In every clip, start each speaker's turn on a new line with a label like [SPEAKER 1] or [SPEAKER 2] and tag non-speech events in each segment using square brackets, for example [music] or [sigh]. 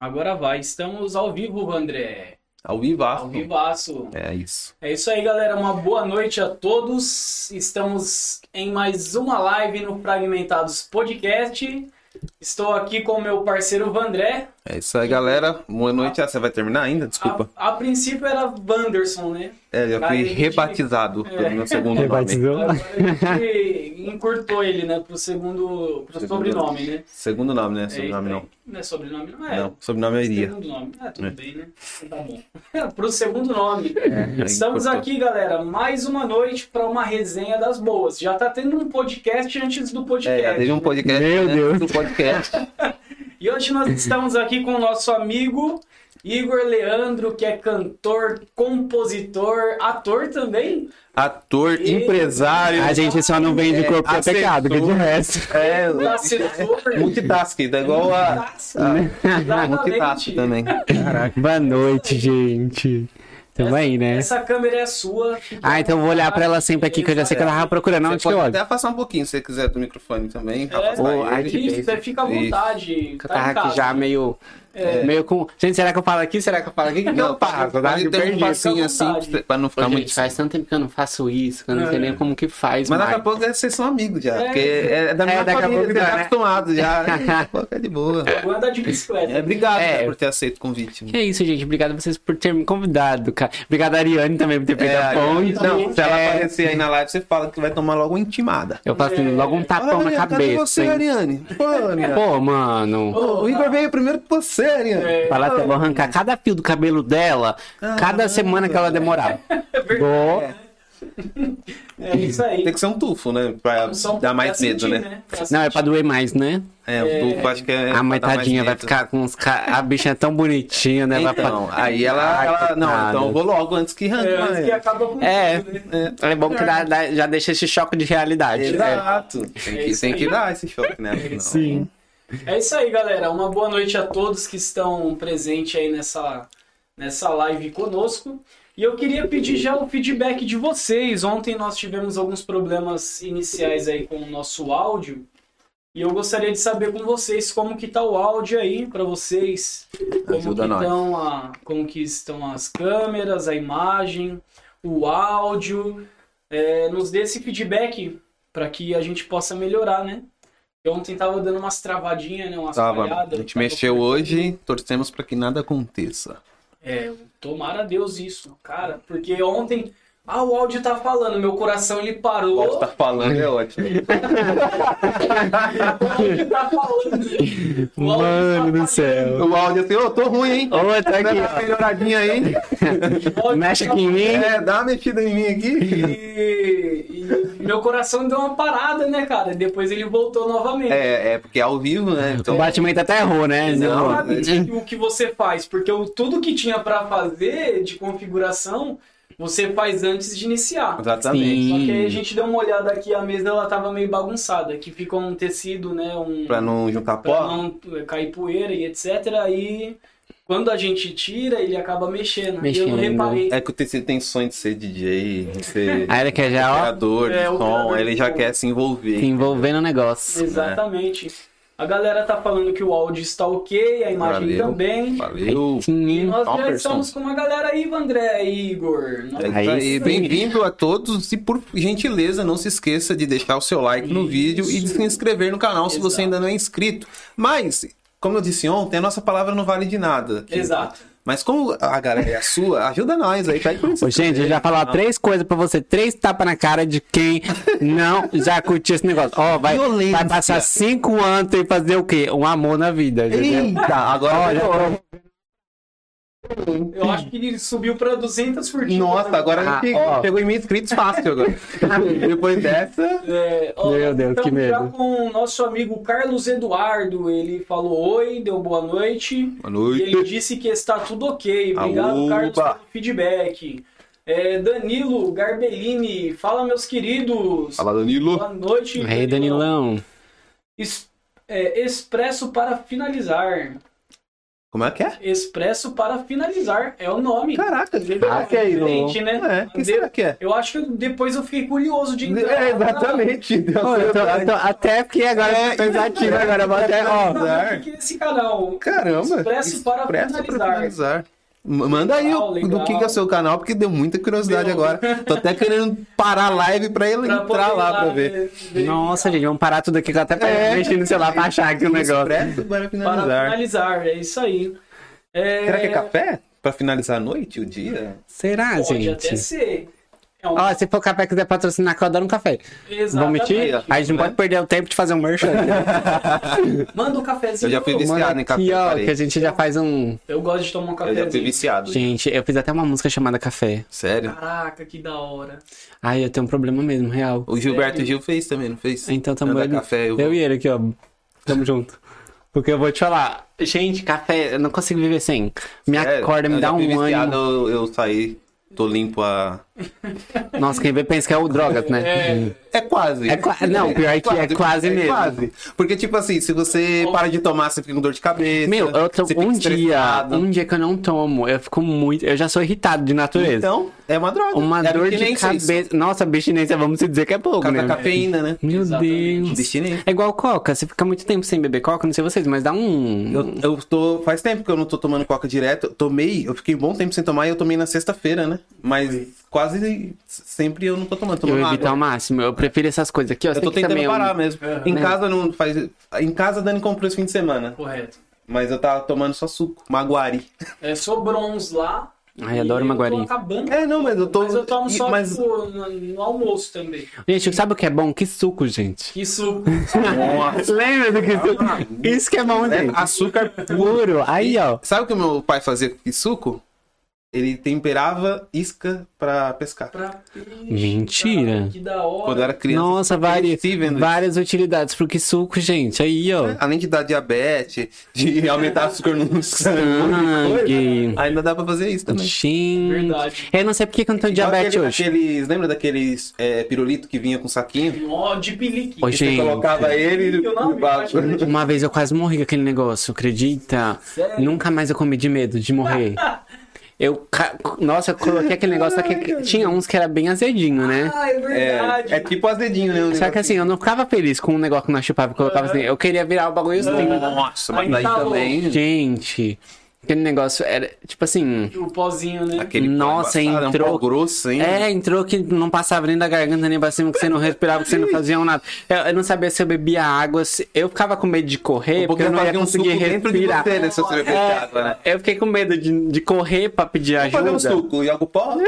[SPEAKER 1] Agora vai, estamos ao vivo, André.
[SPEAKER 2] Ao vivaço.
[SPEAKER 1] Ao vivaço.
[SPEAKER 2] É isso.
[SPEAKER 1] É isso aí, galera. Uma boa noite a todos. Estamos em mais uma live no Fragmentados Podcast. Estou aqui com o meu parceiro Vandré.
[SPEAKER 2] É isso aí, galera. Boa noite. Ah, você vai terminar ainda? Desculpa.
[SPEAKER 1] A, a princípio era Wanderson, né?
[SPEAKER 2] É, eu
[SPEAKER 1] Cara,
[SPEAKER 2] fui
[SPEAKER 1] a gente- É.
[SPEAKER 2] rebatizado pelo meu segundo nome.
[SPEAKER 3] Rebatizou?
[SPEAKER 1] Agora a gente encurtou ele, né, pro segundo, pro
[SPEAKER 2] Segundo
[SPEAKER 1] sobrenome, né?
[SPEAKER 2] Segundo nome, né? Sobrenome
[SPEAKER 1] É,
[SPEAKER 2] não.
[SPEAKER 1] Não é sobrenome, não é.
[SPEAKER 2] Não, sobrenome eu iria.
[SPEAKER 1] Segundo nome. Ah, tudo
[SPEAKER 2] É.
[SPEAKER 1] bem, né? Então Tá bom. [laughs] Pro segundo nome.
[SPEAKER 2] É,
[SPEAKER 1] Estamos
[SPEAKER 2] cortou.
[SPEAKER 1] aqui, galera, mais uma noite para uma resenha das boas. Já tá tendo um podcast antes do
[SPEAKER 2] É,
[SPEAKER 1] podcast.
[SPEAKER 2] já teve um
[SPEAKER 1] né?
[SPEAKER 2] podcast.
[SPEAKER 3] Meu
[SPEAKER 2] né?
[SPEAKER 3] Deus.
[SPEAKER 2] Do podcast.
[SPEAKER 1] E hoje nós estamos aqui com o nosso amigo Igor Leandro, que é cantor, compositor, ator também.
[SPEAKER 2] Ator,
[SPEAKER 1] E-
[SPEAKER 2] empresário.
[SPEAKER 3] A gente só não vende
[SPEAKER 2] É,
[SPEAKER 3] corpo que é
[SPEAKER 2] acertou.
[SPEAKER 3] pecado, que de resto.
[SPEAKER 2] É,
[SPEAKER 1] Tá
[SPEAKER 3] [laughs]
[SPEAKER 1] setor.
[SPEAKER 2] multitasking. Tá igual a.
[SPEAKER 1] Nossa,
[SPEAKER 2] a
[SPEAKER 1] exatamente.
[SPEAKER 2] multitasking também.
[SPEAKER 3] Boa noite, gente. Tamo aí, né?
[SPEAKER 1] Essa câmera é sua. É,
[SPEAKER 3] Ah, então eu vou olhar pra ela sempre aqui, que eu já sei que ela tava procurando
[SPEAKER 2] Você
[SPEAKER 3] onde que eu
[SPEAKER 2] pode
[SPEAKER 3] olho.
[SPEAKER 2] até afastar um pouquinho, se você quiser, do microfone também. pra
[SPEAKER 1] É.
[SPEAKER 2] afastar
[SPEAKER 3] Ô, ai,
[SPEAKER 2] ele.
[SPEAKER 3] que
[SPEAKER 1] Isso, você fica à
[SPEAKER 2] Isso.
[SPEAKER 1] vontade.
[SPEAKER 3] Eu
[SPEAKER 1] tá em
[SPEAKER 3] tava aqui
[SPEAKER 1] casa.
[SPEAKER 3] já meio. Meio com. Gente, será que eu falo aqui? Será que eu falo aqui? O que que eu
[SPEAKER 2] É. Não,
[SPEAKER 3] faço? Tá?
[SPEAKER 2] Vale
[SPEAKER 3] Me
[SPEAKER 2] ter um
[SPEAKER 3] perdi.
[SPEAKER 2] passinho
[SPEAKER 1] Fica à vontade.
[SPEAKER 2] assim, pra não ficar
[SPEAKER 3] Ô,
[SPEAKER 2] muito.
[SPEAKER 3] gente, faz tanto tempo que eu não faço isso, que eu não
[SPEAKER 1] É.
[SPEAKER 3] sei nem como que faz.
[SPEAKER 2] Mas
[SPEAKER 3] mais.
[SPEAKER 2] daqui a pouco vocês são amigos já,
[SPEAKER 1] É.
[SPEAKER 2] porque é da minha
[SPEAKER 3] daqui a
[SPEAKER 2] família,
[SPEAKER 3] pouco
[SPEAKER 2] você
[SPEAKER 3] dá,
[SPEAKER 2] tá
[SPEAKER 3] né?
[SPEAKER 2] acostumado já. Daqui [laughs] a pouco é de boa.
[SPEAKER 1] Vou andar de bicicleta.
[SPEAKER 2] É, obrigado
[SPEAKER 3] É.
[SPEAKER 2] né, por ter aceito o convite.
[SPEAKER 3] Que é isso, gente. Obrigado a vocês por terem me convidado, cara. Obrigado a Ariane também por ter feito
[SPEAKER 2] É,
[SPEAKER 3] a ponte.
[SPEAKER 2] não, se ela
[SPEAKER 3] É,
[SPEAKER 2] aparecer aí na live, você fala que vai tomar logo uma intimada.
[SPEAKER 3] Eu faço logo um tapão
[SPEAKER 2] Fala,
[SPEAKER 3] na
[SPEAKER 2] Ariane, cadê
[SPEAKER 3] cabeça.
[SPEAKER 2] você,
[SPEAKER 3] hein?
[SPEAKER 2] Ariane? [laughs] Pô, Ariane.
[SPEAKER 3] Pô, mano.
[SPEAKER 2] Ô, o Igor veio primeiro que você, Ariane.
[SPEAKER 1] É.
[SPEAKER 3] Falar que eu vou arrancar cada fio do cabelo dela, cada semana que ela [laughs] demorava. Vou-
[SPEAKER 1] É isso aí.
[SPEAKER 2] Tem que ser um tufo, né? Pra
[SPEAKER 1] Só
[SPEAKER 2] dar mais
[SPEAKER 1] pra
[SPEAKER 2] medo,
[SPEAKER 1] sentir,
[SPEAKER 2] né?
[SPEAKER 3] Não, é pra doer mais, né?
[SPEAKER 2] É, o tufo acho que é. pra
[SPEAKER 3] a
[SPEAKER 2] dar mais
[SPEAKER 3] metadinha vai
[SPEAKER 2] medo.
[SPEAKER 3] ficar com uns. Ca... A bichinha é tão bonitinha, né? Vai pra-
[SPEAKER 2] Então, aí ela.
[SPEAKER 3] Ai,
[SPEAKER 2] ela- não,
[SPEAKER 3] coitada.
[SPEAKER 2] então eu vou logo antes que arranque.
[SPEAKER 1] É, antes que
[SPEAKER 2] né?
[SPEAKER 1] acaba com
[SPEAKER 3] É.
[SPEAKER 1] tudo, né?
[SPEAKER 3] É bom que dá- dá- já deixa esse choque de realidade. É.
[SPEAKER 2] Exato. Tem
[SPEAKER 1] É
[SPEAKER 2] que,
[SPEAKER 1] isso
[SPEAKER 2] tem
[SPEAKER 1] aí.
[SPEAKER 2] que dar esse choque, né? Afinal.
[SPEAKER 3] Sim.
[SPEAKER 1] É isso aí, galera. Uma boa noite a todos que estão presentes aí nessa, nessa live conosco. E eu queria pedir já o feedback de vocês. Ontem nós tivemos alguns problemas iniciais aí com o nosso áudio. E eu gostaria de saber com vocês como que tá o áudio aí para vocês. Como
[SPEAKER 2] Ajuda
[SPEAKER 1] que
[SPEAKER 2] nós.
[SPEAKER 1] Estão a, como que estão as câmeras, a imagem, o áudio. É, nos dê esse feedback para que a gente possa melhorar, né? Porque Ontem tava dando umas travadinhas, né? Umas
[SPEAKER 2] Tava, a
[SPEAKER 1] falhadas.
[SPEAKER 2] gente
[SPEAKER 1] Tava
[SPEAKER 2] mexeu
[SPEAKER 1] cortando.
[SPEAKER 2] hoje, torcemos pra que nada aconteça.
[SPEAKER 1] É, tomara a Deus isso, cara. Porque ontem. Ah, o áudio tá falando, meu coração ele parou.
[SPEAKER 2] Posso estar falando, é ótimo.
[SPEAKER 1] O áudio tá
[SPEAKER 2] [laughs]
[SPEAKER 1] falando.
[SPEAKER 3] É.
[SPEAKER 1] O áudio
[SPEAKER 3] Mano
[SPEAKER 1] tá
[SPEAKER 3] do céu.
[SPEAKER 2] O áudio assim, ô, tô ruim, hein?
[SPEAKER 3] Ô, tá
[SPEAKER 2] Dá
[SPEAKER 3] aqui,
[SPEAKER 2] uma melhoradinha aí.
[SPEAKER 1] O
[SPEAKER 3] ó.
[SPEAKER 1] áudio
[SPEAKER 3] Mexe
[SPEAKER 1] tá
[SPEAKER 3] aqui em mim.
[SPEAKER 2] É, dá uma mexida em mim aqui.
[SPEAKER 1] E, e meu coração deu uma parada, né, cara? Depois ele voltou novamente.
[SPEAKER 2] É, é porque é ao vivo, né?
[SPEAKER 3] O
[SPEAKER 2] Então,
[SPEAKER 3] batimento até errou, né?
[SPEAKER 2] Não,
[SPEAKER 1] Exatamente o que você faz, porque o, tudo que tinha pra fazer de configuração, você faz antes de iniciar.
[SPEAKER 2] exatamente.
[SPEAKER 1] Só que aí a gente deu uma olhada aqui, a mesa ela tava meio bagunçada, que ficou um tecido, né, um
[SPEAKER 2] Pra não juntar
[SPEAKER 1] pra
[SPEAKER 2] pó.
[SPEAKER 1] não, é, cair poeira e etc. Aí quando a gente tira, ele acaba mexendo. E eu não
[SPEAKER 3] Mexendo.
[SPEAKER 1] reparei.
[SPEAKER 2] É que o tecido tem sonho de ser DJ, de ser
[SPEAKER 3] Aí ele quer já, ó,
[SPEAKER 2] operador de
[SPEAKER 1] É,
[SPEAKER 2] som,
[SPEAKER 1] operador
[SPEAKER 2] ele
[SPEAKER 1] de
[SPEAKER 2] já
[SPEAKER 1] som.
[SPEAKER 2] quer se
[SPEAKER 3] se
[SPEAKER 2] envolver.
[SPEAKER 3] envolvendo no
[SPEAKER 2] né?
[SPEAKER 3] negócio.
[SPEAKER 1] Exatamente. A galera tá falando que o áudio está ok, a imagem
[SPEAKER 2] Valeu.
[SPEAKER 1] também.
[SPEAKER 2] Valeu. É
[SPEAKER 1] E
[SPEAKER 3] Sim.
[SPEAKER 1] nós já
[SPEAKER 2] Alperson.
[SPEAKER 1] estamos com uma galera aí, André e Igor. Nós-
[SPEAKER 2] É isso
[SPEAKER 3] Aí
[SPEAKER 2] aí.
[SPEAKER 3] sim.
[SPEAKER 2] Bem-vindo a todos e por gentileza não se esqueça de deixar o seu like no
[SPEAKER 1] Isso.
[SPEAKER 2] vídeo e de se inscrever no canal se você
[SPEAKER 1] Exato.
[SPEAKER 2] ainda não é inscrito. Mas, como eu disse ontem, a nossa palavra não vale de nada. aqui.
[SPEAKER 1] Exato.
[SPEAKER 2] Mas como a galera é a sua, ajuda nós aí, pede pra
[SPEAKER 3] Ô, gente, eu já falar três coisas pra você, três tapas na cara de quem não já curtiu esse negócio. Ó, vai,
[SPEAKER 2] Violência.
[SPEAKER 3] vai passar cinco anos sem fazer o quê? Um amor na vida, entendeu?
[SPEAKER 2] Eita, agora.
[SPEAKER 1] Eu acho que ele subiu pra 200 curtidas.
[SPEAKER 2] Nossa, agora
[SPEAKER 3] Ah,
[SPEAKER 2] chegou,
[SPEAKER 3] ó.
[SPEAKER 2] chegou em mil inscritos fácil
[SPEAKER 3] [laughs]
[SPEAKER 2] agora. Depois dessa.
[SPEAKER 1] É, ó,
[SPEAKER 3] Meu Deus, que
[SPEAKER 1] estamos Já
[SPEAKER 3] medo.
[SPEAKER 1] com o nosso amigo Carlos Eduardo, ele falou oi, deu boa noite.
[SPEAKER 2] Boa
[SPEAKER 1] E
[SPEAKER 2] noite.
[SPEAKER 1] ele disse que está tudo ok. Obrigado,
[SPEAKER 2] Aúba.
[SPEAKER 1] Carlos, pelo feedback. É, Danilo Garbellini, fala meus queridos.
[SPEAKER 2] Fala, Danilo.
[SPEAKER 1] Boa noite.
[SPEAKER 3] Ei, Danilão.
[SPEAKER 1] Es- é, expresso para finalizar.
[SPEAKER 2] Como é que é?
[SPEAKER 1] Expresso para finalizar. É o nome.
[SPEAKER 2] Caraca,
[SPEAKER 1] Ah, que aí, não- Diferente, né?
[SPEAKER 2] É, quem será que é?
[SPEAKER 1] Eu acho que depois eu fiquei curioso de entrar.
[SPEAKER 2] É, exatamente. é Deu
[SPEAKER 3] Ô, eu tô- eu tô- até porque agora
[SPEAKER 2] É,
[SPEAKER 3] eu tô pensativo
[SPEAKER 2] é,
[SPEAKER 3] agora, eu vou até, ó.
[SPEAKER 1] Por que esse canal?
[SPEAKER 2] Caramba.
[SPEAKER 1] Expresso para finalizar.
[SPEAKER 2] M- Manda aí
[SPEAKER 1] Legal,
[SPEAKER 2] o- do
[SPEAKER 1] legal.
[SPEAKER 2] que, que é o seu canal, porque deu muita curiosidade
[SPEAKER 1] Deu.
[SPEAKER 2] agora. Tô até querendo parar a live pra
[SPEAKER 1] [laughs]
[SPEAKER 2] ele
[SPEAKER 1] Pra poder
[SPEAKER 2] entrar
[SPEAKER 1] ir
[SPEAKER 2] lá pra ver.
[SPEAKER 1] ver-
[SPEAKER 3] Nossa, gente, vamos parar tudo aqui que eu até é. né? mexi no celular pra achar aqui o negócio.
[SPEAKER 2] Expresso para
[SPEAKER 1] Para
[SPEAKER 2] finalizar.
[SPEAKER 1] finalizar, é isso aí. É,
[SPEAKER 2] Será que é café? Pra finalizar a noite,
[SPEAKER 1] [laughs]
[SPEAKER 2] o dia?
[SPEAKER 3] Será,
[SPEAKER 1] Pode até
[SPEAKER 3] gente?
[SPEAKER 1] ser. É um...
[SPEAKER 2] Ah,
[SPEAKER 3] Ó, se for café quiser patrocinar, que eu adoro um café. Vamos
[SPEAKER 1] Exatamente.
[SPEAKER 3] mentir? A gente não
[SPEAKER 2] Né?
[SPEAKER 3] pode perder o tempo de fazer um merchan.
[SPEAKER 2] [laughs]
[SPEAKER 1] Manda um
[SPEAKER 2] Eu
[SPEAKER 1] cafezinho.
[SPEAKER 2] já fui
[SPEAKER 1] Manda-
[SPEAKER 2] viciado Tá em café.
[SPEAKER 3] Aqui, ó,
[SPEAKER 2] parei.
[SPEAKER 3] que a gente já faz um...
[SPEAKER 1] Eu gosto de tomar um
[SPEAKER 2] Eu já fui
[SPEAKER 1] cafezinho.
[SPEAKER 2] viciado.
[SPEAKER 3] Gente, eu fiz até uma música chamada Café.
[SPEAKER 2] Sério?
[SPEAKER 1] Caraca, que da hora.
[SPEAKER 3] Ai, eu tenho um problema mesmo, real.
[SPEAKER 2] O Gilberto Gil fez também, não fez?
[SPEAKER 3] Então tamo
[SPEAKER 2] Pra
[SPEAKER 3] eu,
[SPEAKER 2] dar café, eu...
[SPEAKER 3] eu e ele aqui, ó. Tamo [laughs] junto. Porque eu vou te falar, gente, café, eu não consigo viver sem. Me
[SPEAKER 2] Sério?
[SPEAKER 3] acorda, me
[SPEAKER 2] É, Eu
[SPEAKER 3] dá
[SPEAKER 2] já fui
[SPEAKER 3] um
[SPEAKER 2] viciado, Eu,
[SPEAKER 3] ânimo.
[SPEAKER 2] eu saí, tô limpo a...
[SPEAKER 3] Nossa, quem vê pensa que é o drogas, né?
[SPEAKER 2] É quase.
[SPEAKER 3] É qua- não, pior que é quase mesmo.
[SPEAKER 2] Porque, tipo assim, se você para de tomar, você fica com dor de cabeça.
[SPEAKER 3] Meu, eu tô,
[SPEAKER 2] você fica
[SPEAKER 3] um dia,
[SPEAKER 2] estressado.
[SPEAKER 3] um dia que eu não tomo, eu fico muito, eu já sou irritado de natureza.
[SPEAKER 2] Então, é uma droga.
[SPEAKER 3] Uma
[SPEAKER 2] é
[SPEAKER 3] dor de
[SPEAKER 2] abstinência isso.
[SPEAKER 3] cabeça. Nossa, abstinência, vamos dizer que é pouco,
[SPEAKER 2] Por causa
[SPEAKER 3] né?
[SPEAKER 2] da cafeína, né?
[SPEAKER 3] Meu
[SPEAKER 1] Exatamente.
[SPEAKER 3] Deus.
[SPEAKER 2] Abstinência.
[SPEAKER 3] É igual coca, você fica muito tempo sem beber coca, não sei vocês, mas dá um...
[SPEAKER 2] Eu, eu tô. Faz tempo que eu não tô tomando coca direto. Eu tomei, eu fiquei um bom tempo sem tomar e eu tomei na sexta-feira, né? Mas quase sempre eu não tô tomando.
[SPEAKER 3] Eu
[SPEAKER 2] Tomando
[SPEAKER 3] evito ao
[SPEAKER 2] água.
[SPEAKER 3] máximo, eu prefiro essas coisas aqui, ó.
[SPEAKER 2] Eu
[SPEAKER 3] sei
[SPEAKER 2] tô
[SPEAKER 3] que
[SPEAKER 2] tentando
[SPEAKER 3] também é um-
[SPEAKER 2] parar mesmo. Em casa não faz. Em casa a Dani comprou esse fim de semana.
[SPEAKER 1] Tá Correto.
[SPEAKER 2] Mas eu tava tomando só suco. Maguari.
[SPEAKER 1] É, sobrou uns lá.
[SPEAKER 3] Ai,
[SPEAKER 1] e
[SPEAKER 3] adoro uma
[SPEAKER 1] eu
[SPEAKER 3] guarinha.
[SPEAKER 1] tô acabando.
[SPEAKER 2] É, não, mas eu tô.
[SPEAKER 1] Mas eu tomo
[SPEAKER 2] e-
[SPEAKER 1] só
[SPEAKER 2] mas-
[SPEAKER 1] tipo, no, no almoço também.
[SPEAKER 3] Gente, sabe o que é bom? Que suco, gente.
[SPEAKER 1] Que suco.
[SPEAKER 2] Nossa.
[SPEAKER 3] [laughs] Lembra do que suco? Isso que é bom,
[SPEAKER 2] É,
[SPEAKER 3] gente.
[SPEAKER 2] açúcar
[SPEAKER 3] Puro. Aí, ó.
[SPEAKER 2] Sabe o que meu pai fazia com esse suco? Ele temperava isca pra pescar.
[SPEAKER 1] pra peixe,
[SPEAKER 3] Mentira.
[SPEAKER 1] cara, Que da hora.
[SPEAKER 2] Quando eu era criança.
[SPEAKER 3] Nossa,
[SPEAKER 2] eu
[SPEAKER 3] várias,
[SPEAKER 2] cresci vendo isso.
[SPEAKER 3] várias utilidades pro que suco, gente. Aí, ó.
[SPEAKER 2] Além de dar diabetes, [laughs] de aumentar açúcar no sangue,
[SPEAKER 3] Sangue.
[SPEAKER 2] ainda dá pra fazer isso também.
[SPEAKER 3] Gente.
[SPEAKER 1] Verdade.
[SPEAKER 3] Eu não sei por que que eu não tenho diabetes
[SPEAKER 2] É Aquele-
[SPEAKER 3] hoje.
[SPEAKER 2] Aqueles, lembra daqueles é, pirulito que vinha com saquinho?
[SPEAKER 1] Ó, de pelique.
[SPEAKER 3] Oi,
[SPEAKER 2] Que
[SPEAKER 3] Gente.
[SPEAKER 2] Você colocava ele né?
[SPEAKER 1] Eu não,
[SPEAKER 2] por baixo.
[SPEAKER 1] eu acho
[SPEAKER 3] Uma vez eu quase morri com aquele negócio, acredita?
[SPEAKER 1] Sério?
[SPEAKER 3] Nunca mais eu comi de medo
[SPEAKER 2] [laughs]
[SPEAKER 3] de morrer. Eu, ca- nossa, eu coloquei aquele negócio, só que tinha uns que era bem azedinho, né?
[SPEAKER 1] Ah, é
[SPEAKER 2] É,
[SPEAKER 1] verdade.
[SPEAKER 2] é tipo azedinho, né? o
[SPEAKER 3] Só que
[SPEAKER 2] negócio.
[SPEAKER 3] assim, eu não ficava feliz com o negócio que nós chupava, que eu colocava assim, eu queria virar o bagulho assim.
[SPEAKER 2] Nossa,
[SPEAKER 1] Aí
[SPEAKER 2] mas aí
[SPEAKER 1] tá
[SPEAKER 2] também.
[SPEAKER 3] Gente, aquele negócio era, tipo assim,
[SPEAKER 1] O pozinho, né?
[SPEAKER 2] Aquele
[SPEAKER 3] Nossa,
[SPEAKER 2] pau embaçado,
[SPEAKER 3] entrou-
[SPEAKER 2] É um pau grosso, hein?
[SPEAKER 3] é, entrou que não passava nem da garganta nem pra cima, que você não respirava, que você não fazia um nada. Eu, eu não sabia se eu bebia água, se- eu ficava com medo de correr, porque eu não ia
[SPEAKER 2] fazia um suco
[SPEAKER 3] conseguir
[SPEAKER 2] dentro de
[SPEAKER 3] respirar.
[SPEAKER 2] você, né? Se você beber
[SPEAKER 3] É,
[SPEAKER 2] água, né?
[SPEAKER 3] eu fiquei com medo de, de correr pra pedir
[SPEAKER 2] Fazer um
[SPEAKER 3] ajuda.
[SPEAKER 2] suco, joga o [laughs] pó.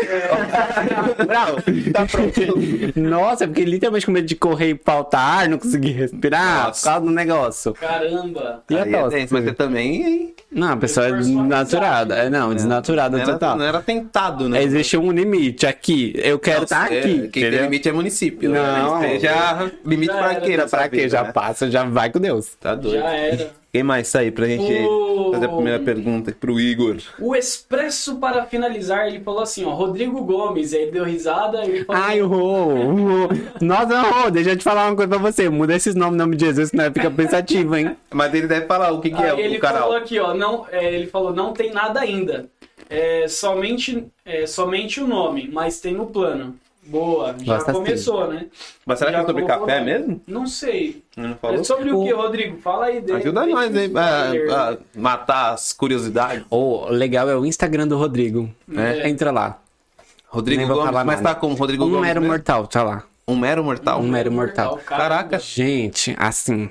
[SPEAKER 2] Bravo, tá pronto.
[SPEAKER 3] Nossa, eu fiquei literalmente com medo de correr e faltar ar, não conseguir respirar,
[SPEAKER 2] Nossa.
[SPEAKER 3] por causa do negócio.
[SPEAKER 1] Caramba.
[SPEAKER 3] E a
[SPEAKER 2] Aí é
[SPEAKER 3] tosse?
[SPEAKER 2] tenso, mas você também hein?
[SPEAKER 3] Não, a pessoa é
[SPEAKER 1] Ele forçou a
[SPEAKER 3] desnaturada. É, não, desnaturada
[SPEAKER 2] não era,
[SPEAKER 3] total.
[SPEAKER 2] não era tentado, né?
[SPEAKER 3] Existe um limite aqui. Eu quero
[SPEAKER 2] Nossa,
[SPEAKER 3] estar
[SPEAKER 2] é,
[SPEAKER 3] aqui.
[SPEAKER 2] Quem tem
[SPEAKER 3] entendeu?
[SPEAKER 2] limite é município. né?
[SPEAKER 3] Não.
[SPEAKER 2] Você já limite
[SPEAKER 1] Já
[SPEAKER 2] pra
[SPEAKER 1] era,
[SPEAKER 2] quê?
[SPEAKER 1] já
[SPEAKER 2] nessa
[SPEAKER 3] Pra quê?
[SPEAKER 2] vida,
[SPEAKER 3] Já
[SPEAKER 2] né?
[SPEAKER 3] passa, já vai com Deus.
[SPEAKER 2] Tá doido.
[SPEAKER 1] Já era.
[SPEAKER 2] Quem mais sai pra gente
[SPEAKER 1] O-
[SPEAKER 2] fazer a primeira pergunta pro Igor?
[SPEAKER 1] O Expresso, para finalizar, ele falou assim, ó, Rodrigo Gomes. Aí ele deu risada e ele falou...
[SPEAKER 3] Ai, o Rô, o Rô. Nossa, Rô, deixa eu te falar uma coisa pra você. Muda esses nomes, em nome de Jesus, senão fica pensativo, hein?
[SPEAKER 2] Mas ele deve falar o que, que é
[SPEAKER 1] Aí Ah, ele
[SPEAKER 2] o canal.
[SPEAKER 1] falou aqui, ó, não, é, ele falou, não tem nada ainda. É, somente, é, somente o nome, mas tem o plano. Boa, já
[SPEAKER 3] Gosta assim.
[SPEAKER 1] começou, né?
[SPEAKER 2] Mas será que
[SPEAKER 1] Já
[SPEAKER 2] é sobre
[SPEAKER 1] colocou-
[SPEAKER 2] café mesmo?
[SPEAKER 1] Não sei.
[SPEAKER 2] Não
[SPEAKER 1] É
[SPEAKER 2] falou?
[SPEAKER 1] sobre o,
[SPEAKER 3] O-
[SPEAKER 1] que, Rodrigo? Fala aí. dele.
[SPEAKER 2] Ajuda nós,
[SPEAKER 3] É,
[SPEAKER 2] hein? A, a matar as curiosidades.
[SPEAKER 3] [laughs] Ô, legal é o Instagram do Rodrigo.
[SPEAKER 1] É.
[SPEAKER 3] Entra lá.
[SPEAKER 2] Rodrigo
[SPEAKER 3] Nem vou
[SPEAKER 2] Gomes,
[SPEAKER 3] falar
[SPEAKER 2] mas
[SPEAKER 3] nada.
[SPEAKER 2] tá como Rodrigo
[SPEAKER 3] Um
[SPEAKER 2] Gomes.
[SPEAKER 3] mero
[SPEAKER 2] mesmo?
[SPEAKER 3] mortal, tá lá.
[SPEAKER 2] Um mero mortal.
[SPEAKER 3] Um mero mortal.
[SPEAKER 2] Caraca,
[SPEAKER 3] Gente, assim,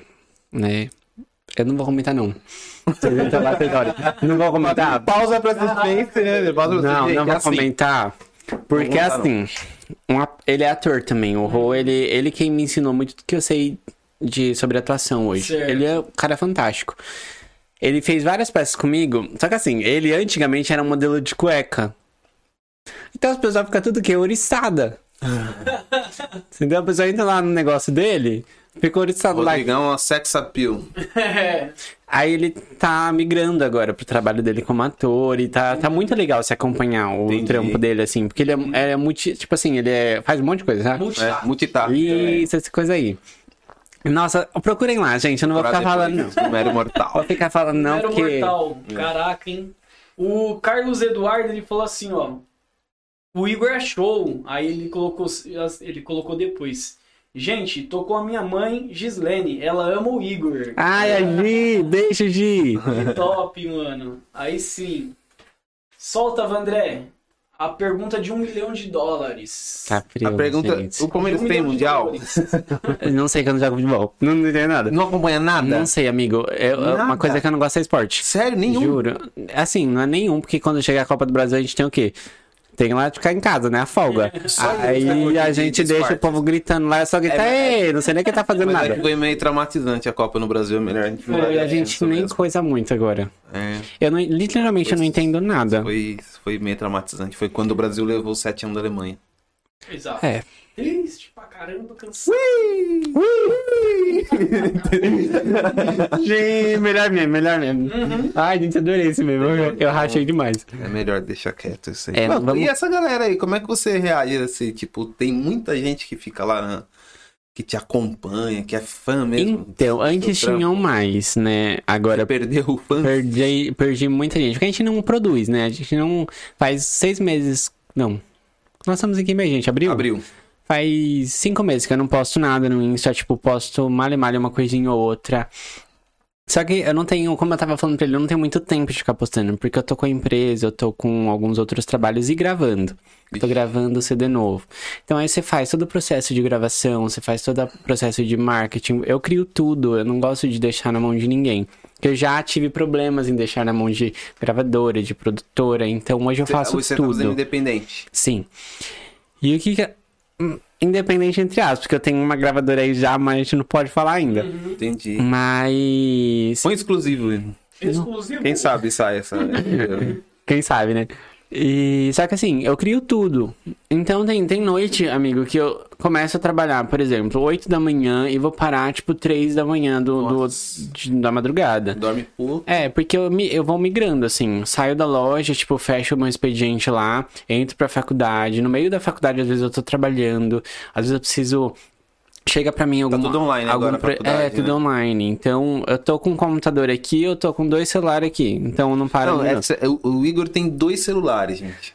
[SPEAKER 3] né? Eu não vou comentar, [laughs] não. Vocês entram lá, vocês olham. Não vou comentar.
[SPEAKER 2] pausa pra [laughs] assistência, né? Pausa pra
[SPEAKER 3] Não,
[SPEAKER 2] assistência,
[SPEAKER 3] não
[SPEAKER 2] que é
[SPEAKER 3] vou
[SPEAKER 2] assim.
[SPEAKER 3] comentar. Porque
[SPEAKER 2] Não vou comentar,
[SPEAKER 3] assim, um a- ele é ator também. O Rô, ele, ele quem me ensinou muito do que eu sei de, sobre atuação hoje.
[SPEAKER 1] Certo.
[SPEAKER 3] Ele é um cara fantástico. Ele fez várias peças comigo. Só que assim, ele antigamente era um modelo de cueca. Então as pessoas ficam tudo que? Oriçada. Entendeu? A pessoa entra lá no negócio dele, fica oriçado lá.
[SPEAKER 2] Rodrigão é um sex appeal.
[SPEAKER 3] ah,
[SPEAKER 1] É,
[SPEAKER 3] Aí ele tá migrando agora pro trabalho dele como ator e tá, tá muito legal se acompanhar o
[SPEAKER 2] Entendi.
[SPEAKER 3] trampo dele, assim, porque ele é, é multi, tipo assim, ele é, faz um monte de coisa, sabe?
[SPEAKER 2] tá.
[SPEAKER 1] Multi-
[SPEAKER 2] É, multitask.
[SPEAKER 3] Isso, essa coisa aí. Nossa, procurem lá, gente. Eu não vou ficar falando. é
[SPEAKER 2] O é um Mero
[SPEAKER 3] Vou
[SPEAKER 2] mortal.
[SPEAKER 3] ficar falando, não,
[SPEAKER 1] Era o
[SPEAKER 3] porque. É.
[SPEAKER 1] mortal. Caraca, hein? O Carlos Eduardo, ele falou assim, ó. O Igor achou, um. aí ele colocou, ele colocou depois. Gente, tô com a minha mãe, Gislene. Ela ama o Igor.
[SPEAKER 3] Ai, a Gi, beijo, Gi.
[SPEAKER 1] Que top, mano. Aí sim. Solta, Vandré. A pergunta de um milhão de dólares.
[SPEAKER 3] Tá frio,
[SPEAKER 2] A pergunta:
[SPEAKER 3] gente.
[SPEAKER 2] o Palmeiras
[SPEAKER 1] Um
[SPEAKER 2] tem
[SPEAKER 1] milhão de
[SPEAKER 2] mundial?
[SPEAKER 1] dólares.
[SPEAKER 3] Eu Não sei que eu não jogo futebol. Não, não entendo nada.
[SPEAKER 2] Não acompanha nada?
[SPEAKER 3] Não sei, amigo. É é uma
[SPEAKER 2] Nada.
[SPEAKER 3] coisa que eu não gosto é esporte.
[SPEAKER 2] Sério, nenhum.
[SPEAKER 3] Juro. Assim, não é nenhum, porque quando chega a Copa do Brasil, a gente tem o quê? Tem lá de ficar em casa, né? A folga.
[SPEAKER 2] Só isso, né,
[SPEAKER 3] Aí
[SPEAKER 2] porque
[SPEAKER 3] a gente
[SPEAKER 2] tem
[SPEAKER 3] deixa o
[SPEAKER 2] esporte.
[SPEAKER 3] povo gritando lá, é só gritar, ei, não sei nem quem tá fazendo
[SPEAKER 2] Mas é que
[SPEAKER 3] nada.
[SPEAKER 2] foi meio traumatizante a Copa no Brasil. é Melhor a gente não
[SPEAKER 1] É,
[SPEAKER 2] olhar
[SPEAKER 3] A gente
[SPEAKER 2] isso
[SPEAKER 3] nem
[SPEAKER 2] mesmo.
[SPEAKER 3] coisa muito agora.
[SPEAKER 2] É,
[SPEAKER 3] Eu não, literalmente eu não entendo nada.
[SPEAKER 2] foi, foi meio traumatizante. Foi quando o Brasil levou 7 anos da Alemanha.
[SPEAKER 1] Exato.
[SPEAKER 3] É.
[SPEAKER 1] Triste pra caramba, cansado.
[SPEAKER 3] [laughs] Sim, melhor mesmo, melhor mesmo.
[SPEAKER 2] Uhum.
[SPEAKER 3] Ai, gente, adorei esse mesmo. Eu, eu rachei demais.
[SPEAKER 2] É melhor deixar quieto isso aí.
[SPEAKER 3] É,
[SPEAKER 2] Mano,
[SPEAKER 3] não vamos-
[SPEAKER 2] E essa galera aí, como é que você reage assim? Tipo, tem muita gente que fica lá, na- que te acompanha, que é fã mesmo.
[SPEAKER 3] Então,
[SPEAKER 2] do
[SPEAKER 3] antes
[SPEAKER 2] seu trampo.
[SPEAKER 3] tinham mais, né? Agora
[SPEAKER 2] Perdeu o fã.
[SPEAKER 3] perdi, perdi muita gente. Porque a gente não produz, né? A gente não. Faz seis meses. Não. Nós estamos aqui meio, gente. Abril?
[SPEAKER 2] Abriu.
[SPEAKER 3] Faz cinco meses que eu não posto nada no Insta. Tipo, posto malha e malha uma coisinha ou outra. Só que eu não tenho, como eu tava falando pra ele, eu não tenho muito tempo de ficar postando, porque eu tô com a empresa, eu tô com alguns outros trabalhos e gravando. Eu tô
[SPEAKER 2] Ixi.
[SPEAKER 3] gravando o CD novo. Então aí você faz todo o processo de gravação, você faz todo o processo de marketing. Eu crio tudo, eu não gosto de deixar na mão de ninguém. Porque eu já tive problemas em deixar na mão de gravadora, de produtora, então hoje eu faço
[SPEAKER 2] você tá
[SPEAKER 3] tudo.
[SPEAKER 2] fazendo independente.
[SPEAKER 3] Sim. E o que que... hum, Independente entre aspas, porque eu tenho uma gravadora aí já, mas a gente não pode falar ainda.
[SPEAKER 2] Uhum. Entendi.
[SPEAKER 3] Hum. Mas...
[SPEAKER 2] Foi exclusivo. hein?
[SPEAKER 1] Exclusivo.
[SPEAKER 2] Quem sabe sai
[SPEAKER 3] [laughs]
[SPEAKER 2] essa.
[SPEAKER 3] Quem sabe, né? E só que assim, eu crio tudo. Então tem, tem noite, amigo, que eu começo a trabalhar, por exemplo, 8 da manhã e vou parar, tipo, 3 da manhã do, do- de- da madrugada.
[SPEAKER 2] Dorme puto.
[SPEAKER 3] É, porque eu, mi- eu vou migrando, assim. Saio da loja, tipo, fecho o meu expediente lá, entro pra faculdade. No meio da faculdade, às vezes eu tô trabalhando, às vezes eu preciso. Chega pra mim alguma...
[SPEAKER 2] tudo online
[SPEAKER 3] algum
[SPEAKER 2] agora, a
[SPEAKER 3] É,
[SPEAKER 2] faculdade,
[SPEAKER 3] tudo
[SPEAKER 2] né?
[SPEAKER 3] online. Então, eu tô com um computador aqui, eu tô com dois celulares aqui. Então, não para
[SPEAKER 2] Não,
[SPEAKER 3] um
[SPEAKER 2] é,
[SPEAKER 3] minuto.
[SPEAKER 2] que o- o Igor tem dois celulares, gente.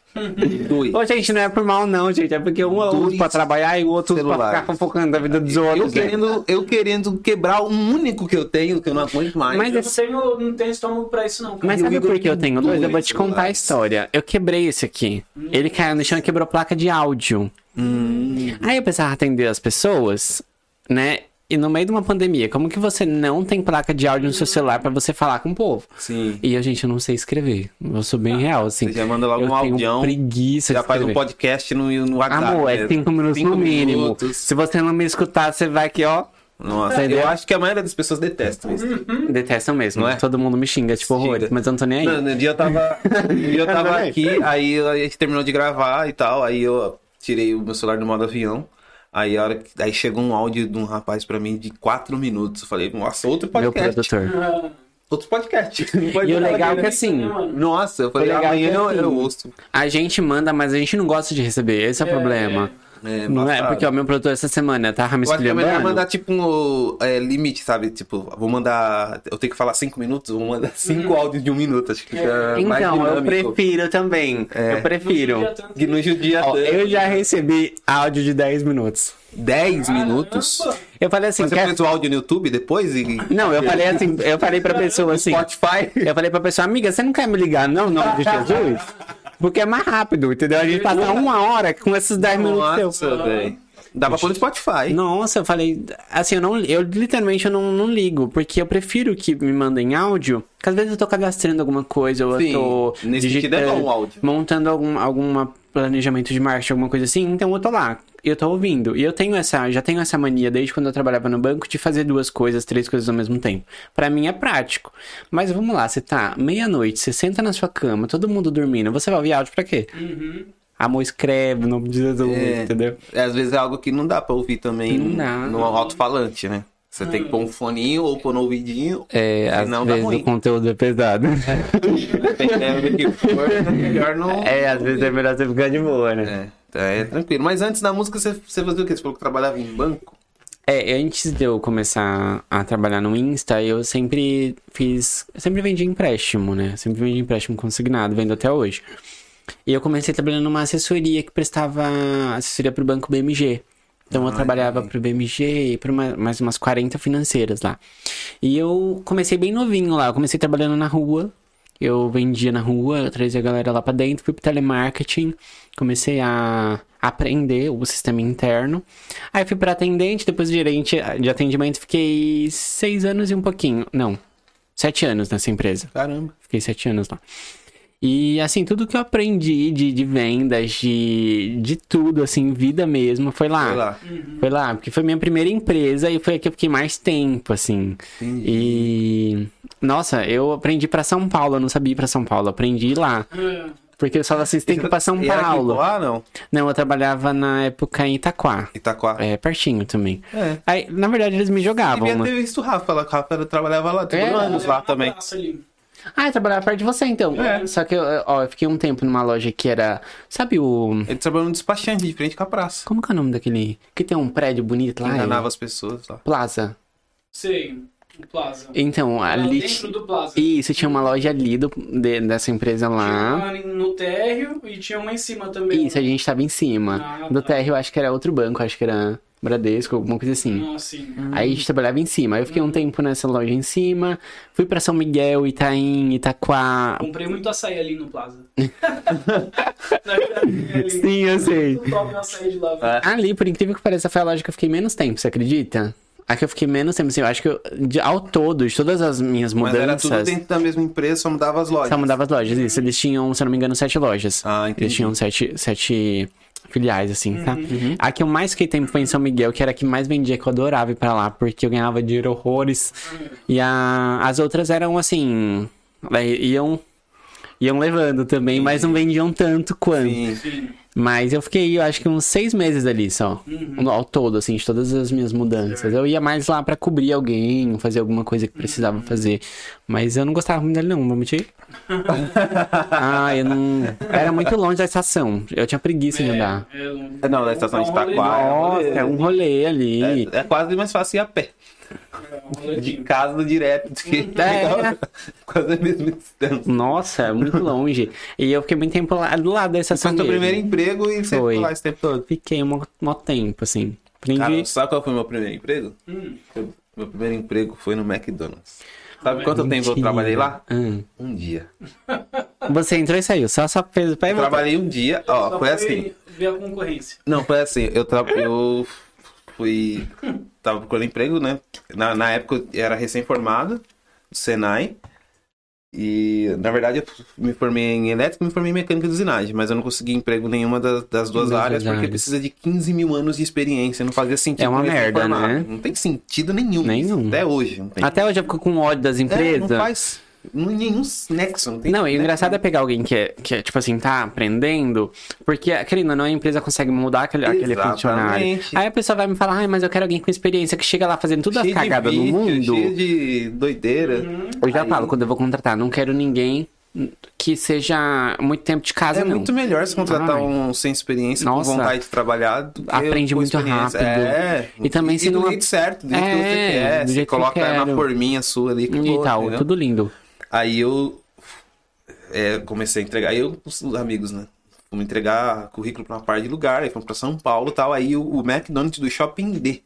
[SPEAKER 2] dois.
[SPEAKER 3] Ô, gente, não é por mal, não, gente. É porque um é uso
[SPEAKER 2] Dois
[SPEAKER 3] pra trabalhar e o outro usa pra
[SPEAKER 2] celulares.
[SPEAKER 3] ficar fofocando da vida dos
[SPEAKER 2] Eu
[SPEAKER 3] outros. né?
[SPEAKER 2] querendo, eu querendo quebrar o único que eu tenho, que eu não aguento mais.
[SPEAKER 3] Mas
[SPEAKER 1] Eu não tenho, não tenho estômago pra isso, não. cara.
[SPEAKER 3] Mas
[SPEAKER 2] E o
[SPEAKER 3] sabe
[SPEAKER 2] Igor
[SPEAKER 3] por que eu
[SPEAKER 2] tem
[SPEAKER 3] tenho dois? Eu
[SPEAKER 2] dois Hum.
[SPEAKER 3] vou te contar a
[SPEAKER 2] celulares.
[SPEAKER 3] história. Eu quebrei esse aqui. Ele caiu no chão e quebrou a placa de áudio.
[SPEAKER 2] Hum.
[SPEAKER 3] Aí eu precisava atender as pessoas, né? E no meio de uma pandemia, como que você não tem placa de áudio no seu celular pra você falar com o povo?
[SPEAKER 2] Sim.
[SPEAKER 3] E eu, gente, eu não sei escrever. Eu sou bem real, assim.
[SPEAKER 2] Ah, Você já manda logo
[SPEAKER 3] eu
[SPEAKER 2] um
[SPEAKER 3] tenho
[SPEAKER 2] audião,
[SPEAKER 3] preguiça
[SPEAKER 2] Já
[SPEAKER 3] de
[SPEAKER 2] faz um
[SPEAKER 3] escrever.
[SPEAKER 2] podcast no, no WhatsApp.
[SPEAKER 3] Amor, é
[SPEAKER 2] né?
[SPEAKER 3] cinco minutos
[SPEAKER 2] Cinco
[SPEAKER 3] no mínimo.
[SPEAKER 2] minutos.
[SPEAKER 3] Se você não me escutar, você vai aqui, ó.
[SPEAKER 2] Nossa,
[SPEAKER 3] Entendeu?
[SPEAKER 2] eu acho que a maioria das pessoas detestam tipo isso.
[SPEAKER 3] Detestam mesmo.
[SPEAKER 2] Não é?
[SPEAKER 3] Todo mundo me xinga, tipo, horrores,
[SPEAKER 2] Xinga.
[SPEAKER 3] mas eu não tô nem aí.
[SPEAKER 2] Mano, um dia eu tava, um
[SPEAKER 3] [laughs]
[SPEAKER 2] dia eu tava
[SPEAKER 3] também.
[SPEAKER 2] aqui, aí a gente terminou de gravar e tal, aí eu tirei o meu celular do modo avião. Aí, a hora, que- aí chegou um áudio de um rapaz pra mim de quatro minutos. Eu falei, nossa, outro
[SPEAKER 3] Meu
[SPEAKER 2] podcast.
[SPEAKER 3] produtor.
[SPEAKER 1] Ah,
[SPEAKER 2] Outro podcast.
[SPEAKER 3] E o legal é que
[SPEAKER 1] né,
[SPEAKER 3] assim,
[SPEAKER 1] mano?
[SPEAKER 2] Nossa, eu falei,
[SPEAKER 3] O legal é que
[SPEAKER 2] amanhã eu,
[SPEAKER 3] assim-
[SPEAKER 2] eu ouço.
[SPEAKER 3] a gente manda, mas a gente não gosta de receber. Esse é o
[SPEAKER 1] É,
[SPEAKER 3] problema.
[SPEAKER 2] É,
[SPEAKER 3] Não é
[SPEAKER 2] embaçado.
[SPEAKER 3] porque o meu produtor essa semana tava me
[SPEAKER 2] Eu acho que é melhor mandar
[SPEAKER 3] esculhambando.
[SPEAKER 2] tipo um é, limite, sabe? Tipo, vou mandar. Eu tenho que falar cinco minutos, vou mandar cinco áudios de um minuto. Acho que fica mais
[SPEAKER 3] Então, eu
[SPEAKER 2] dinâmico.
[SPEAKER 3] prefiro também.
[SPEAKER 2] É.
[SPEAKER 3] Eu prefiro.
[SPEAKER 1] já tanto-
[SPEAKER 2] Que no judia né?
[SPEAKER 3] Ó, eu já recebi áudio de 10 minutos.
[SPEAKER 2] 10 minutos.
[SPEAKER 1] Caramba.
[SPEAKER 3] Eu falei assim,
[SPEAKER 2] Mas você
[SPEAKER 3] quer...
[SPEAKER 2] fez o áudio no YouTube depois e.
[SPEAKER 3] Não, eu falei assim, eu falei pra
[SPEAKER 2] [laughs]
[SPEAKER 3] pessoa assim. [laughs]
[SPEAKER 2] Spotify.
[SPEAKER 3] Eu falei pra pessoa, amiga, você não quer me ligar, não,
[SPEAKER 2] [laughs]
[SPEAKER 3] em nome de Jesus? Porque é mais rápido, entendeu? A gente passa uma hora com esses 10 minutos seus.
[SPEAKER 2] Nossa, velho. Dá pra pôr no Spotify.
[SPEAKER 3] Nossa, eu falei. Assim, eu não. Eu literalmente eu não, não ligo, porque eu prefiro que me mandem áudio. Porque às vezes eu tô cadastrando alguma coisa, ou
[SPEAKER 2] Sim,
[SPEAKER 3] eu tô.
[SPEAKER 2] nesse sentido é
[SPEAKER 3] digitando,
[SPEAKER 2] bom o áudio.
[SPEAKER 3] Montando algum alguma planejamento de marketing, alguma coisa assim. Então eu tô lá. Eu tô ouvindo. E eu tenho essa, já tenho essa mania desde quando eu trabalhava no banco de fazer duas coisas, três coisas ao mesmo tempo. Pra mim é prático. Mas vamos lá, você tá meia-noite, você senta na sua cama, todo mundo dormindo, você vai ouvir áudio pra quê? Amor escreve, o nome de Jesus,
[SPEAKER 2] Uhum. É.
[SPEAKER 3] entendeu?
[SPEAKER 2] É, Às vezes é algo que não dá pra ouvir também
[SPEAKER 3] Não
[SPEAKER 2] no-
[SPEAKER 3] dá.
[SPEAKER 2] no alto-falante, né? Você tem que pôr um foninho ou pôr no ouvidinho.
[SPEAKER 3] É, às
[SPEAKER 2] senão dá
[SPEAKER 3] vezes o
[SPEAKER 2] ruim.
[SPEAKER 3] conteúdo é pesado.
[SPEAKER 2] Dependendo do que for, é melhor não.
[SPEAKER 3] É, às vezes é melhor você ficar de boa, né?
[SPEAKER 2] É, tá, é tranquilo. Mas antes da música, você, você fazia o quê? Você falou que trabalhava em banco?
[SPEAKER 3] É, antes de eu começar a trabalhar no Insta, eu sempre fiz. Eu sempre vendi empréstimo, né? Sempre vendi empréstimo consignado, vendo até hoje. E eu comecei trabalhando numa assessoria que prestava assessoria pro banco BMG. Então eu
[SPEAKER 2] Ah,
[SPEAKER 3] trabalhava
[SPEAKER 2] entendi.
[SPEAKER 3] pro BMG e pra uma- mais umas 40 financeiras lá. E eu comecei bem novinho lá. Eu comecei trabalhando na rua. Eu vendia na rua, eu trazia a galera lá pra dentro, fui pro telemarketing. Comecei a aprender o sistema interno. Aí fui pra atendente, depois gerente de atendimento. Fiquei seis anos e um pouquinho. Não, sete anos nessa empresa.
[SPEAKER 2] Caramba.
[SPEAKER 3] Fiquei sete anos lá. E assim, tudo que eu aprendi de, de vendas, de, de tudo, assim, vida mesmo, foi lá.
[SPEAKER 2] Ah, Sei lá.
[SPEAKER 3] Foi lá, porque foi minha primeira empresa e foi aqui que eu fiquei mais tempo, assim.
[SPEAKER 2] Entendi.
[SPEAKER 3] E. Nossa, eu aprendi pra São Paulo, eu não sabia ir pra São Paulo, eu aprendi lá.
[SPEAKER 1] Ah,
[SPEAKER 3] Porque eu falava assim, você tem que ir pra São
[SPEAKER 2] E era aqui em
[SPEAKER 3] Paulo.
[SPEAKER 2] Poá, não?
[SPEAKER 3] Não, eu trabalhava na época em Itaquá.
[SPEAKER 2] Itaquá.
[SPEAKER 3] É, pertinho também.
[SPEAKER 2] É.
[SPEAKER 3] Aí, na verdade, eles me jogavam,
[SPEAKER 2] Devia
[SPEAKER 3] né?
[SPEAKER 2] ter visto o Rafa lá, que o Rafa era- trabalhava lá, tem
[SPEAKER 3] É.
[SPEAKER 2] anos lá
[SPEAKER 1] um
[SPEAKER 2] também.
[SPEAKER 1] abraço ali.
[SPEAKER 3] Ah, eu trabalhava perto de você, então.
[SPEAKER 2] É.
[SPEAKER 3] Só que, eu, ó, eu fiquei um tempo numa loja que era... Sabe o...
[SPEAKER 2] Ele trabalhou no despachante, de frente com a praça.
[SPEAKER 3] Como que é o nome daquele... Que tem um prédio bonito lá?
[SPEAKER 2] Enganava
[SPEAKER 3] É...
[SPEAKER 2] as pessoas lá.
[SPEAKER 3] Plaza.
[SPEAKER 1] Sei, o Plaza.
[SPEAKER 3] Então,
[SPEAKER 1] Lá
[SPEAKER 3] ali...
[SPEAKER 1] Dentro do Plaza.
[SPEAKER 3] Isso, tinha uma loja ali do, de- dessa empresa
[SPEAKER 1] Tinha
[SPEAKER 3] lá.
[SPEAKER 1] uma no térreo e tinha uma em cima também.
[SPEAKER 3] Isso, a gente tava em cima.
[SPEAKER 1] Ah,
[SPEAKER 3] do
[SPEAKER 1] tá.
[SPEAKER 3] TR eu acho que era outro banco, acho que era Bradesco, alguma coisa assim.
[SPEAKER 1] Não, assim.
[SPEAKER 3] Aí a gente trabalhava em cima. Aí eu fiquei um tempo nessa loja em cima. Fui pra São Miguel, Itaim, Itaquá.
[SPEAKER 1] Comprei muito açaí ali no
[SPEAKER 3] [laughs]
[SPEAKER 1] Plaza. Na verdade, ali.
[SPEAKER 3] Sim, eu sei.
[SPEAKER 1] Muito top o açaí de lá. velho.
[SPEAKER 2] É.
[SPEAKER 3] Ali, por incrível que pareça, foi a loja que eu fiquei menos tempo, você acredita? A que eu fiquei menos tempo, assim, eu acho que eu, de- ao todo, de todas as minhas
[SPEAKER 2] Mas era
[SPEAKER 3] mudanças,
[SPEAKER 2] tudo dentro da mesma empresa, só mudava as lojas.
[SPEAKER 3] só mudava as lojas. Isso, eles tinham, se eu não me engano, sete lojas.
[SPEAKER 2] Ah, entendi. Uhum,
[SPEAKER 3] Eles tinham sete, sete filiais, assim, tá? A que eu mais fiquei tempo foi em São Miguel, que era a que mais vendia, que eu adorava ir pra lá, porque eu ganhava dinheiro horrores. E a- as outras eram, assim, é, iam, iam levando também, mas não vendiam tanto quanto.
[SPEAKER 2] Sim.
[SPEAKER 1] Sim.
[SPEAKER 3] Mas eu fiquei, eu acho que uns seis meses ali só.
[SPEAKER 1] Uhum.
[SPEAKER 3] Ao todo, assim, de todas as minhas mudanças. Eu ia mais lá pra cobrir alguém, fazer alguma coisa que precisava
[SPEAKER 2] Uhum.
[SPEAKER 3] fazer. Mas eu não gostava muito dele, não,
[SPEAKER 2] [laughs]
[SPEAKER 3] vou mentir. ah, eu não. Era muito longe da estação. Eu tinha preguiça de andar.
[SPEAKER 1] É, é um-
[SPEAKER 2] É, Não, na estação de
[SPEAKER 1] É um rolê,
[SPEAKER 2] Itaquá. é um
[SPEAKER 3] Nossa,
[SPEAKER 2] rolê.
[SPEAKER 3] é um rolê ali.
[SPEAKER 2] É, é quase mais fácil ir a pé.
[SPEAKER 1] é um rolê
[SPEAKER 2] De
[SPEAKER 1] de-
[SPEAKER 2] casa direto. tá do que-
[SPEAKER 3] [laughs] É.
[SPEAKER 2] quase a mesma distância.
[SPEAKER 3] Nossa, é muito longe. E eu fiquei muito tempo lá, do lado da
[SPEAKER 2] Foi
[SPEAKER 3] estação.
[SPEAKER 2] teu
[SPEAKER 3] mesmo.
[SPEAKER 2] primeiro emprego e você
[SPEAKER 3] Foi.
[SPEAKER 2] ficou lá esse tempo todo.
[SPEAKER 3] Fiquei um mó tempo, assim.
[SPEAKER 2] Cara,
[SPEAKER 3] Aprendi.
[SPEAKER 2] sabe qual foi meu primeiro emprego? Eu- Meu primeiro emprego foi no McDonald's. Sabe quanto tempo eu
[SPEAKER 3] Ah, Mentira.
[SPEAKER 2] trabalhei lá?
[SPEAKER 3] Ah.
[SPEAKER 2] Um dia.
[SPEAKER 3] Você entrou e saiu, só só fez o pé e
[SPEAKER 2] Eu
[SPEAKER 3] voltou.
[SPEAKER 2] trabalhei um dia,
[SPEAKER 1] Só
[SPEAKER 2] ó, foi
[SPEAKER 1] foi
[SPEAKER 2] assim.
[SPEAKER 1] Ver a concorrência.
[SPEAKER 2] Não, foi assim, eu, tra... eu fui. Tava procurando emprego, né? Na, na época eu era recém-formado do Senai. E, na verdade, eu me formei em elétrica e me formei em mecânica de usinagem, mas eu não consegui emprego em nenhuma das, das duas
[SPEAKER 3] Das
[SPEAKER 2] áreas,
[SPEAKER 3] duas
[SPEAKER 2] porque
[SPEAKER 3] áreas.
[SPEAKER 2] precisa de 15 mil anos de experiência, não fazia sentido.
[SPEAKER 3] É uma
[SPEAKER 2] eu ser
[SPEAKER 3] merda,
[SPEAKER 2] formado.
[SPEAKER 3] né?
[SPEAKER 2] Não tem sentido nenhum.
[SPEAKER 3] Nenhum.
[SPEAKER 2] Até hoje. Não tem.
[SPEAKER 3] Até hoje eu fico com ódio das
[SPEAKER 2] É,
[SPEAKER 3] empresas.
[SPEAKER 2] não faz nenhum nexo. Não, tem
[SPEAKER 3] Não, e o
[SPEAKER 2] nexo.
[SPEAKER 3] engraçado é pegar alguém que é, que é, tipo assim, tá aprendendo, porque, querendo ou não, a empresa consegue mudar aquele, aquele
[SPEAKER 2] Exatamente.
[SPEAKER 3] funcionário. Aí a pessoa vai me falar, ai, mas eu quero alguém com experiência que chega lá fazendo todas as
[SPEAKER 2] Cheio de
[SPEAKER 3] cagadas no
[SPEAKER 2] vício,
[SPEAKER 3] mundo.
[SPEAKER 2] Cheio de doideira.
[SPEAKER 3] Eu já
[SPEAKER 2] Aí-
[SPEAKER 3] falo, quando eu vou contratar, não quero ninguém que seja muito tempo de casa,
[SPEAKER 2] É
[SPEAKER 3] não.
[SPEAKER 2] muito melhor se contratar
[SPEAKER 3] Ai.
[SPEAKER 2] um sem experiência,
[SPEAKER 3] Nossa.
[SPEAKER 2] com vontade de trabalhar. do que
[SPEAKER 3] Aprende
[SPEAKER 2] com
[SPEAKER 3] muito
[SPEAKER 2] experiência.
[SPEAKER 3] rápido.
[SPEAKER 2] É.
[SPEAKER 3] E também se
[SPEAKER 2] do
[SPEAKER 3] não-
[SPEAKER 2] jeito certo, do jeito que
[SPEAKER 3] É,
[SPEAKER 2] você
[SPEAKER 3] do
[SPEAKER 2] quer. Você
[SPEAKER 3] jeito que eu
[SPEAKER 2] coloca na
[SPEAKER 3] quero.
[SPEAKER 2] forminha sua ali.
[SPEAKER 3] E
[SPEAKER 2] acabou,
[SPEAKER 3] tal,
[SPEAKER 2] entendeu?
[SPEAKER 3] tudo lindo.
[SPEAKER 2] Aí eu é, comecei a entregar. Aí eu, os amigos, né? Fomos entregar currículo pra uma par de lugar. Aí fomos pra São Paulo e tal. Aí o, o McDonald's do Shopping D.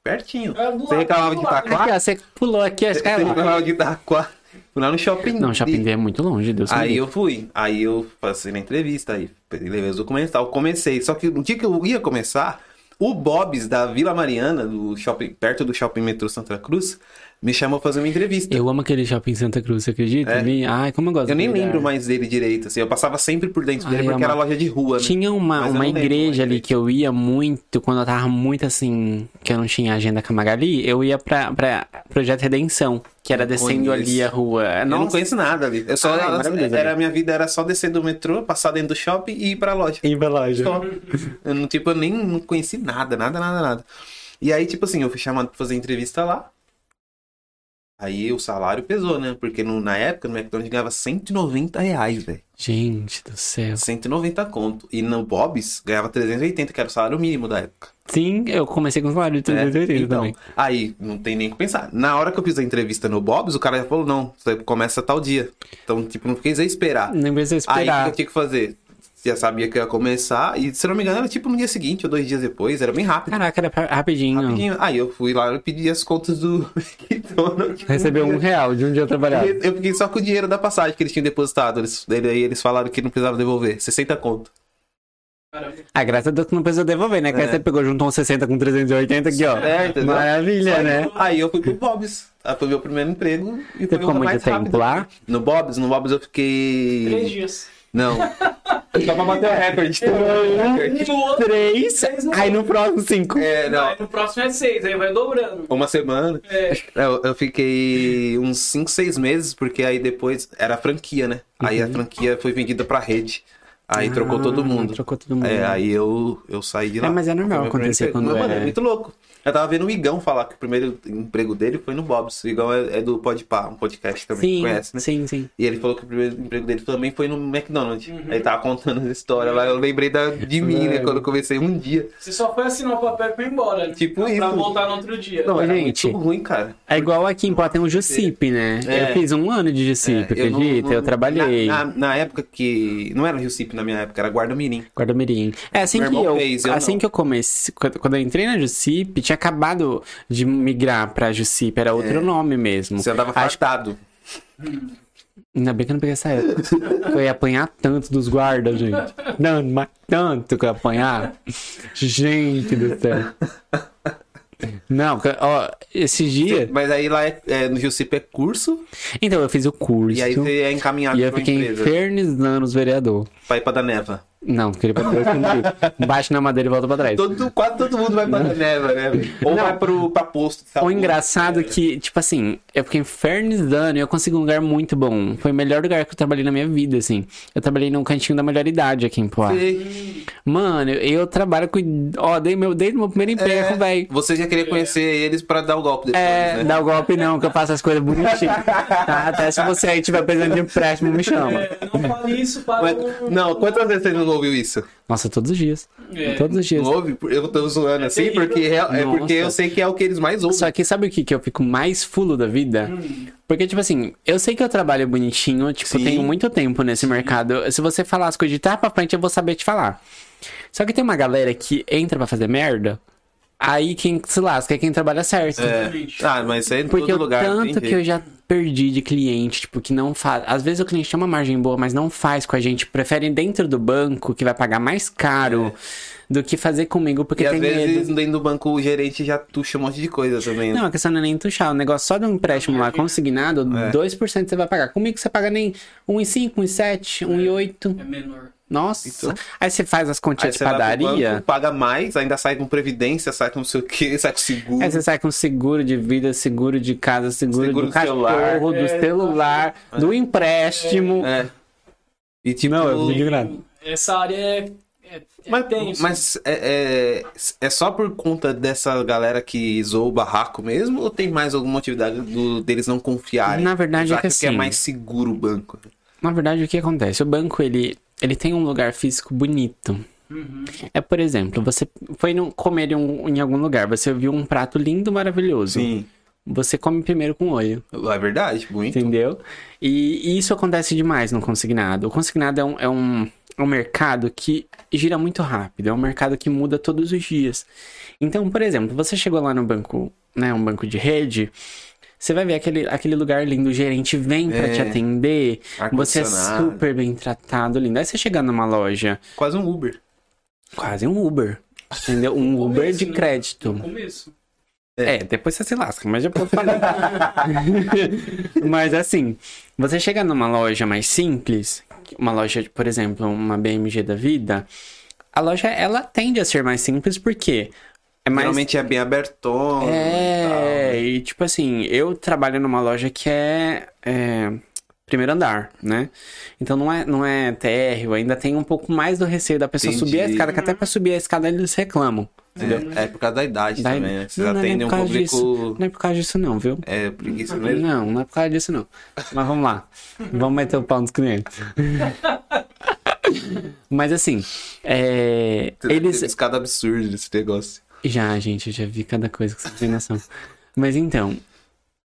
[SPEAKER 2] Pertinho.
[SPEAKER 1] É, do
[SPEAKER 2] Você
[SPEAKER 1] lado,
[SPEAKER 2] reclamava
[SPEAKER 1] do
[SPEAKER 2] de
[SPEAKER 1] lado.
[SPEAKER 2] Itaquá?
[SPEAKER 3] Aqui, ó, você pulou aqui, acho
[SPEAKER 2] Você
[SPEAKER 3] que é lá.
[SPEAKER 2] reclamava de Itaquá? Fui lá no Shopping
[SPEAKER 3] Não, Shopping D é muito longe, Deus me
[SPEAKER 2] Aí
[SPEAKER 3] livre.
[SPEAKER 2] eu fui, aí eu passei na entrevista, aí levei os documentos e tal, comecei. Só que no dia que eu ia começar, o Bob's da Vila Mariana, do shopping, perto do shopping metrô Santa Cruz, me chamou pra fazer uma entrevista. Eu,
[SPEAKER 3] Eu amo aquele shopping em Santa Cruz, você acredita?
[SPEAKER 2] É.
[SPEAKER 3] Ali? Ai, como eu gosto
[SPEAKER 2] nem
[SPEAKER 3] daquele
[SPEAKER 2] lembro
[SPEAKER 3] lugar.
[SPEAKER 2] mais dele direito, assim, eu passava sempre por dentro dele
[SPEAKER 3] Ai,
[SPEAKER 2] porque
[SPEAKER 3] é
[SPEAKER 2] era
[SPEAKER 3] uma-
[SPEAKER 2] loja de rua, né?
[SPEAKER 3] Tinha uma,
[SPEAKER 2] Mas eu
[SPEAKER 3] uma
[SPEAKER 2] não lembro mais
[SPEAKER 3] igreja ali
[SPEAKER 2] direito.
[SPEAKER 3] que eu ia muito, quando eu tava muito assim, que eu não tinha agenda com a Magali, eu ia pra, pra Projeto Redenção, que era descendo
[SPEAKER 2] conheço.
[SPEAKER 3] ali a rua.
[SPEAKER 2] Eu não
[SPEAKER 3] Nossa,
[SPEAKER 2] conheço nada ali. Eu só
[SPEAKER 3] Ai, maravilhoso, né?
[SPEAKER 2] era
[SPEAKER 3] ali.
[SPEAKER 2] minha vida era só descer do metrô, passar dentro do shopping e ir pra loja. Só. Eu não, tipo, eu nem não conheci nada, nada, nada, nada. E aí, tipo assim, eu fui chamado pra fazer entrevista lá. Aí o salário pesou, né? Porque no- na época no McDonald's ganhava 190 reais, velho.
[SPEAKER 3] Gente do céu.
[SPEAKER 2] 190 conto. E no Bob's ganhava 380, que era o salário mínimo da época.
[SPEAKER 3] Sim, eu comecei com salário de
[SPEAKER 2] né?
[SPEAKER 3] 380 também.
[SPEAKER 2] Aí, não tem nem o que pensar. Na hora que eu fiz a entrevista no Bob's, o cara já falou, não, você começa tal dia. Então, tipo, não fiquei sem esperar.
[SPEAKER 3] Não precisa
[SPEAKER 2] Aí, o que
[SPEAKER 3] esperar.
[SPEAKER 2] eu tinha que fazer? Já sabia que eu ia começar, e se eu não me engano, era tipo no dia seguinte ou dois dias depois, era bem rápido.
[SPEAKER 3] Caraca, era pra- rapidinho.
[SPEAKER 2] Rapidinho. Aí eu fui lá e pedi as contas do [laughs] McDonald's.
[SPEAKER 3] Recebeu um real de um dia trabalhado.
[SPEAKER 2] Eu fiquei só com o dinheiro da passagem que eles tinham depositado. Eles, daí daí eles falaram que não precisava devolver. 60 conto.
[SPEAKER 1] Cara,
[SPEAKER 3] Ah, graças a Deus que não precisou devolver, né? Que aí você pegou junto um 60 com 380 aqui, ó.
[SPEAKER 2] É, entendeu?
[SPEAKER 3] Maravilha, né?
[SPEAKER 2] Aí eu fui pro Bob's. Aí foi meu primeiro emprego. E
[SPEAKER 3] Você
[SPEAKER 2] foi
[SPEAKER 3] ficou
[SPEAKER 2] o
[SPEAKER 3] muito
[SPEAKER 2] mais
[SPEAKER 3] tempo
[SPEAKER 2] rápido.
[SPEAKER 3] lá.
[SPEAKER 2] No Bob's, no Bob's eu fiquei.
[SPEAKER 1] Três dias. [laughs]
[SPEAKER 2] Não. Só pra bater o recorde.
[SPEAKER 1] E no outro,
[SPEAKER 3] Três.
[SPEAKER 1] Seis no
[SPEAKER 3] Aí no próximo, cinco.
[SPEAKER 2] É, não.
[SPEAKER 1] aí no próximo é seis, aí vai dobrando.
[SPEAKER 2] Uma semana.
[SPEAKER 1] É,
[SPEAKER 2] Eu, eu fiquei uns 5, 6 meses, porque aí depois era franquia, né? Aí a franquia foi vendida pra rede. Aí trocou
[SPEAKER 3] Uhum. Ah,
[SPEAKER 2] todo mundo.
[SPEAKER 3] Trocou todo mundo.
[SPEAKER 2] É, aí eu, eu saí de lá.
[SPEAKER 3] É, mas é normal
[SPEAKER 2] Foi meu primeiro
[SPEAKER 3] acontecer
[SPEAKER 2] emprego.
[SPEAKER 3] quando
[SPEAKER 2] Mas, mano,
[SPEAKER 3] é-
[SPEAKER 2] é muito louco. Eu tava vendo o Igão falar que o primeiro emprego dele foi no Bob's. O Igão é, é do Podpah, um podcast também que
[SPEAKER 3] sim,
[SPEAKER 2] conhece, né?
[SPEAKER 3] sim, sim.
[SPEAKER 2] E ele falou que o primeiro emprego dele também foi no McDonald's.
[SPEAKER 1] Uhum.
[SPEAKER 2] Ele tava contando essa história lá. Eu lembrei da, de mim, né?
[SPEAKER 3] Velho.
[SPEAKER 2] Quando eu comecei um dia.
[SPEAKER 1] você só foi assinar o papel e foi embora. né?
[SPEAKER 2] Tipo
[SPEAKER 1] pra
[SPEAKER 2] isso.
[SPEAKER 1] voltar no outro dia.
[SPEAKER 2] Não, era
[SPEAKER 3] Gente.
[SPEAKER 2] muito ruim, cara.
[SPEAKER 3] É igual aqui em Poá tem um Jussip, né?
[SPEAKER 2] É.
[SPEAKER 3] Eu fiz um ano de Jussip,
[SPEAKER 2] É, não-
[SPEAKER 3] acredita?
[SPEAKER 2] não-
[SPEAKER 3] eu trabalhei.
[SPEAKER 2] Na, na- na época que. Não era Rio Cip na minha época, era Guarda Mirim.
[SPEAKER 3] Guarda-mirim. É, assim
[SPEAKER 2] Meu
[SPEAKER 3] que
[SPEAKER 2] irmão
[SPEAKER 3] eu,
[SPEAKER 2] fez, eu
[SPEAKER 3] assim
[SPEAKER 2] não.
[SPEAKER 3] que eu comecei, quando quando eu entrei na Jussip, tinha acabado de migrar pra Jussip, era outro nome mesmo.
[SPEAKER 2] É. Você andava
[SPEAKER 3] Acho-
[SPEAKER 2] fartado.
[SPEAKER 3] Ainda bem que eu não peguei essa época. eu ia apanhar tanto dos guardas, gente. Não, mas tanto que eu ia apanhar. Gente do céu. Não, porque, ó, esses dias.
[SPEAKER 2] Mas aí lá é, é, no Rio Cip é curso,
[SPEAKER 3] Então, eu fiz o curso.
[SPEAKER 2] e aí você é encaminhado
[SPEAKER 3] e eu
[SPEAKER 2] pra uma
[SPEAKER 3] fiquei
[SPEAKER 2] empresa.
[SPEAKER 3] infernizando os vereadores.
[SPEAKER 2] Pra ir pra da neva.
[SPEAKER 3] Não, porque ele bateu comigo. Bate na madeira e volta pra trás.
[SPEAKER 2] Todo, quase todo mundo vai pra da neva, né? velho? Ou
[SPEAKER 3] Não.
[SPEAKER 2] vai pro, pra posto. de
[SPEAKER 3] O
[SPEAKER 2] saúde.
[SPEAKER 3] engraçado é que, tipo assim, eu fiquei infernizando e eu consegui um lugar muito bom. Foi o melhor lugar que eu trabalhei na minha vida, assim. Eu trabalhei num cantinho da melhor idade aqui em Poá.
[SPEAKER 2] Sei.
[SPEAKER 3] Mano, eu, eu trabalho com. Ó, dei meu, desde o meu primeiro
[SPEAKER 2] É.
[SPEAKER 3] emprego, velho.
[SPEAKER 2] Você já queria conhecer eles pra dar o golpe depois,
[SPEAKER 3] É,
[SPEAKER 2] né?
[SPEAKER 3] dá o golpe não, que eu faço as coisas bonitinhas. tá? Até se você aí tiver precisando de empréstimo, me chama.
[SPEAKER 1] É, não fale isso para
[SPEAKER 2] Mas-
[SPEAKER 1] um-
[SPEAKER 2] não, quantas vezes você não ouviu isso?
[SPEAKER 3] Nossa, todos os dias.
[SPEAKER 1] É.
[SPEAKER 3] Todos os dias.
[SPEAKER 2] Não ouve? Eu tô zoando assim,
[SPEAKER 1] terrível.
[SPEAKER 2] porque é, é
[SPEAKER 3] Nossa.
[SPEAKER 2] porque eu sei que é o que eles mais ouvem.
[SPEAKER 3] Só que sabe o que, que eu fico mais fulo da vida?
[SPEAKER 1] Hum.
[SPEAKER 3] Porque, tipo assim, eu sei que eu trabalho bonitinho, tipo,
[SPEAKER 2] Sim.
[SPEAKER 3] tenho muito tempo nesse mercado. Se você falar as coisas de trás pra frente, eu vou saber te falar. Só que tem uma galera que entra pra fazer merda, aí quem se lasca é quem trabalha certo.
[SPEAKER 2] É. Ah, mas isso é em
[SPEAKER 3] Porque
[SPEAKER 2] todo
[SPEAKER 3] eu,
[SPEAKER 2] lugar. não tem
[SPEAKER 3] tanto que eu
[SPEAKER 2] jeito.
[SPEAKER 3] já perdi de cliente, tipo, que não faz. Às vezes o cliente tem uma margem boa, mas não faz com a gente. Preferem dentro do banco, que vai pagar mais caro, do que fazer comigo, porque
[SPEAKER 2] É. E às
[SPEAKER 3] tem
[SPEAKER 2] vezes
[SPEAKER 3] medo.
[SPEAKER 2] dentro do banco o gerente já tuxa um monte de coisa também. né?
[SPEAKER 3] Não, a questão não é nem tuchar. O negócio só de um empréstimo lá consignado,
[SPEAKER 2] É.
[SPEAKER 3] 2% você vai pagar. Comigo você paga nem 1,5, 1,7, 1,8.
[SPEAKER 1] É menor.
[SPEAKER 3] Nossa.
[SPEAKER 2] Então.
[SPEAKER 3] Aí você faz as
[SPEAKER 2] Aí
[SPEAKER 3] continhas de
[SPEAKER 2] você vai pro banco,
[SPEAKER 3] padaria.
[SPEAKER 2] paga mais, ainda sai com previdência, sai com não sei o que, [laughs] sai com seguro.
[SPEAKER 3] Aí você sai com seguro de vida, seguro de casa, seguro,
[SPEAKER 2] Seguro
[SPEAKER 3] do
[SPEAKER 2] do
[SPEAKER 3] cachorro,
[SPEAKER 2] celular.
[SPEAKER 3] do
[SPEAKER 1] É.
[SPEAKER 3] celular, do empréstimo.
[SPEAKER 2] É. E tipo,
[SPEAKER 3] Não, eu digo nada.
[SPEAKER 1] Hum, Essa área é, é, é
[SPEAKER 2] mas,
[SPEAKER 1] tenso.
[SPEAKER 2] mas é, é, é só por conta dessa galera que zoou o barraco mesmo? Ou tem mais alguma atividade do- deles não confiarem?
[SPEAKER 3] Na verdade,
[SPEAKER 2] Já
[SPEAKER 3] é que
[SPEAKER 2] é
[SPEAKER 3] assim-
[SPEAKER 2] mais seguro o banco.
[SPEAKER 3] Na verdade, o que acontece? O banco, ele, ele tem um lugar físico bonito. É, por exemplo, você foi num- comer em, um- em algum lugar, você viu um prato lindo, maravilhoso. Você come primeiro com o olho,
[SPEAKER 2] É verdade, muito.
[SPEAKER 3] entendeu? E, e isso acontece demais no consignado. O consignado é um, é, um, é um mercado que gira muito rápido, é um mercado que muda todos os dias. Então, por exemplo, você chegou lá no banco, né, um banco de rede, você vai ver aquele, aquele lugar lindo, o gerente vem pra
[SPEAKER 2] É.
[SPEAKER 3] te atender, você é
[SPEAKER 2] Ar-condicionado.
[SPEAKER 3] super bem tratado, lindo. Aí você chegar numa loja,
[SPEAKER 2] Quase um Uber.
[SPEAKER 3] quase um Uber. Entendeu? Um Uber de crédito.
[SPEAKER 1] No um começo.
[SPEAKER 3] É, depois você se lasca, mas depois eu falo. [laughs] mas assim, você chega numa loja mais simples, uma loja, de, por exemplo, uma BMG da vida, a loja ela tende a ser mais simples porque é mais
[SPEAKER 2] Geralmente é bem abertão.
[SPEAKER 3] é, e tipo assim, eu trabalho numa loja que é, é, primeiro andar, né? Então não é, não é térreo, ainda tem um pouco mais do receio da pessoa subir a
[SPEAKER 2] Entendi.
[SPEAKER 3] escada, que até pra subir a escada eles reclamam. entendeu?
[SPEAKER 2] É, é por causa da idade
[SPEAKER 3] Daí-
[SPEAKER 2] também, né? Vocês
[SPEAKER 3] não, não é nem
[SPEAKER 2] atendem um
[SPEAKER 3] por causa
[SPEAKER 2] público.
[SPEAKER 3] disso. Não é por causa disso, não, viu?
[SPEAKER 2] É, preguiça mesmo.
[SPEAKER 3] Não, não é por causa disso, não. Mas vamos lá. Vamos meter o pau nos clientes. Mas assim, é,
[SPEAKER 2] Eles...
[SPEAKER 3] eles.
[SPEAKER 2] Escada absurda desse negócio.
[SPEAKER 3] Já, gente, eu já vi cada coisa que vocês não têm noção. Mas então,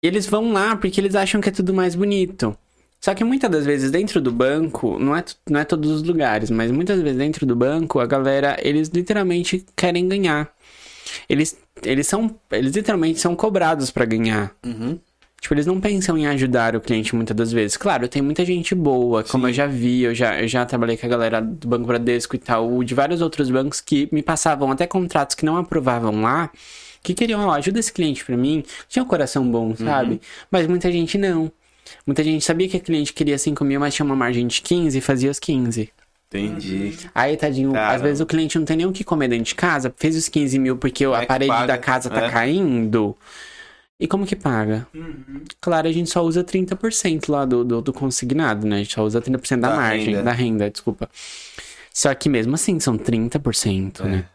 [SPEAKER 3] eles vão lá porque eles acham que é tudo mais bonito. Só que muitas das vezes dentro do banco, não é, t- não é todos os lugares, mas muitas vezes dentro do banco, a galera, eles literalmente querem ganhar. Eles, eles são, eles literalmente são cobrados pra ganhar.
[SPEAKER 2] Uhum.
[SPEAKER 3] Tipo, eles não pensam em ajudar o cliente muitas das vezes. Claro, tem muita gente boa, como eu já vi, eu já, eu já trabalhei com a galera do Banco Bradesco e tal, de vários outros bancos que me passavam até contratos que não aprovavam lá, que queriam, ó, ajuda esse cliente pra mim. Tinha um coração bom, sabe? Mas muita gente não. Muita gente sabia que o cliente queria 5 mil, mas tinha uma margem de 15 e fazia os 15.
[SPEAKER 2] Entendi.
[SPEAKER 3] Aí, tadinho, às
[SPEAKER 2] Caramba.
[SPEAKER 3] vezes o cliente não tem nem o que comer dentro de casa, fez os 15 mil porque
[SPEAKER 2] é
[SPEAKER 3] a
[SPEAKER 2] que
[SPEAKER 3] parede
[SPEAKER 2] paga,
[SPEAKER 3] da casa tá
[SPEAKER 2] é.
[SPEAKER 3] caindo. E como que paga?
[SPEAKER 1] Uhum.
[SPEAKER 3] Claro, a gente só usa 30% lá do, do, do consignado, né? A gente só usa 30% da,
[SPEAKER 2] Da
[SPEAKER 3] margem,
[SPEAKER 2] renda.
[SPEAKER 3] da renda, desculpa. Só que mesmo assim, são 30%, né?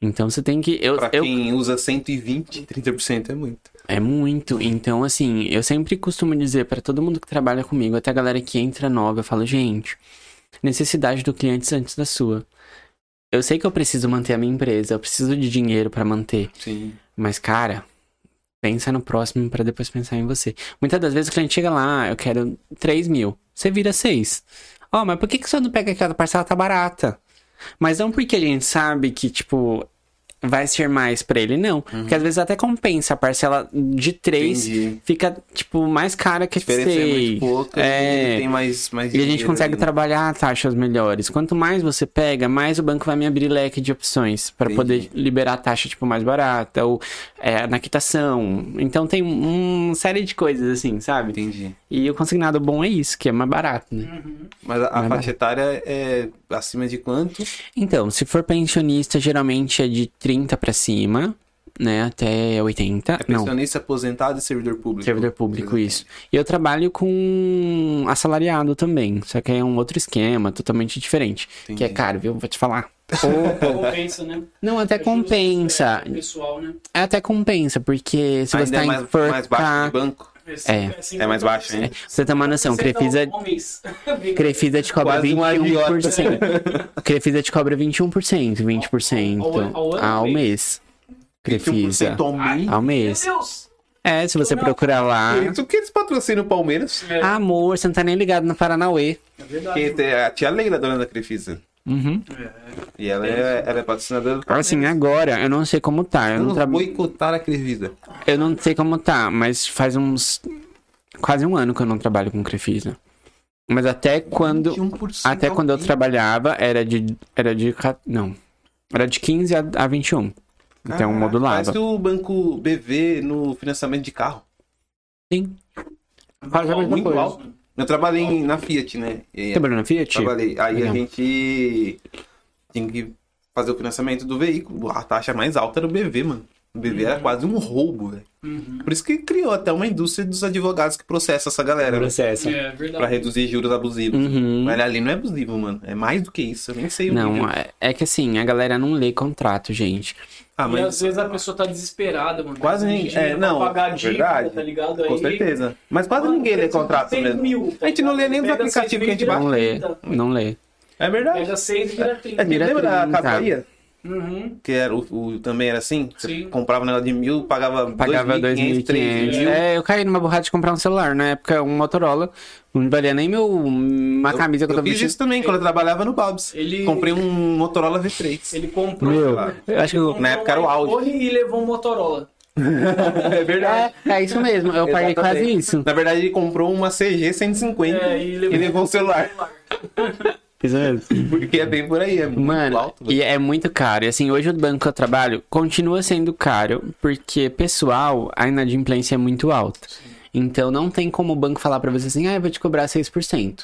[SPEAKER 3] Então você tem que. Eu,
[SPEAKER 2] É. Pra
[SPEAKER 3] eu,
[SPEAKER 2] quem usa 120, 30% é muito.
[SPEAKER 3] É muito. Então, assim, eu sempre costumo dizer pra todo mundo que trabalha comigo, até a galera que entra nova, eu falo, gente, necessidade do cliente antes da sua. Eu sei que eu preciso manter a minha empresa, eu preciso de dinheiro pra manter.
[SPEAKER 2] Sim.
[SPEAKER 3] Mas, cara, pensa no próximo pra depois pensar em você. Muitas das vezes o cliente chega lá, "Ah, eu quero 3 mil. Você vira 6. Ó, mas por que, que você não pega aquela parcela tá barata? Mas não porque a gente sabe que, tipo, vai ser mais pra ele, não. Porque às vezes até compensa a parcela de 3
[SPEAKER 2] Uhum. Entendi.
[SPEAKER 3] fica, tipo, mais cara que a
[SPEAKER 2] A diferença é muito pouca
[SPEAKER 3] É.
[SPEAKER 2] e tem mais, mais
[SPEAKER 3] E a gente
[SPEAKER 2] dinheiro
[SPEAKER 3] consegue
[SPEAKER 2] ali, né?
[SPEAKER 3] trabalhar taxas melhores. Quanto mais você pega, mais o banco vai me abrir leque de opções para
[SPEAKER 2] Entendi.
[SPEAKER 3] poder liberar a taxa tipo mais barata ou é, na quitação. Então tem uma série de coisas assim, sabe?
[SPEAKER 2] Entendi.
[SPEAKER 3] E o consignado bom é isso, que é mais barato, né?
[SPEAKER 2] Mas a, a
[SPEAKER 3] Mas-
[SPEAKER 2] faixa etária é acima de quanto? É
[SPEAKER 3] Então, se for pensionista, geralmente é de 30 para cima, né, até 80.
[SPEAKER 2] É
[SPEAKER 3] Não.
[SPEAKER 2] pensionista aposentado e servidor público.
[SPEAKER 3] Servidor público, isso. E eu trabalho com assalariado também, só que é um outro esquema, totalmente diferente. Que é
[SPEAKER 2] Entendi.
[SPEAKER 3] caro, viu? Vou
[SPEAKER 2] [laughs]
[SPEAKER 3] te falar.
[SPEAKER 2] É.
[SPEAKER 1] Compensa, É né?
[SPEAKER 3] Não, até
[SPEAKER 1] É justo,
[SPEAKER 3] compensa.
[SPEAKER 1] é, pessoal, né?
[SPEAKER 3] É, Até compensa, porque se você
[SPEAKER 2] Ainda
[SPEAKER 3] tá
[SPEAKER 2] é
[SPEAKER 3] em
[SPEAKER 2] mais,
[SPEAKER 3] Forca-
[SPEAKER 2] mais baixo que banco?
[SPEAKER 1] É,
[SPEAKER 2] É mais baixo, hein?
[SPEAKER 3] Você tem uma noção, Crefisa,
[SPEAKER 1] [laughs]
[SPEAKER 3] Crefisa te cobra
[SPEAKER 2] Quase um [laughs]
[SPEAKER 3] 21%. Crefisa te cobra 21%, 20%
[SPEAKER 1] Ao- ao- ao ano,
[SPEAKER 3] ao
[SPEAKER 1] hein?
[SPEAKER 3] mês. Crefisa.
[SPEAKER 2] 21%
[SPEAKER 3] Ah,
[SPEAKER 2] ao mês.
[SPEAKER 1] Meu
[SPEAKER 3] Ao mês.
[SPEAKER 1] Deus!
[SPEAKER 3] É, se você
[SPEAKER 1] Não.
[SPEAKER 3] procurar lá.
[SPEAKER 2] Por isso que eles patrocinam o Palmeiras.
[SPEAKER 1] É,
[SPEAKER 3] Amor, você não tá nem ligado no Paranauê.
[SPEAKER 1] é verdade.
[SPEAKER 2] Porque tem a tia Leila, dona da Crefisa.
[SPEAKER 3] Uhum.
[SPEAKER 1] É.
[SPEAKER 2] E ela é, ela é patrocinadora.
[SPEAKER 3] Assim, agora, eu não sei como tá. Eu não,
[SPEAKER 2] Vamos
[SPEAKER 3] tra...
[SPEAKER 2] boicotar a Crefisa.
[SPEAKER 3] eu não sei como tá, mas faz uns. Quase um ano que eu não trabalho com Crefisa. Mas até quando.
[SPEAKER 2] 21%
[SPEAKER 3] Até
[SPEAKER 2] ao
[SPEAKER 3] quando eu
[SPEAKER 2] mês.
[SPEAKER 3] trabalhava, era de. Era de. ca- Não. Era de 15 a, a 21. Então
[SPEAKER 2] Caraca,
[SPEAKER 3] modulava.
[SPEAKER 2] Parece o banco BV no financiamento de carro.
[SPEAKER 3] Sim. Quase a mesma
[SPEAKER 2] Muito
[SPEAKER 3] coisa.
[SPEAKER 2] alto. Eu trabalhei em- na Fiat, né? E,
[SPEAKER 3] Trabalhou na Fiat?
[SPEAKER 2] trabalhei. Aí
[SPEAKER 3] Legal.
[SPEAKER 2] a gente tinha que fazer o financiamento do veículo. A taxa mais alta era o BV, mano. O BV
[SPEAKER 3] Uhum.
[SPEAKER 2] era quase um roubo, velho.
[SPEAKER 1] Uhum.
[SPEAKER 2] Por isso que criou até uma indústria dos advogados que processa essa galera né?
[SPEAKER 3] Processo.
[SPEAKER 1] É
[SPEAKER 2] pra
[SPEAKER 1] verdade.
[SPEAKER 2] reduzir juros abusivos.
[SPEAKER 3] Uhum.
[SPEAKER 2] Mas ali não é abusivo, mano. É mais do que isso. Eu nem sei o nível.
[SPEAKER 3] Não, é- é que assim, a galera não lê contrato, gente.
[SPEAKER 2] Ah,
[SPEAKER 1] E às vezes a pessoa tá desesperada, mano.
[SPEAKER 2] Quase
[SPEAKER 1] Tem
[SPEAKER 2] ninguém.
[SPEAKER 1] dinheiro
[SPEAKER 2] É,
[SPEAKER 1] pra
[SPEAKER 2] não,
[SPEAKER 1] pagar
[SPEAKER 2] é
[SPEAKER 1] a dívida,
[SPEAKER 2] verdade.
[SPEAKER 1] tá ligado?
[SPEAKER 2] Com
[SPEAKER 1] Aí,
[SPEAKER 2] certeza. Mas quase
[SPEAKER 1] mano,
[SPEAKER 2] ninguém lê
[SPEAKER 1] precisa de
[SPEAKER 2] contrato
[SPEAKER 1] 100
[SPEAKER 2] mesmo.
[SPEAKER 1] mil, tá
[SPEAKER 2] A gente não
[SPEAKER 1] ligado?
[SPEAKER 2] lê nem os
[SPEAKER 1] Pega
[SPEAKER 2] aplicativos
[SPEAKER 1] 100
[SPEAKER 2] que a gente
[SPEAKER 1] vira
[SPEAKER 2] baixa.
[SPEAKER 3] Não lê.
[SPEAKER 1] 30.
[SPEAKER 3] Não lê.
[SPEAKER 2] É verdade.
[SPEAKER 1] Pega 6 vira 30.
[SPEAKER 2] É, que
[SPEAKER 3] Vira
[SPEAKER 2] lembra da
[SPEAKER 3] 30.
[SPEAKER 2] Cascaria?
[SPEAKER 1] Uhum.
[SPEAKER 2] Que era o, o- também era assim? Você
[SPEAKER 1] Sim.
[SPEAKER 2] comprava um negócio de mil, pagava,
[SPEAKER 3] Pagava
[SPEAKER 2] 2.500,
[SPEAKER 3] 2.500.
[SPEAKER 2] 3.000.
[SPEAKER 3] É, eu caí numa borracha de comprar um celular. Na época, um Motorola. Não valia nem meu, uma camisa que eu
[SPEAKER 2] Eu
[SPEAKER 3] tava
[SPEAKER 2] fiz
[SPEAKER 3] vestindo.
[SPEAKER 2] isso também quando eu trabalhava no Bob's.
[SPEAKER 1] Ele-
[SPEAKER 2] Comprei um Motorola V3.
[SPEAKER 1] Ele comprou. um
[SPEAKER 3] Meu,
[SPEAKER 2] lá.
[SPEAKER 3] eu acho que eu...
[SPEAKER 1] comprou
[SPEAKER 2] Na época era o
[SPEAKER 1] um
[SPEAKER 2] Audi.
[SPEAKER 1] iPhone E levou um Motorola.
[SPEAKER 2] [laughs] é verdade.
[SPEAKER 3] É, é isso mesmo, eu paguei quase
[SPEAKER 2] Exatamente.
[SPEAKER 3] isso.
[SPEAKER 2] Na verdade, ele comprou uma CG 150
[SPEAKER 1] É,
[SPEAKER 2] e,
[SPEAKER 1] e
[SPEAKER 2] levou...
[SPEAKER 1] levou-
[SPEAKER 2] o celular.
[SPEAKER 3] Isso mesmo.
[SPEAKER 2] Porque é bem por aí, é muito
[SPEAKER 3] Mano,
[SPEAKER 2] alto. velho.
[SPEAKER 3] e é muito caro. E assim, hoje o banco que eu trabalho continua sendo caro, porque, pessoal, a inadimplência é muito alta. Então não tem como o banco falar pra você assim, ah, eu vou te cobrar 6%.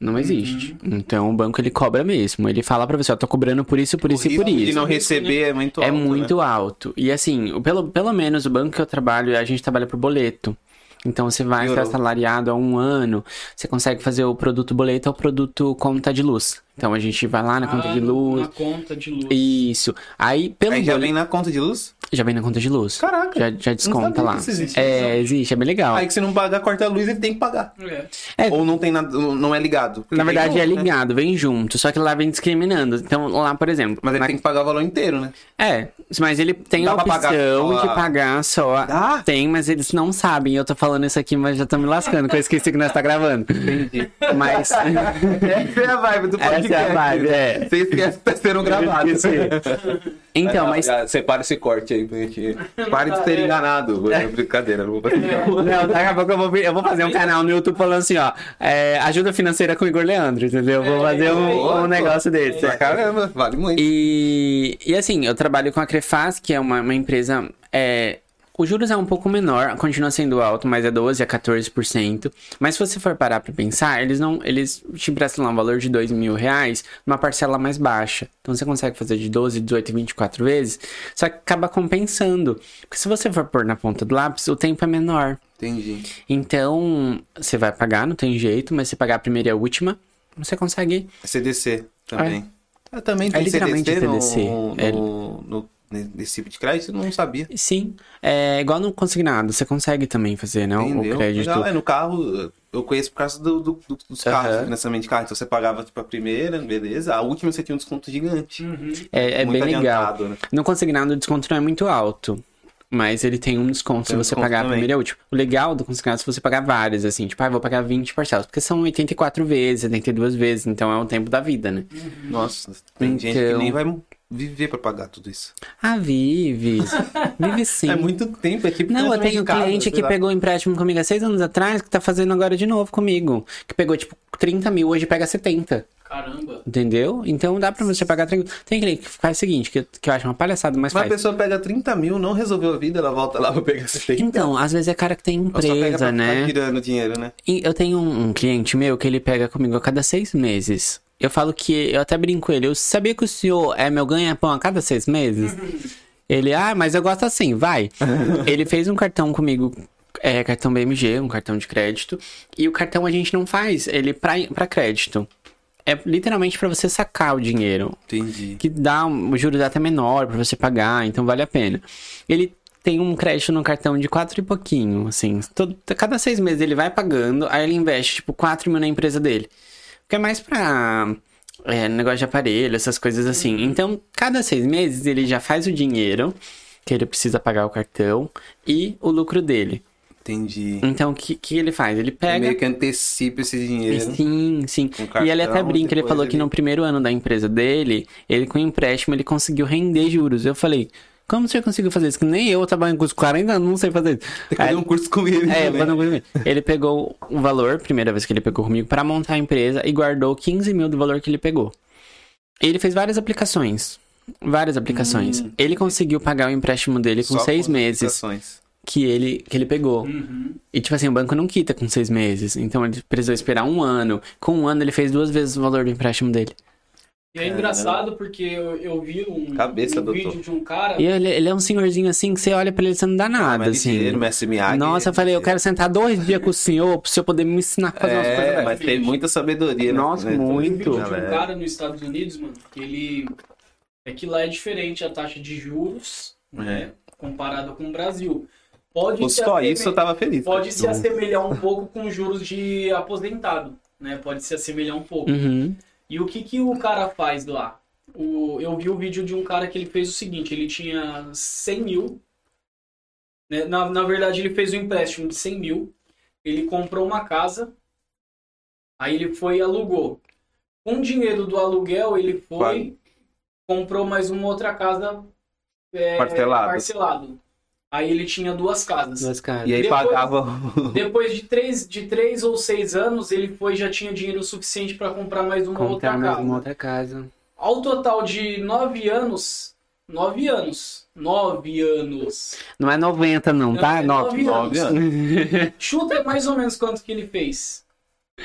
[SPEAKER 3] Não existe.
[SPEAKER 2] Uhum.
[SPEAKER 3] Então o banco ele cobra mesmo. Ele fala pra você, ó, tô cobrando por isso, por
[SPEAKER 2] O
[SPEAKER 3] isso e por
[SPEAKER 2] risco
[SPEAKER 3] isso.
[SPEAKER 2] de não receber é muito
[SPEAKER 3] É
[SPEAKER 2] alto.
[SPEAKER 3] muito alto. E assim, o- pelo, pelo menos o banco que eu trabalho, a gente trabalha por boleto. Então você vai
[SPEAKER 2] Piorou.
[SPEAKER 3] estar salariado há um ano, você consegue fazer o produto boleto ou o produto conta de luz, Então a gente vai lá na conta
[SPEAKER 1] Ah,
[SPEAKER 3] de luz.
[SPEAKER 1] Na conta de luz.
[SPEAKER 3] Isso. Aí, pelo
[SPEAKER 2] Aí já vem
[SPEAKER 3] boleto-
[SPEAKER 2] na conta de luz?
[SPEAKER 3] já vem na conta de luz.
[SPEAKER 2] Caraca.
[SPEAKER 3] Já, já desconta
[SPEAKER 2] sabia
[SPEAKER 3] lá.
[SPEAKER 2] que isso existia,
[SPEAKER 3] É, existe, é bem legal.
[SPEAKER 2] Aí que se não pagar, corta a luz, ele tem que pagar.
[SPEAKER 1] É.
[SPEAKER 3] É.
[SPEAKER 2] Ou não tem nada, não não é ligado. Porque
[SPEAKER 3] Na verdade
[SPEAKER 2] tem
[SPEAKER 3] é
[SPEAKER 2] junto, né?
[SPEAKER 3] ligado, vem junto, só que lá vem discriminando. Então, lá, por exemplo.
[SPEAKER 2] Mas ele
[SPEAKER 3] na-
[SPEAKER 2] tem que pagar o valor inteiro, né?
[SPEAKER 3] É, mas ele tem
[SPEAKER 2] Dá
[SPEAKER 3] a
[SPEAKER 2] pra
[SPEAKER 3] opção
[SPEAKER 2] pagar só
[SPEAKER 3] de
[SPEAKER 2] a-
[SPEAKER 3] pagar só.
[SPEAKER 2] Dá?
[SPEAKER 3] Tem, mas eles não sabem. Eu tô falando isso aqui, mas já tô me lascando, que eu esqueci que nós tá gravando. Entendi. Mas. [laughs]
[SPEAKER 2] Essa é a vibe do
[SPEAKER 3] Essa é a
[SPEAKER 2] podcast.
[SPEAKER 3] vibe, é.
[SPEAKER 2] Você esquece que tá sendo gravado.
[SPEAKER 3] Esqueci. então, mas.
[SPEAKER 2] Separa esse corte aí, porque... Pare de
[SPEAKER 1] tá,
[SPEAKER 2] ser
[SPEAKER 1] é.
[SPEAKER 2] enganado. É brincadeira, não vou fazer não.
[SPEAKER 3] Não, daqui a pouco eu vou, eu vou fazer um canal no YouTube falando assim, ó. é, ajuda financeira com o Igor Leandro, entendeu? Eu Vou
[SPEAKER 2] É,
[SPEAKER 3] fazer um, um negócio desse. é.
[SPEAKER 2] Pra Caramba, vale muito.
[SPEAKER 3] E, e assim, eu trabalho com a Crefaz, que é uma, uma empresa. É, os juros é um pouco menor, continua sendo alto, mas é 12% a 14%. Mas se você for parar pra pensar, eles não. Eles te emprestam lá um valor de 2 mil reais numa parcela mais baixa. Então você consegue fazer de 12, 18, 24 vezes. Só que acaba compensando. Porque se você for pôr na ponta do lápis, o tempo é menor.
[SPEAKER 2] Entendi.
[SPEAKER 3] Então, você vai pagar, não tem jeito, mas se pagar a primeira e a última, você consegue.
[SPEAKER 2] CDC também. Ah, também
[SPEAKER 3] É
[SPEAKER 2] tem
[SPEAKER 3] literalmente
[SPEAKER 2] CDC, no-
[SPEAKER 3] CDC.
[SPEAKER 2] No,
[SPEAKER 3] É-
[SPEAKER 2] no- nesse tipo de crédito? Não sabia.
[SPEAKER 3] Sim, é igual no consignado, você consegue também fazer, né? o-
[SPEAKER 2] Entendeu?
[SPEAKER 3] O crédito.
[SPEAKER 2] Legal, é, no carro, eu conheço por causa do, do- do- dos
[SPEAKER 3] Aham.
[SPEAKER 2] carros, financiamento de carro. Então você pagava tipo, a primeira, beleza. A última você tinha um desconto gigante.
[SPEAKER 3] É, é
[SPEAKER 2] Muito
[SPEAKER 3] bem legal.
[SPEAKER 2] adiantado, né?
[SPEAKER 3] No consignado, o desconto não é muito alto. Mas ele tem um desconto se
[SPEAKER 2] Tem um
[SPEAKER 3] você
[SPEAKER 2] desconto
[SPEAKER 3] pagar a
[SPEAKER 2] também.
[SPEAKER 3] primeira e a última. O legal do consignado é se você pagar várias, assim. Tipo, ah, vou pagar 20 parcelas. Porque são 84 vezes, 72 vezes. Então é o tempo da vida, né?
[SPEAKER 2] Nossa, tem gente que
[SPEAKER 3] Então-
[SPEAKER 2] nem vai viver pra pagar tudo isso.
[SPEAKER 3] Ah, vive.
[SPEAKER 2] [laughs]
[SPEAKER 3] vive sim.
[SPEAKER 2] É muito tempo, é tipo
[SPEAKER 3] Não, eu
[SPEAKER 2] financiamento
[SPEAKER 3] tenho um
[SPEAKER 2] de casa,
[SPEAKER 3] cliente
[SPEAKER 2] sei
[SPEAKER 3] que
[SPEAKER 2] lá.
[SPEAKER 3] pegou empréstimo comigo há seis anos atrás, que tá fazendo agora de novo comigo. Que pegou, tipo, 30 mil, hoje pega 70.
[SPEAKER 1] Caramba.
[SPEAKER 3] Entendeu? Então dá pra você pagar tranquilo. Tem cliente que faz o seguinte, que, que eu acho uma palhaçada, mas
[SPEAKER 2] Mas a
[SPEAKER 3] faz.
[SPEAKER 2] pessoa pega 30 mil, não resolveu a vida, ela volta lá [laughs] pra pegar esse tempo.
[SPEAKER 3] Então, às vezes é cara que tem
[SPEAKER 2] Ela só pega pra ficar
[SPEAKER 3] empresa, né?
[SPEAKER 2] tirando dinheiro, né?
[SPEAKER 3] E eu tenho um, um cliente meu que ele pega comigo a cada seis meses. Eu falo que, eu até brinco com ele, eu sabia que o senhor é meu ganha-pão a cada
[SPEAKER 2] [laughs]
[SPEAKER 3] seis meses? Ele, ah, mas eu gosto assim, vai. ele fez um cartão comigo, é, cartão BMG, um cartão de crédito. E o cartão a gente não faz ele pra, pra crédito. É literalmente pra você sacar o dinheiro
[SPEAKER 2] Entendi.
[SPEAKER 3] que dá um, o juros até menor pra você pagar, então vale a pena. Ele tem um crédito no cartão de quatro e pouquinho, assim, todo, cada seis meses ele vai pagando, aí ele investe tipo 4 mil na empresa dele, porque é mais pra é, negócio de aparelho, essas coisas assim. Então, cada seis meses ele já faz o dinheiro que ele precisa pagar o cartão e o lucro dele.
[SPEAKER 2] Entendi.
[SPEAKER 3] Então, o que, que ele faz? Ele pega
[SPEAKER 2] Meio que antecipa esse dinheiro.
[SPEAKER 3] Sim, sim.
[SPEAKER 2] Com
[SPEAKER 3] e ele até
[SPEAKER 2] cartão,
[SPEAKER 3] brinca, ele
[SPEAKER 2] depois
[SPEAKER 3] falou que
[SPEAKER 2] ele-
[SPEAKER 3] no primeiro ano da empresa dele, ele com empréstimo, ele conseguiu render juros. Eu falei, como você conseguiu fazer isso? Que nem eu trabalho com os 40 anos, não sei fazer isso.
[SPEAKER 2] Tem que [laughs] fazer um curso com ele.
[SPEAKER 3] É,
[SPEAKER 2] também.
[SPEAKER 3] quando eu- ele pegou o valor, primeira vez que ele pegou comigo, para montar a empresa e guardou 15 mil do valor que ele pegou. Ele fez várias aplicações. Várias aplicações. ele conseguiu pagar o empréstimo dele com
[SPEAKER 2] Hum. Só
[SPEAKER 3] seis
[SPEAKER 2] as
[SPEAKER 3] meses
[SPEAKER 2] aplicações.
[SPEAKER 3] que ele, que ele pegou.
[SPEAKER 1] Uhum.
[SPEAKER 3] E tipo assim, o banco não quita com seis meses. Então ele precisou esperar um ano. Com um ano ele fez duas vezes o valor do empréstimo dele.
[SPEAKER 1] E é engraçado porque eu, eu vi um,
[SPEAKER 2] Cabeça,
[SPEAKER 1] um
[SPEAKER 2] doutor.
[SPEAKER 1] vídeo de um cara.
[SPEAKER 3] E ele, ele é um senhorzinho assim que você olha pra ele e você não dá nada,
[SPEAKER 2] Ah, Mas
[SPEAKER 3] assim.
[SPEAKER 2] dinheiro, mestre Miyagi,
[SPEAKER 3] Nossa, eu falei, eu quero sentar dois dias com o senhor pro senhor poder me ensinar a fazer umas coisas.
[SPEAKER 2] É,
[SPEAKER 3] dessas.
[SPEAKER 2] mas tem muita sabedoria. né?
[SPEAKER 3] Nossa,
[SPEAKER 1] um
[SPEAKER 2] Né?
[SPEAKER 1] vídeo
[SPEAKER 3] muito.
[SPEAKER 1] de um
[SPEAKER 2] Galera.
[SPEAKER 1] cara nos Estados Unidos, mano, que ele. É que lá é diferente a taxa de juros, né? Comparada com o Brasil. Pode
[SPEAKER 2] Ou
[SPEAKER 1] se
[SPEAKER 2] É. Só
[SPEAKER 1] assemelhar-
[SPEAKER 2] isso tá eu tava feliz.
[SPEAKER 1] Pode se assemelhar um pouco com juros de aposentado, né? Pode se assemelhar um pouco.
[SPEAKER 3] Uhum.
[SPEAKER 1] E o que, que o cara faz lá? O, eu vi o vídeo de um cara que ele fez o seguinte, ele tinha 100 mil, né? na, na verdade ele fez um empréstimo de 100 mil, ele comprou uma casa, aí ele foi e alugou. Com o dinheiro do aluguel, ele foi,
[SPEAKER 2] Vai.
[SPEAKER 1] comprou mais uma outra casa é,
[SPEAKER 2] Parcelado.
[SPEAKER 1] parcelado. Aí ele tinha duas casas.
[SPEAKER 3] Duas caras.
[SPEAKER 2] E aí
[SPEAKER 1] Depois-
[SPEAKER 2] pagava.
[SPEAKER 1] Depois de três, de três ou seis anos, ele foi já tinha dinheiro suficiente para comprar mais uma outra
[SPEAKER 3] Comprar mais
[SPEAKER 1] casa.
[SPEAKER 3] uma outra casa.
[SPEAKER 1] Ao total de nove anos, nove anos, nove anos.
[SPEAKER 3] Não é 90 não, tá?
[SPEAKER 1] É
[SPEAKER 3] Nove.
[SPEAKER 1] nove [laughs]
[SPEAKER 2] Nove anos.
[SPEAKER 1] Chuta mais ou menos quanto que ele fez.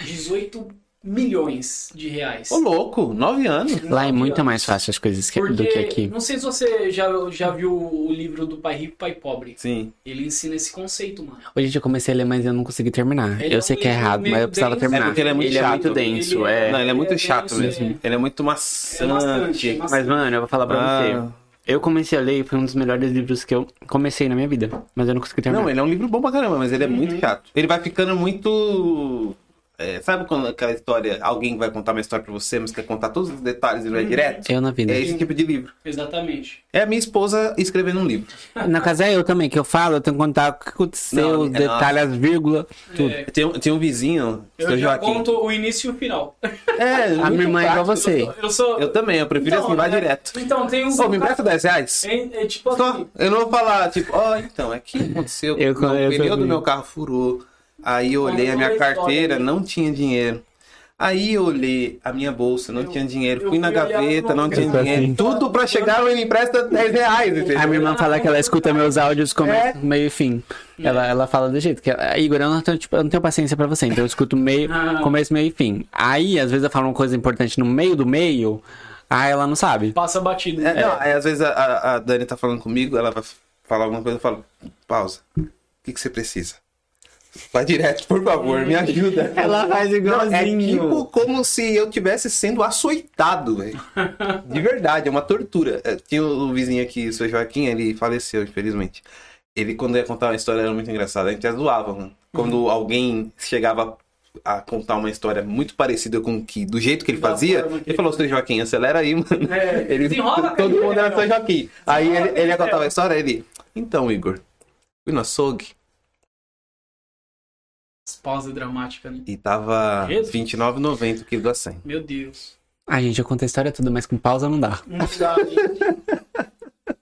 [SPEAKER 1] 18 milhões de reais.
[SPEAKER 2] Ô, louco, nove anos.
[SPEAKER 3] Lá é muito mais fácil as coisas que-
[SPEAKER 1] Porque,
[SPEAKER 3] do que aqui.
[SPEAKER 1] não sei se você já, já viu o livro do Pai Rico, Pai Pobre.
[SPEAKER 2] Sim.
[SPEAKER 1] Ele ensina esse conceito, mano.
[SPEAKER 3] Hoje eu comecei a ler, mas eu não consegui terminar.
[SPEAKER 1] Ele é
[SPEAKER 3] eu sei
[SPEAKER 1] um
[SPEAKER 3] que é
[SPEAKER 1] livro
[SPEAKER 3] errado, mas
[SPEAKER 1] meio
[SPEAKER 3] eu precisava
[SPEAKER 1] denso.
[SPEAKER 3] terminar.
[SPEAKER 2] É porque ele é muito
[SPEAKER 3] ele
[SPEAKER 2] chato.
[SPEAKER 3] é muito denso,
[SPEAKER 1] Ele é-
[SPEAKER 3] é.
[SPEAKER 2] Não, ele é muito
[SPEAKER 1] é
[SPEAKER 2] chato
[SPEAKER 1] denso,
[SPEAKER 2] mesmo. Ele é muito
[SPEAKER 1] É
[SPEAKER 2] maçante.
[SPEAKER 1] bastante.
[SPEAKER 3] Mas, mano, eu vou falar pra
[SPEAKER 2] Ah.
[SPEAKER 3] você. Eu comecei a ler e foi um dos melhores livros que eu comecei na minha vida. Mas eu não consegui terminar.
[SPEAKER 2] Não, ele é um livro bom pra caramba, mas ele é
[SPEAKER 1] Uhum.
[SPEAKER 2] muito chato. Ele vai ficando muito. é, sabe quando aquela história, alguém vai contar uma história pra você, mas quer contar todos os detalhes e
[SPEAKER 1] Uhum.
[SPEAKER 2] não é direto?
[SPEAKER 3] Eu na vida.
[SPEAKER 2] É esse tipo de livro.
[SPEAKER 1] Exatamente.
[SPEAKER 2] É a minha esposa escrevendo um livro.
[SPEAKER 3] Na casa é eu também, que eu falo, eu tenho que contar o que aconteceu,
[SPEAKER 2] Não,
[SPEAKER 3] os
[SPEAKER 2] é
[SPEAKER 3] detalhes, as vírgulas, tudo.
[SPEAKER 1] É,
[SPEAKER 2] Tem, um- tem um vizinho,
[SPEAKER 1] eu
[SPEAKER 2] seu
[SPEAKER 1] já
[SPEAKER 2] Joaquim.
[SPEAKER 1] conto o início e o final.
[SPEAKER 2] É,
[SPEAKER 3] A minha irmã é igual
[SPEAKER 2] prático.
[SPEAKER 3] você.
[SPEAKER 1] Eu sou.
[SPEAKER 2] Eu também, eu prefiro assim, vai
[SPEAKER 1] né?
[SPEAKER 2] direto.
[SPEAKER 1] Então, tem um.
[SPEAKER 2] Ô, me empresta 10 reais?
[SPEAKER 1] É, é tipo
[SPEAKER 2] Só,
[SPEAKER 1] assim.
[SPEAKER 2] eu não vou falar, tipo, ó, então, é que aconteceu.
[SPEAKER 3] Eu-
[SPEAKER 2] o
[SPEAKER 3] eu
[SPEAKER 2] pneu do
[SPEAKER 3] também.
[SPEAKER 2] meu carro furou. Aí eu
[SPEAKER 1] Conta
[SPEAKER 2] olhei a minha
[SPEAKER 1] toda a história,
[SPEAKER 2] carteira,
[SPEAKER 1] né?
[SPEAKER 2] não tinha dinheiro. Aí eu olhei a minha bolsa, não
[SPEAKER 1] Eu-
[SPEAKER 2] tinha dinheiro.
[SPEAKER 1] eu
[SPEAKER 2] Fui na
[SPEAKER 1] fui olhar
[SPEAKER 2] gaveta,
[SPEAKER 1] no-
[SPEAKER 2] não tinha
[SPEAKER 3] Eu tô assim.
[SPEAKER 2] dinheiro. Tudo pra chegar, ele empresta 10 reais, entendeu?
[SPEAKER 3] A minha irmã fala que ela escuta meus áudios começo,
[SPEAKER 2] É.
[SPEAKER 3] meio e fim. Ela, ela fala do jeito que ela, Igor, eu não, tenho, tipo, eu não tenho paciência pra você, então eu
[SPEAKER 2] [laughs]
[SPEAKER 3] escuto meio,
[SPEAKER 1] Ah.
[SPEAKER 3] começo, meio e fim. Aí, às vezes eu falo uma coisa importante no meio do meio, aí ela não sabe.
[SPEAKER 1] Passa batido.
[SPEAKER 2] É, não, aí às vezes a- a, a Dani tá falando comigo, ela vai falar alguma coisa, eu falo, pausa. O que, que você precisa? Vai direto, por favor, me ajuda.
[SPEAKER 3] Ela faz
[SPEAKER 2] É
[SPEAKER 3] igualzinho.
[SPEAKER 2] tipo como se eu tivesse sendo açoitado,
[SPEAKER 1] [laughs]
[SPEAKER 2] velho. De verdade, é uma tortura. É, Tinha o o vizinho aqui, o seu Joaquim, ele faleceu, infelizmente. Ele, quando ia contar uma história, era muito engraçado. A gente até zoava, mano. Quando
[SPEAKER 1] Uhum.
[SPEAKER 2] alguém chegava a contar uma história muito parecida com o que, do jeito que ele
[SPEAKER 1] Da
[SPEAKER 2] fazia,
[SPEAKER 1] forma que-
[SPEAKER 2] ele falou, seu Joaquim, acelera aí, mano.
[SPEAKER 1] É,
[SPEAKER 2] Ele,
[SPEAKER 1] desenrola,
[SPEAKER 2] [laughs] todo
[SPEAKER 1] cara.
[SPEAKER 2] mundo é era seu Joaquim. Aí
[SPEAKER 1] Desenrola,
[SPEAKER 2] ele, ele ia
[SPEAKER 1] cara.
[SPEAKER 2] contar uma história, ele... Então, Igor, fui no açougue
[SPEAKER 1] Pausa dramática, né?
[SPEAKER 2] e tava
[SPEAKER 1] Jesus.
[SPEAKER 2] R$29,90 o quilo da 100.
[SPEAKER 1] Meu Deus.
[SPEAKER 3] Ai, "Ah, gente, eu conto a história toda, mas com pausa não dá.
[SPEAKER 1] Não dá,
[SPEAKER 2] [laughs]
[SPEAKER 1] gente.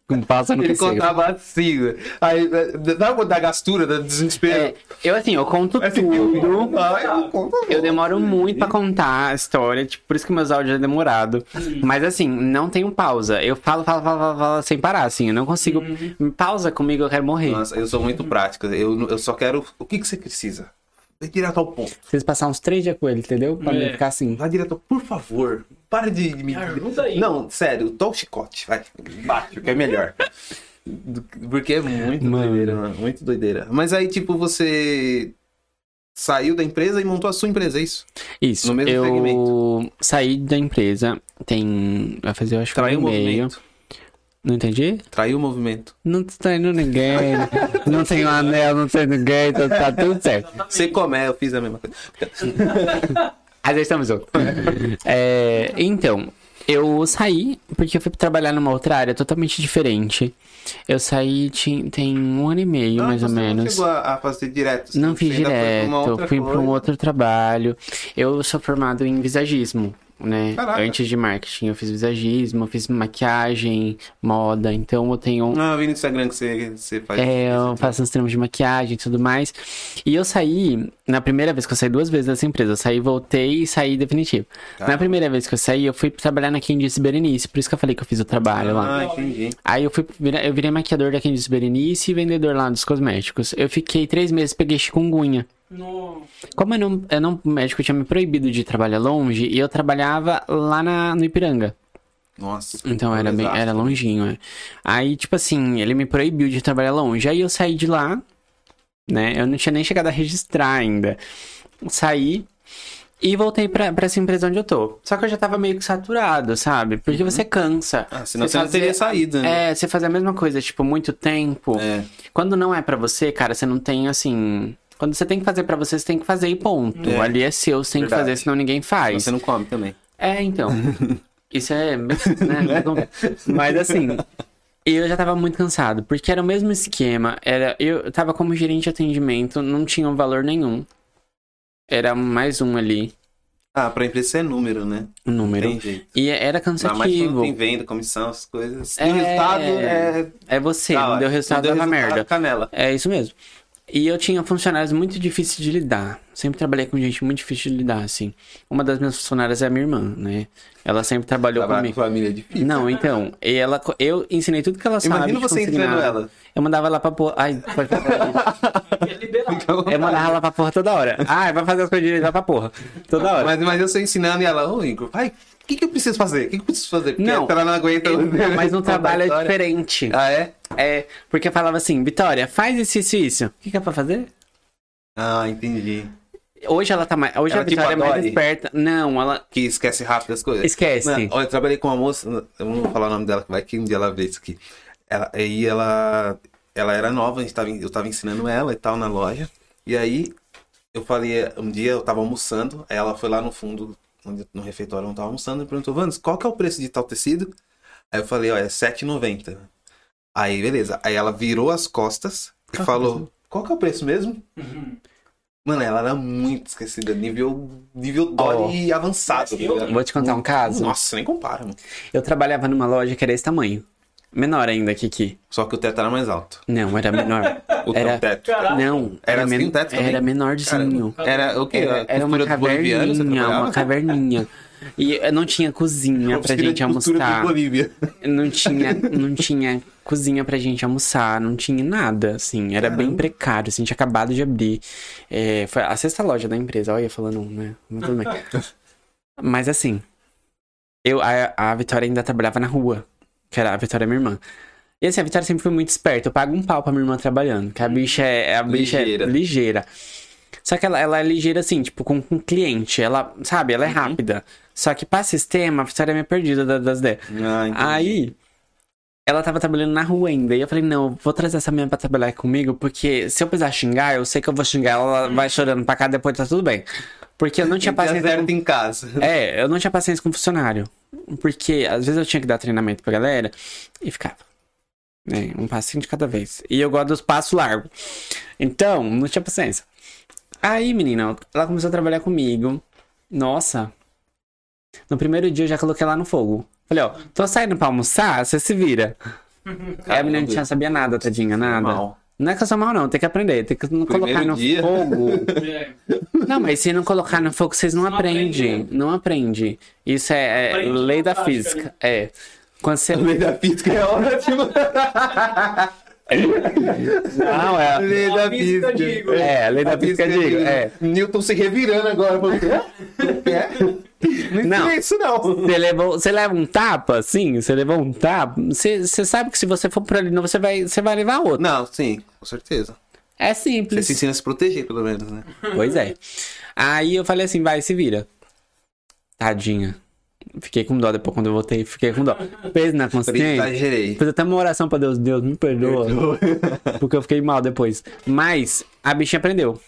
[SPEAKER 3] Com pausa eu não
[SPEAKER 2] Ele
[SPEAKER 3] consigo.
[SPEAKER 2] contava assim, né? aí eh, dá uma da gastura, da desespero.
[SPEAKER 3] É, eu, assim, eu conto
[SPEAKER 2] Assim,
[SPEAKER 3] tudo.
[SPEAKER 2] Ai, não conta, não.
[SPEAKER 3] Eu demoro muito pra contar a história, tipo, por isso que meus áudios é demorado. Mas assim, não tenho pausa. Eu falo, falo, falo, falo, falo sem parar, assim. Eu não consigo.
[SPEAKER 2] Uhum.
[SPEAKER 3] Pausa comigo, eu quero morrer.
[SPEAKER 2] Nossa, eu sou muito prático. Eu, eu só quero. O que, que você precisa? Vai direto ao ponto.
[SPEAKER 3] Vocês passar uns três dias com ele, entendeu? Pra
[SPEAKER 1] É.
[SPEAKER 3] mim ficar assim.
[SPEAKER 2] Vai direto, ao- por favor. Para de me.
[SPEAKER 3] Ah,
[SPEAKER 1] Ajuda aí.
[SPEAKER 2] Não, sério, tô o chicote. Vai. Bate, que é melhor. Do- Porque é muito
[SPEAKER 3] Mano.
[SPEAKER 2] doideira, mano. Muito doideira. Mas aí, tipo, você saiu da empresa e montou a sua empresa, é isso?
[SPEAKER 3] Isso.
[SPEAKER 2] No mesmo
[SPEAKER 3] eu
[SPEAKER 2] segmento.
[SPEAKER 3] saí da empresa, tem. Vai fazer, eu acho que um
[SPEAKER 2] Traiu o
[SPEAKER 3] ano e meio.
[SPEAKER 2] movimento.
[SPEAKER 3] Não entendi?
[SPEAKER 2] Traiu o movimento.
[SPEAKER 3] Não tá indo ninguém. não tem um anel, não tem ninguém, tá, tá tudo certo.
[SPEAKER 2] Você come, eu fiz a mesma coisa.
[SPEAKER 3] Às vezes estamos juntos. É, então, eu saí porque eu fui trabalhar numa outra área totalmente diferente. Eu saí ti- tem um ano e meio,
[SPEAKER 2] Ah,
[SPEAKER 3] mais ou
[SPEAKER 2] você não
[SPEAKER 3] menos.
[SPEAKER 2] Chegou a, a fazer direto. assim,
[SPEAKER 3] Não
[SPEAKER 2] você
[SPEAKER 3] fiz
[SPEAKER 2] ainda foi pra uma
[SPEAKER 3] direto,
[SPEAKER 2] outra
[SPEAKER 3] fui para um
[SPEAKER 2] coisa.
[SPEAKER 3] outro trabalho. Eu sou formado em visagismo, né?
[SPEAKER 2] Caraca.
[SPEAKER 3] Antes de marketing, eu fiz visagismo, eu fiz maquiagem, moda. Então, eu tenho
[SPEAKER 2] Ah, eu vi no Instagram que você, você faz.
[SPEAKER 3] é, eu faço uns trampos de maquiagem e tudo mais. E eu saí, na primeira vez que eu saí, duas vezes dessa empresa. Eu saí, voltei e saí definitivo.
[SPEAKER 2] Tá.
[SPEAKER 3] Na primeira vez que eu saí, eu fui trabalhar na Candice Berenice. Por isso que eu falei que eu fiz o trabalho lá.
[SPEAKER 2] Ah, entendi.
[SPEAKER 3] Aí eu fui, vira- eu virei maquiador da Candice Berenice e vendedor lá dos cosméticos. Eu fiquei três meses, peguei chikungunya.
[SPEAKER 1] No...
[SPEAKER 3] Como eu não, eu não- o médico tinha me proibido de trabalhar longe, e eu trabalhava lá na- no Ipiranga.
[SPEAKER 2] Nossa.
[SPEAKER 3] Então era, bem,
[SPEAKER 2] Exato.
[SPEAKER 3] era longinho, é. Aí, tipo assim, ele me proibiu de trabalhar longe. Aí eu saí de lá, né? Eu não tinha nem chegado a registrar ainda. Saí e voltei pra, pra essa empresa onde eu tô. Só que eu já tava meio que saturado, sabe? Porque você cansa.
[SPEAKER 2] Ah, senão você, não
[SPEAKER 3] fazer-
[SPEAKER 2] teria saído, né?
[SPEAKER 3] É, você fazer a mesma coisa, tipo, muito tempo.
[SPEAKER 2] É.
[SPEAKER 3] Quando não é pra você, cara, você não tem assim. Quando você tem que fazer pra você, você tem que fazer e ponto.
[SPEAKER 2] É.
[SPEAKER 3] Ali é seu, você tem
[SPEAKER 2] Verdade.
[SPEAKER 3] que fazer, senão ninguém
[SPEAKER 2] Senão
[SPEAKER 3] faz.
[SPEAKER 2] Você não come também.
[SPEAKER 3] É, [laughs] então. Isso é. né, Mas assim. Eu já tava muito cansado, porque era o mesmo esquema. Era, eu tava como gerente de atendimento, não tinha um valor nenhum. Era mais um ali,
[SPEAKER 2] Ah, pra empresa isso é número, né?
[SPEAKER 3] um número.
[SPEAKER 2] Entendi.
[SPEAKER 3] E era
[SPEAKER 2] Ainda mais quando
[SPEAKER 3] cansativo.
[SPEAKER 2] tem venda, comissão, essas coisas. E
[SPEAKER 3] É.
[SPEAKER 2] o resultado é.
[SPEAKER 3] É você,
[SPEAKER 2] da
[SPEAKER 3] não
[SPEAKER 2] hora.
[SPEAKER 3] deu resultado, dava é merda.
[SPEAKER 2] Canela.
[SPEAKER 3] É isso mesmo. E eu tinha funcionários muito difíceis de lidar. Sempre trabalhei com gente muito difícil de lidar, assim. Uma das minhas funcionárias é a minha irmã, né? Ela sempre trabalhou
[SPEAKER 2] Trabalhar com
[SPEAKER 3] comigo.
[SPEAKER 2] família é difícil.
[SPEAKER 3] Não, então, e ela, co- eu ensinei tudo que ela sabe.
[SPEAKER 2] Imagina
[SPEAKER 3] de
[SPEAKER 2] você entrando
[SPEAKER 3] consignar.
[SPEAKER 2] ela.
[SPEAKER 3] Eu mandava ela pra porra. Ai, pode falar.
[SPEAKER 1] É liberado.
[SPEAKER 3] Eu mandava ela pra porra toda hora. Ai, vai fazer as coisas direito, vai pra porra. Toda hora.
[SPEAKER 2] Mas, mas eu sei ensinando e ela, ô Igor, vai, o que, que eu preciso fazer? O que, que eu preciso fazer? Porque
[SPEAKER 3] Não.
[SPEAKER 2] ela não aguenta.
[SPEAKER 3] Não, mas no
[SPEAKER 2] contar a
[SPEAKER 3] trabalho é
[SPEAKER 2] história.
[SPEAKER 3] diferente.
[SPEAKER 2] Ah, é?
[SPEAKER 3] É, porque eu falava assim, Vitória, faz isso, isso, e isso. O que, que é pra fazer?
[SPEAKER 2] Ah, entendi.
[SPEAKER 3] Hoje ela tá mais. Hoje
[SPEAKER 2] Ela
[SPEAKER 3] a Vitória
[SPEAKER 2] tipo
[SPEAKER 3] é mais
[SPEAKER 2] adora.
[SPEAKER 3] esperta. Não, ela.
[SPEAKER 2] Que esquece rápido as coisas.
[SPEAKER 3] Esquece.
[SPEAKER 2] Mano, olha, eu trabalhei com uma moça, eu não vou falar o nome dela, vai que um dia ela vê isso aqui. Ela, aí ela, ela era nova, a gente tava, en- eu tava ensinando ela e tal na loja. E aí eu falei, um dia eu tava almoçando, aí ela foi lá no fundo, onde- no refeitório onde eu tava almoçando, e perguntou, Vandes, qual que é o preço de tal tecido? Aí eu falei, ó, é R$ 7,90. Aí, beleza. Aí ela virou as costas e
[SPEAKER 3] Qual que é o
[SPEAKER 2] falou, qual que é o preço mesmo? Mano, ela era muito esquecida, nível, nível dólar
[SPEAKER 3] Ó.
[SPEAKER 2] e avançado. tá
[SPEAKER 1] Eu-
[SPEAKER 2] ligado?
[SPEAKER 3] Vou te contar um caso.
[SPEAKER 2] Nossa, nem compara, mano.
[SPEAKER 3] Eu trabalhava numa loja que era esse tamanho. Menor ainda que aqui.
[SPEAKER 2] Só que o teto era mais alto.
[SPEAKER 3] Não,
[SPEAKER 2] [laughs]
[SPEAKER 3] era menor.
[SPEAKER 2] O
[SPEAKER 3] Era-
[SPEAKER 2] o teto.
[SPEAKER 1] Caraca.
[SPEAKER 3] Não,
[SPEAKER 2] Era assim
[SPEAKER 3] men-
[SPEAKER 2] o teto também?
[SPEAKER 3] era menorzinho.
[SPEAKER 2] Era o que?
[SPEAKER 3] Era, era uma caverninha, uma caverninha. E eh, não tinha cozinha pra gente almoçar.
[SPEAKER 2] Bolívia.
[SPEAKER 3] Não tinha, não tinha cozinha pra gente almoçar, não tinha nada, assim. Era bem precário, assim, tinha acabado de abrir. É, foi a sexta loja da empresa, olha, falando, né? Mas tudo bem. Mas assim, eu, a, a Vitória ainda trabalhava na rua, que era a Vitória é minha irmã. E assim, a Vitória sempre foi muito esperta. Eu pago um pau pra minha irmã trabalhando, que a bicha é, a bicha
[SPEAKER 2] Ligeira.
[SPEAKER 3] É ligeira. Só que ela, ela é ligeira, assim, tipo, com, com cliente. Ela, sabe, ela é rápida. Só que pra sistema, a Vitória é meio perdida da- das ideias.
[SPEAKER 2] Ah, entendi.
[SPEAKER 3] Aí, ela tava trabalhando na rua ainda. E eu falei, não, eu vou trazer essa menina pra trabalhar comigo, porque se eu precisar xingar, eu sei que eu vou xingar. Ela vai chorando pra cá, depois tá tudo bem. Porque eu
[SPEAKER 2] [laughs]
[SPEAKER 3] não tinha
[SPEAKER 2] Tem a
[SPEAKER 3] paciência.
[SPEAKER 2] zero em casa.
[SPEAKER 3] É, eu não tinha paciência com funcionário. Porque às vezes eu tinha que dar treinamento pra galera e ficava. né, um passinho de cada vez. E eu gosto dos passos largos. Então, não tinha paciência. Aí, menina, ela começou a trabalhar comigo. Nossa. No primeiro dia eu já coloquei ela no fogo. Falei, ó, tô saindo pra almoçar, você se vira. Aí É, a menina não sabia nada, tadinha, nada.
[SPEAKER 2] Mal.
[SPEAKER 3] Não é que eu sou mal, não, tem que aprender, tem que não colocar no
[SPEAKER 2] dia. [laughs]
[SPEAKER 3] fogo.
[SPEAKER 1] [laughs] É.
[SPEAKER 3] Não, mas se não colocar no fogo, vocês não,
[SPEAKER 1] Não
[SPEAKER 3] aprendem.
[SPEAKER 1] aprende. né?
[SPEAKER 3] Não aprende. Isso é, é
[SPEAKER 1] Aprende
[SPEAKER 3] lei da
[SPEAKER 1] na prática,
[SPEAKER 3] física.
[SPEAKER 1] né?
[SPEAKER 3] É. Quando você.
[SPEAKER 2] Lei da física é
[SPEAKER 3] [laughs]
[SPEAKER 2] ótimo.
[SPEAKER 3] Não, é.
[SPEAKER 2] Lei
[SPEAKER 1] A
[SPEAKER 2] da
[SPEAKER 1] física,
[SPEAKER 2] física.
[SPEAKER 1] digo.
[SPEAKER 3] É, lei da física, digo. É.
[SPEAKER 2] Newton se revirando agora. Porque... Não
[SPEAKER 3] Não.
[SPEAKER 2] tinha isso, não.
[SPEAKER 3] Você, levou, você leva um tapa, assim? Você levou um tapa? Você, você sabe que se você for pra ali, não, você vai, você vai levar outro.
[SPEAKER 2] Não, sim, com certeza.
[SPEAKER 3] É
[SPEAKER 2] Você
[SPEAKER 3] simples.
[SPEAKER 2] se ensina a se proteger, pelo menos, né?
[SPEAKER 3] Pois é. Aí eu falei assim, vai, se vira. Tadinha. Fiquei com dó depois quando eu voltei. Fiquei com dó. Peso na
[SPEAKER 2] tá
[SPEAKER 3] consciência.
[SPEAKER 2] Exagerei.
[SPEAKER 3] Fiz até uma oração pra Deus. Deus, me perdoa. Porque eu fiquei mal depois. Mas a bichinha aprendeu.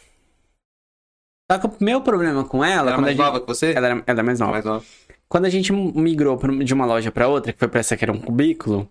[SPEAKER 3] Só que o meu problema com ela.
[SPEAKER 2] Ela é
[SPEAKER 3] quando a
[SPEAKER 2] mais
[SPEAKER 3] gente...
[SPEAKER 2] nova que você? é
[SPEAKER 3] Ela era, ela era mais nova.
[SPEAKER 2] Mais nova.
[SPEAKER 3] Quando a gente migrou pra um- de uma loja pra outra, que foi pra essa que era
[SPEAKER 2] [laughs]
[SPEAKER 3] um cubículo.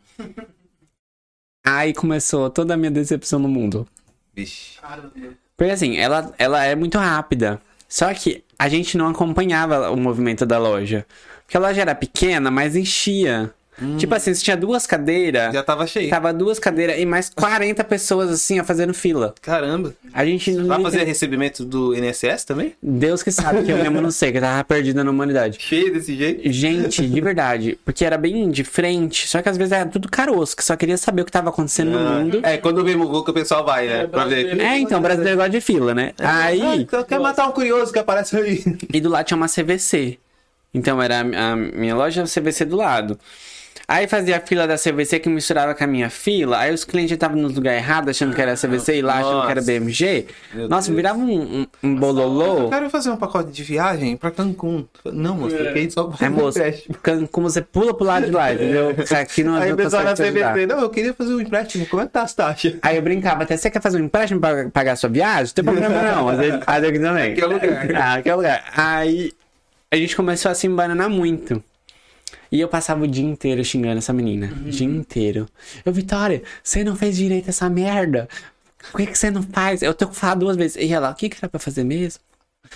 [SPEAKER 3] aí começou toda a minha decepção no mundo.
[SPEAKER 2] Vixe.
[SPEAKER 1] Caramba.
[SPEAKER 3] Porque assim, ela, ela é muito rápida. Só que a gente não acompanhava o movimento da loja. Porque a loja era pequena, mas enchia. Tipo assim, se tinha duas cadeiras,
[SPEAKER 2] Hum. Já tava cheio.
[SPEAKER 3] tava duas cadeiras e mais 40 pessoas assim, ó, fazendo fila.
[SPEAKER 2] Caramba.
[SPEAKER 3] A gente não
[SPEAKER 2] Vai fazer recebimento do INSS também?
[SPEAKER 3] Deus que sabe que eu mesmo não sei, que eu tava perdida na humanidade.
[SPEAKER 2] Cheio desse jeito?
[SPEAKER 3] Gente, de verdade, porque era bem de frente, só que às vezes era tudo caroço, que só queria saber o que tava acontecendo no mundo.
[SPEAKER 2] É, quando vem muvuca o pessoal vai, né?
[SPEAKER 1] É,
[SPEAKER 2] pra ver.
[SPEAKER 1] brasileiro.
[SPEAKER 3] É, então, o brasileiro gosta de fila, né? Aí,
[SPEAKER 2] Ah, quer matar um curioso que aparece aí.
[SPEAKER 3] e do lado tinha uma CVC. Então era a a minha loja CVC do lado. Aí fazia a fila da CVC que misturava com a minha fila. Aí os clientes estavam no lugar errado, achando que era CVC e lá achando que era
[SPEAKER 2] Nossa.
[SPEAKER 3] BMG.
[SPEAKER 2] Meu
[SPEAKER 3] Nossa,
[SPEAKER 2] Deus.
[SPEAKER 3] virava um, um, um bololô.
[SPEAKER 2] Eu quero fazer um pacote de viagem pra Cancún. Não, moço,
[SPEAKER 1] É.
[SPEAKER 2] porque a gente só vai
[SPEAKER 3] É, moço,
[SPEAKER 2] empréstimo.
[SPEAKER 3] can- como você pula pro lado de
[SPEAKER 2] [laughs]
[SPEAKER 3] lá, entendeu? Aqui não,
[SPEAKER 2] Aí
[SPEAKER 3] não
[SPEAKER 2] o pessoal na
[SPEAKER 3] consegue te ajudar.
[SPEAKER 2] CVC, não, eu queria fazer um empréstimo, como é que tá as
[SPEAKER 3] [laughs]
[SPEAKER 2] taxas?
[SPEAKER 3] Aí eu brincava, até você quer fazer um empréstimo pra pagar a sua viagem? Não tem problema não,
[SPEAKER 2] [laughs]
[SPEAKER 3] mas ele faz aqui também.
[SPEAKER 2] Aqui é o lugar.
[SPEAKER 3] Ah, aqui é o lugar. Aí a gente começou a se embananar muito. E eu passava o dia inteiro xingando essa menina.
[SPEAKER 2] Uhum.
[SPEAKER 3] O dia inteiro. Eu, Vitória, você não fez direito essa merda. Por que, que você não faz? Eu tenho que falar duas vezes. E ela, o que, que era pra fazer mesmo?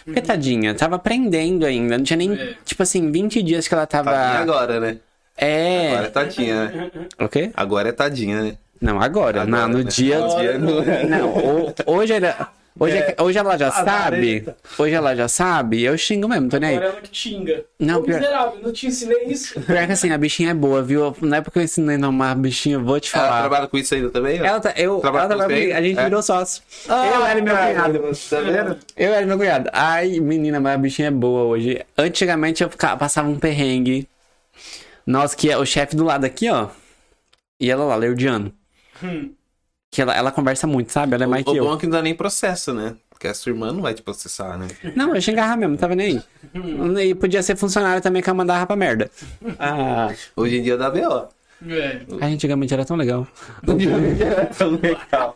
[SPEAKER 3] Porque
[SPEAKER 2] Uhum.
[SPEAKER 3] tadinha, tava aprendendo ainda. Não tinha nem,
[SPEAKER 1] É.
[SPEAKER 3] tipo assim, 20 dias que ela tava.
[SPEAKER 2] Tadinha Tá agora, né?
[SPEAKER 3] Tá. É.
[SPEAKER 2] Agora é tadinha, né?
[SPEAKER 3] O quê?
[SPEAKER 2] Agora é tadinha, né?
[SPEAKER 3] Não, agora.
[SPEAKER 2] Agora,
[SPEAKER 3] na- no
[SPEAKER 2] né?
[SPEAKER 3] dia.
[SPEAKER 2] No dia, no-
[SPEAKER 3] Não, ho- hoje era. Hoje, é- hoje ela já sabe.
[SPEAKER 4] vareta.
[SPEAKER 3] Hoje ela já sabe. Eu xingo mesmo, tô nem
[SPEAKER 2] É.
[SPEAKER 3] aí.
[SPEAKER 1] Agora ela que tinga.
[SPEAKER 3] Não,
[SPEAKER 1] Ô,
[SPEAKER 3] pior-
[SPEAKER 1] miserável, não te ensinei isso.
[SPEAKER 3] Pior que assim, a bichinha é boa, viu? Na época que eu ensinei a nomar a bichinha, eu vou te
[SPEAKER 2] Ela
[SPEAKER 3] falar.
[SPEAKER 2] trabalha com isso ainda também? ó?
[SPEAKER 3] É. Ela, tá, eu,
[SPEAKER 2] Trabalha
[SPEAKER 3] ela
[SPEAKER 2] com
[SPEAKER 3] trabalha
[SPEAKER 2] você aí?
[SPEAKER 3] comigo, a gente
[SPEAKER 2] É. Ah,
[SPEAKER 3] virou sócio. eu era e meu cunhado.
[SPEAKER 2] Tá vendo?
[SPEAKER 3] Eu era e meu cunhado. Ai, menina, mas a bichinha é boa hoje. Antigamente eu ficava- passava um perrengue. Nós que é o chefe do lado aqui, ó. E ela lá, Leudiano.
[SPEAKER 1] Hum.
[SPEAKER 3] Que ela, ela conversa muito, sabe? Ela é mais
[SPEAKER 2] O
[SPEAKER 3] que eu.
[SPEAKER 2] bom é que não dá nem processo, né? Porque a sua irmã não vai te processar, né?
[SPEAKER 3] Não, eu xingava mesmo, tava nem aí. E podia ser funcionário também que eu mandava pra merda. Ah,
[SPEAKER 2] Hoje em dia dá B.O.
[SPEAKER 1] É.
[SPEAKER 3] ai, antigamente era
[SPEAKER 2] [laughs]
[SPEAKER 3] tão legal.
[SPEAKER 2] Tão legal.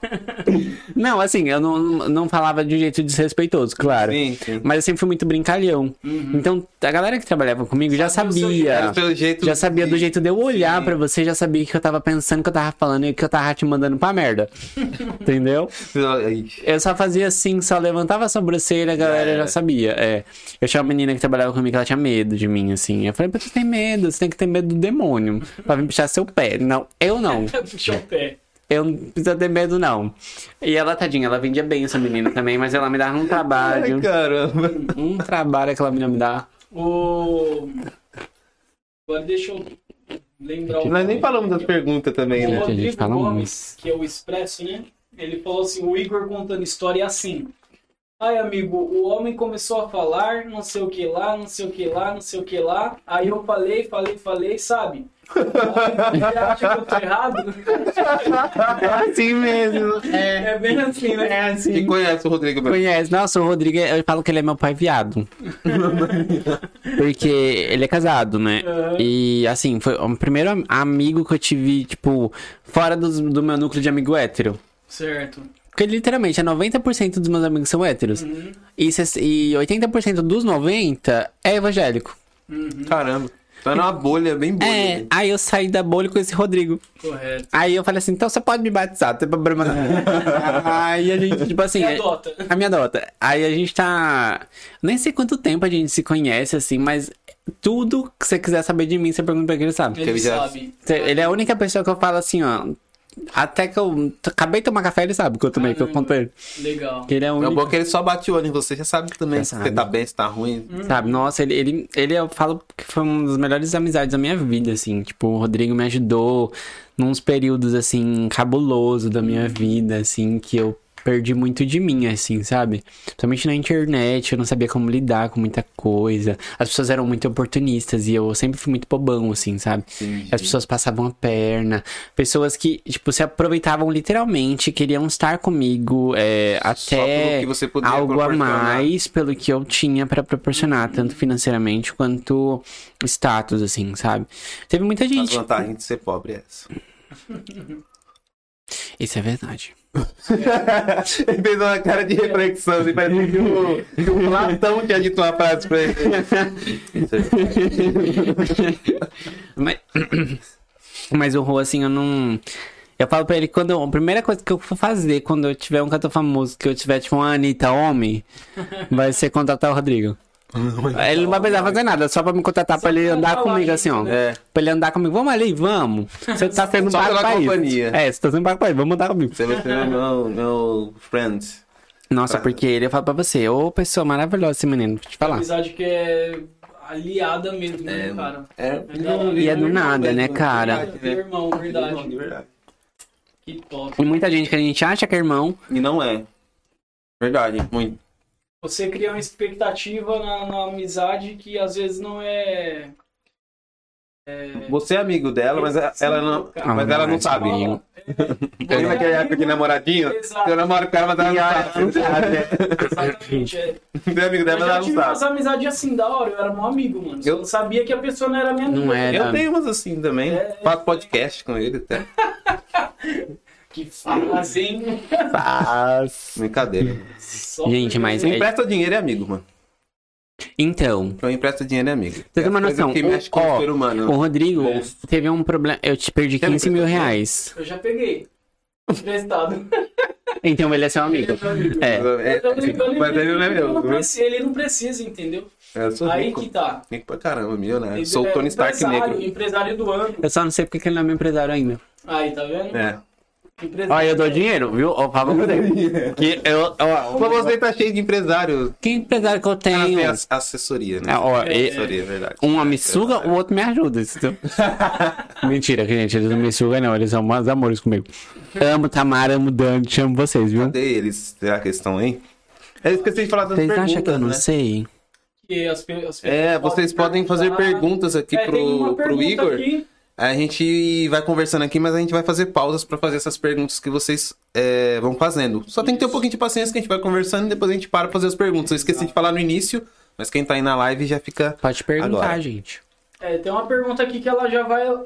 [SPEAKER 3] Não, assim, eu não, não falava de um jeito desrespeitoso, claro.
[SPEAKER 2] Sim, Uhum. sim.
[SPEAKER 3] Mas eu sempre fui muito brincalhão. Então, a galera que trabalhava comigo já
[SPEAKER 1] Sabia o seu
[SPEAKER 3] sabia.
[SPEAKER 2] Era pelo jeito
[SPEAKER 3] Já sabia do
[SPEAKER 2] de-
[SPEAKER 3] jeito de eu olhar
[SPEAKER 2] Sim.
[SPEAKER 3] pra você, já sabia que eu tava pensando, que eu tava falando e que eu tava te mandando
[SPEAKER 2] [laughs]
[SPEAKER 3] pra merda. Entendeu?
[SPEAKER 2] Ih,
[SPEAKER 3] Eu só fazia assim, só levantava a sobrancelha, a galera já
[SPEAKER 2] era.
[SPEAKER 3] sabia. É. Eu tinha uma menina que trabalhava comigo, ela tinha medo de mim, assim. Eu falei, "Pô, você tem medo, você tem que ter medo do demônio pra vir puxar seu pé. Não, eu não.
[SPEAKER 1] Puxou o pé.
[SPEAKER 3] Eu não preciso ter medo, não. E ela, tadinha, ela vendia bem essa menina também, mas ela me dava um
[SPEAKER 2] Ai,
[SPEAKER 3] trabalho.
[SPEAKER 2] caramba.
[SPEAKER 3] um trabalho aquela menina me dava.
[SPEAKER 1] O... Agora deixa eu lembrar o
[SPEAKER 2] Nós é nem falamos das perguntas também,
[SPEAKER 1] O
[SPEAKER 2] né?
[SPEAKER 3] Gente, a gente
[SPEAKER 1] Rodrigo
[SPEAKER 3] fala
[SPEAKER 1] Gomes, que é o Expresso, né? Ele falou assim, o Igor contando história assim. Ai, amigo, o homem começou a falar, não sei o que lá, não sei o que lá, não sei o que lá. Aí eu falei, falei, falei, sabe? Você acha que eu tô errado? [laughs]
[SPEAKER 3] Assim mesmo. É.
[SPEAKER 1] É bem assim, né?
[SPEAKER 3] É
[SPEAKER 2] Quem
[SPEAKER 3] assim.
[SPEAKER 2] conhece o Rodrigo?
[SPEAKER 3] Conhece. Nossa, o Rodrigo, é- eu falo que ele é meu
[SPEAKER 1] [laughs]
[SPEAKER 3] pai viado. Porque ele é casado, né?
[SPEAKER 1] Aham.
[SPEAKER 3] E assim, foi o primeiro am- amigo que eu tive, tipo, fora dos- do, meu núcleo de amigo hétero.
[SPEAKER 1] Certo.
[SPEAKER 3] Porque literalmente é 90% dos meus amigos são héteros.
[SPEAKER 1] Uhum,
[SPEAKER 3] E, ses- e 80% dos 90% é evangélico.
[SPEAKER 1] uhum,
[SPEAKER 2] Caramba. Tá numa bolha bem boa.
[SPEAKER 3] É, aí eu saí da bolha com esse Rodrigo.
[SPEAKER 1] correto.
[SPEAKER 3] Aí eu falei assim, então você pode me batizar, não tem problema não. aí a gente, tipo assim...
[SPEAKER 1] E
[SPEAKER 3] é-
[SPEAKER 1] adota.
[SPEAKER 3] A minha nota. Aí a gente tá. Nem sei quanto tempo a gente se conhece, assim, mas tudo que você quiser saber de mim, você pergunta pra ele, ele sabe.
[SPEAKER 1] Ele
[SPEAKER 2] ele já-
[SPEAKER 1] sabe.
[SPEAKER 3] Cê- Ele é a única pessoa que eu falo assim, ó. Até que eu t- acabei de tomar café, ele sabe que eu tomei, que eu
[SPEAKER 1] Caramba.
[SPEAKER 3] contei. ele.
[SPEAKER 1] Legal.
[SPEAKER 3] Que ele é o
[SPEAKER 2] É
[SPEAKER 3] único.
[SPEAKER 2] bom que ele só bate o olho em você, já sabe também
[SPEAKER 3] Já
[SPEAKER 2] se
[SPEAKER 3] sabe.
[SPEAKER 2] você tá bem, se tá ruim.
[SPEAKER 3] Sabe, nossa, ele, ele, ele, eu falo que foi uma das melhores amizades da minha vida, assim. Tipo, o Rodrigo me ajudou nos períodos, assim, cabuloso da
[SPEAKER 2] Uhum.
[SPEAKER 3] minha vida, assim, que eu perdi muito de mim, assim, sabe? Principalmente na internet, eu não sabia como lidar com muita coisa. As pessoas eram muito oportunistas e eu sempre fui muito bobão, assim, sabe?
[SPEAKER 2] Entendi.
[SPEAKER 3] As pessoas passavam a perna. Pessoas que, tipo, se aproveitavam literalmente, queriam estar comigo é, até
[SPEAKER 2] pelo que você podia
[SPEAKER 3] algo a
[SPEAKER 2] proporcionar.
[SPEAKER 3] mais pelo que eu tinha pra proporcionar, tanto financeiramente quanto status, assim, sabe? Teve muita
[SPEAKER 2] As
[SPEAKER 3] gente.
[SPEAKER 2] vantagens de ser pobre é essa.
[SPEAKER 3] Isso é verdade.
[SPEAKER 2] [laughs] ele fez uma cara de reflexão, assim, parece que o, que o Platão tinha dito uma frase pra ele.
[SPEAKER 3] Mas, mas o Rô, assim, eu não. Eu falo pra ele quando. eu- A primeira coisa que eu for fazer quando eu tiver um cantor famoso, que eu tiver, tipo, uma Anitta homem, vai ser contratar o Rodrigo.
[SPEAKER 2] [laughs]
[SPEAKER 3] Ele não vai precisar fazer nada, só pra me contratar pra ele
[SPEAKER 1] pra
[SPEAKER 3] andar
[SPEAKER 1] falar
[SPEAKER 3] comigo,
[SPEAKER 1] junto,
[SPEAKER 3] assim, ó.
[SPEAKER 2] É.
[SPEAKER 3] Pra ele andar comigo, vamos ali, vamos. Você tá sendo
[SPEAKER 2] Só
[SPEAKER 3] pago
[SPEAKER 2] pela
[SPEAKER 3] pra
[SPEAKER 2] companhia.
[SPEAKER 3] isso. É, você tá sendo pago pra isso, vamos andar comigo.
[SPEAKER 2] Você vai ser meu, meu friend.
[SPEAKER 3] Nossa,
[SPEAKER 2] Pra-
[SPEAKER 3] porque ele fala pra você, ô pessoa maravilhosa esse menino, vou te falar.
[SPEAKER 1] Amizade que é aliada mesmo, né,
[SPEAKER 2] É,
[SPEAKER 1] cara?
[SPEAKER 2] É,
[SPEAKER 1] não,
[SPEAKER 3] E é do nada, né, cara?
[SPEAKER 1] Verdade, né? Irmão, verdade.
[SPEAKER 2] De verdade.
[SPEAKER 1] Que top.
[SPEAKER 3] E muita gente que a gente acha que é irmão,
[SPEAKER 2] E não é. Verdade, muito.
[SPEAKER 1] Você cria uma expectativa na, na amizade que às vezes não é.
[SPEAKER 2] Você é amigo dela, mas ela, ela não,
[SPEAKER 3] Ah,
[SPEAKER 2] mas ela não sabe.
[SPEAKER 3] amigo.
[SPEAKER 2] Lembra naquela é época de namoradinho?
[SPEAKER 1] Exato.
[SPEAKER 2] Eu namoro com ela, mas ela não sabe.
[SPEAKER 3] [laughs]
[SPEAKER 1] Exatamente. É.
[SPEAKER 2] Você é amigo
[SPEAKER 1] Eu
[SPEAKER 2] dela, mas
[SPEAKER 1] já
[SPEAKER 2] ela
[SPEAKER 1] tive
[SPEAKER 2] não sabe.
[SPEAKER 1] umas amizades assim da hora, eu era mó amigo, mano. Eu
[SPEAKER 2] Eu-
[SPEAKER 1] não sabia que a pessoa não era minha amiga.
[SPEAKER 3] não é.
[SPEAKER 2] Eu
[SPEAKER 3] da-
[SPEAKER 2] tenho umas assim também.
[SPEAKER 1] É.
[SPEAKER 2] Faço podcast com ele até.
[SPEAKER 1] Que fase, hein?
[SPEAKER 2] Brincadeira.
[SPEAKER 1] Só
[SPEAKER 3] Gente,
[SPEAKER 1] porque-
[SPEAKER 3] mas-
[SPEAKER 2] Quem empresta dinheiro é amigo, mano.
[SPEAKER 3] Então,
[SPEAKER 2] Quem empresta dinheiro é amigo.
[SPEAKER 3] Você tem uma
[SPEAKER 2] É coisa
[SPEAKER 3] noção,
[SPEAKER 2] Que
[SPEAKER 3] o-
[SPEAKER 2] mexe com
[SPEAKER 3] ó,
[SPEAKER 2] o ser humano.
[SPEAKER 3] o Rodrigo
[SPEAKER 2] Monstro.
[SPEAKER 3] teve um problema. Eu te perdi
[SPEAKER 2] Quer me
[SPEAKER 3] 15 mil
[SPEAKER 2] emprestar?
[SPEAKER 3] reais.
[SPEAKER 1] Eu já peguei. Emprestado.
[SPEAKER 3] Então ele é seu
[SPEAKER 1] [laughs]
[SPEAKER 3] amigo. É.
[SPEAKER 2] É,
[SPEAKER 1] Eu tô brincando,
[SPEAKER 2] mas ele não é
[SPEAKER 1] eu
[SPEAKER 2] meu.
[SPEAKER 1] não
[SPEAKER 2] viu?
[SPEAKER 1] precisa, ele não precisa, entendeu?
[SPEAKER 2] É, Eu sou
[SPEAKER 1] Aí
[SPEAKER 2] rico.
[SPEAKER 1] que tá.
[SPEAKER 2] Rico pra caramba, milionário.
[SPEAKER 1] Ele
[SPEAKER 2] Sou o
[SPEAKER 1] é
[SPEAKER 2] Tony Stark
[SPEAKER 1] empresário,
[SPEAKER 2] negro.
[SPEAKER 1] Empresário do ano.
[SPEAKER 3] Eu só não sei porque que ele não é meu empresário ainda.
[SPEAKER 1] Aí, tá vendo?
[SPEAKER 2] É.
[SPEAKER 1] Empresa-
[SPEAKER 3] Ó, eu dou dinheiro, viu? Ó, fala pra você. Que eu, ó, assim.
[SPEAKER 2] Mas você tá cheio de empresário.
[SPEAKER 3] que empresário que eu
[SPEAKER 2] Ah,
[SPEAKER 3] tenho?
[SPEAKER 2] tem as- assessoria, né?
[SPEAKER 3] É, ó, e-
[SPEAKER 2] assessoria, é verdade.
[SPEAKER 3] Uma me suga, o outro me ajuda. [laughs] entendeu? Mentira, gente, eles não me sugam, não. Eles são mais amores comigo. Amo Tamara, amo Dante, amo vocês, viu?
[SPEAKER 2] Cadê eles? é Será que eles estão aí? Eu esqueci de falar das
[SPEAKER 3] Vocês
[SPEAKER 2] perguntas,
[SPEAKER 3] acham que eu não
[SPEAKER 2] né?
[SPEAKER 3] sei?
[SPEAKER 1] Que as pe- as
[SPEAKER 2] É,
[SPEAKER 1] pessoas tá-
[SPEAKER 2] vocês podem fazer perguntas aqui
[SPEAKER 1] É, tem uma
[SPEAKER 2] pro, pro
[SPEAKER 1] pergunta
[SPEAKER 2] Igor.
[SPEAKER 1] aqui.
[SPEAKER 2] A gente vai conversando aqui, mas a gente vai fazer pausas pra fazer essas perguntas que vocês é, vão fazendo. Só tem que ter um pouquinho de paciência que a gente vai conversando e depois a gente para pra fazer as perguntas. Eu esqueci de falar no início, mas quem tá aí na live já fica.
[SPEAKER 3] Pode perguntar,
[SPEAKER 2] Agora.
[SPEAKER 3] gente.
[SPEAKER 1] É, tem uma pergunta aqui que ela já vai um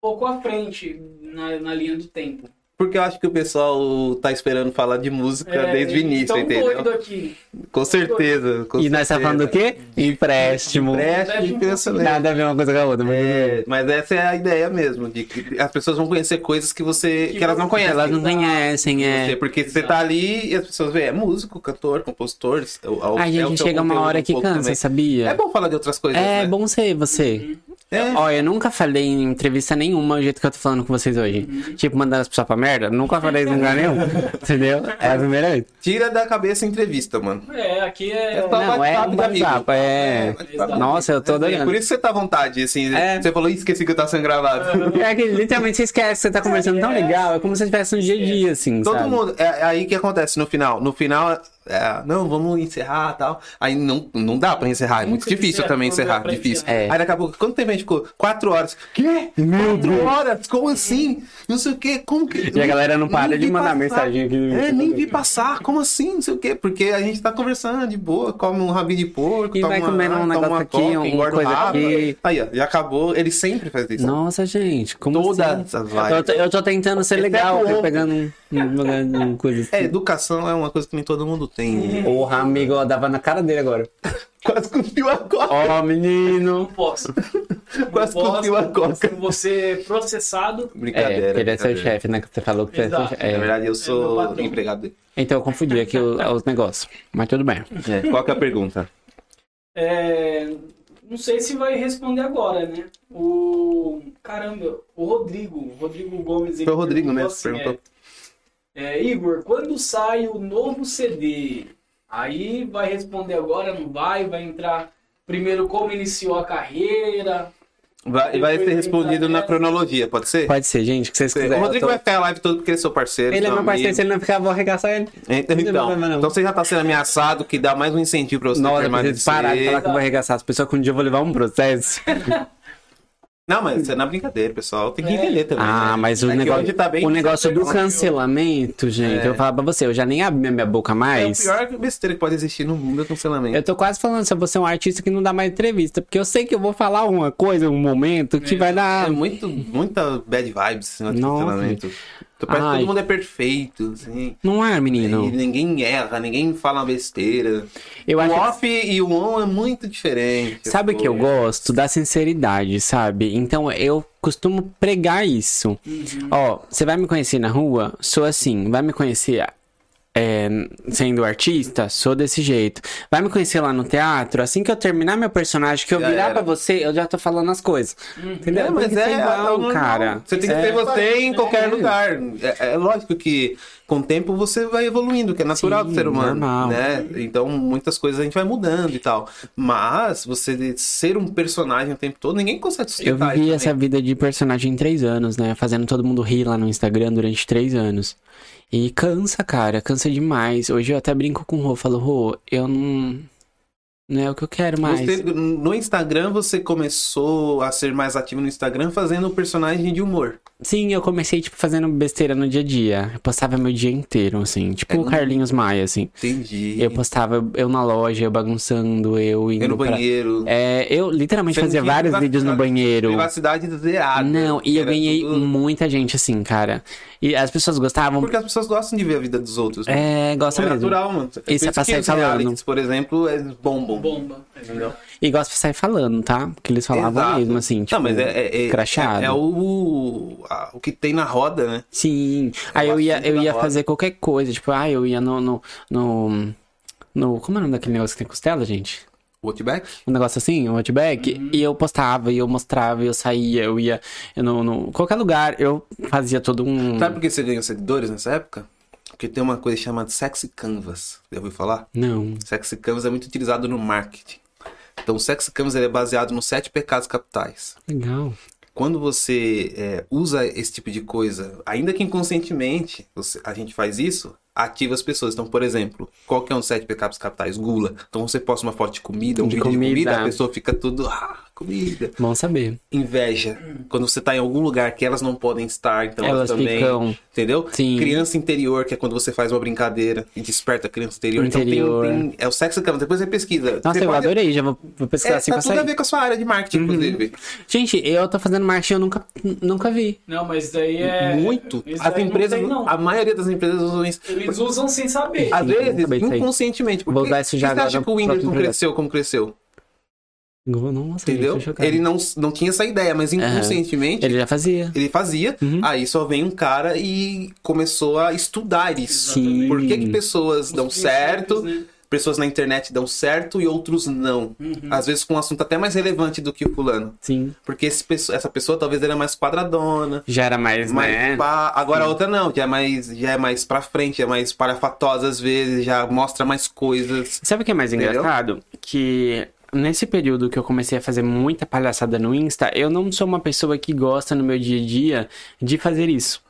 [SPEAKER 1] pouco à frente na, na linha do tempo.
[SPEAKER 2] Porque eu acho que o pessoal tá esperando falar de música
[SPEAKER 1] É,
[SPEAKER 2] desde o
[SPEAKER 1] eles
[SPEAKER 2] início,
[SPEAKER 1] tão
[SPEAKER 2] entendeu?
[SPEAKER 1] doido aqui.
[SPEAKER 2] Com certeza. com
[SPEAKER 3] E nós tá
[SPEAKER 2] certeza.
[SPEAKER 3] falando do quê? Empréstimo.
[SPEAKER 2] Preste
[SPEAKER 1] Empréstimo.
[SPEAKER 2] atenção, né?
[SPEAKER 3] Nada a ver uma coisa com a outra. mas-
[SPEAKER 2] É, mas essa é a ideia mesmo, de que as pessoas vão conhecer coisas que você. que elas não conhecem.
[SPEAKER 3] Elas não conhecem, é.
[SPEAKER 2] Você- Porque você tá ali e as pessoas veem, é músico, cantor, compositor. é o- é o-
[SPEAKER 3] A
[SPEAKER 2] é o
[SPEAKER 3] gente
[SPEAKER 2] teu
[SPEAKER 3] chega uma
[SPEAKER 2] conteúdo
[SPEAKER 3] hora
[SPEAKER 2] um
[SPEAKER 3] que
[SPEAKER 2] pouco
[SPEAKER 3] cansa,
[SPEAKER 2] também.
[SPEAKER 3] sabia?
[SPEAKER 2] É bom falar de outras coisas.
[SPEAKER 3] É
[SPEAKER 2] né?
[SPEAKER 3] bom ser você.
[SPEAKER 2] É.
[SPEAKER 3] Ó, eu nunca falei em entrevista nenhuma o jeito que eu tô falando com vocês hoje.
[SPEAKER 2] Uhum.
[SPEAKER 3] Tipo, mandando as pessoas pra merda. Nunca falei isso em
[SPEAKER 2] [laughs]
[SPEAKER 3] lugar nenhum. entendeu? É a primeira vez.
[SPEAKER 2] Tira da cabeça a entrevista, mano.
[SPEAKER 1] É, aqui
[SPEAKER 2] É
[SPEAKER 1] é.
[SPEAKER 2] só
[SPEAKER 3] Não, é
[SPEAKER 2] bate-papo
[SPEAKER 3] um
[SPEAKER 2] de amigo.
[SPEAKER 3] bate-papo, é.
[SPEAKER 2] bate-papo.
[SPEAKER 3] Nossa, eu tô
[SPEAKER 2] tá É
[SPEAKER 3] adorando.
[SPEAKER 2] Por isso que você tá à vontade, assim.
[SPEAKER 3] É.
[SPEAKER 2] Você falou, "Ih, esqueci que eu tava sendo gravado.
[SPEAKER 3] É que literalmente você esquece que você tá conversando tão legal. É como se tivesse um dia a dia, assim,
[SPEAKER 2] Todo
[SPEAKER 3] sabe?
[SPEAKER 2] mundo. É, é aí que acontece no final. No final, é, não, vamos encerrar tal. Aí não, não dá pra encerrar. É muito,
[SPEAKER 1] Muito
[SPEAKER 2] difícil
[SPEAKER 1] difícil,
[SPEAKER 2] também
[SPEAKER 1] não dá
[SPEAKER 2] encerrar.
[SPEAKER 1] pra
[SPEAKER 2] Difícil.
[SPEAKER 3] encerrar. É.
[SPEAKER 2] Aí daqui a pouco, quanto tempo a gente ficou? Quatro horas. Quê?
[SPEAKER 3] Meu
[SPEAKER 2] Quatro horas? Como assim? Não sei o quê. Como que.
[SPEAKER 3] E a galera não para
[SPEAKER 2] Nem
[SPEAKER 3] de
[SPEAKER 2] vi
[SPEAKER 3] mandar
[SPEAKER 2] passar.
[SPEAKER 3] mensagem aqui.
[SPEAKER 2] É, nem vi passar. Como assim? Não sei o quê. Porque a gente tá conversando de boa, come um rabinho de porco,
[SPEAKER 3] E
[SPEAKER 2] toma
[SPEAKER 3] vai
[SPEAKER 2] uma-
[SPEAKER 3] comendo um
[SPEAKER 2] toma
[SPEAKER 3] negócio
[SPEAKER 2] uma
[SPEAKER 3] aqui,
[SPEAKER 2] coca,
[SPEAKER 3] uma
[SPEAKER 2] engorda
[SPEAKER 3] coisa
[SPEAKER 2] rápido.
[SPEAKER 3] aqui.
[SPEAKER 2] Aí, ó, já acabou. Ele sempre faz isso.
[SPEAKER 3] Nossa, gente, como
[SPEAKER 2] Todas
[SPEAKER 3] assim?
[SPEAKER 2] as vibes.
[SPEAKER 3] eu, tô, eu tô tentando ser
[SPEAKER 2] Exceto
[SPEAKER 3] legal, tô
[SPEAKER 2] ontem.
[SPEAKER 3] pegando um, um lugar de coisa
[SPEAKER 2] É,
[SPEAKER 3] assim.
[SPEAKER 2] educação é uma coisa que nem todo mundo
[SPEAKER 1] Uhum.
[SPEAKER 2] tem.
[SPEAKER 3] Porra, amigo, eu dava na cara dele agora.
[SPEAKER 2] Quase cuspiu a coca.
[SPEAKER 3] Ó, menino.
[SPEAKER 1] Não posso.
[SPEAKER 2] [laughs] Quase
[SPEAKER 1] Não posso,
[SPEAKER 2] cuspiu a coca.
[SPEAKER 1] Se você processado.
[SPEAKER 3] É,
[SPEAKER 2] Brincadeira.
[SPEAKER 3] porque ele é seu
[SPEAKER 2] brincadeira.
[SPEAKER 3] chefe, né? Que você falou que você é seu
[SPEAKER 1] Exato.
[SPEAKER 3] chefe.
[SPEAKER 2] Na
[SPEAKER 3] É.
[SPEAKER 2] verdade, eu sou
[SPEAKER 1] meu patrão.
[SPEAKER 2] empregado dele.
[SPEAKER 3] Então eu confundi aqui o- os negócios. Mas tudo bem.
[SPEAKER 2] Qual que é a pergunta?
[SPEAKER 1] é, não sei se vai responder agora, né? O. Caramba, o Rodrigo. O Rodrigo Gomes. ele
[SPEAKER 2] Foi o Rodrigo,
[SPEAKER 1] perguntou
[SPEAKER 2] né?
[SPEAKER 1] assim,
[SPEAKER 2] Perguntou.
[SPEAKER 1] é, É, Igor, quando sai o novo CD? Aí vai responder agora, não vai? Vai entrar primeiro como iniciou a carreira?
[SPEAKER 2] Vai, vai ser
[SPEAKER 1] Depois
[SPEAKER 2] respondido
[SPEAKER 1] da-
[SPEAKER 2] na cronologia, pode ser?
[SPEAKER 3] Pode ser, gente, o que vocês
[SPEAKER 2] ser.
[SPEAKER 3] quiserem.
[SPEAKER 2] É. O Rodrigo
[SPEAKER 3] Eu tô-
[SPEAKER 2] vai ficar a live toda porque ele é seu parceiro.
[SPEAKER 3] Ele é
[SPEAKER 2] seu
[SPEAKER 3] meu parceiro, se
[SPEAKER 2] amigo.
[SPEAKER 3] ele não ficar, eu vou arregaçar ele.
[SPEAKER 2] Então,
[SPEAKER 3] Ele é meu
[SPEAKER 2] então,
[SPEAKER 3] problema, não.
[SPEAKER 2] então você já tá sendo ameaçado, que dá mais um incentivo pra você
[SPEAKER 3] Nossa, eu preciso
[SPEAKER 2] permanecer.
[SPEAKER 3] parar de falar que eu vou arregaçar as pessoas, que um dia eu vou levar um processo.
[SPEAKER 2] Não, mas isso é na brincadeira, pessoal. Tem que entender também.
[SPEAKER 3] Ah,
[SPEAKER 2] né?
[SPEAKER 3] mas o
[SPEAKER 2] É que
[SPEAKER 3] negócio,
[SPEAKER 2] hoje tá bem
[SPEAKER 3] o negócio do
[SPEAKER 2] desafiador.
[SPEAKER 3] cancelamento, gente, eu vou falar pra você, eu já nem abri minha boca
[SPEAKER 2] É o
[SPEAKER 3] mais.
[SPEAKER 2] pior besteira que pode existir no mundo é cancelamento.
[SPEAKER 3] Eu tô quase falando se você é um artista que não dá mais entrevista, porque eu sei que eu vou falar uma coisa, um momento que vai dar.
[SPEAKER 2] É muito, muita bad vibes esse negócio de
[SPEAKER 3] Nossa.
[SPEAKER 2] cancelamento. Tu Parece
[SPEAKER 3] Ai.
[SPEAKER 2] que todo mundo é perfeito, assim.
[SPEAKER 3] Não é,
[SPEAKER 2] E
[SPEAKER 3] menino?
[SPEAKER 2] ninguém erra, ninguém fala besteira.
[SPEAKER 3] Eu
[SPEAKER 2] o
[SPEAKER 3] acho que-
[SPEAKER 2] off e o on é muito diferente. tipo,
[SPEAKER 3] Sabe o que eu
[SPEAKER 2] gosto?
[SPEAKER 3] gosto? Da sinceridade, sabe? Então eu costumo pregar isso.
[SPEAKER 2] Uhum.
[SPEAKER 3] Ó, você vai me conhecer na rua? Sou assim. Vai me conhecer é, sendo artista? Sou desse jeito. Vai me conhecer lá no teatro? Assim que eu terminar meu personagem, que eu
[SPEAKER 2] Já
[SPEAKER 3] virar
[SPEAKER 2] era.
[SPEAKER 3] pra você, eu já tô falando as coisas. Entendeu?
[SPEAKER 2] É, mas
[SPEAKER 3] Tem que ser
[SPEAKER 2] é, é
[SPEAKER 3] igual,
[SPEAKER 2] normal.
[SPEAKER 3] cara.
[SPEAKER 2] Você tem que
[SPEAKER 3] É.
[SPEAKER 2] ser você em qualquer lugar. É, é lógico que com o tempo você vai evoluindo, que é natural
[SPEAKER 3] Sim,
[SPEAKER 2] do ser humano,
[SPEAKER 3] normal.
[SPEAKER 2] né? Então muitas coisas a gente vai mudando e tal. Mas você ser um personagem o tempo todo, ninguém consegue
[SPEAKER 3] Eu
[SPEAKER 2] sustentar
[SPEAKER 3] vivi
[SPEAKER 2] isso
[SPEAKER 3] essa vida de personagem em três anos, né? Fazendo todo mundo rir lá no Instagram durante três anos. E cansa, cara, cansa demais. Hoje eu até brinco com o Rô, falo, Rô, eu não. Não é o que eu quero mais.
[SPEAKER 2] Você- no Instagram você começou a ser mais ativo no Instagram fazendo um personagem de humor.
[SPEAKER 3] Sim, eu comecei, tipo, fazendo besteira no dia a dia. Eu postava meu dia inteiro, assim. Tipo
[SPEAKER 2] É.
[SPEAKER 3] o Carlinhos Maia, assim.
[SPEAKER 2] Entendi.
[SPEAKER 3] Eu postava eu na loja, eu bagunçando, eu indo
[SPEAKER 2] Eu no
[SPEAKER 3] pra-
[SPEAKER 2] banheiro.
[SPEAKER 3] É, eu literalmente
[SPEAKER 2] Você não
[SPEAKER 3] fazia
[SPEAKER 2] tinha
[SPEAKER 3] vários vídeos no
[SPEAKER 2] privacidade-
[SPEAKER 3] banheiro.
[SPEAKER 2] Privacidade zerada.
[SPEAKER 3] Não, e eu
[SPEAKER 2] Era
[SPEAKER 3] ganhei um
[SPEAKER 2] tudo-
[SPEAKER 3] muita gente assim, cara. E as pessoas gostavam.
[SPEAKER 2] Porque as pessoas gostam de ver a vida dos outros. né?
[SPEAKER 3] É, gosta
[SPEAKER 2] é
[SPEAKER 3] mesmo.
[SPEAKER 2] natural, mano. Por
[SPEAKER 3] Isso é pra
[SPEAKER 2] que
[SPEAKER 3] sair
[SPEAKER 2] os
[SPEAKER 3] falando.
[SPEAKER 2] realities, por exemplo, é bombom.
[SPEAKER 1] Bomba. É verdade.
[SPEAKER 3] E gosta de sair falando, tá? Porque eles falavam
[SPEAKER 2] Exato.
[SPEAKER 3] mesmo, assim, tipo,
[SPEAKER 2] não, mas é, é, é,
[SPEAKER 3] crachado.
[SPEAKER 2] é o, a- o que tem na roda, né?
[SPEAKER 3] Sim. Aí eu
[SPEAKER 2] gosto
[SPEAKER 3] ia,
[SPEAKER 2] muito
[SPEAKER 3] eu
[SPEAKER 2] da
[SPEAKER 3] ia
[SPEAKER 2] roda.
[SPEAKER 3] fazer qualquer coisa, tipo, ah, eu ia no, no, no, no- Como é o nome daquele negócio que tem costela, gente?
[SPEAKER 2] Outback?
[SPEAKER 3] um negócio assim, um Outback,
[SPEAKER 2] Uhum.
[SPEAKER 3] e eu postava, e eu mostrava, e eu saía, eu ia eu no, no- qualquer lugar, eu fazia todo um...
[SPEAKER 2] Sabe por que você ganhou seguidores nessa época? Porque tem uma coisa chamada sexy canvas. Já ouviu falar?
[SPEAKER 3] Não.
[SPEAKER 2] Sexy canvas é muito utilizado no marketing. Então, o sexy canvas ele é baseado nos sete pecados capitais.
[SPEAKER 3] Legal.
[SPEAKER 2] Quando você é, usa esse tipo de coisa, ainda que inconscientemente você- a gente faz isso, ativa as pessoas. Então, por exemplo, qual que é um dos sete pecados capitais? Gula. Então, você posta uma foto de comida, um
[SPEAKER 3] De
[SPEAKER 2] vídeo de comida,
[SPEAKER 3] comida.
[SPEAKER 2] a pessoa fica tudo... Ah, comida.
[SPEAKER 3] Bom saber.
[SPEAKER 2] Inveja. Quando você tá em algum lugar que elas não podem estar, então elas,
[SPEAKER 3] Elas
[SPEAKER 2] também...
[SPEAKER 3] ficam...
[SPEAKER 2] Entendeu?
[SPEAKER 3] Sim.
[SPEAKER 2] Criança interior, que é quando você faz uma brincadeira e desperta a criança interior.
[SPEAKER 3] Interior.
[SPEAKER 2] Então tem, tem- É o sexo que depois você pesquisa.
[SPEAKER 3] Nossa,
[SPEAKER 2] você
[SPEAKER 3] eu
[SPEAKER 2] pode-
[SPEAKER 3] adorei, já vou, vou
[SPEAKER 2] É,
[SPEAKER 3] pesquisar assim Uhum.
[SPEAKER 2] tá
[SPEAKER 3] pra
[SPEAKER 2] tudo a
[SPEAKER 3] sair.
[SPEAKER 2] ver com a sua área de marketing, inclusive.
[SPEAKER 3] Gente, eu tô fazendo marketing, eu nunca, nunca vi.
[SPEAKER 1] Não, mas daí é.
[SPEAKER 2] Muito.
[SPEAKER 1] isso
[SPEAKER 2] As
[SPEAKER 1] daí não
[SPEAKER 2] empresas,
[SPEAKER 1] tem, não.
[SPEAKER 2] a maioria das empresas usam isso.
[SPEAKER 1] Eles usam sem saber.
[SPEAKER 2] Às
[SPEAKER 3] Sim, eu
[SPEAKER 2] vezes,
[SPEAKER 3] também sei.
[SPEAKER 2] inconscientemente.
[SPEAKER 3] Vou
[SPEAKER 2] Porque
[SPEAKER 3] usar isso já
[SPEAKER 2] você
[SPEAKER 3] agora
[SPEAKER 2] acha
[SPEAKER 3] no
[SPEAKER 2] que o Whindersson
[SPEAKER 3] próximo projeto.
[SPEAKER 2] cresceu como cresceu?
[SPEAKER 3] Nossa, gente,
[SPEAKER 2] Entendeu?
[SPEAKER 3] tô chocado.
[SPEAKER 2] Ele não, não tinha essa ideia, mas inconscientemente
[SPEAKER 3] Ele já fazia.
[SPEAKER 2] ele fazia.
[SPEAKER 3] Uhum.
[SPEAKER 2] Aí só vem um cara e começou a estudar isso.
[SPEAKER 3] Sim.
[SPEAKER 2] Por que, que pessoas
[SPEAKER 1] Os
[SPEAKER 2] dão
[SPEAKER 1] princípios,
[SPEAKER 2] certo?
[SPEAKER 1] né?
[SPEAKER 2] pessoas na internet dão certo e outros não.
[SPEAKER 1] Uhum.
[SPEAKER 2] Às vezes com um assunto até mais relevante do que o fulano.
[SPEAKER 3] Sim.
[SPEAKER 2] Porque esse pesso- essa pessoa talvez era mais quadradona.
[SPEAKER 3] Já era mais,
[SPEAKER 2] Mais
[SPEAKER 3] né?
[SPEAKER 2] pá, agora a outra não, já é mais já é mais pra frente, é mais parafatosa às vezes, já mostra mais coisas.
[SPEAKER 3] Sabe o que é mais
[SPEAKER 2] Entendeu?
[SPEAKER 3] engraçado? Que nesse período que eu comecei a fazer muita palhaçada no Insta, eu não sou uma pessoa que gosta no meu dia a dia de fazer isso.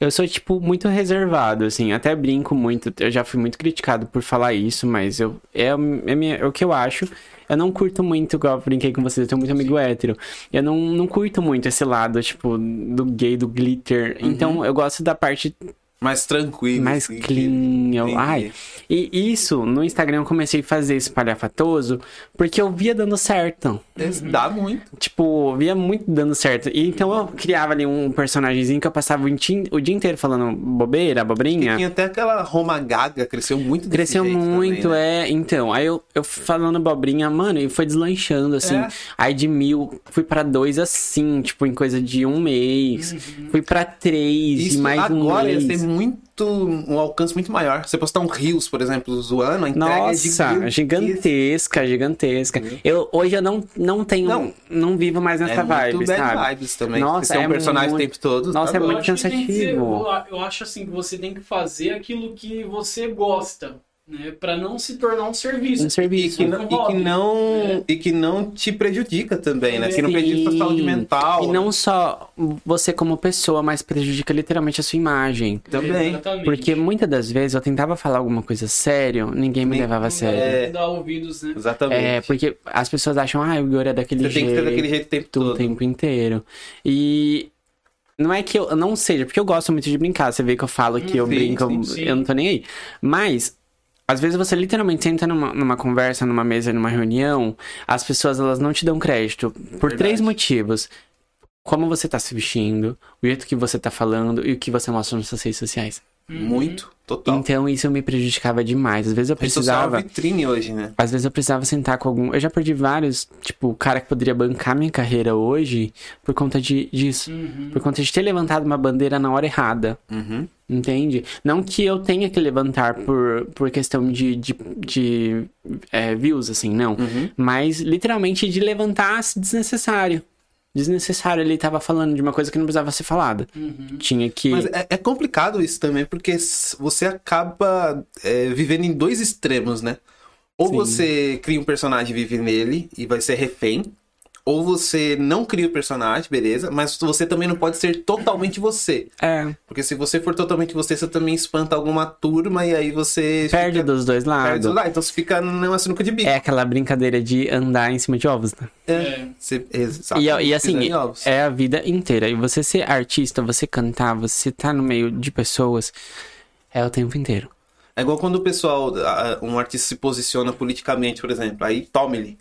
[SPEAKER 3] Eu sou, tipo, muito reservado, assim, até brinco muito. Eu já fui muito criticado por falar isso, mas eu é, a minha- é o que eu acho. Eu não curto muito, igual eu brinquei com vocês, eu tenho muito amigo hétero. Eu não, não curto muito esse lado, tipo, do gay, do glitter.
[SPEAKER 2] Uhum.
[SPEAKER 3] Então, eu gosto da parte
[SPEAKER 2] Mais tranquilo.
[SPEAKER 3] mais
[SPEAKER 2] assim,
[SPEAKER 3] clean. eu-
[SPEAKER 2] Entendi.
[SPEAKER 3] Ai. E isso, no Instagram eu comecei a fazer esse palhafatoso porque eu via dando certo.
[SPEAKER 2] que- Esse Dá muito.
[SPEAKER 3] Tipo, eu via muito dando certo. E então eu criava ali um personagemzinho que eu passava o ti- o dia inteiro falando bobeira,
[SPEAKER 2] E
[SPEAKER 3] bobrinha.
[SPEAKER 2] até aquela Roma Gaga cresceu muito desse
[SPEAKER 3] Cresceu
[SPEAKER 2] jeito
[SPEAKER 3] muito,
[SPEAKER 2] também, né?
[SPEAKER 3] é. Então, aí eu, eu falando bobrinha, mano, e foi deslanchando, assim.
[SPEAKER 2] É.
[SPEAKER 3] Aí de mil, fui pra dois assim, tipo, em coisa de um mês. Fui pra três
[SPEAKER 2] Uhum. Isso
[SPEAKER 3] e mais um
[SPEAKER 2] agora
[SPEAKER 3] mês.
[SPEAKER 2] ia ser muito. um alcance muito maior. Você postar um Rios, por exemplo, zoando, a entrega
[SPEAKER 3] Nossa,
[SPEAKER 2] é
[SPEAKER 3] gigantesca, gigantesca. Eu, hoje eu não, não tenho.
[SPEAKER 2] Não.
[SPEAKER 3] Não, vivo mais nessa
[SPEAKER 2] É
[SPEAKER 3] vibe,
[SPEAKER 2] muito bad
[SPEAKER 3] sabe?
[SPEAKER 2] vibes também.
[SPEAKER 3] Nossa,
[SPEAKER 2] Você é um
[SPEAKER 3] é
[SPEAKER 2] personagem
[SPEAKER 3] muito-
[SPEAKER 2] o tempo todo. tá
[SPEAKER 3] Nossa, é
[SPEAKER 2] bom.
[SPEAKER 3] muito
[SPEAKER 1] Eu acho que tem que ser-
[SPEAKER 3] cansativo.
[SPEAKER 1] eu acho assim que você tem que fazer aquilo que você gosta, né? Pra não se tornar um serviço.
[SPEAKER 3] Um serviço.
[SPEAKER 2] E que não, e que não,
[SPEAKER 1] É.
[SPEAKER 2] e que não te prejudica também, né? Que não
[SPEAKER 3] Sim.
[SPEAKER 2] prejudica a sua saúde mental. né?
[SPEAKER 3] E não só você como pessoa, mas prejudica literalmente a sua imagem.
[SPEAKER 2] Também.
[SPEAKER 1] Exatamente.
[SPEAKER 3] Porque muitas das vezes eu tentava falar alguma coisa sério, ninguém me
[SPEAKER 2] Nem-
[SPEAKER 3] levava a sério.
[SPEAKER 1] É... Dar ouvidos, né?
[SPEAKER 2] Exatamente.
[SPEAKER 3] É, porque as pessoas acham, ah, o Igor é daquele
[SPEAKER 2] Você tem
[SPEAKER 3] jeito.
[SPEAKER 2] que ser daquele jeito o tempo
[SPEAKER 3] o
[SPEAKER 2] todo.
[SPEAKER 3] um tempo inteiro. E não é que eu não seja, porque eu gosto muito de brincar. Você vê que eu falo que eu
[SPEAKER 2] Sim,
[SPEAKER 3] brinco,
[SPEAKER 2] sim,
[SPEAKER 1] sim.
[SPEAKER 3] eu não tô nem aí. Mas. Às vezes você literalmente senta numa, numa conversa, numa mesa, numa reunião, as pessoas elas não te dão crédito por
[SPEAKER 2] Verdade.
[SPEAKER 3] três motivos. Como você tá se vestindo, o jeito que você tá falando e o que você mostra nas suas redes sociais.
[SPEAKER 2] Uhum. Muito. Total.
[SPEAKER 3] Então isso me prejudicava demais. Às vezes eu
[SPEAKER 2] A gente social é uma
[SPEAKER 3] precisava
[SPEAKER 2] vitrine hoje, né?
[SPEAKER 3] às vezes eu precisava sentar com algum. Eu já perdi vários, tipo, o cara que poderia bancar minha carreira hoje por conta de, disso. Por conta de ter levantado uma bandeira na hora errada.
[SPEAKER 2] Uhum.
[SPEAKER 3] Entende? Não que eu tenha que levantar por, por questão de, de, de, é, views, assim, não.
[SPEAKER 2] Uhum.
[SPEAKER 3] Mas literalmente de levantar se desnecessário. Desnecessário, ele tava falando de uma coisa que não precisava ser falada. Tinha que.
[SPEAKER 2] Mas é, é complicado isso também, porque s- você acaba é, vivendo em dois extremos, né? Ou
[SPEAKER 3] Sim.
[SPEAKER 2] você cria um personagem e vive nele e vai ser refém. Ou você não cria o personagem, beleza, mas você também não pode ser totalmente você.
[SPEAKER 3] É,
[SPEAKER 2] Porque se você for totalmente você, você também espanta alguma turma e aí você.
[SPEAKER 3] perde
[SPEAKER 2] fica,
[SPEAKER 3] dos dois
[SPEAKER 2] perde
[SPEAKER 3] lados.
[SPEAKER 2] lá. Então você fica numa sinuca de bico.
[SPEAKER 3] É aquela brincadeira de andar em cima de ovos, né?
[SPEAKER 1] É.
[SPEAKER 2] Você-
[SPEAKER 3] E,
[SPEAKER 2] exatamente,
[SPEAKER 3] e assim,
[SPEAKER 2] pisando em ovos.
[SPEAKER 3] é a vida inteira. E você ser artista, você cantar, você tá no meio de pessoas, é o tempo inteiro.
[SPEAKER 2] É igual quando o pessoal, a- um artista se posiciona politicamente, por exemplo, aí tome-lhe.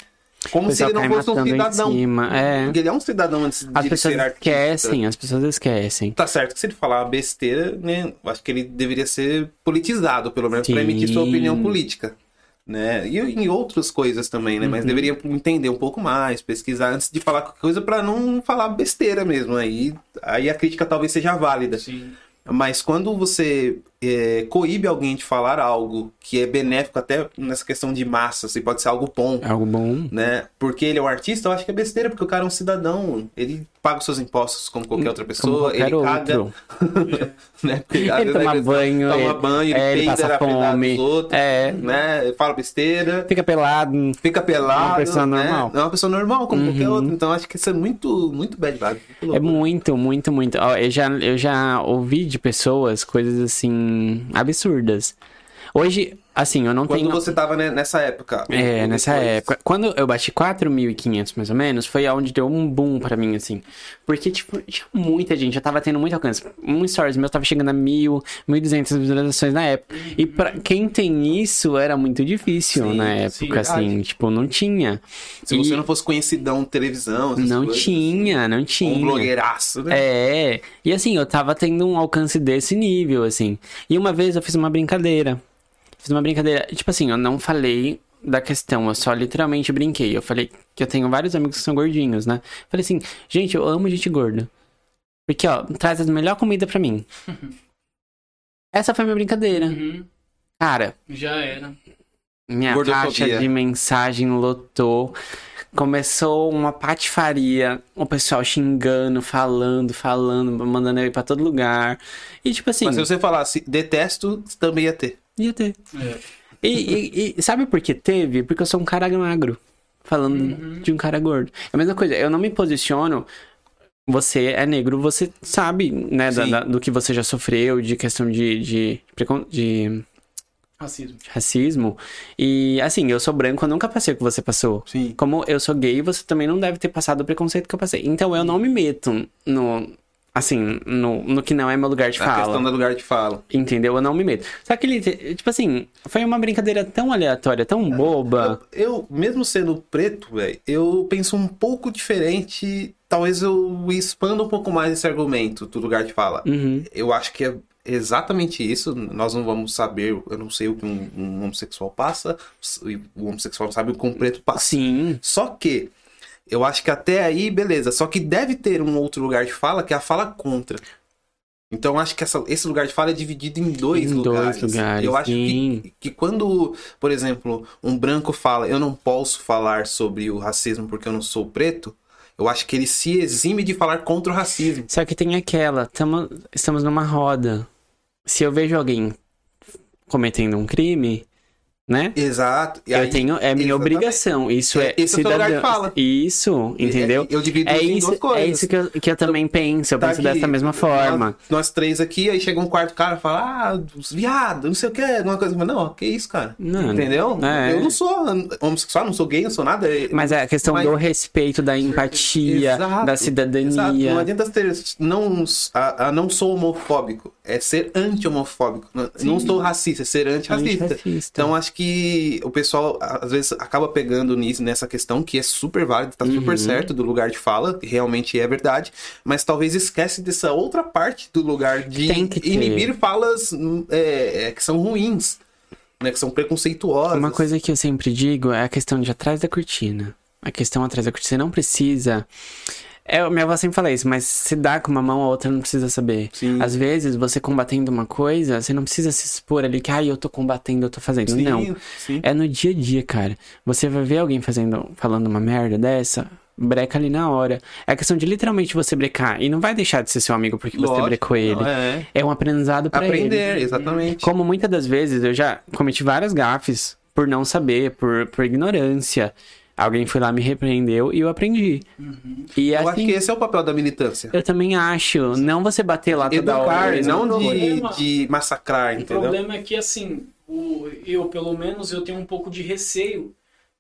[SPEAKER 3] O
[SPEAKER 2] Como se
[SPEAKER 3] pessoal
[SPEAKER 2] ele não
[SPEAKER 3] cai
[SPEAKER 2] fosse um
[SPEAKER 3] matando em
[SPEAKER 2] cidadão.
[SPEAKER 3] cima. É.
[SPEAKER 2] Porque ele é um cidadão antes de
[SPEAKER 3] As
[SPEAKER 2] ele
[SPEAKER 3] pessoas
[SPEAKER 2] ser artista.
[SPEAKER 3] esquecem, as pessoas esquecem.
[SPEAKER 2] Tá certo que se ele falar uma besteira, né? eu Acho que ele deveria ser politizado, pelo menos, para
[SPEAKER 3] Sim.
[SPEAKER 2] emitir sua opinião política. Né? E em outras coisas também, né? Mas deveria entender um pouco mais, pesquisar antes de falar qualquer coisa para não falar É. besteira mesmo. Aí, aí a crítica talvez seja válida.
[SPEAKER 1] Sim.
[SPEAKER 2] Mas quando você é, coíbe alguém de falar algo que é benéfico até nessa questão de massa, se pode ser algo bom,
[SPEAKER 3] É algo bom.
[SPEAKER 2] né? Porque ele é um artista, eu acho que é besteira, porque o cara é um cidadão, ele paga os seus impostos como qualquer outra
[SPEAKER 3] Como
[SPEAKER 2] pessoa,
[SPEAKER 3] qualquer
[SPEAKER 2] ele caga,
[SPEAKER 3] outro.
[SPEAKER 2] [laughs] né? Porque, às
[SPEAKER 3] Ele
[SPEAKER 2] vezes,
[SPEAKER 3] toma
[SPEAKER 2] ele
[SPEAKER 3] banho,
[SPEAKER 2] toma
[SPEAKER 3] ele,
[SPEAKER 2] banho, ele
[SPEAKER 3] é, ele
[SPEAKER 2] peida
[SPEAKER 3] passa
[SPEAKER 2] na frente
[SPEAKER 3] fome.
[SPEAKER 2] dos outros,
[SPEAKER 3] É.
[SPEAKER 2] né? Fala besteira,
[SPEAKER 3] Fica pelado.
[SPEAKER 2] fica pelado,
[SPEAKER 3] Uma pessoa
[SPEAKER 2] né?
[SPEAKER 3] normal. Uhum.
[SPEAKER 2] É uma pessoa normal, como qualquer outra. Então acho que isso é muito, muito bad vibe. muito
[SPEAKER 3] É
[SPEAKER 2] louco.
[SPEAKER 3] muito, muito, muito. Ó, eu, já, eu já ouvi de pessoas coisas assim. absurdas. Hoje, assim, eu não
[SPEAKER 2] Quando
[SPEAKER 3] tenho.
[SPEAKER 2] você tava né, nessa época.
[SPEAKER 3] É,
[SPEAKER 2] ou
[SPEAKER 3] nessa
[SPEAKER 2] depois.
[SPEAKER 3] época. Quando eu bati 4.500, mais ou menos, foi onde deu um boom pra mim, assim. Porque, tipo, tinha muita gente, já tava tendo muito alcance. Um stories meu tava chegando a 1.000, 1.200 visualizações na época. E pra quem tem isso, era muito difícil
[SPEAKER 2] Sim, Ah,
[SPEAKER 3] na
[SPEAKER 1] sim,
[SPEAKER 3] época,
[SPEAKER 1] verdade.
[SPEAKER 3] assim. Tipo, não tinha.
[SPEAKER 2] Se
[SPEAKER 3] E
[SPEAKER 2] você não fosse conhecidão em televisão, essas
[SPEAKER 3] não
[SPEAKER 2] coisas,
[SPEAKER 3] tinha, não
[SPEAKER 2] ou
[SPEAKER 3] tinha.
[SPEAKER 2] Um blogueiraço, né?
[SPEAKER 3] É, e assim, eu tava tendo um alcance desse nível, assim. E uma vez eu fiz uma brincadeira. Fiz uma brincadeira. Tipo assim, eu não falei da questão, eu só literalmente brinquei. Eu falei que eu tenho vários amigos que são gordinhos, né? Falei assim, gente, eu amo gente gorda. Porque, ó, traz a melhor comida pra mim. Essa foi minha brincadeira.
[SPEAKER 1] Uhum,
[SPEAKER 3] Cara,
[SPEAKER 1] já era.
[SPEAKER 3] minha
[SPEAKER 2] Gordofobia.
[SPEAKER 3] caixa de mensagem lotou. Começou uma patifaria, o pessoal xingando, falando, falando, mandando eu ir pra todo lugar. E tipo assim,
[SPEAKER 2] Mas se você falasse detesto, também ia ter.
[SPEAKER 3] ia ter.
[SPEAKER 1] É.
[SPEAKER 3] E, e- e sabe por que teve? Porque eu sou um cara magro. Falando
[SPEAKER 2] Uhum.
[SPEAKER 3] de um cara gordo. É a mesma coisa, eu não me posiciono. Você é negro, você sabe, né, da-
[SPEAKER 2] Sim.
[SPEAKER 3] da- do que você já sofreu, de questão de- de, precon- de
[SPEAKER 1] Racismo.
[SPEAKER 3] de racismo. E assim, eu sou branco, eu nunca passei o que você passou.
[SPEAKER 2] Sim.
[SPEAKER 3] Como eu sou gay, você também não deve ter passado o preconceito que eu passei. Então eu não me meto no. Assim, no, no que não é meu lugar de
[SPEAKER 2] A
[SPEAKER 3] fala.
[SPEAKER 2] questão do lugar de fala.
[SPEAKER 3] Entendeu? Eu não me meto. Só que ele, tipo assim, foi uma brincadeira tão aleatória, tão boba.
[SPEAKER 2] Eu, mesmo sendo preto, velho, eu penso um pouco diferente. Talvez eu expanda um pouco mais esse argumento do lugar de fala.
[SPEAKER 3] Uhum.
[SPEAKER 2] Eu acho que é exatamente isso. Nós não vamos saber, eu não sei o que um, um homossexual passa, e o homossexual não sabe o que um preto passa.
[SPEAKER 3] Sim.
[SPEAKER 2] Só que eu acho que até aí, beleza. Só que deve ter um outro lugar de fala que é a fala contra. Então eu acho que essa- esse lugar de fala é dividido em dois
[SPEAKER 3] Em dois
[SPEAKER 2] lugares.
[SPEAKER 3] lugares,
[SPEAKER 2] eu acho
[SPEAKER 3] sim.
[SPEAKER 2] que, que quando, por exemplo, um branco fala eu não posso falar sobre o racismo porque eu não sou preto, eu acho que ele se exime de falar contra o racismo.
[SPEAKER 3] Só que tem aquela, tamo, estamos numa roda. Se eu vejo alguém cometendo um crime, né?
[SPEAKER 2] Exato. E
[SPEAKER 3] eu
[SPEAKER 2] aí-
[SPEAKER 3] tenho, é minha
[SPEAKER 2] exatamente.
[SPEAKER 3] obrigação. Isso é,
[SPEAKER 2] É- esse é o seu lugar de fala.
[SPEAKER 3] Isso, entendeu?
[SPEAKER 2] É- Eu divido
[SPEAKER 3] É,
[SPEAKER 2] isso em
[SPEAKER 3] isso,
[SPEAKER 2] duas coisas.
[SPEAKER 3] é isso que eu, que eu também penso. Eu
[SPEAKER 2] Tá
[SPEAKER 3] penso
[SPEAKER 2] aqui,
[SPEAKER 3] dessa mesma forma.
[SPEAKER 2] Nós, nós três aqui, aí chega um quarto cara e fala, ah, os viado, não sei o que, alguma coisa. Mas não, que isso, cara.
[SPEAKER 3] Não,
[SPEAKER 2] Entendeu?
[SPEAKER 3] é.
[SPEAKER 2] Eu não sou homossexual, não sou gay, não sou nada. é-
[SPEAKER 3] Mas é a questão
[SPEAKER 2] Mas-
[SPEAKER 3] do respeito, da empatia,
[SPEAKER 2] Exato,
[SPEAKER 3] da
[SPEAKER 2] exato. Não
[SPEAKER 3] cidadania.
[SPEAKER 2] adianta ter não, a, a não sou homofóbico, é ser anti-homofóbico. Não, não sou racista, é ser antirracista.
[SPEAKER 3] Antirracista.
[SPEAKER 2] Então acho que o pessoal às vezes acaba pegando nisso nessa questão que é super válida, tá
[SPEAKER 3] Uhum.
[SPEAKER 2] super certo do lugar de fala, que realmente é verdade, mas talvez esquece dessa outra parte do lugar de
[SPEAKER 3] Tem que ter.
[SPEAKER 2] inibir falas hum, é, é, que são ruins, né, que são preconceituosas.
[SPEAKER 3] Uma coisa que eu sempre digo é a questão de atrás da cortina. A questão atrás da cortina. Você não precisa. É, minha avó sempre fala isso, mas se dá com uma mão, a outra não precisa saber.
[SPEAKER 2] Sim.
[SPEAKER 3] Às vezes, você combatendo uma coisa, você não precisa se expor ali que, ai, eu tô combatendo, eu tô fazendo.
[SPEAKER 2] Sim,
[SPEAKER 3] não.
[SPEAKER 2] sim.
[SPEAKER 3] É no dia a dia, cara. Você vai ver alguém fazendo, falando uma merda dessa, breca ali na hora. É questão de literalmente você brecar. E não vai deixar de ser seu amigo porque É, você
[SPEAKER 2] Lógico,
[SPEAKER 3] brecou ele.
[SPEAKER 2] não, é.
[SPEAKER 3] É um aprendizado pra ele.
[SPEAKER 2] Aprender, exatamente.
[SPEAKER 3] Como muitas das vezes eu já cometi várias gafes por não saber, por, por ignorância. Alguém foi lá, me repreendeu e eu aprendi. E
[SPEAKER 2] Eu acho
[SPEAKER 3] assim,
[SPEAKER 2] que esse é o papel da militância.
[SPEAKER 3] eu também acho. Não você bater lá toda hora. né?
[SPEAKER 2] Educar, não de,
[SPEAKER 1] problema-
[SPEAKER 2] de massacrar,
[SPEAKER 1] O
[SPEAKER 2] entendeu?
[SPEAKER 1] problema é que, assim, o- eu, pelo menos, eu tenho um pouco de receio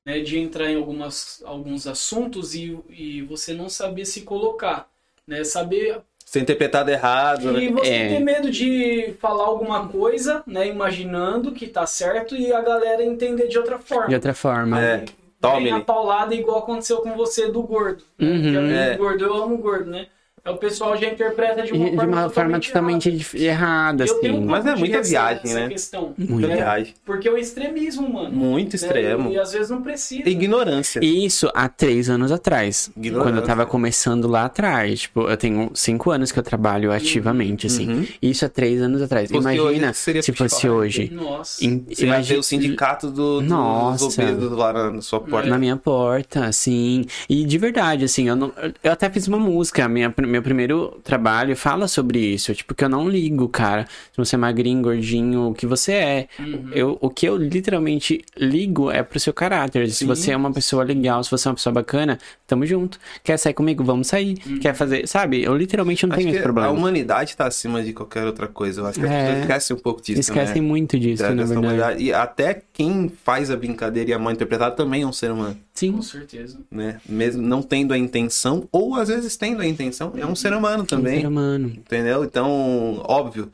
[SPEAKER 1] né, de entrar em algumas, alguns assuntos e, e você não saber se colocar. Né, saber
[SPEAKER 2] Ser interpretado errado, né?
[SPEAKER 1] E você
[SPEAKER 3] É.
[SPEAKER 1] tem medo de falar alguma coisa, né? Imaginando que tá certo e a galera entender de outra forma.
[SPEAKER 3] De outra forma.
[SPEAKER 2] É. Tome
[SPEAKER 1] Vem a paulada igual aconteceu com você do gordo. né?
[SPEAKER 3] Uhum.
[SPEAKER 1] Que eu amo
[SPEAKER 2] É.
[SPEAKER 1] gordo, eu amo gordo, né? É o pessoal já interpreta de uma forma,
[SPEAKER 3] De uma forma
[SPEAKER 1] totalmente
[SPEAKER 3] totalmente dif- errada,
[SPEAKER 1] errada. Eu tenho um
[SPEAKER 3] assim.
[SPEAKER 2] Mas
[SPEAKER 1] pouco
[SPEAKER 2] é
[SPEAKER 1] de
[SPEAKER 2] muita
[SPEAKER 1] receio
[SPEAKER 2] viagem,
[SPEAKER 1] dessa
[SPEAKER 2] né?
[SPEAKER 1] questão.
[SPEAKER 3] Muita
[SPEAKER 1] né?
[SPEAKER 2] viagem.
[SPEAKER 1] Porque é o extremismo, mano.
[SPEAKER 2] Muito
[SPEAKER 1] né?
[SPEAKER 2] extremo.
[SPEAKER 1] E às vezes não precisa.
[SPEAKER 2] Ignorância.
[SPEAKER 3] E Isso há três anos atrás.
[SPEAKER 2] Ignorância.
[SPEAKER 3] Quando eu tava começando lá atrás. Tipo, eu tenho cinco anos que eu trabalho ativamente, assim. Isso há três anos atrás.
[SPEAKER 2] Uhum. Fosse
[SPEAKER 3] Imagina
[SPEAKER 2] hoje, seria
[SPEAKER 3] se fosse
[SPEAKER 2] pior.
[SPEAKER 3] hoje.
[SPEAKER 1] Nossa.
[SPEAKER 3] Im-
[SPEAKER 2] Você vai ter
[SPEAKER 3] imagi-
[SPEAKER 2] o sindicato do, do,
[SPEAKER 3] Nossa.
[SPEAKER 2] dos obesos lá na, na sua porta.
[SPEAKER 3] Na minha porta, assim. E de verdade, assim, eu, não- eu até fiz uma música. Minha, meu primeiro trabalho fala sobre isso. Tipo, que eu não ligo, cara. Se você é magrinho, gordinho, o que você é. Eu, o que eu literalmente ligo é pro seu caráter. Se você é uma pessoa legal, se você é uma pessoa bacana, tamo junto. Quer sair comigo? Vamos sair. Quer fazer. Sabe? Eu literalmente não
[SPEAKER 2] Acho
[SPEAKER 3] tenho
[SPEAKER 2] que
[SPEAKER 3] esse problema.
[SPEAKER 2] a humanidade tá acima de qualquer outra coisa. Eu acho que as
[SPEAKER 3] É.
[SPEAKER 2] pessoas esquecem um pouco disso,
[SPEAKER 3] Esquecem
[SPEAKER 2] né?
[SPEAKER 3] muito disso,
[SPEAKER 2] Da-
[SPEAKER 3] na
[SPEAKER 2] dessa
[SPEAKER 3] verdade.
[SPEAKER 2] humanidade. E até quem faz a brincadeira e a mal interpretada também é um ser humano,
[SPEAKER 3] Sim.
[SPEAKER 1] Com certeza.
[SPEAKER 2] né? Mesmo não tendo a intenção, ou às vezes tendo a intenção, é um ser humano também.
[SPEAKER 3] Ser humano.
[SPEAKER 2] Entendeu? Então, óbvio.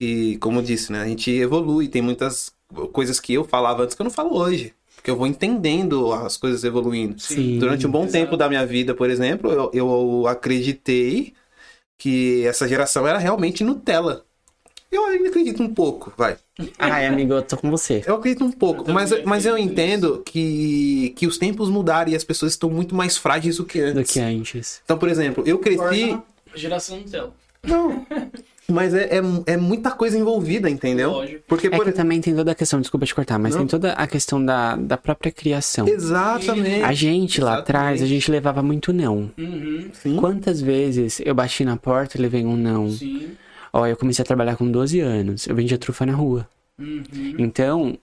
[SPEAKER 2] E como eu disse, né? A gente evolui. Tem muitas coisas que eu falava antes que eu não falo hoje. Porque eu vou entendendo as coisas evoluindo.
[SPEAKER 3] Sim.
[SPEAKER 2] Durante um bom
[SPEAKER 1] Exato.
[SPEAKER 2] tempo da minha vida, por exemplo, eu, eu acreditei que essa geração era realmente Nutella. Eu ainda acredito um pouco, vai.
[SPEAKER 3] Ai, amigo, eu tô com você.
[SPEAKER 2] Eu acredito um pouco,
[SPEAKER 1] Eu
[SPEAKER 2] mas,
[SPEAKER 1] também
[SPEAKER 2] mas eu
[SPEAKER 1] acredito
[SPEAKER 2] entendo que, que os tempos mudaram e as pessoas estão muito mais frágeis do que
[SPEAKER 3] Do
[SPEAKER 2] antes.
[SPEAKER 3] que antes.
[SPEAKER 2] Então, por exemplo, eu cresci.
[SPEAKER 1] Torna geração Nutella.
[SPEAKER 2] Não. Mas é, é, é muita coisa envolvida, entendeu?
[SPEAKER 1] Lógico.
[SPEAKER 2] Porque,
[SPEAKER 3] É
[SPEAKER 2] por
[SPEAKER 3] que também tem toda a questão, desculpa te cortar, mas
[SPEAKER 2] Não.
[SPEAKER 3] tem toda a questão da, da própria criação.
[SPEAKER 2] Exatamente.
[SPEAKER 3] A gente lá
[SPEAKER 2] Exatamente.
[SPEAKER 3] atrás, a gente levava muito não.
[SPEAKER 1] Uhum.
[SPEAKER 2] Sim.
[SPEAKER 3] Quantas vezes eu bati na porta e levei um não?
[SPEAKER 1] Sim.
[SPEAKER 3] Ó, eu comecei a trabalhar com 12 anos, eu vendia trufa na rua.
[SPEAKER 1] Uhum.
[SPEAKER 3] Então,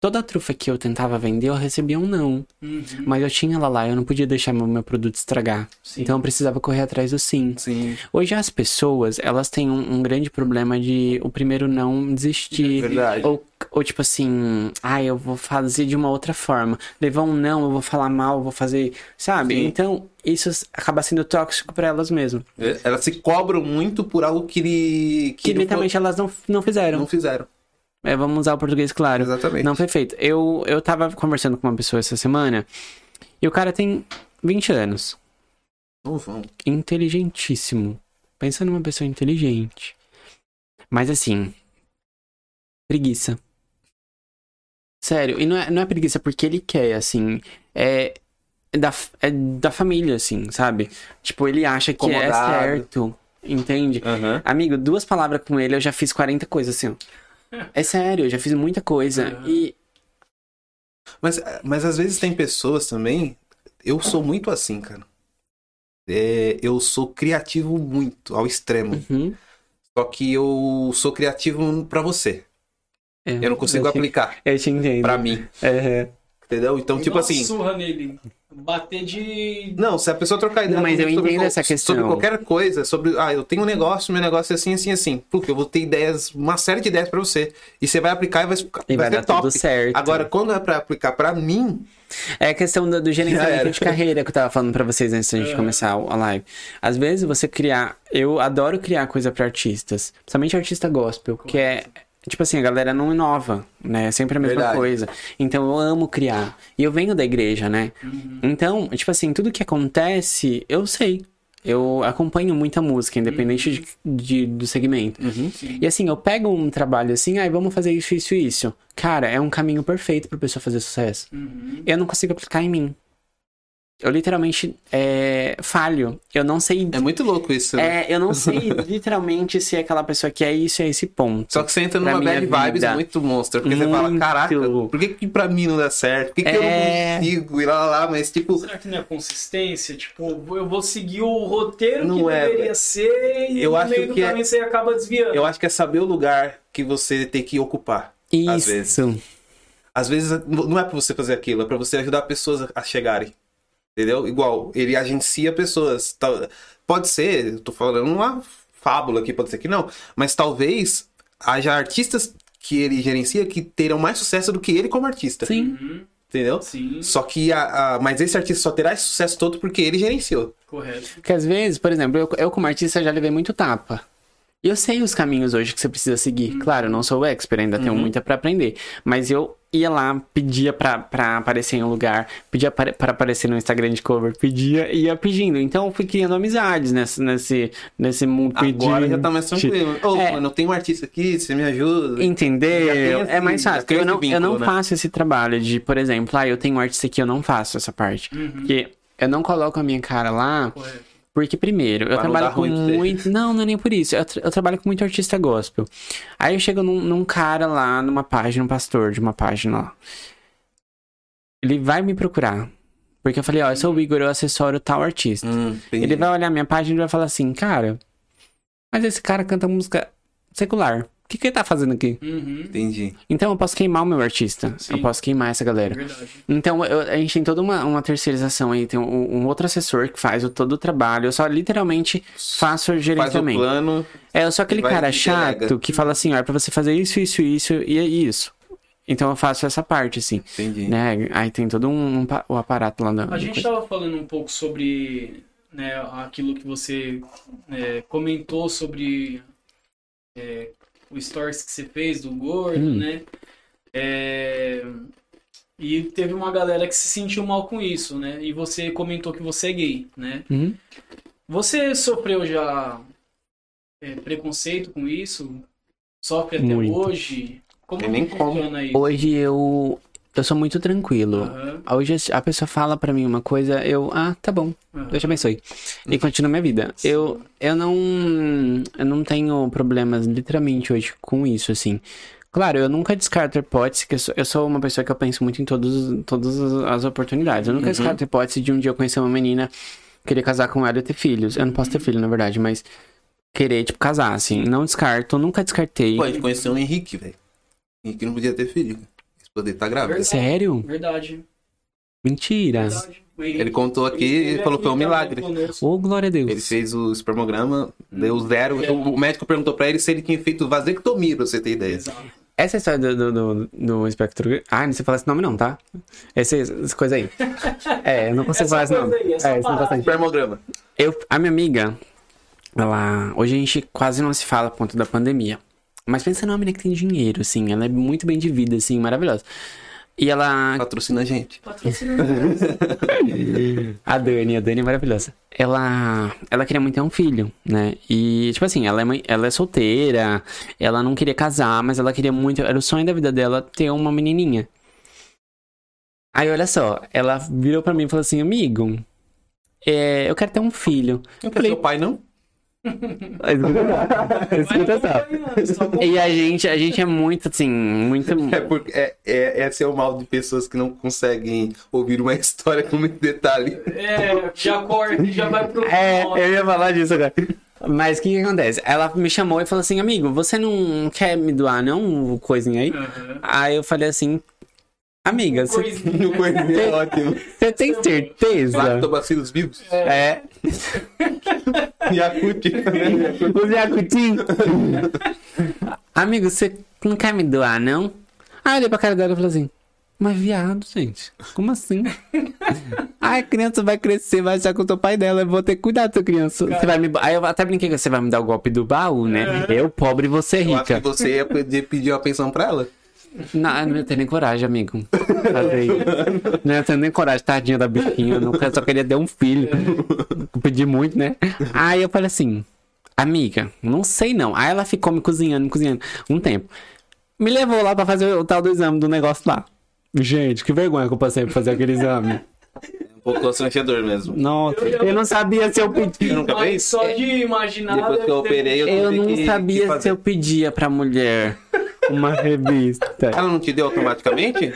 [SPEAKER 3] toda a trufa que eu tentava vender, eu recebia um não.
[SPEAKER 1] Uhum.
[SPEAKER 3] Mas eu tinha ela lá, eu não podia deixar meu, meu produto estragar.
[SPEAKER 1] Sim.
[SPEAKER 3] Então eu precisava correr atrás do sim.
[SPEAKER 2] Sim.
[SPEAKER 3] Hoje as pessoas, elas têm um, um grande problema de o primeiro não desistir.
[SPEAKER 2] Verdade.
[SPEAKER 3] Ou, ou tipo assim, ah, eu vou fazer de uma outra forma. Levar um não, eu vou falar mal, eu vou fazer. Sabe?
[SPEAKER 2] Sim.
[SPEAKER 3] Então, isso s- acaba sendo tóxico pra elas mesmas.
[SPEAKER 2] É, Elas se cobram muito por algo que, que,
[SPEAKER 3] Que
[SPEAKER 2] não,
[SPEAKER 3] literalmente elas não, não fizeram.
[SPEAKER 2] não fizeram.
[SPEAKER 3] É, vamos usar o português claro.
[SPEAKER 2] Exatamente.
[SPEAKER 3] Não foi feito. Eu, eu tava conversando com uma pessoa essa semana e o cara tem 20 anos.
[SPEAKER 2] Não vão.
[SPEAKER 3] Inteligentíssimo. Pensa numa pessoa inteligente. Mas assim. Preguiça. Sério, e não é, não é preguiça porque ele quer, assim. É. é Da, f- é da família, assim, sabe? Tipo, ele acha que
[SPEAKER 2] Incomodado.
[SPEAKER 3] é certo. Entende?
[SPEAKER 2] Aham.
[SPEAKER 3] Amigo, duas palavras com ele, eu já fiz 40
[SPEAKER 2] [laughs]
[SPEAKER 3] coisas, assim. ó. É sério, eu já fiz muita coisa.
[SPEAKER 1] Aham.
[SPEAKER 3] E.
[SPEAKER 2] Mas, mas às vezes tem pessoas também. Eu sou muito assim, cara. É, eu sou criativo muito, ao extremo.
[SPEAKER 3] Uhum.
[SPEAKER 2] Só que eu sou criativo pra você.
[SPEAKER 3] É,
[SPEAKER 2] Eu não consigo
[SPEAKER 3] te-
[SPEAKER 2] aplicar
[SPEAKER 3] Eu te entendo.
[SPEAKER 2] pra mim.
[SPEAKER 3] É.
[SPEAKER 2] Entendeu? Então, tipo
[SPEAKER 1] Dá uma
[SPEAKER 2] assim.
[SPEAKER 1] surra nele. Bater de.
[SPEAKER 2] Não, se a pessoa trocar ideia
[SPEAKER 3] Não, mas eu
[SPEAKER 2] sobre
[SPEAKER 3] entendo
[SPEAKER 2] qual-
[SPEAKER 3] essa questão.
[SPEAKER 2] sobre qualquer coisa, sobre, ah, eu tenho um negócio, meu negócio é assim, assim, assim. Porque eu vou ter ideias, uma série de ideias pra você. E você vai aplicar e vai, ficar-
[SPEAKER 3] E vai
[SPEAKER 2] ser
[SPEAKER 3] dar
[SPEAKER 2] top.
[SPEAKER 3] tudo certo.
[SPEAKER 2] Agora, quando é pra aplicar pra mim,
[SPEAKER 3] É a questão do, do
[SPEAKER 2] Já era.
[SPEAKER 3] gerenciamento de carreira que eu tava falando pra vocês antes da gente começar a live. Às vezes você criar. Eu adoro criar coisa pra artistas. Principalmente artista gospel, que é. Tipo assim, a galera não inova, né? É sempre a mesma
[SPEAKER 2] Verdade.
[SPEAKER 3] coisa. Então eu amo criar. E eu venho da igreja, né?
[SPEAKER 1] Uhum,
[SPEAKER 3] Então, tipo assim, tudo que acontece, eu sei. Eu acompanho muita música, independente
[SPEAKER 2] Uhum.
[SPEAKER 3] de, de- do segmento. E assim, eu pego um trabalho assim, ai, vamos fazer isso, isso e isso. Cara, é um caminho perfeito pra pessoa fazer sucesso.
[SPEAKER 1] uhum.
[SPEAKER 3] Eu não consigo aplicar em mim. Eu literalmente é, falho. Eu não sei.
[SPEAKER 2] é muito louco isso. né?
[SPEAKER 3] É, eu não sei
[SPEAKER 2] [laughs]
[SPEAKER 3] literalmente se é aquela pessoa que é isso, é esse ponto.
[SPEAKER 2] Só que você entra
[SPEAKER 3] Pra
[SPEAKER 2] numa bad
[SPEAKER 3] minha
[SPEAKER 2] vibes
[SPEAKER 3] vida.
[SPEAKER 2] muito monstro. Porque você
[SPEAKER 3] Muito.
[SPEAKER 2] fala, caraca, por que, que pra mim não dá certo? Por que, que
[SPEAKER 3] É.
[SPEAKER 2] eu não consigo? E lá, lá, lá, mas tipo,
[SPEAKER 1] Será que não é consistência? Tipo, eu vou seguir o roteiro
[SPEAKER 2] Não
[SPEAKER 1] que
[SPEAKER 2] é,
[SPEAKER 1] deveria
[SPEAKER 2] velho.
[SPEAKER 1] ser e
[SPEAKER 2] Eu
[SPEAKER 1] no
[SPEAKER 2] acho
[SPEAKER 1] meio do
[SPEAKER 2] que é-
[SPEAKER 1] caminho você acaba desviando.
[SPEAKER 2] eu acho que é saber o lugar que você tem que ocupar. Às vezes.
[SPEAKER 3] Isso.
[SPEAKER 2] Às vezes n- não é pra você fazer aquilo, é pra você ajudar pessoas a- a chegarem. Entendeu? Igual, ele agencia pessoas. tal- Pode ser, eu tô falando uma fábula aqui, pode ser que não, mas talvez haja artistas que ele gerencia que terão mais sucesso do que ele como artista.
[SPEAKER 3] Sim.
[SPEAKER 2] Entendeu?
[SPEAKER 1] Sim,
[SPEAKER 2] Só que a, a- mas esse artista só terá esse sucesso todo porque ele gerenciou.
[SPEAKER 1] correto.
[SPEAKER 3] Porque às vezes, por exemplo, eu, eu como artista já levei muito tapa. E eu sei os caminhos hoje que você precisa seguir. Claro, eu não sou o expert, ainda
[SPEAKER 2] Uhum.
[SPEAKER 3] tenho muita pra aprender. Mas eu ia lá, pedia pra, pra aparecer em um lugar, pedia para para aparecer no Instagram de cover, pedia e ia pedindo. Então eu fui criando amizades nesse, nesse, nesse mundo
[SPEAKER 2] Agora
[SPEAKER 3] pedindo.
[SPEAKER 2] já tá mais tranquilo. Ô,
[SPEAKER 3] É.
[SPEAKER 2] mano, eu tenho um artista aqui, você me ajuda. Já tem
[SPEAKER 3] Entender
[SPEAKER 2] esse-
[SPEAKER 3] é mais
[SPEAKER 2] já
[SPEAKER 3] fácil.
[SPEAKER 2] tem
[SPEAKER 3] Eu
[SPEAKER 2] esse
[SPEAKER 3] não, eu
[SPEAKER 2] vínculo,
[SPEAKER 3] não
[SPEAKER 2] né?
[SPEAKER 3] faço esse trabalho de, por exemplo, ah, eu tenho um artista aqui, eu não faço essa parte.
[SPEAKER 2] Uhum.
[SPEAKER 3] Porque eu não coloco a minha cara lá,
[SPEAKER 1] Correto.
[SPEAKER 3] porque primeiro, eu
[SPEAKER 2] não
[SPEAKER 3] trabalho
[SPEAKER 2] dar
[SPEAKER 3] com
[SPEAKER 2] ruim pra você.
[SPEAKER 3] muito. Não, não é nem por isso. Eu, tra- eu trabalho com muito artista gospel. Aí eu chego num, num cara lá, numa página, um pastor de uma página lá. Ele vai me procurar. Porque eu falei, ó, eu sou o Igor, eu acessório tal artista.
[SPEAKER 2] Hum, Uhum. entendi.
[SPEAKER 3] Ele vai olhar minha página e vai falar assim, cara, mas esse cara canta música secular. O que, que ele tá fazendo aqui?
[SPEAKER 1] Uhum.
[SPEAKER 2] Entendi.
[SPEAKER 3] Então eu posso queimar o meu artista.
[SPEAKER 1] Sim.
[SPEAKER 3] Eu posso queimar essa
[SPEAKER 1] É
[SPEAKER 3] galera.
[SPEAKER 1] verdade.
[SPEAKER 3] Então, eu- a gente tem toda uma, uma terceirização aí. Tem um, um outro assessor que faz o, todo o trabalho. Eu só literalmente faço o
[SPEAKER 2] Faz o
[SPEAKER 3] gerenciamento.
[SPEAKER 2] plano.
[SPEAKER 3] É, eu sou aquele
[SPEAKER 2] Vai
[SPEAKER 3] cara
[SPEAKER 2] e entrega.
[SPEAKER 3] chato que fala assim, ó, é pra você fazer isso, isso, isso e é isso. Então eu faço essa parte, assim.
[SPEAKER 2] Entendi.
[SPEAKER 3] Né? Aí tem todo um, um pa- o aparato lá da.
[SPEAKER 1] A gente estava falando um pouco sobre né, aquilo que você né, comentou sobre é, o stories que você fez do gordo,
[SPEAKER 3] Hum.
[SPEAKER 1] né? É, e teve uma galera que se sentiu mal com isso, né? E você comentou que você é gay, né?
[SPEAKER 3] Uhum.
[SPEAKER 1] Você sofreu já é, preconceito com isso? Sofre até
[SPEAKER 3] Muito.
[SPEAKER 1] hoje? Como
[SPEAKER 2] Eu nem
[SPEAKER 1] que funciona isso?
[SPEAKER 3] Hoje eu. Eu sou muito tranquilo.
[SPEAKER 1] Aham,
[SPEAKER 3] Hoje a pessoa fala pra mim uma coisa, eu. Ah, tá bom.
[SPEAKER 1] aham.
[SPEAKER 3] Deus te abençoe. E continua minha vida. Eu, eu não. Eu não tenho problemas literalmente hoje com isso, assim. Claro, eu nunca descarto a hipótese, que eu sou, eu sou uma pessoa que eu penso muito em todos, todas as- as oportunidades. Eu nunca descarto a hipótese de um dia eu conhecer uma menina, querer casar com ela e ter filhos. Eu não posso ter filho, na verdade, mas querer, tipo, casar, assim. Não descarto, nunca descartei.
[SPEAKER 2] Pô, a gente conheceu o Henrique, velho. Henrique não podia ter filho. Esse poder tá grávida.
[SPEAKER 1] Verdade.
[SPEAKER 3] Sério?
[SPEAKER 1] Verdade.
[SPEAKER 3] Mentira.
[SPEAKER 1] verdade.
[SPEAKER 2] É. Ele contou aqui e falou que foi um milagre.
[SPEAKER 3] Ô, glória a Deus.
[SPEAKER 2] Ele fez o espermograma, deu zero. O médico perguntou pra ele se ele tinha feito vasectomia, pra você ter ideia.
[SPEAKER 1] Exato.
[SPEAKER 3] Essa é história do, do, do, do espectro. Ah, não sei falar esse nome, não, tá? Essa, essa
[SPEAKER 1] [laughs]
[SPEAKER 3] coisa aí. É, eu não consigo
[SPEAKER 1] Essa
[SPEAKER 3] falar esse
[SPEAKER 1] coisa
[SPEAKER 3] nome.
[SPEAKER 1] aí, essa
[SPEAKER 3] é, isso não tá
[SPEAKER 1] parada.
[SPEAKER 3] saindo.
[SPEAKER 2] Espermograma.
[SPEAKER 3] eu, A minha amiga, ela. Hoje a gente quase não se fala por conta da pandemia. Mas pensa numa menina que tem dinheiro, assim. Ela é muito bem de vida, assim, maravilhosa. E ela
[SPEAKER 2] Patrocina a gente.
[SPEAKER 1] Patrocinador.
[SPEAKER 3] A Dani, a Dani é maravilhosa. Ela, ela queria muito ter um filho, né? E, tipo assim, ela é, mãe- ela é solteira, ela não queria casar, mas ela queria muito. Era o sonho da vida dela ter uma menininha. Aí, olha só, ela virou pra mim e falou assim: Amigo, é, eu quero ter um filho.
[SPEAKER 2] Não quer
[SPEAKER 3] Falei-
[SPEAKER 2] ser o pai, não?
[SPEAKER 3] Escuta só. E a gente, a gente é muito, assim, muito.
[SPEAKER 2] É porque é, é, esse é o mal de pessoas que não conseguem ouvir uma [laughs] história com muito detalhe.
[SPEAKER 1] É, já corta e já vai pro
[SPEAKER 3] É,
[SPEAKER 1] final.
[SPEAKER 3] eu ia falar disso agora. Mas o que, que acontece? Ela me chamou e falou assim, amigo, você não quer me doar não, coisinha aí?
[SPEAKER 1] Aham.
[SPEAKER 3] Aí eu falei assim, amiga, você
[SPEAKER 1] Coisinha.
[SPEAKER 2] No coisinha é
[SPEAKER 3] [laughs]
[SPEAKER 2] ótimo.
[SPEAKER 3] você tem certeza?
[SPEAKER 2] Lactobacilos vivos. né?
[SPEAKER 3] É,
[SPEAKER 2] Yakut.
[SPEAKER 3] o Jacutinho. amigo, você não quer me doar não? Aí eu olhei pra cara dela e falei assim, mas viado, gente, como assim? Ai, a criança vai crescer, vai achar que eu sou pai dela, eu vou ter que cuidar da sua criança. Você vai me... Aí eu até brinquei que você vai me dar o golpe do baú, né? Eu pobre, você
[SPEAKER 2] É. Eu acho que
[SPEAKER 3] rica.
[SPEAKER 2] você ia pedir, pedir uma pensão pra ela.
[SPEAKER 3] Não, eu não ia ter nem coragem, amigo. Fazer isso. Não ia ter nem coragem, tadinha da bichinha. Eu nunca- só queria ter um filho. Eu Pedi muito, né? Aí eu falei assim, amiga, não sei não. Aí ela ficou me cozinhando, me cozinhando um tempo. Me levou lá pra fazer o tal do exame do negócio lá. Gente, que vergonha que eu passei pra fazer aquele exame.
[SPEAKER 2] Um pouco constrangedor mesmo.
[SPEAKER 3] Nossa, eu não sabia se eu pedi.
[SPEAKER 2] Eu nunca
[SPEAKER 1] Mas
[SPEAKER 2] fiz?
[SPEAKER 1] Só de imaginar.
[SPEAKER 2] Depois que eu
[SPEAKER 1] deve ter-
[SPEAKER 2] operei, eu,
[SPEAKER 3] Eu
[SPEAKER 2] tive
[SPEAKER 3] não
[SPEAKER 2] que- que
[SPEAKER 3] sabia
[SPEAKER 2] fazer.
[SPEAKER 3] se eu pedia pra mulher uma revista. [laughs]
[SPEAKER 2] Ela não te deu automaticamente?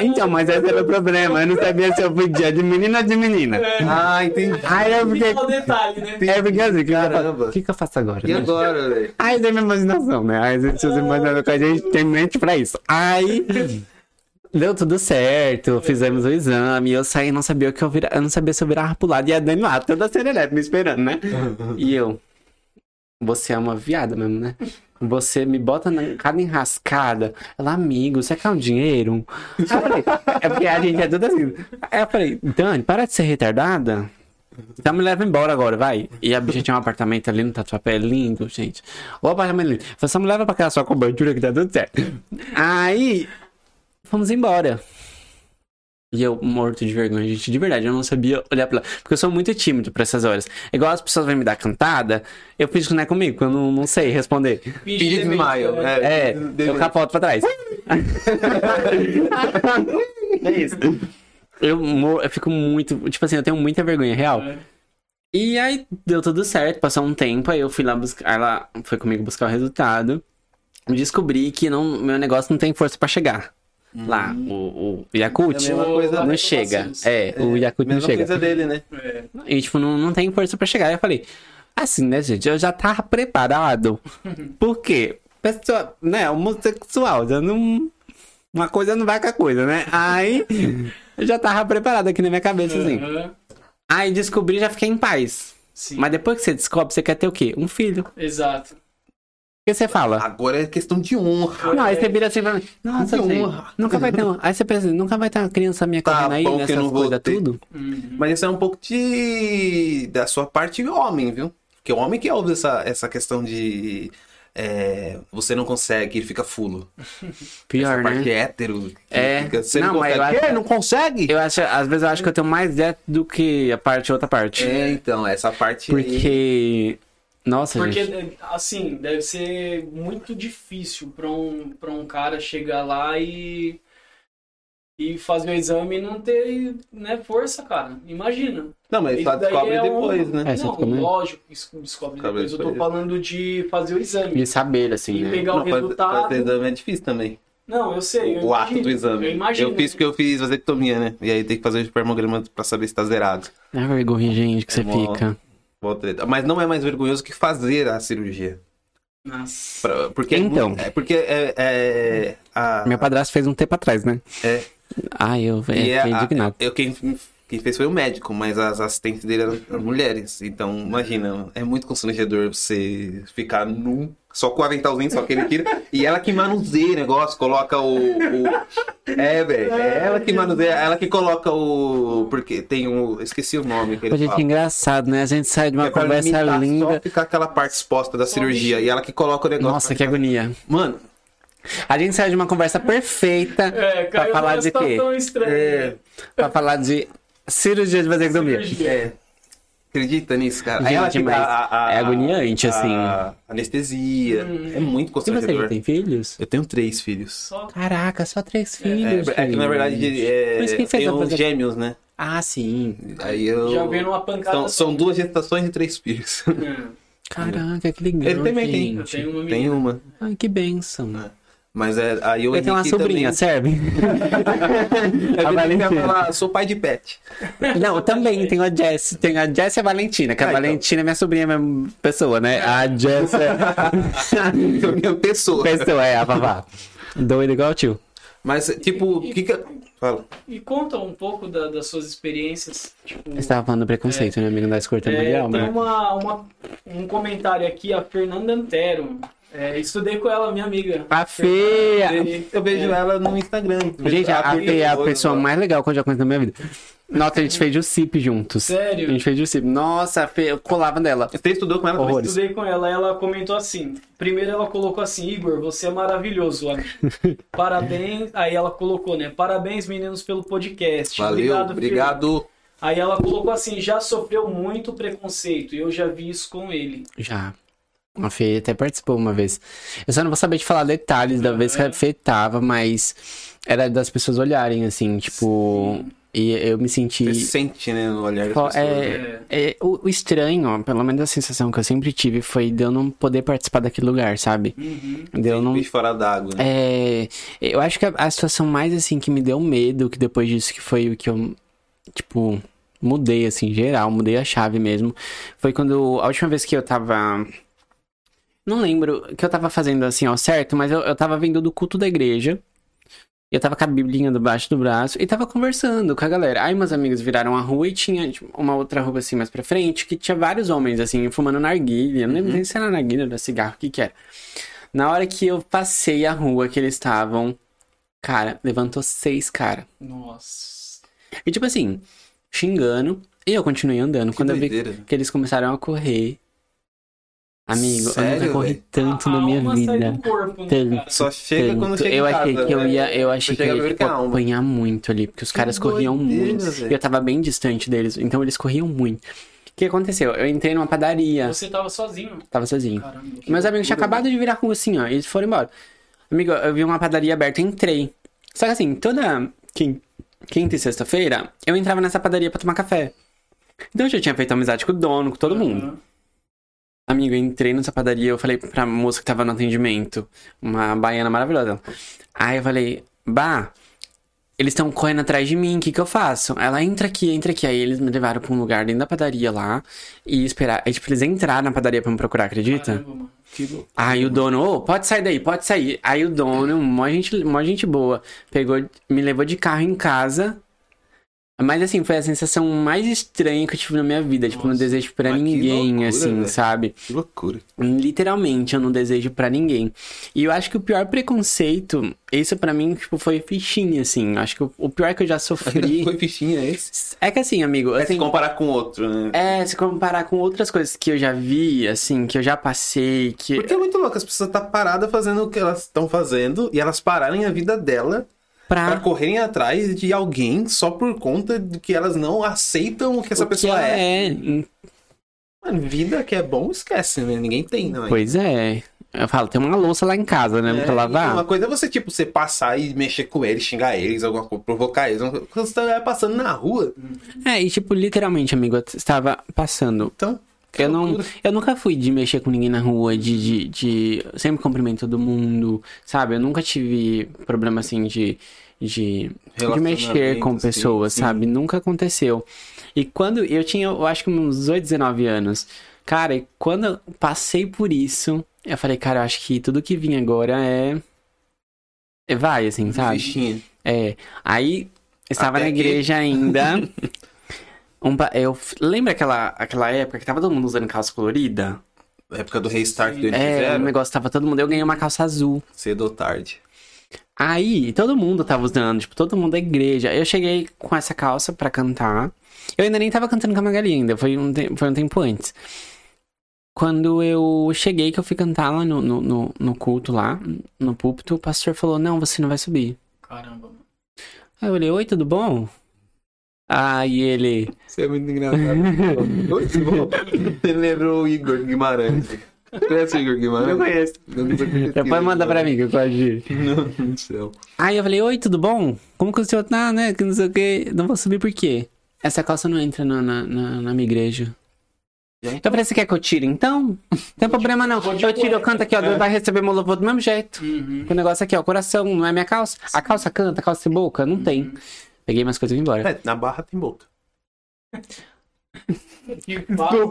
[SPEAKER 3] Então, mas esse era o problema. Eu não sabia se eu podia de menina ou de menina.
[SPEAKER 2] ah, entendi.
[SPEAKER 3] Aí eu fiquei.
[SPEAKER 1] um Só detalhe, né?
[SPEAKER 3] É porque assim, que eu ia falar,
[SPEAKER 2] Caramba.
[SPEAKER 3] o que, que eu faço agora?
[SPEAKER 2] E
[SPEAKER 3] né?
[SPEAKER 2] agora, velho?
[SPEAKER 3] Aí tem minha imaginação, né? Aí você usa a imaginação com a gente, tem mente pra isso. Aí. Deu tudo certo, fizemos o exame, eu saí, não sabia o que eu virar, eu não sabia se eu virava pro lado e a Dani lá, toda serelepe, me esperando, né? E eu, você é uma viada mesmo, né? Você me bota na cada enrascada. Ela, amigo, você quer um dinheiro? Aí eu falei, é porque a gente é tudo assim. Aí eu falei, Dani, para de ser retardada. Então me leva embora agora, vai. E a bicha tinha um apartamento ali no Tatuapé, é lindo, gente. O apartamento é lindo. Falei, só me leva pra aquela sua cobertura que tá tudo certo. Aí, fomos embora. E eu morto de vergonha, gente, de verdade, eu não sabia olhar pra lá. Porque eu sou muito tímido pra essas horas. É Igual as pessoas vêm me dar cantada, eu fingo que não é comigo, que eu não, não sei responder.
[SPEAKER 2] Finge desmaio.
[SPEAKER 1] né?
[SPEAKER 2] né?
[SPEAKER 3] É,
[SPEAKER 2] desmaio.
[SPEAKER 3] eu capoto pra trás. [laughs] é isso. Eu, mo- eu fico muito. Tipo assim, eu tenho muita vergonha real.
[SPEAKER 1] É.
[SPEAKER 3] E aí deu tudo certo, passou um tempo, aí eu fui lá buscar. Ela foi comigo buscar o resultado. Descobri que não, meu negócio não tem força pra chegar. Lá, o, o Yakut
[SPEAKER 2] Hum. É a mesma coisa
[SPEAKER 3] não
[SPEAKER 2] dele.
[SPEAKER 3] chega. É, o Yakut não
[SPEAKER 2] Mesma
[SPEAKER 3] chega.
[SPEAKER 2] coisa dele, né?
[SPEAKER 1] Tipo, É.
[SPEAKER 3] E, tipo, não, não tem força pra chegar. Aí eu falei, assim, né, gente? Eu já
[SPEAKER 2] [laughs]
[SPEAKER 3] tava preparado. Por quê? Pessoa, né, homossexual, já não. Uma coisa não vai com a coisa, né?
[SPEAKER 2] [laughs]
[SPEAKER 3] Aí eu já tava preparado aqui na minha cabeça,
[SPEAKER 2] É.
[SPEAKER 3] assim.
[SPEAKER 1] Aham,
[SPEAKER 3] Aí descobri já fiquei em paz.
[SPEAKER 1] Sim.
[SPEAKER 3] Mas depois que você descobre, você quer ter o quê? Um filho. O
[SPEAKER 1] Exato.
[SPEAKER 3] que você fala?
[SPEAKER 2] Agora é questão de honra.
[SPEAKER 3] Não, aí você vira assim pra mim. Nossa,
[SPEAKER 2] Ah, é. Que
[SPEAKER 3] Zé,
[SPEAKER 2] honra.
[SPEAKER 3] nunca vai ter um. Aí você pensa, nunca vai ter uma criança minha
[SPEAKER 2] Tá
[SPEAKER 3] correndo aí
[SPEAKER 2] bom que eu
[SPEAKER 3] nessas
[SPEAKER 2] não vou
[SPEAKER 3] coisas
[SPEAKER 2] ter.
[SPEAKER 3] tudo.
[SPEAKER 1] Hum.
[SPEAKER 2] Mas isso é um pouco de. da sua parte homem, viu? Porque o homem que ouve essa, essa questão de. é, você não consegue, ele fica fulo.
[SPEAKER 3] Pior,
[SPEAKER 2] essa parte
[SPEAKER 3] né?
[SPEAKER 2] hétero. que
[SPEAKER 3] É.
[SPEAKER 2] fica- você não,
[SPEAKER 3] Não, mas
[SPEAKER 2] consegue.
[SPEAKER 3] eu acho-
[SPEAKER 2] Quê? Não consegue?
[SPEAKER 3] Eu acho, às vezes eu acho que eu tenho mais dentro do que a parte outra parte.
[SPEAKER 2] É, então, essa parte. aí-
[SPEAKER 3] Porque. Nossa,
[SPEAKER 1] Porque,
[SPEAKER 3] gente.
[SPEAKER 1] assim, deve ser muito difícil pra um, pra um cara chegar lá e, e fazer o exame e não ter né, força, cara. Imagina.
[SPEAKER 2] Não, mas só
[SPEAKER 1] Isso daí
[SPEAKER 2] descobre
[SPEAKER 1] é um-
[SPEAKER 2] depois, né?
[SPEAKER 3] É, você
[SPEAKER 1] não,
[SPEAKER 3] fica meio-
[SPEAKER 1] lógico que isso descobre
[SPEAKER 2] Descobre
[SPEAKER 1] depois. Eu tô
[SPEAKER 2] depois.
[SPEAKER 1] falando de fazer o exame.
[SPEAKER 3] De saber, assim,
[SPEAKER 1] E
[SPEAKER 3] né?
[SPEAKER 1] pegar o
[SPEAKER 2] Não, fazer-
[SPEAKER 1] resultado.
[SPEAKER 2] Fazer exame é difícil também.
[SPEAKER 1] Não, eu sei. eu
[SPEAKER 2] O ato
[SPEAKER 1] imagino,
[SPEAKER 2] do exame.
[SPEAKER 1] Eu imagino.
[SPEAKER 2] Eu fiz porque eu fiz vasectomia, né? E aí tem que fazer o espermograma pra saber se tá zerado.
[SPEAKER 3] É vergonha, gente, que você
[SPEAKER 2] É mó-
[SPEAKER 3] fica.
[SPEAKER 2] Mó treta. Mas não é mais vergonhoso que fazer a cirurgia.
[SPEAKER 1] Nossa.
[SPEAKER 2] Pra- Porque
[SPEAKER 3] Então.
[SPEAKER 2] É, muito- é porque é. é- a-
[SPEAKER 3] Meu padrasto fez um tempo atrás, né?
[SPEAKER 2] é-
[SPEAKER 3] Ai, eu
[SPEAKER 2] e
[SPEAKER 3] fiquei
[SPEAKER 2] é a-
[SPEAKER 3] indignado.
[SPEAKER 2] eu, quem, quem fez foi o médico, mas as assistentes dele eram, eram mulheres. Então, imagina, é muito constrangedor você ficar nu, só com o aventalzinho, só que ele tira. e ela que manuseia o negócio, coloca o. o- É, velho. É ela que manuseia, ela que coloca o. Porque tem o. Esqueci o nome que ele
[SPEAKER 3] Pô, gente,
[SPEAKER 2] fala.
[SPEAKER 3] engraçado, né? A gente sai de uma
[SPEAKER 2] É pra
[SPEAKER 3] conversa
[SPEAKER 2] limitar, Só
[SPEAKER 3] linda.
[SPEAKER 2] ficar aquela parte exposta da cirurgia. E ela que coloca o negócio.
[SPEAKER 3] Nossa, que agonia.
[SPEAKER 2] Mano,
[SPEAKER 3] A gente sai de uma conversa perfeita
[SPEAKER 1] [laughs] É,
[SPEAKER 3] pra
[SPEAKER 1] caiu
[SPEAKER 3] falar
[SPEAKER 1] numa
[SPEAKER 3] de quê? É,
[SPEAKER 1] situação estranha.
[SPEAKER 3] Pra falar de cirurgia de vasectomia.
[SPEAKER 1] Cirurgia.
[SPEAKER 2] É. Acredita nisso, cara? Aí
[SPEAKER 3] Gente,
[SPEAKER 2] ela tipo, fica-
[SPEAKER 3] mas é agoniante, assim. Hum.
[SPEAKER 2] Anestesia. É muito
[SPEAKER 3] E você já
[SPEAKER 2] constrangedor.
[SPEAKER 3] tem filhos?
[SPEAKER 2] Eu tenho três filhos.
[SPEAKER 1] Só
[SPEAKER 3] Caraca, só três
[SPEAKER 2] É,
[SPEAKER 3] filhos.
[SPEAKER 2] é que na verdade
[SPEAKER 3] gente.
[SPEAKER 2] é,
[SPEAKER 3] Mas quem fez
[SPEAKER 2] tem
[SPEAKER 3] a
[SPEAKER 2] uns
[SPEAKER 3] vasect-
[SPEAKER 2] gêmeos, né?
[SPEAKER 3] Ah, sim.
[SPEAKER 2] Aí eu.
[SPEAKER 1] já veio numa pancada.
[SPEAKER 2] São,
[SPEAKER 3] assim?
[SPEAKER 2] são duas gestações e três filhos. [laughs]
[SPEAKER 1] É,
[SPEAKER 3] Caraca, que legal.
[SPEAKER 2] Ele também tem.
[SPEAKER 1] Eu
[SPEAKER 3] gente.
[SPEAKER 1] tenho uma
[SPEAKER 2] Tem
[SPEAKER 1] menina.
[SPEAKER 2] uma.
[SPEAKER 3] Ai, que benção.
[SPEAKER 2] Mas é, aí eu.
[SPEAKER 3] Eu tenho uma
[SPEAKER 2] [laughs]
[SPEAKER 3] sobrinha, serve?
[SPEAKER 2] É Também,
[SPEAKER 3] A
[SPEAKER 2] a Valentina
[SPEAKER 3] Valentina.
[SPEAKER 2] fala, sou pai de pet. [laughs]
[SPEAKER 3] Não, eu também tenho a Jess. Tenho a Jess e a Valentina, que a
[SPEAKER 2] Ah, então.
[SPEAKER 3] Valentina é minha sobrinha, minha pessoa, né? A Jess é.
[SPEAKER 2] [laughs]
[SPEAKER 3] [laughs]
[SPEAKER 2] Sou minha pessoa.
[SPEAKER 3] pessoa, é a Vavá. Doido igual o tio.
[SPEAKER 2] Mas, tipo, o que que. Fala.
[SPEAKER 1] E conta um pouco da- das suas experiências. Tipo,
[SPEAKER 3] Você tava falando do preconceito, né, amigo? Não dá escolha
[SPEAKER 1] É,
[SPEAKER 3] também,
[SPEAKER 1] tem
[SPEAKER 3] né?
[SPEAKER 1] uma, uma- um comentário aqui, a Fernanda Antero. É, estudei com ela, minha amiga.
[SPEAKER 3] A feia!
[SPEAKER 2] Eu vejo ela no Instagram.
[SPEAKER 3] é. Gente, a
[SPEAKER 2] Abre
[SPEAKER 3] Fê é a
[SPEAKER 2] o olho,
[SPEAKER 3] pessoa mais legal que eu já conheci na minha vida. Nossa, a gente fez o CIP juntos.
[SPEAKER 1] Sério?
[SPEAKER 3] A gente fez o CIP. Nossa, a Fê, eu colava nela.
[SPEAKER 2] Você estudou com ela também?
[SPEAKER 3] Horrores.
[SPEAKER 1] Estudei com ela, ela comentou assim. Primeiro ela colocou assim, Igor, você é maravilhoso,
[SPEAKER 3] [laughs]
[SPEAKER 1] amigo. Parabéns. Aí ela colocou, né? Parabéns, meninos, pelo podcast.
[SPEAKER 2] Valeu,
[SPEAKER 1] Fê."
[SPEAKER 2] obrigado.
[SPEAKER 1] Aí ela colocou assim, já sofreu muito preconceito. e Eu já vi isso com ele.
[SPEAKER 3] Já. A Fê até participou uma vez. Eu só não vou saber te falar detalhes da vez que a Fê tava, mas era das pessoas olharem, assim, tipo. E eu me senti.
[SPEAKER 2] Você sente, né, no olhar das
[SPEAKER 3] Fo-
[SPEAKER 2] pessoas. né?
[SPEAKER 3] É, é, o, o estranho, ó, pelo menos a sensação que eu sempre tive foi de eu não poder participar daquele lugar, sabe? De eu não.
[SPEAKER 2] Peixe fora d'água, né?
[SPEAKER 3] É, eu acho que a, a situação mais assim que me deu medo, que depois disso que foi o que eu, tipo, mudei assim, em geral, mudei a chave mesmo, foi quando a última vez que eu tava. Não lembro o que eu tava fazendo assim, ó, certo, mas eu, eu tava vindo do culto da igreja. Eu tava com a biblinha debaixo do braço e tava conversando com a galera. Aí meus amigos viraram a rua e tinha tipo, uma outra rua assim mais pra frente que tinha vários homens assim fumando narguilha. Eu Não lembro nem se era narguilha, era cigarro, o que que era. Na hora que eu passei a rua que eles estavam, cara, levantou seis cara.
[SPEAKER 1] Nossa.
[SPEAKER 3] E tipo assim, xingando. E eu continuei andando.
[SPEAKER 2] Que
[SPEAKER 3] Quando eu vi
[SPEAKER 2] doideira.
[SPEAKER 3] que eles começaram a correr. Amigo, eu nunca
[SPEAKER 2] Sério,
[SPEAKER 3] corri
[SPEAKER 2] velho?
[SPEAKER 3] tanto na
[SPEAKER 1] A
[SPEAKER 3] minha
[SPEAKER 1] alma sai
[SPEAKER 3] vida.
[SPEAKER 1] do corpo, né,
[SPEAKER 3] Tanto.
[SPEAKER 1] cara?
[SPEAKER 2] Só chega quando
[SPEAKER 3] Tanto.
[SPEAKER 2] chega em
[SPEAKER 3] eu achei
[SPEAKER 2] casa,
[SPEAKER 3] que eu
[SPEAKER 2] né?
[SPEAKER 3] ia, eu achei
[SPEAKER 2] Você
[SPEAKER 3] que
[SPEAKER 2] chega
[SPEAKER 3] eu
[SPEAKER 2] a
[SPEAKER 3] ia
[SPEAKER 2] beber
[SPEAKER 3] tipo,
[SPEAKER 2] calma.
[SPEAKER 3] apanhar muito ali, porque os caras corriam
[SPEAKER 2] doideira,
[SPEAKER 3] muito.
[SPEAKER 2] velho.
[SPEAKER 3] E eu tava bem distante deles, então eles corriam muito. O que aconteceu? Eu entrei numa padaria,
[SPEAKER 1] Você tava sozinho.
[SPEAKER 3] tava sozinho.
[SPEAKER 1] Caramba.
[SPEAKER 3] Meus amigos tinham acabado de virar com assim, ó. Eles foram embora. Amigo, eu vi uma padaria aberta, entrei. Só que assim, toda quin- quinta e sexta-feira, eu entrava nessa padaria pra tomar café. Então eu já tinha feito amizade com o dono, com todo mundo.
[SPEAKER 1] né?
[SPEAKER 3] Amigo, eu entrei nessa padaria, eu falei pra moça que tava no atendimento, uma baiana maravilhosa. Aí eu falei, bah, eles estão correndo atrás de mim, o que que eu faço? Ela, entra aqui, entra aqui. Aí eles me levaram pra um lugar dentro da padaria lá e esperar. Aí, tipo, eles entraram na padaria pra me procurar, acredita?
[SPEAKER 1] Caramba, mano.
[SPEAKER 2] Que ah, louco.
[SPEAKER 3] Aí o dono, ô, pode sair daí, pode sair. Aí o dono, mó gente, mó gente boa, pegou, me levou de carro em casa. Mas assim, foi a sensação mais estranha que eu tive na minha vida. Tipo, não
[SPEAKER 1] Nossa,
[SPEAKER 3] desejo pra
[SPEAKER 2] mas que
[SPEAKER 3] ninguém,
[SPEAKER 2] loucura,
[SPEAKER 3] assim,
[SPEAKER 2] velho.
[SPEAKER 3] sabe?
[SPEAKER 2] Que
[SPEAKER 3] [laughs]
[SPEAKER 2] loucura.
[SPEAKER 3] Literalmente, eu não desejo pra ninguém. E eu acho que o pior preconceito, isso pra mim, tipo, foi fichinha, assim. Eu acho que o- o pior que eu já
[SPEAKER 2] [laughs]
[SPEAKER 3] sofri.
[SPEAKER 2] Foi fichinha esse?
[SPEAKER 3] É que assim, amigo,
[SPEAKER 2] É se
[SPEAKER 3] assim,
[SPEAKER 2] comparar com outro, né?
[SPEAKER 3] é, se comparar com outras coisas que eu já vi, assim, que eu já passei, que.
[SPEAKER 2] Porque é muito louco, as pessoas tá paradas fazendo o que elas estão fazendo e elas pararem a vida dela pra
[SPEAKER 3] Pra
[SPEAKER 2] correrem atrás de alguém só por conta de que elas não aceitam o que essa
[SPEAKER 3] o que
[SPEAKER 2] pessoa
[SPEAKER 3] ela
[SPEAKER 2] é.
[SPEAKER 3] é.
[SPEAKER 2] Mano, vida que é bom, esquece, né? Ninguém tem, não é?
[SPEAKER 3] Pois é. Eu falo, tem uma louça lá em casa, né?
[SPEAKER 2] É,
[SPEAKER 3] Não pra
[SPEAKER 2] então,
[SPEAKER 3] lavar.
[SPEAKER 2] Uma coisa é você, tipo, você passar e mexer com eles, xingar eles, alguma coisa, provocar eles. Uma coisa- Quando você tá passando na rua,
[SPEAKER 3] É, e tipo, literalmente, amigo, eu estava passando.
[SPEAKER 2] então. que
[SPEAKER 3] Eu, não,
[SPEAKER 2] loucura.
[SPEAKER 3] eu nunca fui de mexer com ninguém na rua, de, de, de- eu sempre cumprimento todo mundo, sabe? Eu nunca tive problema assim de, de, de mexer com
[SPEAKER 2] Relacionamento, assim.
[SPEAKER 3] pessoas,
[SPEAKER 2] sim, sim.
[SPEAKER 3] sabe? Nunca aconteceu. E quando eu tinha, eu acho que uns 18, 19 anos, cara, e quando eu passei por isso, eu falei, cara, eu acho que tudo que vim agora é. é Vai, assim, sabe?
[SPEAKER 2] Fichinha.
[SPEAKER 3] É, aí eu estava
[SPEAKER 2] Até
[SPEAKER 3] na
[SPEAKER 2] aqui. [laughs]
[SPEAKER 3] igreja ainda. Um pa- eu f- lembra aquela aquela época que tava todo mundo usando calça colorida?
[SPEAKER 2] Na época do restart do
[SPEAKER 3] É, o
[SPEAKER 2] NX0,
[SPEAKER 3] negócio tava todo mundo, eu ganhei uma calça azul.
[SPEAKER 2] cedo ou tarde.
[SPEAKER 3] Aí todo mundo tava usando, tipo, todo mundo da igreja. Eu cheguei com essa calça pra cantar. Eu ainda nem tava cantando com a Magali ainda, foi um, te- foi um tempo antes. Quando eu cheguei, que eu fui cantar lá no, no, no, no culto lá, no púlpito, o pastor falou, não, você não vai subir.
[SPEAKER 1] Caramba, mano.
[SPEAKER 3] Aí eu olhei, oi, tudo bom? Aí ele,
[SPEAKER 2] Isso é muito engraçado. Oi, tudo bom? [laughs] Você me lembrou o Igor Guimarães. Conhece o Igor Guimarães?
[SPEAKER 3] Eu conheço.
[SPEAKER 2] Não sei o que que
[SPEAKER 3] Depois
[SPEAKER 2] ele
[SPEAKER 3] manda pra mim que eu corrigi.
[SPEAKER 2] Meu Deus do céu.
[SPEAKER 3] Aí eu falei, oi, tudo bom? Como que o senhor tá, né? Que não sei o que. Não vou subir por quê? Essa calça não entra na, na, na- na minha igreja.
[SPEAKER 2] Já
[SPEAKER 3] Eu falei, você quer que eu tire então? Não tem problema não.
[SPEAKER 1] vou de
[SPEAKER 3] Eu tiro, eu
[SPEAKER 1] cueca.
[SPEAKER 3] canto aqui, ó. Deus vai receber meu louvor do mesmo jeito.
[SPEAKER 1] Uhum.
[SPEAKER 3] O negócio aqui, ó. Coração, não é minha calça. A calça canta, a calça tem boca? Não tem. Peguei minhas coisas e vim embora.
[SPEAKER 2] É, na barra tem boca.
[SPEAKER 1] Que papo.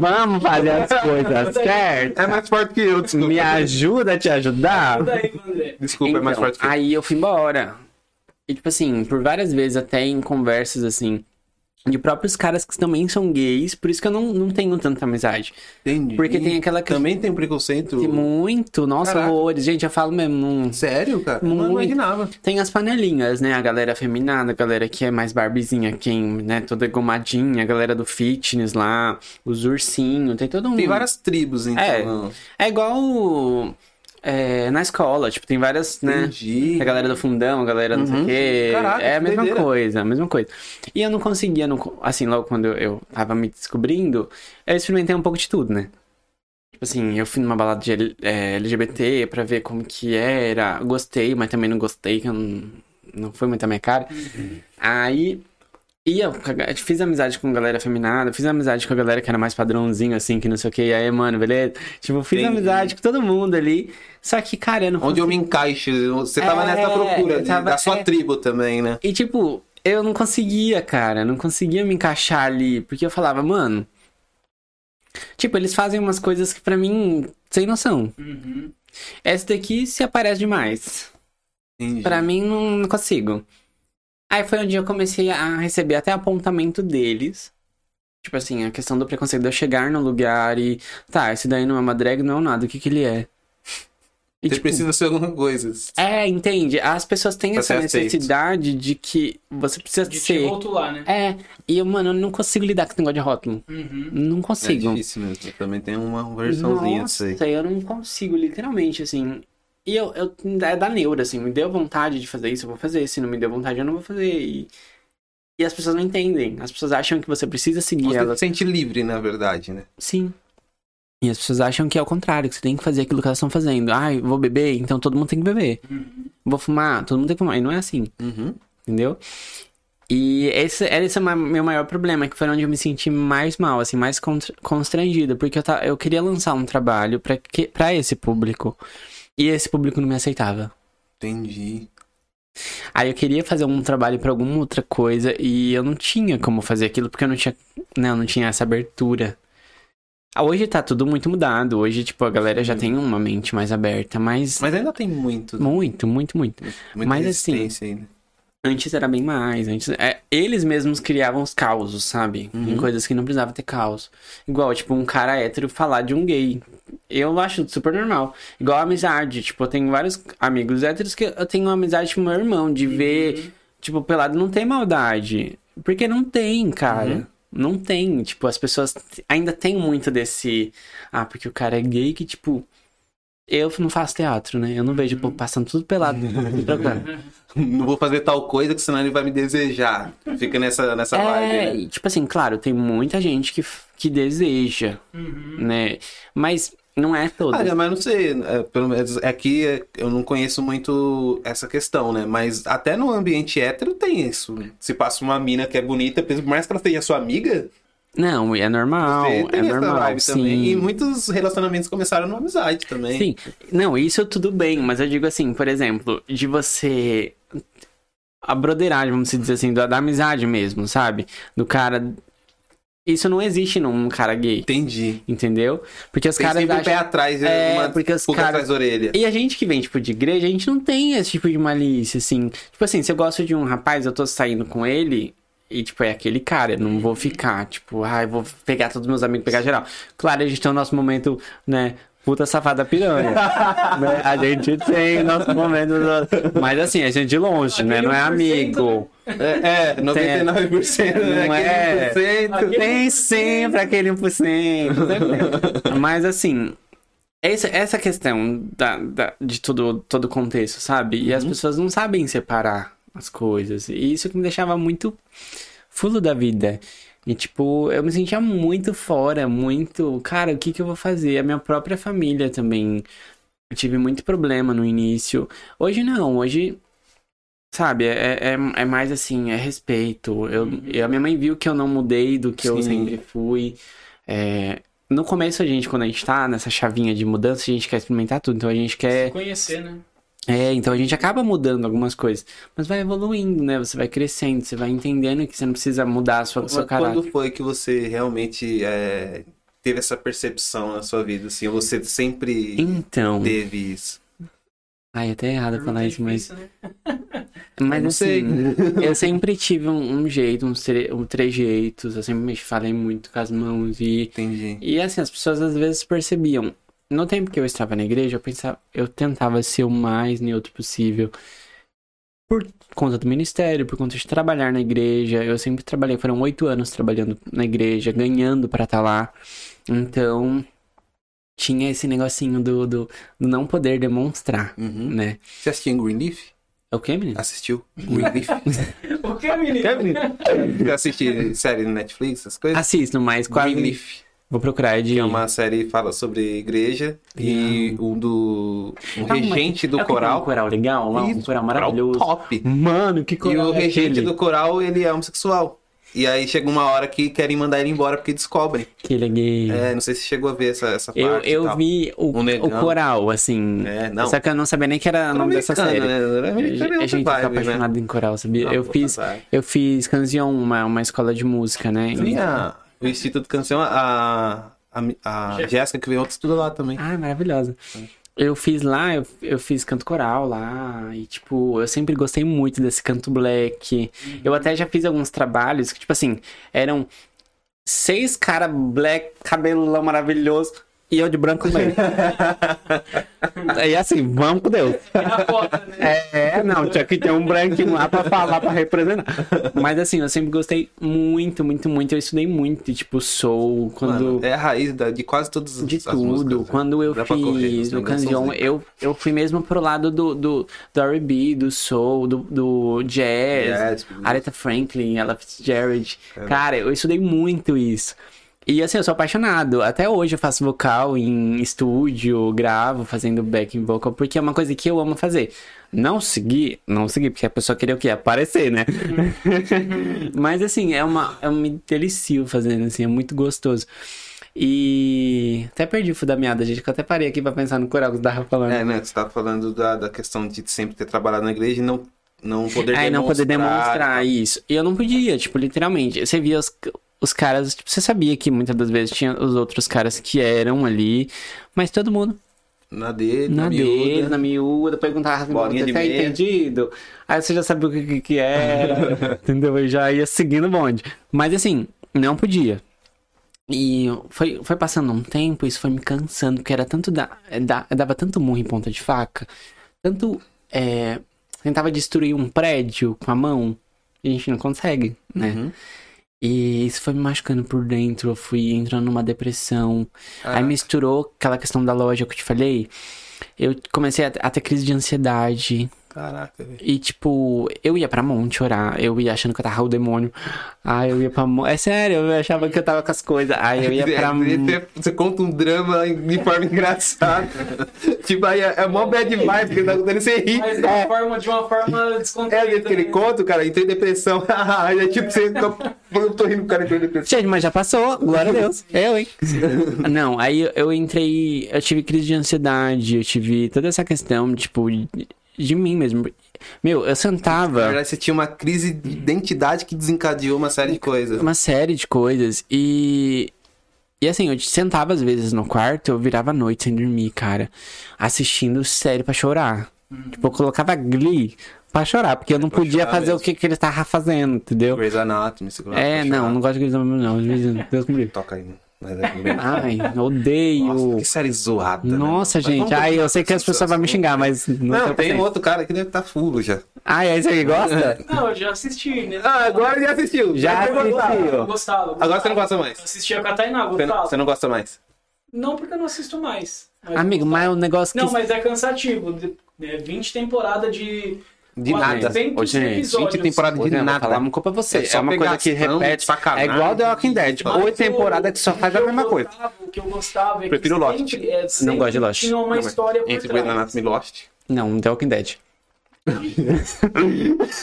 [SPEAKER 3] Vamos fazer as coisas certo?
[SPEAKER 2] É mais forte que eu, desculpa.
[SPEAKER 3] Me ajuda a te ajudar?
[SPEAKER 1] Daí, André.
[SPEAKER 2] Desculpa, é mais
[SPEAKER 3] Então,
[SPEAKER 2] forte que eu.
[SPEAKER 3] Aí eu fui embora. E, tipo assim, por várias vezes, até em conversas, assim, de próprios caras que também são gays, por isso que eu não, não tenho tanta amizade.
[SPEAKER 2] Entendi.
[SPEAKER 3] Porque tem aquela que
[SPEAKER 2] Também tem preconceito.
[SPEAKER 3] tem muito, nossa,
[SPEAKER 2] Caraca.
[SPEAKER 3] horrores. Gente, eu falo mesmo. não-
[SPEAKER 2] Sério, cara? Não
[SPEAKER 3] Muito.
[SPEAKER 2] imaginava.
[SPEAKER 3] Tem as panelinhas, né? A galera feminada, a galera que é mais barbizinha, quem, né, toda gomadinha, a galera do fitness lá, os ursinhos, tem todo um.
[SPEAKER 2] Tem várias tribos, então.
[SPEAKER 3] É.
[SPEAKER 2] não.
[SPEAKER 3] É igual é, na escola, tipo, tem várias, né?
[SPEAKER 2] Entendi.
[SPEAKER 3] A galera do fundão, a galera não sei o quê.
[SPEAKER 2] Uhum. Caraca,
[SPEAKER 3] é a
[SPEAKER 2] que
[SPEAKER 3] mesma
[SPEAKER 2] doideira.
[SPEAKER 3] coisa, a mesma coisa. E eu não conseguia, não co- assim, logo quando eu- eu tava me descobrindo, eu experimentei um pouco de tudo, né? Tipo assim, eu fui numa balada de L- eh, LGBT pra ver como que era. Gostei, mas também não gostei, que eu não, não foi muito a minha cara.
[SPEAKER 2] Uhum.
[SPEAKER 3] Aí. E eu caga- fiz amizade com galera feminada, fiz amizade com a galera que era mais padrãozinho, assim, que não sei o que, e aí, mano, beleza? Tipo, fiz
[SPEAKER 2] Entendi.
[SPEAKER 3] amizade com todo mundo ali. Só que, cara, eu não
[SPEAKER 2] Onde eu me encaixo? Você tava
[SPEAKER 3] É,
[SPEAKER 2] nessa procura
[SPEAKER 3] eu
[SPEAKER 2] de-
[SPEAKER 3] tava-
[SPEAKER 2] da sua
[SPEAKER 3] é.
[SPEAKER 2] tribo também, né?
[SPEAKER 3] E tipo, eu não conseguia, cara, não conseguia me encaixar ali, porque eu falava, mano, tipo, eles fazem umas coisas que pra mim sem noção.
[SPEAKER 1] Uhum.
[SPEAKER 3] Essa daqui se aparece demais.
[SPEAKER 2] Entendi.
[SPEAKER 3] Pra mim não não consigo. Aí foi onde eu comecei a receber até apontamento deles. Tipo assim, a questão do preconceito de eu chegar no lugar e, tá, esse daí não é uma drag, não é um nada, o que que ele é? E,
[SPEAKER 2] Você
[SPEAKER 3] tipo,
[SPEAKER 2] precisa ser alguma coisa.
[SPEAKER 3] É, entende? As pessoas têm
[SPEAKER 2] Pra
[SPEAKER 3] essa
[SPEAKER 2] ser aceito.
[SPEAKER 3] necessidade de que você precisa
[SPEAKER 1] De te
[SPEAKER 3] ser.
[SPEAKER 1] rotular, né?
[SPEAKER 3] É, e eu, mano, eu não consigo lidar com esse negócio de rótulo.
[SPEAKER 1] Uhum.
[SPEAKER 3] Não
[SPEAKER 2] É
[SPEAKER 3] consigo.
[SPEAKER 2] difícil mesmo. Também tem uma versãozinha disso aí.
[SPEAKER 3] Nossa, eu não consigo, literalmente, assim. E eu, eu é da neura, assim, me deu vontade de fazer isso, eu vou fazer. Se não me deu vontade, eu não vou fazer. E, e as pessoas não entendem. As pessoas acham que você precisa seguir
[SPEAKER 2] Você
[SPEAKER 3] elas.
[SPEAKER 2] se sente livre, na verdade, né?
[SPEAKER 3] Sim. E as pessoas acham que é o contrário, que você tem que fazer aquilo que elas estão fazendo. Ai, vou beber, então todo mundo tem que beber. Vou fumar, todo mundo tem que fumar. E não é assim.
[SPEAKER 2] Uhum.
[SPEAKER 3] Entendeu? E esse era esse ma- meu maior problema, que foi onde eu me senti mais mal, assim, mais constr- constrangida, porque eu, ta- eu queria lançar um trabalho pra que- pra esse público. E esse público não me aceitava.
[SPEAKER 2] Entendi.
[SPEAKER 3] Aí eu queria fazer um trabalho pra alguma outra coisa e eu não tinha como fazer aquilo porque eu não tinha, né, eu não tinha essa abertura. Ah, Hoje tá tudo muito mudado, hoje tipo a galera já tem uma mente mais aberta, mas
[SPEAKER 2] Mas ainda tem muito.
[SPEAKER 3] muito, muito, muito.
[SPEAKER 2] Muita
[SPEAKER 3] mas assim-
[SPEAKER 2] resistência ainda. [laughs]
[SPEAKER 3] Antes era bem mais, antes... é, eles mesmos criavam os causos, sabe? Em coisas que não precisava ter caos. Igual, tipo, um cara hétero falar de um gay. Eu acho super normal. Igual a amizade, tipo, eu tenho vários amigos héteros que eu tenho uma amizade com meu irmão, de ver, tipo, pelado não tem maldade. Porque não tem, cara. Não tem, tipo, as pessoas ainda tem muito desse... Ah, porque o cara é gay que, tipo... Eu não faço teatro, né? Eu não vejo, pô, passando tudo pelado. trocando.
[SPEAKER 2] Não vou fazer tal coisa, que senão ele vai me desejar. Fica nessa, nessa
[SPEAKER 3] É,
[SPEAKER 2] vibe, né?
[SPEAKER 3] e, tipo assim, claro, tem muita gente que, f- que deseja,
[SPEAKER 1] uhum.
[SPEAKER 3] né? Mas não é toda.
[SPEAKER 2] Olha, mas não sei, é, pelo menos aqui é, eu não conheço muito essa questão, né? Mas até no ambiente hétero tem isso. Se passa uma mina que é bonita, por mais que ela seja sua amiga,
[SPEAKER 3] não, e é normal,
[SPEAKER 2] você tem
[SPEAKER 3] é
[SPEAKER 2] essa
[SPEAKER 3] normal,
[SPEAKER 2] vibe
[SPEAKER 3] sim.
[SPEAKER 2] também. E muitos relacionamentos começaram numa amizade também.
[SPEAKER 3] Sim, não, isso tudo bem, mas eu digo assim, por exemplo, de você. A broderagem, vamos dizer assim, da, da amizade mesmo, sabe? Do cara. Isso não existe num cara gay,
[SPEAKER 2] Entendi.
[SPEAKER 3] entendeu? Porque os
[SPEAKER 2] Tem
[SPEAKER 3] caras
[SPEAKER 2] sempre o
[SPEAKER 3] acham.
[SPEAKER 2] pé atrás,
[SPEAKER 3] É,
[SPEAKER 2] uma
[SPEAKER 3] porque os
[SPEAKER 2] pulga
[SPEAKER 3] caras-
[SPEAKER 2] atrás da
[SPEAKER 3] [laughs]
[SPEAKER 2] orelha.
[SPEAKER 3] E a gente que vem, tipo, de igreja, a gente não tem esse tipo de malícia, assim. Tipo assim, se eu gosto de um rapaz, eu tô saindo com ele. E, tipo, é aquele cara, eu não vou ficar, tipo, ai, vou pegar todos meus amigos, pegar geral. Claro, a gente tem o nosso momento, né, puta safada piranha. Né? a gente tem o nosso momento, mas assim, a gente de longe, né, não é amigo.
[SPEAKER 2] É, é 99%, né?
[SPEAKER 3] Não é.
[SPEAKER 2] 1%.
[SPEAKER 3] Tem sempre aquele 1%. sempre tem. Mas assim, essa, essa questão da, da- de todo todo o contexto, sabe? E as pessoas não sabem separar as coisas. E isso que me deixava muito fulo da vida. E tipo, eu me sentia muito fora, muito. Cara, o que que eu vou fazer? A minha própria família também. Eu tive muito problema no início. Hoje não, hoje Sabe, é, é, é mais assim, é respeito. Eu, eu- a minha mãe viu que eu não mudei do que eu
[SPEAKER 2] Uhum. Sim.
[SPEAKER 3] sempre fui. É, no começo, a gente, quando a gente tá nessa chavinha de mudança, a gente quer experimentar tudo. Então a gente quer.
[SPEAKER 1] Conhecer, né?
[SPEAKER 3] É, então a gente acaba mudando algumas coisas. Mas vai evoluindo, né? Você vai crescendo, você vai entendendo que você não precisa mudar a sua, o seu
[SPEAKER 2] Mas
[SPEAKER 3] caráter.
[SPEAKER 2] Quando foi que você realmente é, teve essa percepção na sua vida? Assim, ou você sempre
[SPEAKER 3] Então.
[SPEAKER 2] teve isso?
[SPEAKER 3] Ai, até errado falar
[SPEAKER 1] É
[SPEAKER 3] isso, mas.
[SPEAKER 1] difícil, né?
[SPEAKER 3] Mas
[SPEAKER 2] não sei.
[SPEAKER 3] assim, eu sempre tive um, um jeito, uns tre um trejeitos. Eu sempre me falei muito com as mãos e.
[SPEAKER 2] Entendi.
[SPEAKER 3] E assim, as pessoas às vezes percebiam. No tempo que eu estava na igreja, eu pensava, eu tentava ser o mais neutro possível. Por conta do ministério, por conta de trabalhar na igreja. Eu sempre trabalhei, foram oito anos trabalhando na igreja, ganhando pra estar lá. Então, tinha esse negocinho do, do, do não poder demonstrar,
[SPEAKER 2] Uhum.
[SPEAKER 3] né?
[SPEAKER 2] Você assistiu em Greenleaf?
[SPEAKER 3] É o que, menino?
[SPEAKER 2] Assistiu Greenleaf?
[SPEAKER 1] né? O que, menino?
[SPEAKER 2] Quer, menino? Você assiste série no Netflix, essas coisas?
[SPEAKER 3] Assisto, mas quase.
[SPEAKER 2] Greenleaf.
[SPEAKER 3] Vou procurar é de.
[SPEAKER 2] É uma série que fala sobre igreja e um do um
[SPEAKER 3] Ah, mas-
[SPEAKER 2] regente
[SPEAKER 3] É
[SPEAKER 2] do
[SPEAKER 3] o que tem Um
[SPEAKER 2] coral.
[SPEAKER 3] coral legal, lá, um
[SPEAKER 2] Isso,
[SPEAKER 3] coral
[SPEAKER 2] coral
[SPEAKER 3] maravilhoso.
[SPEAKER 2] top.
[SPEAKER 3] Mano, que
[SPEAKER 2] E
[SPEAKER 3] coral
[SPEAKER 2] o
[SPEAKER 3] é
[SPEAKER 2] regente
[SPEAKER 3] aquele?
[SPEAKER 2] do coral, ele é homossexual. E aí chega uma hora que querem mandar ele embora porque descobrem.
[SPEAKER 3] Que ele é gay.
[SPEAKER 2] É, não sei se chegou a ver essa, essa parte.
[SPEAKER 3] Eu,
[SPEAKER 2] e
[SPEAKER 3] eu
[SPEAKER 2] tal.
[SPEAKER 3] vi o,
[SPEAKER 2] Um negão.
[SPEAKER 3] o coral, assim.
[SPEAKER 2] É, não.
[SPEAKER 3] Só que eu não sabia nem que era é o nome dessa série.
[SPEAKER 2] Americano, né? Era americano, é
[SPEAKER 3] A
[SPEAKER 2] outra
[SPEAKER 3] gente
[SPEAKER 2] vibe,
[SPEAKER 3] fica apaixonado em coral, sabia?
[SPEAKER 2] Ah,
[SPEAKER 3] eu,
[SPEAKER 2] puta
[SPEAKER 3] fiz,
[SPEAKER 2] vibe.
[SPEAKER 3] eu fiz Canzion, uma, uma escola de música, né?
[SPEAKER 2] Tinha o Instituto Canção, a, a, a Jéssica que veio ontem estuda lá também.
[SPEAKER 3] Ah, maravilhosa. Eu fiz lá, eu, eu fiz canto coral lá, e tipo, eu sempre gostei muito desse canto black. Eu até já fiz alguns trabalhos que, tipo assim, eram seis cara black, cabelão maravilhoso, e eu de branco [laughs] também. Aí assim, vamos com Deus.
[SPEAKER 1] É a foto, né?
[SPEAKER 3] É, não, tinha que ter um branquinho lá pra falar, pra representar. Mas assim, eu sempre gostei muito, muito, muito. Eu estudei muito, tipo, soul, quando.
[SPEAKER 2] Mano, é a raiz da- de quase todas
[SPEAKER 3] De
[SPEAKER 2] as
[SPEAKER 3] tudo.
[SPEAKER 2] músicas. né?
[SPEAKER 3] Quando eu
[SPEAKER 2] Dá pra correr,
[SPEAKER 3] fiz
[SPEAKER 2] né?
[SPEAKER 3] o
[SPEAKER 2] Não são
[SPEAKER 3] Canzion,
[SPEAKER 2] músicas.
[SPEAKER 3] eu, eu fui mesmo pro lado do, do, do R&B, do soul, do, do jazz,
[SPEAKER 2] Jazz, blues.
[SPEAKER 3] Aretha Franklin, Ella Fitzgerald. Cara, eu estudei muito isso. E assim, eu sou apaixonado. Até hoje eu faço vocal em estúdio, gravo fazendo backing vocal, porque é uma coisa que eu amo fazer. Não seguir, não seguir, porque a pessoa queria o quê? Aparecer, né? Mas assim, é uma. Eu me delicio fazendo, assim, é muito gostoso. E até perdi o fio da meada, gente, que eu até parei aqui pra pensar no coral que você tava falando.
[SPEAKER 2] É, né? Você tá falando da, da questão de sempre ter trabalhado na igreja e não, não poder
[SPEAKER 3] Aí
[SPEAKER 2] demonstrar.
[SPEAKER 3] É, não poder demonstrar isso. E eu não podia, tipo, literalmente. Você via os, os caras, tipo, você sabia que muitas das vezes tinha os outros caras que eram ali, mas todo mundo
[SPEAKER 2] Na dele,
[SPEAKER 3] na,
[SPEAKER 2] na
[SPEAKER 3] dele,
[SPEAKER 2] miúda.
[SPEAKER 3] na miúda, perguntava assim,
[SPEAKER 2] Bolinha
[SPEAKER 3] você
[SPEAKER 2] de
[SPEAKER 3] tá
[SPEAKER 2] meia."
[SPEAKER 3] entendido? Aí você já sabia o que, que, que
[SPEAKER 2] [laughs]
[SPEAKER 3] era, entendeu? E já ia seguindo o bonde. Mas assim, não podia. E foi, foi passando um tempo, isso foi me cansando, porque era tanto da, eh, da- dava tanto murro em ponta de faca, tanto é, tentava destruir um prédio com a mão, e a gente não consegue, né?
[SPEAKER 2] Uhum.
[SPEAKER 3] E isso foi me machucando por dentro, eu fui entrando numa depressão.
[SPEAKER 2] Ah.
[SPEAKER 3] Aí misturou aquela questão da loja que eu te falei. Eu comecei a, a ter crise de ansiedade.
[SPEAKER 2] Ah, Caraca, velho.
[SPEAKER 3] E, tipo, eu ia pra monte orar. Eu ia achando que eu tava o demônio. Aí eu ia pra monte. É sério, eu achava que eu tava com as coisas.
[SPEAKER 2] [laughs]
[SPEAKER 3] Aí eu ia pra.
[SPEAKER 2] É, Você- Você conta um drama de forma [laughs] engraçada. tipo, aí é, é mó bad vibe, porque tá acontecendo, você ri.
[SPEAKER 1] Mas de uma forma, de uma forma
[SPEAKER 2] É,
[SPEAKER 1] descontraída.
[SPEAKER 2] do jeito que ele
[SPEAKER 1] né?
[SPEAKER 2] conta, o cara, entrei em depressão. [laughs] Aí é tipo, você. Tô, eu tô rindo, o cara entrou em depressão.
[SPEAKER 3] Gente, mas já passou, glória a Deus. Eu, hein? Não, aí eu entrei. Eu tive crise de ansiedade, eu tive toda essa questão, tipo, de, de mim mesmo. Meu, eu
[SPEAKER 2] Na
[SPEAKER 3] sentava.
[SPEAKER 2] verdade, você tinha uma crise de identidade que desencadeou uma série de coisas.
[SPEAKER 3] uma série de coisas e e assim, eu sentava às vezes no quarto, eu virava a noite sem dormir, cara, assistindo série pra chorar. Tipo, eu colocava Glee pra chorar, porque eu não
[SPEAKER 2] Uhum.
[SPEAKER 3] podia
[SPEAKER 2] chorar
[SPEAKER 3] fazer o
[SPEAKER 2] mesmo.
[SPEAKER 3] que, que ele tava fazendo, entendeu?
[SPEAKER 2] Grey's Anatomy, você gosta
[SPEAKER 3] É,
[SPEAKER 2] de
[SPEAKER 3] não,
[SPEAKER 2] chorar.
[SPEAKER 3] não gosto de Glee também, não. Deus me livre.
[SPEAKER 2] Toca aí, mano. Mas é bem-
[SPEAKER 3] Ai, odeio.
[SPEAKER 2] Nossa, que
[SPEAKER 3] Nossa,
[SPEAKER 2] série zoada. né? Mas
[SPEAKER 3] gente.
[SPEAKER 2] vamos
[SPEAKER 3] Ai, eu sei que
[SPEAKER 2] continuar
[SPEAKER 3] as pessoas vão me xingar, mas não,
[SPEAKER 2] Não,
[SPEAKER 3] tenho
[SPEAKER 2] tem
[SPEAKER 3] paciência.
[SPEAKER 2] outro cara que deve estar fulo já.
[SPEAKER 3] Ai, é isso aí, gosta?
[SPEAKER 1] Não, eu já assisti, né?
[SPEAKER 2] Ah, agora já assistiu.
[SPEAKER 3] Já
[SPEAKER 2] Agora
[SPEAKER 3] assistiu.
[SPEAKER 2] gostava.
[SPEAKER 1] Eu Gostava. eu
[SPEAKER 2] Agora você
[SPEAKER 1] gostava.
[SPEAKER 2] não gosta mais.
[SPEAKER 1] Eu assistia com a Tainá,
[SPEAKER 2] Você não,
[SPEAKER 1] gostava.
[SPEAKER 2] você não gosta mais.
[SPEAKER 1] Não porque eu não assisto mais. mas
[SPEAKER 3] Amigo,
[SPEAKER 1] eu gostava.
[SPEAKER 3] mas o negócio que
[SPEAKER 1] Não, mas é cansativo. de- né, 20 temporadas de...
[SPEAKER 2] De nada.
[SPEAKER 1] 400
[SPEAKER 3] Ô, gente,
[SPEAKER 2] 20
[SPEAKER 1] episódios.
[SPEAKER 2] temporadas
[SPEAKER 3] Pô,
[SPEAKER 2] de
[SPEAKER 3] não, vou
[SPEAKER 2] nada.
[SPEAKER 3] falar uma culpa é você.
[SPEAKER 2] É
[SPEAKER 3] É,
[SPEAKER 2] só
[SPEAKER 3] uma coisa que
[SPEAKER 2] pegação,
[SPEAKER 3] repete.
[SPEAKER 2] sacanagem.
[SPEAKER 3] É igual The Walking Dead.
[SPEAKER 2] Mas
[SPEAKER 3] Oito
[SPEAKER 1] o-
[SPEAKER 3] temporadas que só faz
[SPEAKER 2] é
[SPEAKER 3] a
[SPEAKER 1] o que
[SPEAKER 3] mesma
[SPEAKER 1] eu
[SPEAKER 3] coisa.
[SPEAKER 1] gostava, O que eu gostava é
[SPEAKER 2] Prefiro
[SPEAKER 1] que
[SPEAKER 2] Lost.
[SPEAKER 1] sempre, é, sempre
[SPEAKER 3] gosto de Lost.
[SPEAKER 1] tinha uma
[SPEAKER 2] Não, mas
[SPEAKER 1] história por
[SPEAKER 2] Entre
[SPEAKER 1] trás.
[SPEAKER 2] Grey's Anatomy e Lost.
[SPEAKER 3] Não, The Walking Dead.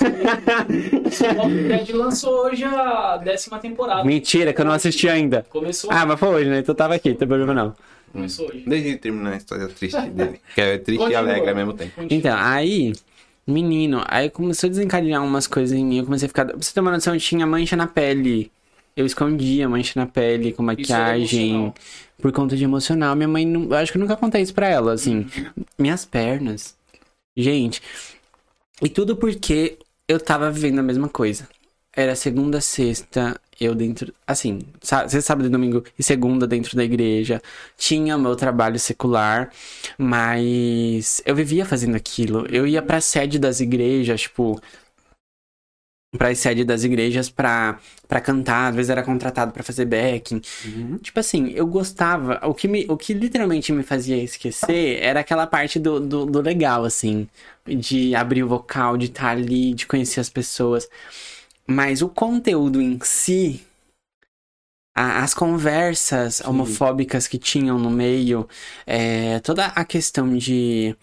[SPEAKER 1] O Walking Dead lançou hoje a décima temporada.
[SPEAKER 3] Mentira, que eu não assisti ainda.
[SPEAKER 1] Começou,
[SPEAKER 3] Ah, mas foi hoje, né? Então tava aqui, não tem problema não.
[SPEAKER 1] começou hoje.
[SPEAKER 2] Deixa eu terminar a história
[SPEAKER 1] [laughs]
[SPEAKER 2] triste dele. Que é triste e
[SPEAKER 1] Continua.
[SPEAKER 2] alegre ao mesmo tempo.
[SPEAKER 1] Continua.
[SPEAKER 3] Então, aí, menino, aí começou a desencadear umas coisas em mim. Eu comecei a ficar. Pra você ter uma noção, eu tinha mancha na pele. Eu escondia mancha na pele com maquiagem.
[SPEAKER 1] emocional.
[SPEAKER 3] por conta de emocional. Minha mãe, não, eu acho que eu nunca contei isso pra ela, assim. Minhas pernas. Gente. E tudo porque eu tava vivendo a mesma coisa. Era segunda, sexta, eu dentro. Assim, sa- sexta, sábado e domingo e segunda dentro da igreja. Tinha o meu trabalho secular, mas eu vivia fazendo aquilo. Eu ia pra sede das igrejas, tipo. Pra sede das igrejas pra, pra cantar, às vezes era contratado pra fazer backing. Tipo assim, eu gostava. O que, me, o que literalmente me fazia esquecer era aquela parte do, do, do legal, assim. De abrir o vocal, de estar ali, de conhecer as pessoas. Mas o conteúdo em si, a- as conversas homofóbicas que tinham no meio, é, toda a questão de.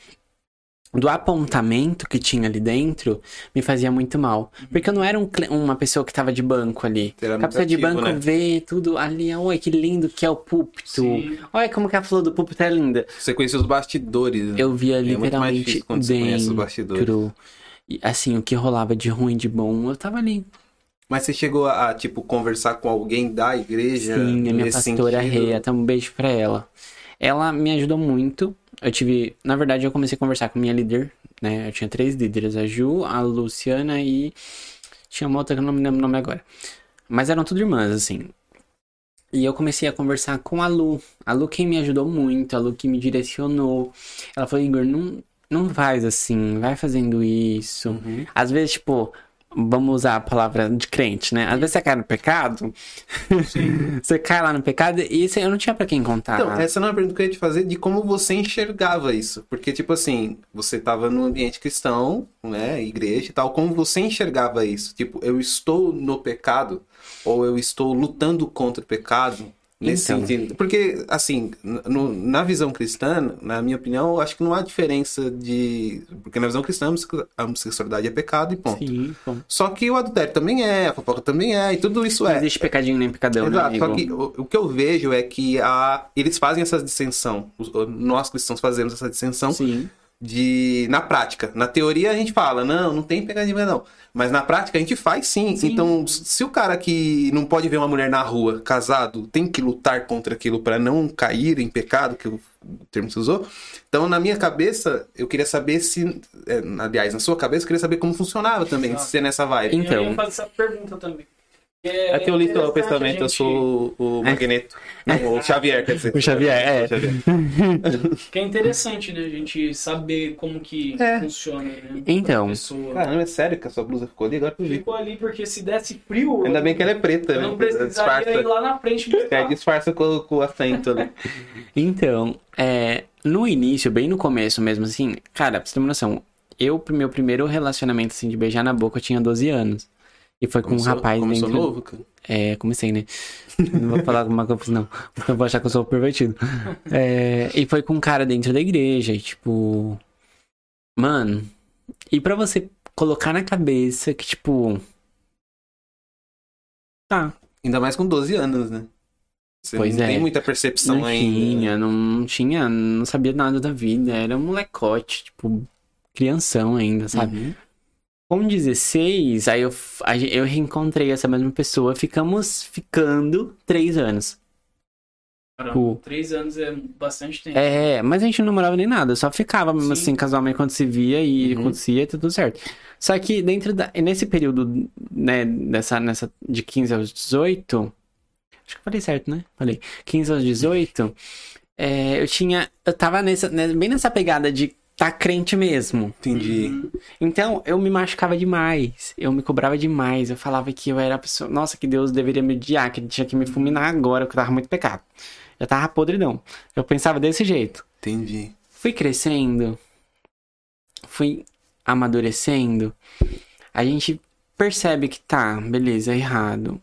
[SPEAKER 3] Do apontamento que tinha ali dentro me fazia muito mal. Porque eu não era um cle- uma pessoa que tava de banco ali.
[SPEAKER 2] Você era muito
[SPEAKER 3] Capta de
[SPEAKER 2] ativo,
[SPEAKER 3] banco
[SPEAKER 2] né?
[SPEAKER 3] vê tudo ali. Olha que lindo que é o púlpito.
[SPEAKER 1] Sim.
[SPEAKER 3] Olha como que a flor do púlpito é linda.
[SPEAKER 2] Você conhece os bastidores. né?
[SPEAKER 3] Eu via
[SPEAKER 2] É muito mais difícil
[SPEAKER 3] literalmente
[SPEAKER 2] quando você conhece os bastidores.
[SPEAKER 3] dentro. E, assim, o que rolava de ruim, de bom, eu tava ali.
[SPEAKER 2] Mas você chegou a, tipo, conversar com alguém da igreja?
[SPEAKER 3] Sim, a minha
[SPEAKER 2] nesse
[SPEAKER 3] pastora
[SPEAKER 2] sentido?
[SPEAKER 3] Rê, até um beijo pra ela. Ela me ajudou muito. Eu tive. Na verdade, eu comecei a conversar com minha líder, né? Eu tinha três líderes, a Ju, a Luciana e. Tinha uma outra que eu não me lembro o nome agora. Mas eram tudo irmãs, assim. E eu comecei a conversar com a Lu. A Lu que me ajudou muito, a Lu que me direcionou. Ela falou, Igor, não, não faz assim, vai fazendo isso.
[SPEAKER 2] Uhum.
[SPEAKER 3] Às vezes, tipo, vamos usar a palavra de crente, né? Às vezes você cai no pecado, [laughs] você cai lá no pecado e você, eu não tinha pra quem contar.
[SPEAKER 2] Então, essa não é uma pergunta que eu ia te fazer de como você enxergava isso. Porque, tipo assim, você tava no ambiente cristão, né? Igreja e tal. Como você enxergava isso? Tipo, eu estou no pecado? Ou eu estou lutando contra o pecado? Nesse
[SPEAKER 3] Então.
[SPEAKER 2] sentido. Porque, assim, no- na visão cristã, na minha opinião, eu acho que não há diferença de. Porque na visão cristã, a homossexualidade é pecado e ponto.
[SPEAKER 3] Sim, bom.
[SPEAKER 2] Só que o adultério também é, a fofoca também é, e tudo isso
[SPEAKER 3] Não
[SPEAKER 2] é.
[SPEAKER 3] existe pecadinho nem pecadão,
[SPEAKER 2] Exato,
[SPEAKER 3] né,
[SPEAKER 2] só
[SPEAKER 3] Igor?
[SPEAKER 2] que o, o que eu vejo é que a, eles fazem essa dissensão. Os- o- nós cristãos fazemos essa dissensão
[SPEAKER 3] Sim.
[SPEAKER 2] de na prática. Na teoria a gente fala, não, não tem pegadinha não. Mas na prática a gente faz sim. Então, s- se o cara que não pode ver uma mulher na rua, casado, tem que lutar contra aquilo pra não cair em pecado, que o o termo que se usou. Então, na minha cabeça, eu queria saber se, é, aliás, na sua cabeça, eu queria saber como funcionava também,
[SPEAKER 1] Exato.
[SPEAKER 2] se é nessa vibe.
[SPEAKER 3] Então.
[SPEAKER 1] Eu ia fazer essa pergunta também.
[SPEAKER 2] É que eu li
[SPEAKER 1] interessante
[SPEAKER 2] o
[SPEAKER 1] a
[SPEAKER 2] pensamento, eu
[SPEAKER 1] gente-
[SPEAKER 2] sou o Magneto. Não, É. o Xavier, quer dizer.
[SPEAKER 3] O Xavier, é.
[SPEAKER 1] Que é interessante, né? A gente saber como que
[SPEAKER 2] É.
[SPEAKER 1] funciona, né?
[SPEAKER 3] Então.
[SPEAKER 1] A pessoa
[SPEAKER 2] Caramba, é sério que a sua blusa ficou ali? Agora que eu vi.
[SPEAKER 1] ficou ali porque se desse frio,
[SPEAKER 2] Ainda bem que ela é preta,
[SPEAKER 1] eu
[SPEAKER 2] né?
[SPEAKER 1] não precisaria ir
[SPEAKER 2] Disfarça.
[SPEAKER 1] lá na frente me
[SPEAKER 2] É, disfarça com, com o acento ali.
[SPEAKER 3] Então, é, no início, bem no começo mesmo, assim, cara, pra você ter uma noção, eu, pro meu primeiro relacionamento, assim, de beijar na boca, eu tinha 12 anos. E foi com um rapaz
[SPEAKER 2] começou
[SPEAKER 3] dentro...
[SPEAKER 2] novo, cara.
[SPEAKER 3] É, comecei, né? Não vou falar alguma coisa, não. Porque eu vou achar que eu sou pervertido. É, e foi com um cara dentro da igreja, e tipo... Mano, e pra você colocar na cabeça que, tipo... Tá,
[SPEAKER 2] Ainda mais com 12 anos, né? Você
[SPEAKER 3] Pois
[SPEAKER 2] não
[SPEAKER 3] é.
[SPEAKER 2] tem muita percepção
[SPEAKER 3] não
[SPEAKER 2] ainda.
[SPEAKER 3] tinha, não, não tinha, não sabia nada da vida. Era um molecote, tipo, crianção ainda, sabe?
[SPEAKER 2] Uhum.
[SPEAKER 3] Com 16, aí eu, f- a gen- eu reencontrei essa mesma pessoa. Ficamos ficando três anos.
[SPEAKER 2] tipo,
[SPEAKER 1] Caramba, três anos é bastante tempo.
[SPEAKER 3] É, mas a gente não namorava nem nada, só ficava mesmo
[SPEAKER 1] Sim.
[SPEAKER 3] assim, casualmente quando se via e
[SPEAKER 2] Uhum.
[SPEAKER 3] acontecia, tudo certo. Só que dentro da. e Nesse período, né, dessa, nessa, de 15 aos 18. Acho que eu falei certo, né? Falei. 15 aos 18, é, eu tinha. Eu tava nessa, né, bem nessa pegada de tá crente mesmo.
[SPEAKER 2] Entendi.
[SPEAKER 3] Então, eu me machucava demais. Eu me cobrava demais. Eu falava que eu era a pessoa. Nossa, que Deus deveria me odiar, que ele tinha que me fulminar agora, porque eu tava muito pecado. Eu tava podridão. Eu pensava desse jeito.
[SPEAKER 2] Entendi.
[SPEAKER 3] Fui crescendo. Fui amadurecendo. A gente percebe que tá, beleza, é errado.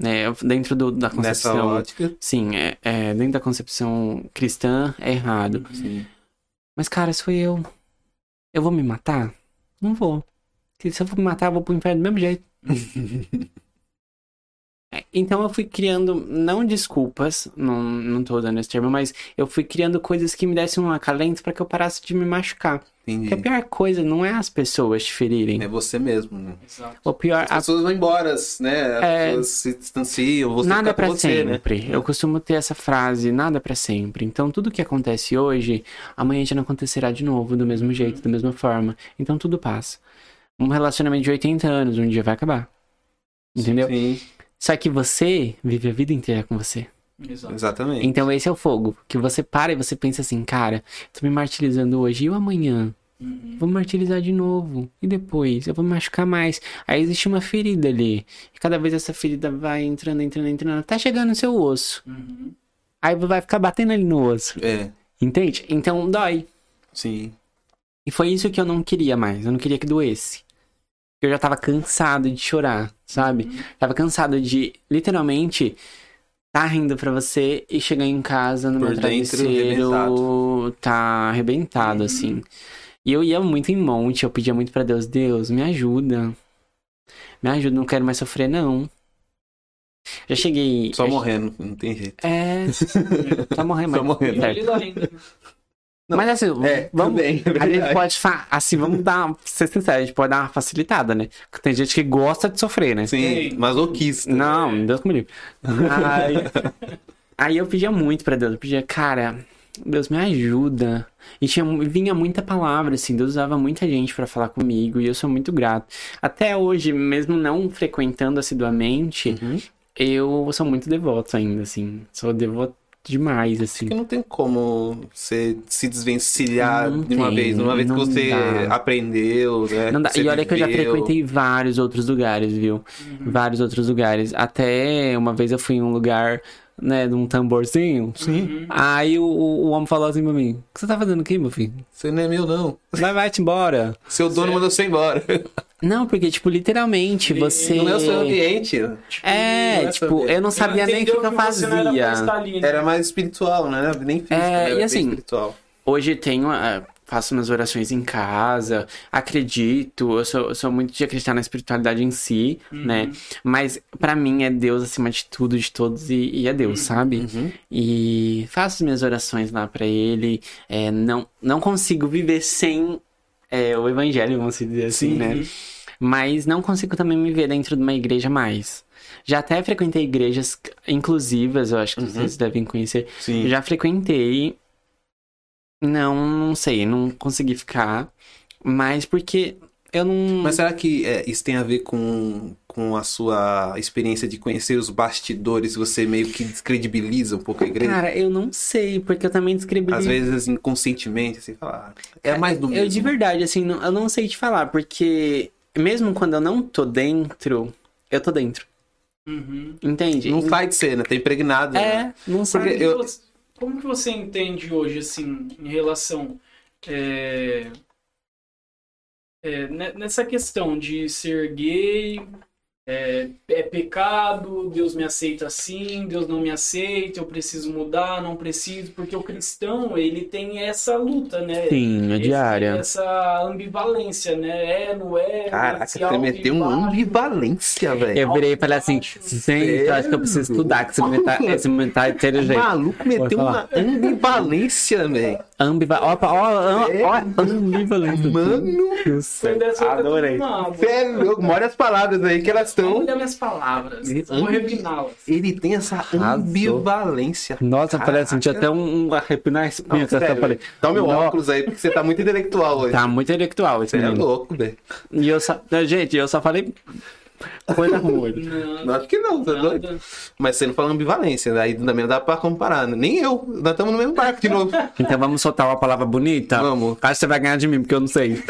[SPEAKER 3] Né, dentro do- da
[SPEAKER 2] Nessa
[SPEAKER 3] concepção.
[SPEAKER 2] ótica.
[SPEAKER 3] Sim, é, é, dentro da concepção cristã é errado.
[SPEAKER 2] Sim.
[SPEAKER 3] Mas, cara, sou eu. Eu vou me matar? Não vou. Se se eu for me matar, eu vou pro inferno do
[SPEAKER 2] [laughs]
[SPEAKER 3] mesmo jeito. É, Então eu fui criando, não desculpas, não, não tô dando esse termo, mas eu fui criando coisas que me dessem um acalento pra que eu parasse de me machucar. Porque a
[SPEAKER 2] Entendi.
[SPEAKER 3] pior coisa não é as pessoas te ferirem.
[SPEAKER 2] É você mesmo, né?
[SPEAKER 1] Exato.
[SPEAKER 3] O pior,
[SPEAKER 2] As
[SPEAKER 3] a
[SPEAKER 2] pessoas vão embora, né? As
[SPEAKER 3] É.
[SPEAKER 2] pessoas se distanciam, você
[SPEAKER 3] nada
[SPEAKER 2] fica
[SPEAKER 3] pra
[SPEAKER 2] com você, né?
[SPEAKER 3] sempre. Eu costumo ter essa frase, nada pra sempre. Então tudo que acontece hoje, amanhã já não acontecerá de novo, do mesmo jeito, da mesma forma. Então tudo passa. Um relacionamento de 80 anos, um dia vai acabar. Entendeu?
[SPEAKER 2] Sim,
[SPEAKER 3] Só que você vive a vida inteira com você.
[SPEAKER 1] Exato.
[SPEAKER 2] exatamente.
[SPEAKER 3] Então esse é o fogo. Que você para e você pensa assim, cara, tô me martirizando hoje e o amanhã?
[SPEAKER 1] Uhum.
[SPEAKER 3] Vou me martirizar de novo. E depois? Eu vou me machucar mais. Aí existe uma ferida ali. E cada vez essa ferida vai entrando, entrando, entrando, até chegar no seu osso.
[SPEAKER 1] Uhum.
[SPEAKER 3] Aí vai ficar batendo ali no osso.
[SPEAKER 2] É,
[SPEAKER 3] Entende? Então dói.
[SPEAKER 2] sim.
[SPEAKER 3] E foi isso que eu não queria mais. Eu não queria que doesse. Eu já tava cansado de chorar, sabe? Tava cansado de, literalmente, tá rindo pra você e chegar em casa no
[SPEAKER 2] Por
[SPEAKER 3] meu
[SPEAKER 2] dentro,
[SPEAKER 3] travesseiro tá arrebentado, assim. E eu ia muito em monte, eu pedia muito pra Deus, Deus, me ajuda. Me ajuda, não quero mais sofrer, não. Já cheguei...
[SPEAKER 2] Só
[SPEAKER 3] já-
[SPEAKER 2] morrendo, não tem jeito.
[SPEAKER 3] É,
[SPEAKER 2] [laughs]
[SPEAKER 3] tá morrendo,
[SPEAKER 2] Só
[SPEAKER 3] É. mas-
[SPEAKER 2] morrendo.
[SPEAKER 1] E ele lá ainda, né?
[SPEAKER 2] Não.
[SPEAKER 3] Mas assim,
[SPEAKER 2] É,
[SPEAKER 3] vamos.
[SPEAKER 2] também, é
[SPEAKER 3] a gente
[SPEAKER 2] verdade.
[SPEAKER 3] pode fa- assim, vamos dar, pra ser sincero, a gente pode dar uma facilitada, né? Porque tem gente que gosta de sofrer, né?
[SPEAKER 2] Sim,
[SPEAKER 1] Sim.
[SPEAKER 2] masoquista.
[SPEAKER 3] Não, Deus me livre. Aí, [laughs] aí eu pedia muito pra Deus, eu pedia, cara, Deus me ajuda. E tinha, vinha muita palavra, assim, Deus usava muita gente pra falar
[SPEAKER 2] Uhum.
[SPEAKER 3] comigo e eu sou muito grato. Até hoje, mesmo não frequentando assiduamente, eu sou muito devoto ainda, assim. Sou devoto demais, assim.
[SPEAKER 2] Porque não tem como você se desvencilhar
[SPEAKER 3] Não
[SPEAKER 2] de uma
[SPEAKER 3] tem,
[SPEAKER 2] vez. Uma vez que
[SPEAKER 3] não
[SPEAKER 2] você
[SPEAKER 3] dá.
[SPEAKER 2] aprendeu, né?
[SPEAKER 3] Não dá.
[SPEAKER 2] você
[SPEAKER 3] E olha que eu já
[SPEAKER 2] viveu. Uhum.
[SPEAKER 3] frequentei vários outros lugares, viu? Vários outros lugares. Até uma vez eu fui em um lugar, né, de um tamborzinho.
[SPEAKER 2] Uhum.
[SPEAKER 3] Sim. Aí o, o o homem falou assim pra mim: O que você tá fazendo aqui, meu filho?
[SPEAKER 2] Você não é meu, não.
[SPEAKER 3] Vai, vai-te embora.
[SPEAKER 2] Seu dono mandou você embora. [laughs]
[SPEAKER 3] Não, porque, tipo, literalmente, você.
[SPEAKER 2] Não é o seu ambiente.
[SPEAKER 3] É,
[SPEAKER 2] não é
[SPEAKER 3] tipo,
[SPEAKER 2] sobre-
[SPEAKER 3] eu não sabia nem o que,
[SPEAKER 1] Entendeu
[SPEAKER 3] que eu
[SPEAKER 1] você não era pra
[SPEAKER 3] fazia.
[SPEAKER 1] estar ali, né?
[SPEAKER 2] Era mais espiritual, né? Nem físico,
[SPEAKER 3] É,
[SPEAKER 2] né? Era
[SPEAKER 3] e
[SPEAKER 2] bem
[SPEAKER 3] assim,
[SPEAKER 2] espiritual.
[SPEAKER 3] Hoje tenho. ah, Faço minhas orações em casa, acredito, eu sou, eu sou muito de acreditar na espiritualidade em si, né? Mas pra mim é Deus acima de tudo, de todos, e, e é Deus, sabe? E faço minhas orações lá pra Ele. é, não, não consigo viver sem é, o Evangelho, vamos dizer assim,
[SPEAKER 2] Sim.
[SPEAKER 3] né? Mas não consigo também me ver dentro de uma igreja mais. Já até frequentei igrejas inclusivas, eu acho que vocês devem conhecer.
[SPEAKER 2] Sim.
[SPEAKER 3] Já frequentei. Não, não sei, não consegui ficar. Mas porque eu não.
[SPEAKER 2] Mas será que é, isso tem a ver com, com a sua experiência de conhecer os bastidores? Você meio que descredibiliza um pouco a igreja?
[SPEAKER 3] Cara, eu não sei, porque eu também descrevi.
[SPEAKER 2] Às vezes inconscientemente, assim, fala, ah, é mais do mesmo.
[SPEAKER 3] Uhum. Eu de verdade, assim, não- eu não sei te falar, porque mesmo quando eu não tô dentro, eu tô dentro.
[SPEAKER 1] Uhum.
[SPEAKER 3] Entende?
[SPEAKER 2] Não sai de cena, tá impregnado. né?
[SPEAKER 3] É, não sei.
[SPEAKER 1] Como,
[SPEAKER 2] Porque
[SPEAKER 1] que
[SPEAKER 2] eu-
[SPEAKER 1] você, como que você entende hoje, assim, em relação... é, é, ne- nessa questão de ser gay, é, é pecado, Deus me aceita assim, Deus não me aceita, eu preciso mudar, não preciso, porque o cristão, ele tem essa luta, né?
[SPEAKER 3] Sim, é
[SPEAKER 1] Esse-
[SPEAKER 3] diária.
[SPEAKER 1] Essa ambivalência, né? É, não é.
[SPEAKER 2] Caraca,
[SPEAKER 1] se
[SPEAKER 2] você
[SPEAKER 1] algo
[SPEAKER 2] meteu um
[SPEAKER 1] embaixo.
[SPEAKER 2] ambivalência, velho.
[SPEAKER 3] né? É. Eu virei e falei assim,
[SPEAKER 1] Alto e baixo.
[SPEAKER 3] gente, eu acho que eu preciso estudar, que esse mental, esse mental é
[SPEAKER 2] O
[SPEAKER 3] inteligente.
[SPEAKER 2] maluco meteu uma
[SPEAKER 3] falar.
[SPEAKER 2] ambivalência, velho.
[SPEAKER 3] Ambiva... Opa, ó, ó, ó, ambivalência.
[SPEAKER 2] Mano,
[SPEAKER 3] Meu
[SPEAKER 1] Foi um
[SPEAKER 3] céu.
[SPEAKER 1] dessa outra
[SPEAKER 3] Adorei.
[SPEAKER 1] turma, mano.
[SPEAKER 2] você é louco. Mora as palavras aí que elas estão.
[SPEAKER 1] Olha minhas palavras. um Vou
[SPEAKER 2] Hum.
[SPEAKER 1] refiná-las.
[SPEAKER 2] Ele tem essa ambivalência.
[SPEAKER 3] Nossa,
[SPEAKER 2] Caraca.
[SPEAKER 3] falei assim, tinha até um, um arrepio na
[SPEAKER 2] Não,
[SPEAKER 3] espinha.
[SPEAKER 2] sério,
[SPEAKER 3] eu falei,
[SPEAKER 2] velho. Toma meu
[SPEAKER 3] "Nó,
[SPEAKER 2] óculos aí, porque você tá muito intelectual hoje.
[SPEAKER 3] Tá muito intelectual esse
[SPEAKER 2] Você é
[SPEAKER 3] menino.
[SPEAKER 2] louco, velho.
[SPEAKER 3] E eu só... Gente, eu só falei coisa ruim.
[SPEAKER 1] Não,
[SPEAKER 2] Não, Acho que não, tá doido?
[SPEAKER 1] nada.
[SPEAKER 2] Mas você não falou ambivalência, né? aí também não dá pra comparar. né? Nem eu, nós estamos no mesmo barco de novo.
[SPEAKER 3] Então vamos soltar uma palavra bonita?
[SPEAKER 2] Vamos.
[SPEAKER 3] Acho que você vai ganhar de mim, porque eu não sei.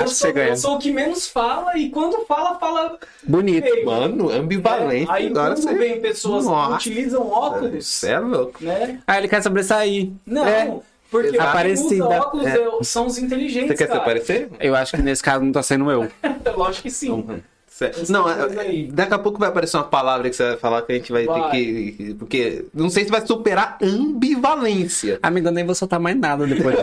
[SPEAKER 1] Eu
[SPEAKER 3] você
[SPEAKER 1] sou,
[SPEAKER 3] ganha.
[SPEAKER 1] eu sou o que menos fala e quando fala, fala.
[SPEAKER 3] Bonito.
[SPEAKER 1] feio,
[SPEAKER 2] Mano, ambivalente.
[SPEAKER 1] É, Aí
[SPEAKER 2] Agora
[SPEAKER 1] quando
[SPEAKER 2] você
[SPEAKER 1] vem pessoas que
[SPEAKER 2] Nossa,
[SPEAKER 1] utilizam óculos,
[SPEAKER 2] Você é louco.
[SPEAKER 1] né?
[SPEAKER 3] Ah, ele quer sobressair.
[SPEAKER 1] Não,
[SPEAKER 3] É.
[SPEAKER 1] porque os
[SPEAKER 3] Aparecida.
[SPEAKER 1] óculos
[SPEAKER 2] É.
[SPEAKER 1] eu- são os inteligentes.
[SPEAKER 2] Você quer se
[SPEAKER 1] cara.
[SPEAKER 2] parecer?
[SPEAKER 3] Eu acho que nesse caso não tá sendo eu.
[SPEAKER 1] [laughs] Lógico que sim.
[SPEAKER 2] Uhum. Certo.
[SPEAKER 1] Essa
[SPEAKER 2] Não,
[SPEAKER 1] coisa
[SPEAKER 2] é-
[SPEAKER 1] aí.
[SPEAKER 2] daqui a pouco vai aparecer uma palavra que você vai falar que a gente vai,
[SPEAKER 1] Vai.
[SPEAKER 2] ter que. Porque não sei se vai superar ambivalência.
[SPEAKER 3] Amigo, eu nem vou soltar mais nada depois.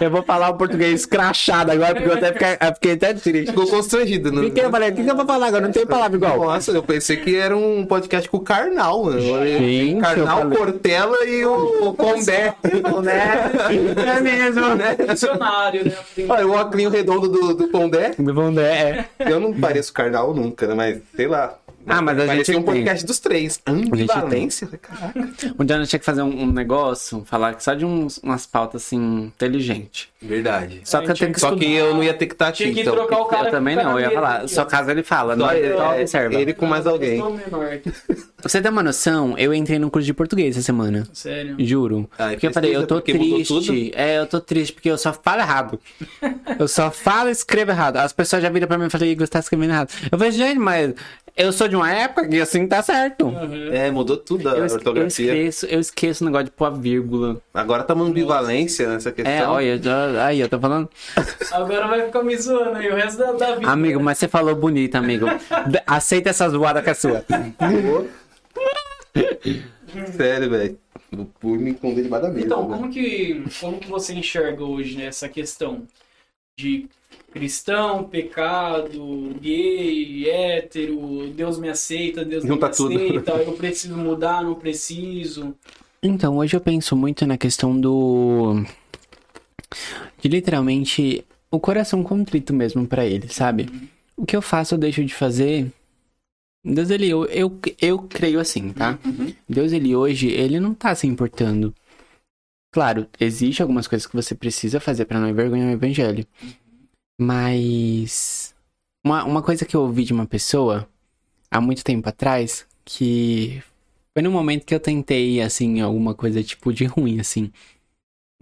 [SPEAKER 3] eu vou falar o português crachado agora, porque eu até fiquei, eu fiquei até triste.
[SPEAKER 2] Ficou constrangido, não?
[SPEAKER 3] Fiquei, eu falei, o que, que eu vou falar agora? Não tem palavra igual.
[SPEAKER 2] Nossa, eu pensei que era um podcast com o Karnal, mano.
[SPEAKER 3] Gente, eu
[SPEAKER 2] Karnal,
[SPEAKER 3] falei-
[SPEAKER 2] Portela
[SPEAKER 1] [laughs]
[SPEAKER 2] e o, o Condé. [laughs]
[SPEAKER 3] É mesmo, né?
[SPEAKER 1] Funcionário, né? Tem-
[SPEAKER 2] Olha, o óculos redondo do, do Condé.
[SPEAKER 3] Bom, é.
[SPEAKER 2] Eu não pareço Karnal nunca, né? Mas sei lá.
[SPEAKER 3] Ah, mas a
[SPEAKER 2] Parecia um
[SPEAKER 3] gente
[SPEAKER 2] podcast dos três.
[SPEAKER 3] tem.
[SPEAKER 2] Ambivalência? né, Caraca.
[SPEAKER 3] Um dia nós tinha que fazer um, um negócio, falar só de uns- umas pautas assim, inteligente.
[SPEAKER 2] Verdade.
[SPEAKER 3] Só que eu tenho que
[SPEAKER 2] Só É, que
[SPEAKER 3] estudar.
[SPEAKER 2] eu não ia ter que estar aqui,
[SPEAKER 1] Tinha que
[SPEAKER 2] então.
[SPEAKER 1] trocar o cara.
[SPEAKER 3] Eu também
[SPEAKER 1] que tá
[SPEAKER 3] não,
[SPEAKER 1] na
[SPEAKER 3] eu ia
[SPEAKER 1] mesa
[SPEAKER 3] falar.
[SPEAKER 1] aqui,
[SPEAKER 3] Só
[SPEAKER 1] ó.
[SPEAKER 3] caso ele fala, não,
[SPEAKER 2] né? Só
[SPEAKER 3] ele só
[SPEAKER 2] é-
[SPEAKER 3] observa.
[SPEAKER 2] ele com mais
[SPEAKER 1] Eu
[SPEAKER 2] alguém.
[SPEAKER 1] sou menor aqui.
[SPEAKER 3] Pra você ter uma noção, eu entrei num curso de português essa semana.
[SPEAKER 1] Sério.
[SPEAKER 3] Juro.
[SPEAKER 2] Ah, e
[SPEAKER 3] porque eu falei,
[SPEAKER 2] pesquisa,
[SPEAKER 3] eu tô
[SPEAKER 2] porque mudou
[SPEAKER 3] triste. É, eu tô triste porque eu só
[SPEAKER 2] [laughs]
[SPEAKER 3] falo errado. eu só falo e escrevo errado. As pessoas já viram pra mim e falam, Igor, você tá escrevendo errado. Eu falei, gente, mas eu sou de uma época que assim tá certo.
[SPEAKER 1] Uhum.
[SPEAKER 2] É, mudou tudo a
[SPEAKER 3] Eu, es- eu,
[SPEAKER 2] ortografia.
[SPEAKER 3] esqueço, eu esqueço o negócio de pôr a vírgula.
[SPEAKER 2] Agora tá uma ambivalência nessa questão.
[SPEAKER 3] É, olha, eu já- aí eu tô falando.
[SPEAKER 1] Agora vai ficar me zoando aí o resto da, da vida.
[SPEAKER 3] Amigo, mas você falou bonito, [laughs] amigo. D- Aceita essa zoada que é sua.
[SPEAKER 2] [laughs] Sério, velho. O Pur me esconder debaixo da mesa.
[SPEAKER 1] Então,
[SPEAKER 2] né?
[SPEAKER 1] como que, como que você enxerga hoje né, essa questão de cristão, pecado, gay, hétero, Deus me aceita, Deus não
[SPEAKER 2] Junta
[SPEAKER 1] me
[SPEAKER 2] tudo.
[SPEAKER 1] aceita, eu preciso mudar, não preciso.
[SPEAKER 3] Então, hoje eu penso muito na questão do. de literalmente o coração contrito mesmo pra ele, sabe? O que eu faço, eu deixo de fazer. Deus, ele. Eu, eu, eu creio assim, tá? Deus, ele hoje, ele não tá se importando. Claro, existe algumas coisas que você precisa fazer pra não envergonhar o evangelho. Mas. Uma, uma coisa que eu ouvi de uma pessoa há muito tempo atrás que foi no momento que eu tentei, assim, alguma coisa tipo de ruim, assim.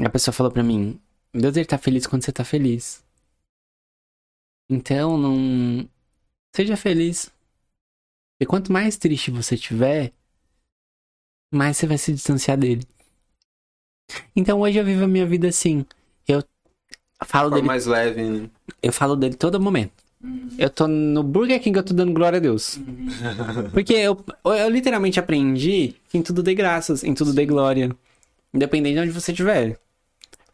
[SPEAKER 3] A pessoa falou pra mim: Deus, ele tá feliz quando você tá feliz. Então, não. Seja feliz. E quanto mais triste você tiver, mais você vai se distanciar dele. Então hoje eu vivo a minha vida assim. Eu falo
[SPEAKER 2] Forma
[SPEAKER 3] dele
[SPEAKER 2] mais leve, né?
[SPEAKER 3] eu falo dele todo momento. Eu tô no Burger King, eu tô dando glória
[SPEAKER 2] [laughs]
[SPEAKER 3] a Deus. Porque eu, eu literalmente aprendi que em tudo dê graças, em tudo dê glória. Independente de onde você estiver.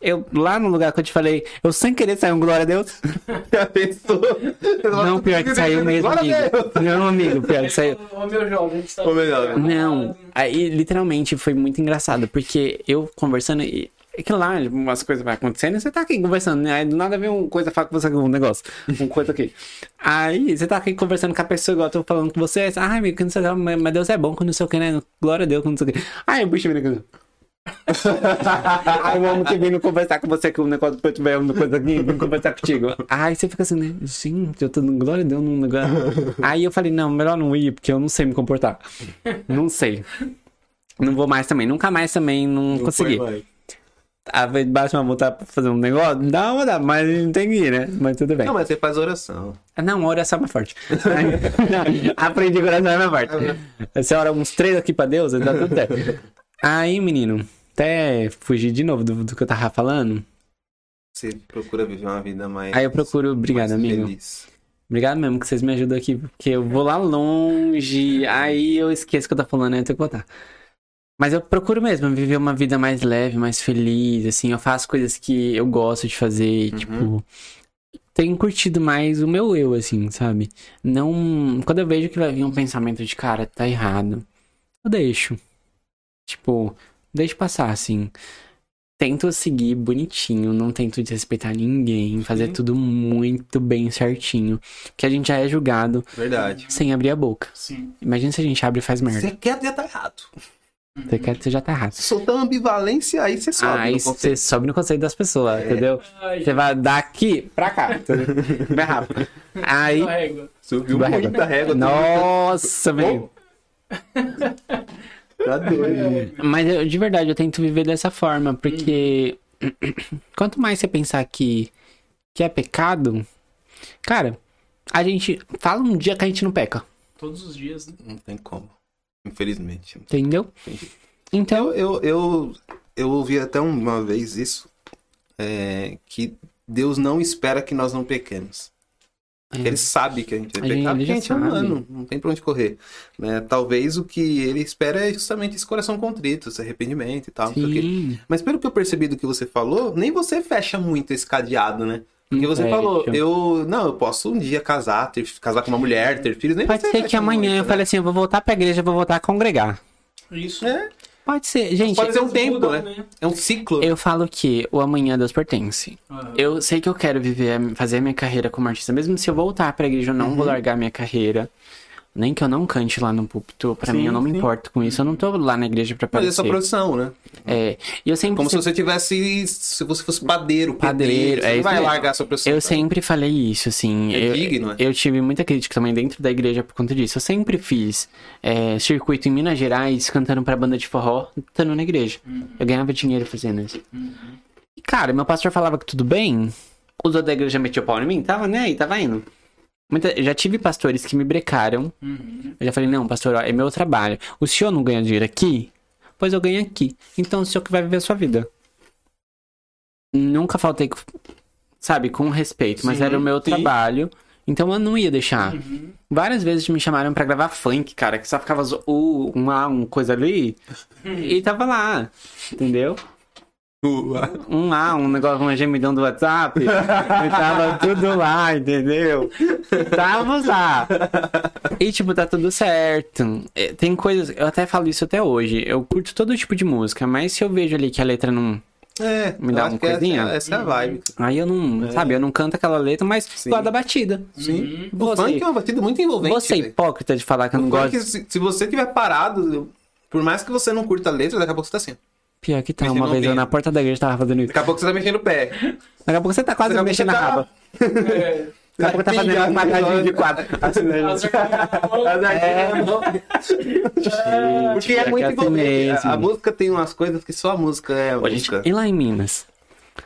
[SPEAKER 3] Eu, lá no lugar que eu te falei, eu sem querer saiu um glória a Deus.
[SPEAKER 2] Já pensou?
[SPEAKER 3] Não, pior que saiu mesmo,
[SPEAKER 2] Glória a
[SPEAKER 3] amigo.
[SPEAKER 2] Deus!
[SPEAKER 3] Não, amigo,
[SPEAKER 2] É
[SPEAKER 3] pior que saiu.
[SPEAKER 1] Ô meu jovem, a gente tá.
[SPEAKER 2] Ô, meu jovem.
[SPEAKER 3] Não, aí literalmente foi muito engraçado, porque eu conversando e. É que lá umas coisas vai acontecendo e você tá aqui conversando, né? Aí do nada vem uma coisa, fala com você com um negócio, uma coisa aqui. Aí você tá aqui conversando com a pessoa igual eu tô falando com você, aí você, ai amigo, que não sei o que, mas mas Deus é bom, que não sei o que, né? Glória a Deus, que não sei o que. Ai, o bicho vem aqui. Ai, o homem que vindo conversar com você com um negócio depois tiver uma coisa aqui, vim conversar contigo. Aí você fica assim, né? Gente, eu tô dando glória a Deus num negócio. Aí eu falei, não, melhor não ir, porque eu não sei me comportar. Não sei. Não vou mais também. Nunca mais também não, consegui.
[SPEAKER 2] Foi, vai.
[SPEAKER 3] Às vezes bate uma vontade pra fazer um negócio, dá uma dá, mas não tem que ir, né? Mas tudo bem.
[SPEAKER 2] Não, mas você faz oração.
[SPEAKER 3] Ah, Não, a oração é mais forte. [laughs] Não, Aprendi que oração é mais forte. Você ora uns três aqui pra Deus, dá tudo certo. Aí, menino, até fugir de novo do, do que eu tava falando.
[SPEAKER 2] Você procura viver uma vida mais.
[SPEAKER 3] Aí eu procuro. Obrigado,
[SPEAKER 2] mais
[SPEAKER 3] amigo.
[SPEAKER 2] feliz.
[SPEAKER 3] Obrigado mesmo que vocês me ajudam aqui, porque eu vou lá longe, aí eu esqueço o que eu tô falando, né? Eu tenho que contar. Mas eu procuro mesmo viver uma vida mais leve, mais feliz, assim, eu faço coisas que eu gosto de fazer, tipo, tenho curtido mais o meu eu, assim, sabe? Não, quando eu vejo que vai vir um pensamento de, cara, tá errado, eu deixo. Tipo, deixo passar, assim. Tento seguir bonitinho, não tento desrespeitar ninguém, fazer
[SPEAKER 2] Sim.
[SPEAKER 3] tudo muito bem certinho. Porque a gente já é julgado
[SPEAKER 2] Verdade.
[SPEAKER 3] sem abrir a boca.
[SPEAKER 1] Sim.
[SPEAKER 3] Imagina se a gente abre e faz merda.
[SPEAKER 2] Você quer ter tá errado.
[SPEAKER 3] Você quer que você já tá errado.
[SPEAKER 2] Se soltar ambivalência, aí você sobe.
[SPEAKER 3] aí
[SPEAKER 2] no
[SPEAKER 3] você
[SPEAKER 2] conceito.
[SPEAKER 3] sobe no conceito das pessoas, entendeu?
[SPEAKER 1] Ai,
[SPEAKER 3] Você vai daqui pra cá. entendeu? Vai rápido. Aí.
[SPEAKER 1] régua.
[SPEAKER 2] Subiu
[SPEAKER 3] Barrega.
[SPEAKER 2] muita régua.
[SPEAKER 3] Nossa, velho.
[SPEAKER 2] Oh. Tá doido.
[SPEAKER 3] Mas eu, de verdade, eu tento viver dessa forma, porque
[SPEAKER 2] Hum.
[SPEAKER 3] [clears throat] quanto mais você pensar que, que é pecado, cara, a gente fala um dia que a gente não peca,
[SPEAKER 1] Todos os dias, né?
[SPEAKER 2] Não tem como. Infelizmente.
[SPEAKER 3] entendeu? Então,
[SPEAKER 2] Eu, eu, eu, eu ouvi até uma vez isso, é, que Deus não espera que nós não pequemos.
[SPEAKER 3] é,
[SPEAKER 2] Ele sabe que a gente vai
[SPEAKER 3] Ele-
[SPEAKER 2] pecar, porque
[SPEAKER 3] ele já
[SPEAKER 2] a gente é
[SPEAKER 3] sabe.
[SPEAKER 2] humano, não tem pra onde correr. né? Talvez o que ele espera é justamente esse coração contrito, esse arrependimento e tal. não sei o quê.
[SPEAKER 3] sim,
[SPEAKER 2] Mas pelo que eu percebi do que você falou, nem você fecha muito esse cadeado, né? Porque você
[SPEAKER 3] É,
[SPEAKER 2] falou,
[SPEAKER 3] tio.
[SPEAKER 2] eu. Não, eu posso um dia casar, ter, casar com uma mulher, ter filhos, nem
[SPEAKER 3] pode
[SPEAKER 2] você
[SPEAKER 3] ser
[SPEAKER 2] fecha
[SPEAKER 3] que amanhã
[SPEAKER 2] muito, né?
[SPEAKER 3] eu fale assim, eu vou voltar pra igreja, eu vou voltar a congregar.
[SPEAKER 1] Isso.
[SPEAKER 2] né?
[SPEAKER 3] Pode ser, gente,
[SPEAKER 2] Pode ser um
[SPEAKER 1] Eles
[SPEAKER 2] tempo,
[SPEAKER 1] mudam,
[SPEAKER 2] né? É, é um ciclo.
[SPEAKER 3] eu falo que o amanhã a Deus pertence.
[SPEAKER 2] Ah.
[SPEAKER 1] Aham.
[SPEAKER 3] Eu sei que eu quero viver, a- fazer a minha carreira como artista. Mesmo se eu voltar pra igreja, eu não
[SPEAKER 2] Uhum.
[SPEAKER 3] vou largar a minha carreira. Nem que eu não cante lá no púlpito. Pra mim,
[SPEAKER 2] Sim,
[SPEAKER 3] eu não me
[SPEAKER 2] sim.
[SPEAKER 3] importo com isso. Eu não tô lá na igreja pra
[SPEAKER 2] Mas é
[SPEAKER 3] aparecer.
[SPEAKER 2] sua profissão, né?
[SPEAKER 3] É, e eu sempre...
[SPEAKER 2] Como se você tivesse. Se você fosse padeiro,
[SPEAKER 3] Padeiro,
[SPEAKER 2] pedreiro, você
[SPEAKER 3] é
[SPEAKER 2] não
[SPEAKER 3] isso
[SPEAKER 2] vai
[SPEAKER 3] mesmo.
[SPEAKER 2] largar a sua profissão.
[SPEAKER 3] Eu
[SPEAKER 2] tá?
[SPEAKER 3] sempre falei isso, assim.
[SPEAKER 2] É
[SPEAKER 3] eu,
[SPEAKER 2] digno, é?
[SPEAKER 3] eu tive muita crítica também dentro da igreja por conta disso. Eu sempre fiz é, circuito em Minas Gerais, cantando pra banda de forró, cantando na igreja.
[SPEAKER 2] Uhum.
[SPEAKER 3] Eu ganhava dinheiro fazendo isso. E, cara, meu pastor falava que tudo bem. Os outros da igreja metiam o pau em mim? Tava, né? Aí, tava indo. Muita- já tive pastores que me brecaram. Eu já falei, não, pastor, ó, é meu trabalho. O senhor não ganha dinheiro aqui? Pois eu ganho aqui. Então o senhor que vai viver a sua vida. Nunca faltei, com- sabe, com respeito, mas
[SPEAKER 2] Sim,
[SPEAKER 3] era o meu
[SPEAKER 2] sim.
[SPEAKER 3] trabalho. Então eu não ia deixar.
[SPEAKER 1] Uhum.
[SPEAKER 3] Várias vezes me chamaram pra gravar funk, cara, que só ficava zo- uh, uma, uma coisa ali. E tava lá, entendeu?
[SPEAKER 2] Tua.
[SPEAKER 3] um lá, um negócio, uma gemidão do WhatsApp. eu tava tudo lá, entendeu? Tava lá. E, tipo, tá tudo certo. É, Tem coisas, eu até falo isso até hoje. Eu curto todo tipo de música, mas se eu vejo ali que a letra não.
[SPEAKER 2] É,
[SPEAKER 3] Me dá
[SPEAKER 2] eu
[SPEAKER 3] uma
[SPEAKER 2] acho que essa-
[SPEAKER 3] coisinha?
[SPEAKER 2] Essa, é a vibe.
[SPEAKER 3] Aí eu não. Sabe, eu não canto aquela letra, mas gosto da batida.
[SPEAKER 2] Sim. O
[SPEAKER 3] Você-
[SPEAKER 2] funk é uma batida muito envolvente.
[SPEAKER 3] Você é
[SPEAKER 2] velho.
[SPEAKER 3] hipócrita de falar que eu não
[SPEAKER 2] O funk,
[SPEAKER 3] gosto.
[SPEAKER 2] se, se você tiver parado, por mais que você não curta a letra, daqui a pouco você tá assim.
[SPEAKER 3] Pior que tá,
[SPEAKER 2] Mas
[SPEAKER 3] uma
[SPEAKER 2] não
[SPEAKER 3] vez eu
[SPEAKER 2] tem.
[SPEAKER 3] na porta da igreja tava fazendo isso.
[SPEAKER 2] Daqui a pouco você tá mexendo o pé.
[SPEAKER 3] Daqui a pouco você tá quase [laughs]
[SPEAKER 2] Daqui a pouco
[SPEAKER 3] mexendo
[SPEAKER 2] você
[SPEAKER 3] a
[SPEAKER 2] tá-
[SPEAKER 3] raba.
[SPEAKER 1] É.
[SPEAKER 3] Daqui a pouco tá fazendo uma casinha de quatro.
[SPEAKER 1] Elas já
[SPEAKER 2] [laughs]
[SPEAKER 1] caminharam na mão. É.
[SPEAKER 2] Porque é
[SPEAKER 3] que
[SPEAKER 2] muito
[SPEAKER 3] é assim
[SPEAKER 2] envolvente.
[SPEAKER 3] mesmo.
[SPEAKER 2] A, a música tem umas coisas que só a música é a
[SPEAKER 3] A gente-
[SPEAKER 2] música.
[SPEAKER 3] E lá em Minas?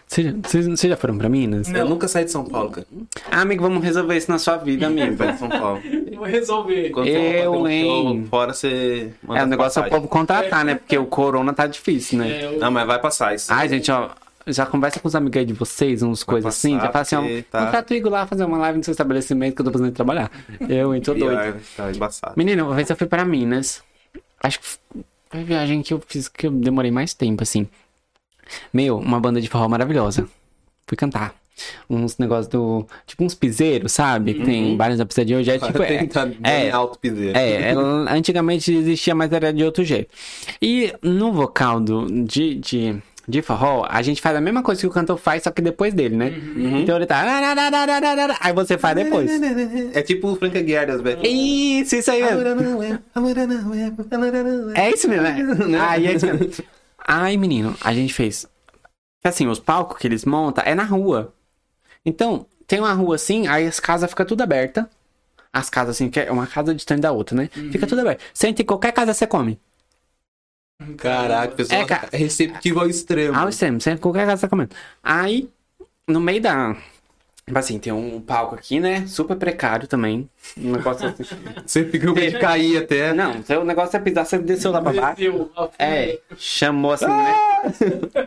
[SPEAKER 3] Vocês vocês- vocês já foram pra Minas?
[SPEAKER 2] Eu nunca saí de São Paulo, cara.
[SPEAKER 3] Ah, amigo, vamos resolver isso na sua vida, amigo.
[SPEAKER 2] Vai de São Paulo.
[SPEAKER 1] Vou resolver.
[SPEAKER 2] Quando você
[SPEAKER 3] Eu,
[SPEAKER 2] for fazer um show
[SPEAKER 3] hein?
[SPEAKER 2] fora, você manda
[SPEAKER 3] É, o negócio é o
[SPEAKER 2] passagem.
[SPEAKER 3] povo contratar, né? Porque o corona tá difícil, né?
[SPEAKER 1] É, eu-
[SPEAKER 2] Não, mas vai passar isso.
[SPEAKER 3] Ai, gente, ó. Já conversa com os amigos aí de vocês, uns coisas assim. Já
[SPEAKER 2] passar,
[SPEAKER 3] fala assim, ó.
[SPEAKER 2] porque tá-
[SPEAKER 3] Contrata o Igor lá fazer uma live no seu estabelecimento que eu tô precisando trabalhar. Eu, hein, tô doido.
[SPEAKER 2] Pior, Tá embaçado.
[SPEAKER 3] Menino, uma vez eu fui pra Minas. Acho que foi a viagem que eu fiz que eu demorei mais tempo, assim. Meu, uma banda de forró maravilhosa. Fui cantar. Uns negócios do. Tipo uns piseiros, sabe? Que Tem vários da pista de hoje.
[SPEAKER 2] [laughs]
[SPEAKER 3] É tipo. é-
[SPEAKER 2] Tem que tá
[SPEAKER 3] é,
[SPEAKER 2] bem alto piseiro.
[SPEAKER 3] é, ela antigamente existia, mas era de outro jeito. E no vocal do, de, de, de forró, a gente faz a mesma coisa que o cantor faz, só que depois dele, né?
[SPEAKER 2] Uhum.
[SPEAKER 3] Então ele tá. Aí você faz depois.
[SPEAKER 2] É tipo o Frank Aguiar das Beck.
[SPEAKER 3] [laughs] Isso, isso aí mesmo. É isso mesmo, né? Aí, é isso mesmo. Aí, menino, a gente fez. Assim, os palcos que eles montam é na rua. Então, tem uma rua assim, aí as casas ficam tudo aberta. As casas assim, que é uma casa distante da outra, né? Fica tudo aberto. Você entra em qualquer casa, você come.
[SPEAKER 2] Caraca, o pessoal
[SPEAKER 3] É, cara.
[SPEAKER 2] é receptivo ao extremo.
[SPEAKER 3] Ao extremo, você entra em qualquer casa, você come. Aí, no meio da... Tipo assim, tem um palco aqui, né? Super precário também. Um negócio [laughs] assim.
[SPEAKER 2] Você ficou meio de cair até.
[SPEAKER 3] Não, o negócio é pisar, você desceu lá pra baixo.
[SPEAKER 1] Desceu.
[SPEAKER 3] É, chamou assim, né?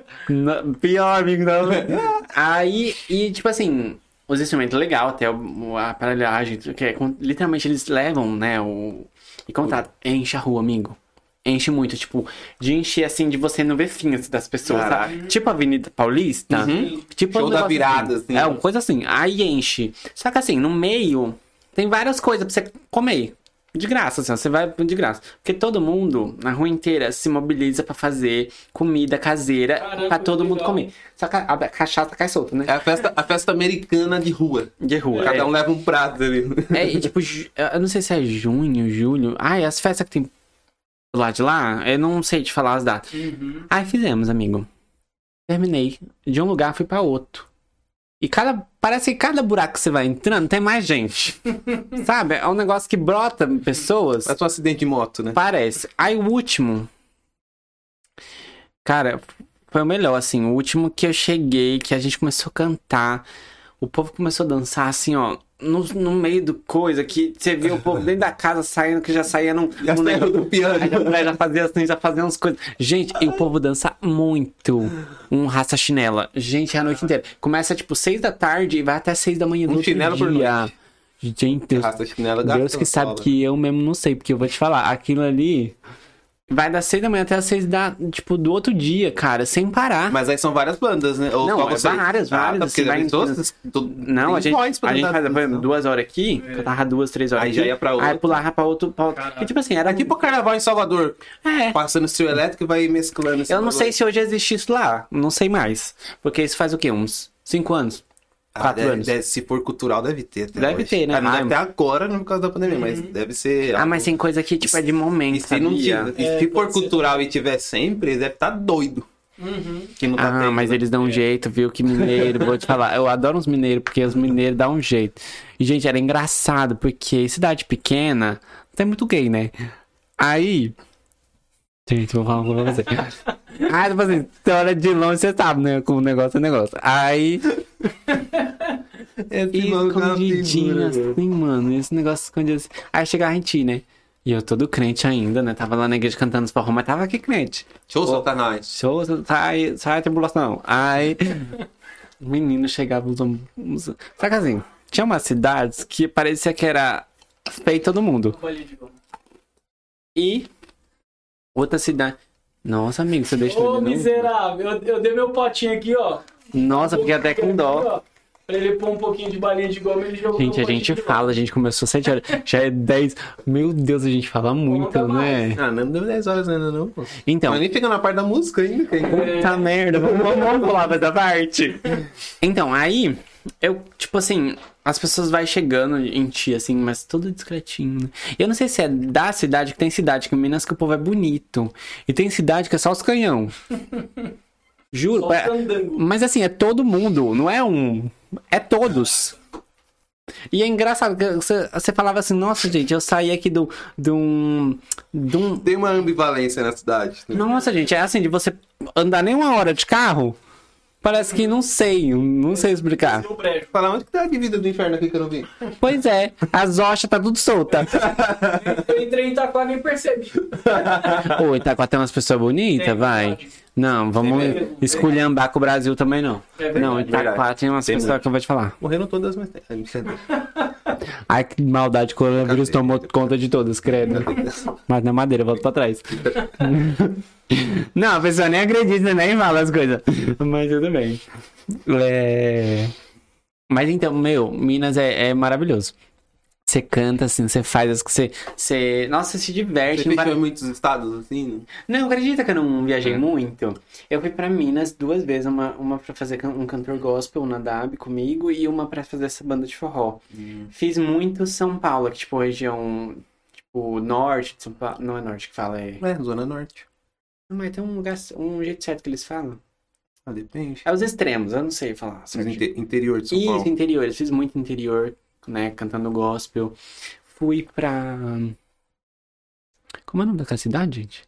[SPEAKER 3] [laughs] Na- Pior, amigo, não. [laughs] Aí, e tipo assim, os instrumentos legal, até o- a aparelhagem, que é com- literalmente eles levam, né, o... E contratam, enche a rua, amigo. Enche muito, tipo, de encher assim, de você não ver fim assim, das pessoas,
[SPEAKER 2] Caraca.
[SPEAKER 3] sabe? Tipo Avenida Paulista.
[SPEAKER 1] Uhum.
[SPEAKER 3] Tipo
[SPEAKER 2] Show
[SPEAKER 3] um
[SPEAKER 2] da
[SPEAKER 3] negócio
[SPEAKER 2] virada,
[SPEAKER 3] assim.
[SPEAKER 2] assim.
[SPEAKER 3] É, uma coisa assim. Aí enche. Só que assim, no meio, tem várias coisas pra você comer. De graça, assim, ó, você vai de graça. Porque todo mundo, na rua inteira, se mobiliza pra fazer comida caseira
[SPEAKER 1] Caramba,
[SPEAKER 3] pra todo
[SPEAKER 1] que
[SPEAKER 3] mundo
[SPEAKER 1] legal.
[SPEAKER 3] comer. Só que a, a cachaça cai solta, né?
[SPEAKER 2] É a festa, a festa americana de rua.
[SPEAKER 3] De rua.
[SPEAKER 2] Cada um leva um prato ali.
[SPEAKER 3] É, e, tipo, ju- eu não sei se é junho, julho. Ai, as festas que tem lá de lá, eu não sei te falar as datas.
[SPEAKER 1] Uhum.
[SPEAKER 3] Aí fizemos, amigo. Terminei. De um lugar fui pra outro. E cada. Parece que cada buraco que você vai entrando tem mais gente. Sabe? É um negócio que brota pessoas.
[SPEAKER 2] Mas um acidente de moto, né?
[SPEAKER 3] Parece. Aí o último. Cara, foi o melhor, assim. O último que eu cheguei, que a gente começou a cantar. O povo começou a dançar, assim, ó. No, no meio do coisa, que você via o povo dentro da casa saindo, que já saía num.
[SPEAKER 2] Já
[SPEAKER 3] num
[SPEAKER 2] saiu
[SPEAKER 3] um negócio-
[SPEAKER 2] do piano.
[SPEAKER 3] Aí a mulher já fazia assim, já fazia umas coisas. Gente, e o povo dança muito. Um raça chinela. Gente, é a noite inteira. Começa, tipo, seis da tarde e vai até seis da manhã do
[SPEAKER 2] Um
[SPEAKER 3] outro
[SPEAKER 2] chinelo
[SPEAKER 3] dia.
[SPEAKER 2] por noite.
[SPEAKER 3] Gente, Deus,
[SPEAKER 2] Raça chinela
[SPEAKER 3] Deus que sabe que eu mesmo não sei, porque eu vou te falar, aquilo ali vai das seis da manhã até as seis da, tipo, do outro dia, cara, sem parar.
[SPEAKER 2] Mas aí são várias bandas, né? Ou
[SPEAKER 3] Ah. Não,
[SPEAKER 2] só
[SPEAKER 3] é
[SPEAKER 2] você?
[SPEAKER 3] várias,
[SPEAKER 2] Ah, tá,
[SPEAKER 3] várias,
[SPEAKER 2] porque
[SPEAKER 3] assim, vai
[SPEAKER 2] tem
[SPEAKER 3] em-
[SPEAKER 2] todas- to-
[SPEAKER 3] não, a
[SPEAKER 2] tem
[SPEAKER 3] gente,
[SPEAKER 2] voz pra
[SPEAKER 3] a gente
[SPEAKER 2] cantar né?
[SPEAKER 3] fazia por exemplo,
[SPEAKER 2] atenção.
[SPEAKER 3] duas horas aqui, eu tava duas, três horas
[SPEAKER 2] É. Aí
[SPEAKER 3] aqui,
[SPEAKER 2] já ia pra
[SPEAKER 3] Aí
[SPEAKER 2] outra.
[SPEAKER 3] pulava pra outro, pra outro.
[SPEAKER 1] Caraca.
[SPEAKER 3] E tipo assim, era
[SPEAKER 2] Tipo o carnaval em Salvador.
[SPEAKER 3] É.
[SPEAKER 2] Passando estilo elétrico e vai mesclando. esse
[SPEAKER 3] Eu não
[SPEAKER 2] bagulho.
[SPEAKER 3] sei se hoje existe isso lá, não sei mais. Porque isso faz o quê? Uns cinco anos?
[SPEAKER 2] Ah,
[SPEAKER 3] Quatro
[SPEAKER 2] deve-
[SPEAKER 3] anos?
[SPEAKER 2] deve- se for cultural, deve ter. até
[SPEAKER 3] Deve
[SPEAKER 2] hoje.
[SPEAKER 3] ter, né?
[SPEAKER 2] Ah, não
[SPEAKER 3] Ah,
[SPEAKER 2] deve ter agora, não por causa da pandemia, mas deve ser.
[SPEAKER 3] Ah,
[SPEAKER 2] algo-
[SPEAKER 3] mas tem coisa que, tipo, é de momento,
[SPEAKER 2] E se, não né?
[SPEAKER 3] sabia?
[SPEAKER 2] tiver,
[SPEAKER 1] É,
[SPEAKER 2] e se for
[SPEAKER 1] pode ser.
[SPEAKER 2] cultural e tiver sempre, deve estar doido.
[SPEAKER 1] Uhum.
[SPEAKER 2] Que não tá
[SPEAKER 3] Ah,
[SPEAKER 2] tendo,
[SPEAKER 3] mas
[SPEAKER 2] né?
[SPEAKER 3] eles dão um jeito, viu? Que mineiro, vou te falar. Eu adoro os mineiros, porque os mineiros dão um jeito. E, gente, era engraçado, porque cidade pequena tem muito gay, né? Aí. Gente, vou falar uma coisa pra
[SPEAKER 2] [laughs]
[SPEAKER 3] você. Aí, tipo assim, você olha de longe, você sabe, né? Como o negócio é negócio. Aí,
[SPEAKER 2] Esse maluco é uma
[SPEAKER 3] escondidinho
[SPEAKER 2] figura, velho.
[SPEAKER 3] assim, mano. Esse negócio escondido assim. Aí chegava em ti, né? E eu todo crente ainda, né? Tava lá na igreja cantando os forró, mas tava aqui crente.
[SPEAKER 2] Show Satanás.
[SPEAKER 3] Show, sai, sai a tribulação. Aí, menino chegava os homens. Saca assim, tinha umas cidades que parecia que era feio todo mundo.
[SPEAKER 1] Trabalhei de novo.
[SPEAKER 3] E outra cidade. Nossa, amigo, você deixa
[SPEAKER 1] Ô,
[SPEAKER 3] ele não?
[SPEAKER 1] miserável, eu, eu dei meu potinho aqui, ó.
[SPEAKER 3] Nossa, fiquei até com
[SPEAKER 1] Aqui,
[SPEAKER 3] dó.
[SPEAKER 1] ó, Pra ele pôr um pouquinho de balinha de goma, ele jogou
[SPEAKER 3] Gente,
[SPEAKER 1] meu
[SPEAKER 3] a gente
[SPEAKER 1] potinho de
[SPEAKER 3] fala, a gente começou às 7 horas, já é 10. Meu Deus, a gente fala muito,
[SPEAKER 1] Conta mais.
[SPEAKER 3] né?
[SPEAKER 2] Ah, não deu 10 horas ainda, não. pô.
[SPEAKER 3] Então,
[SPEAKER 2] Mas nem fica na parte da música ainda. Tem. né?
[SPEAKER 3] Puta merda, vamos, vamos- vamos pular pra essa parte. Então, aí, eu, tipo assim, as pessoas vai chegando em ti, assim, mas tudo discretinho, né? Eu não sei se é da cidade, que tem cidade que em Minas que o povo é bonito. E tem cidade que é só os canhão. Juro.
[SPEAKER 1] Só os
[SPEAKER 3] é-
[SPEAKER 1] candango.
[SPEAKER 3] mas assim, é todo mundo, não é um. É todos. E é engraçado, que você, você falava assim, nossa, gente, eu saí aqui do, de um. De um...
[SPEAKER 2] Tem uma ambivalência na cidade. né?
[SPEAKER 3] Nossa, gente, é assim, de você andar nem uma hora de carro, parece que não sei, não sei
[SPEAKER 2] Ah.
[SPEAKER 3] explicar.
[SPEAKER 1] No brejo.
[SPEAKER 2] Fala, onde que tá a divida do inferno aqui que eu não vi?
[SPEAKER 3] Pois é, as hostas tá
[SPEAKER 2] [laughs]
[SPEAKER 3] tudo solta.
[SPEAKER 1] Eu entrei em Itaquá e nem percebi.
[SPEAKER 3] Ô, Itaquá tem tá umas pessoas
[SPEAKER 1] Tem,
[SPEAKER 3] bonitas, vai.
[SPEAKER 1] verdade.
[SPEAKER 3] Não, vamos
[SPEAKER 2] Tem mesmo,
[SPEAKER 3] esculhambar com o Brasil também não.
[SPEAKER 1] É verdade.
[SPEAKER 3] não, Itaquá
[SPEAKER 2] Verdade.
[SPEAKER 3] tem umas
[SPEAKER 2] Tem
[SPEAKER 3] pessoas
[SPEAKER 2] muito.
[SPEAKER 3] que eu vou te falar.
[SPEAKER 2] [laughs] Morreram todas, mas... tem- Ah, brincadeira.
[SPEAKER 3] Ai, que maldade, coronavírus
[SPEAKER 2] Cadê?
[SPEAKER 3] tomou conta de todas, credo. Mas na madeira, volta
[SPEAKER 2] [laughs]
[SPEAKER 3] pra trás. Não, a pessoa nem acredita, nem fala as coisas. Mas tudo bem. É... Mas então, meu, Minas é, é maravilhoso. Você canta assim, você faz as que você, você. Nossa, você se diverte.
[SPEAKER 2] Você
[SPEAKER 3] não
[SPEAKER 2] fechou
[SPEAKER 3] para-
[SPEAKER 2] em muitos estados, assim?
[SPEAKER 3] Não, acredita que eu não viajei
[SPEAKER 2] É.
[SPEAKER 3] muito? Eu fui pra Minas duas vezes, uma, uma pra fazer can- um cantor gospel na DAB comigo e uma pra fazer essa banda de forró.
[SPEAKER 2] né?
[SPEAKER 3] Fiz muito São Paulo, que tipo, região, tipo, norte de São Paulo. Não é norte que fala, é.
[SPEAKER 2] É, Zona Norte.
[SPEAKER 3] Não, mas tem um lugar, um jeito certo que eles falam.
[SPEAKER 2] Ah, depende.
[SPEAKER 3] É os extremos, eu não sei falar.
[SPEAKER 2] Mas
[SPEAKER 3] certinho.
[SPEAKER 2] inte- interior de São
[SPEAKER 3] Isso,
[SPEAKER 2] Paulo.
[SPEAKER 3] interior. Eu fiz muito interior, né? Cantando gospel. Fui pra. Como é o nome daquela cidade, gente?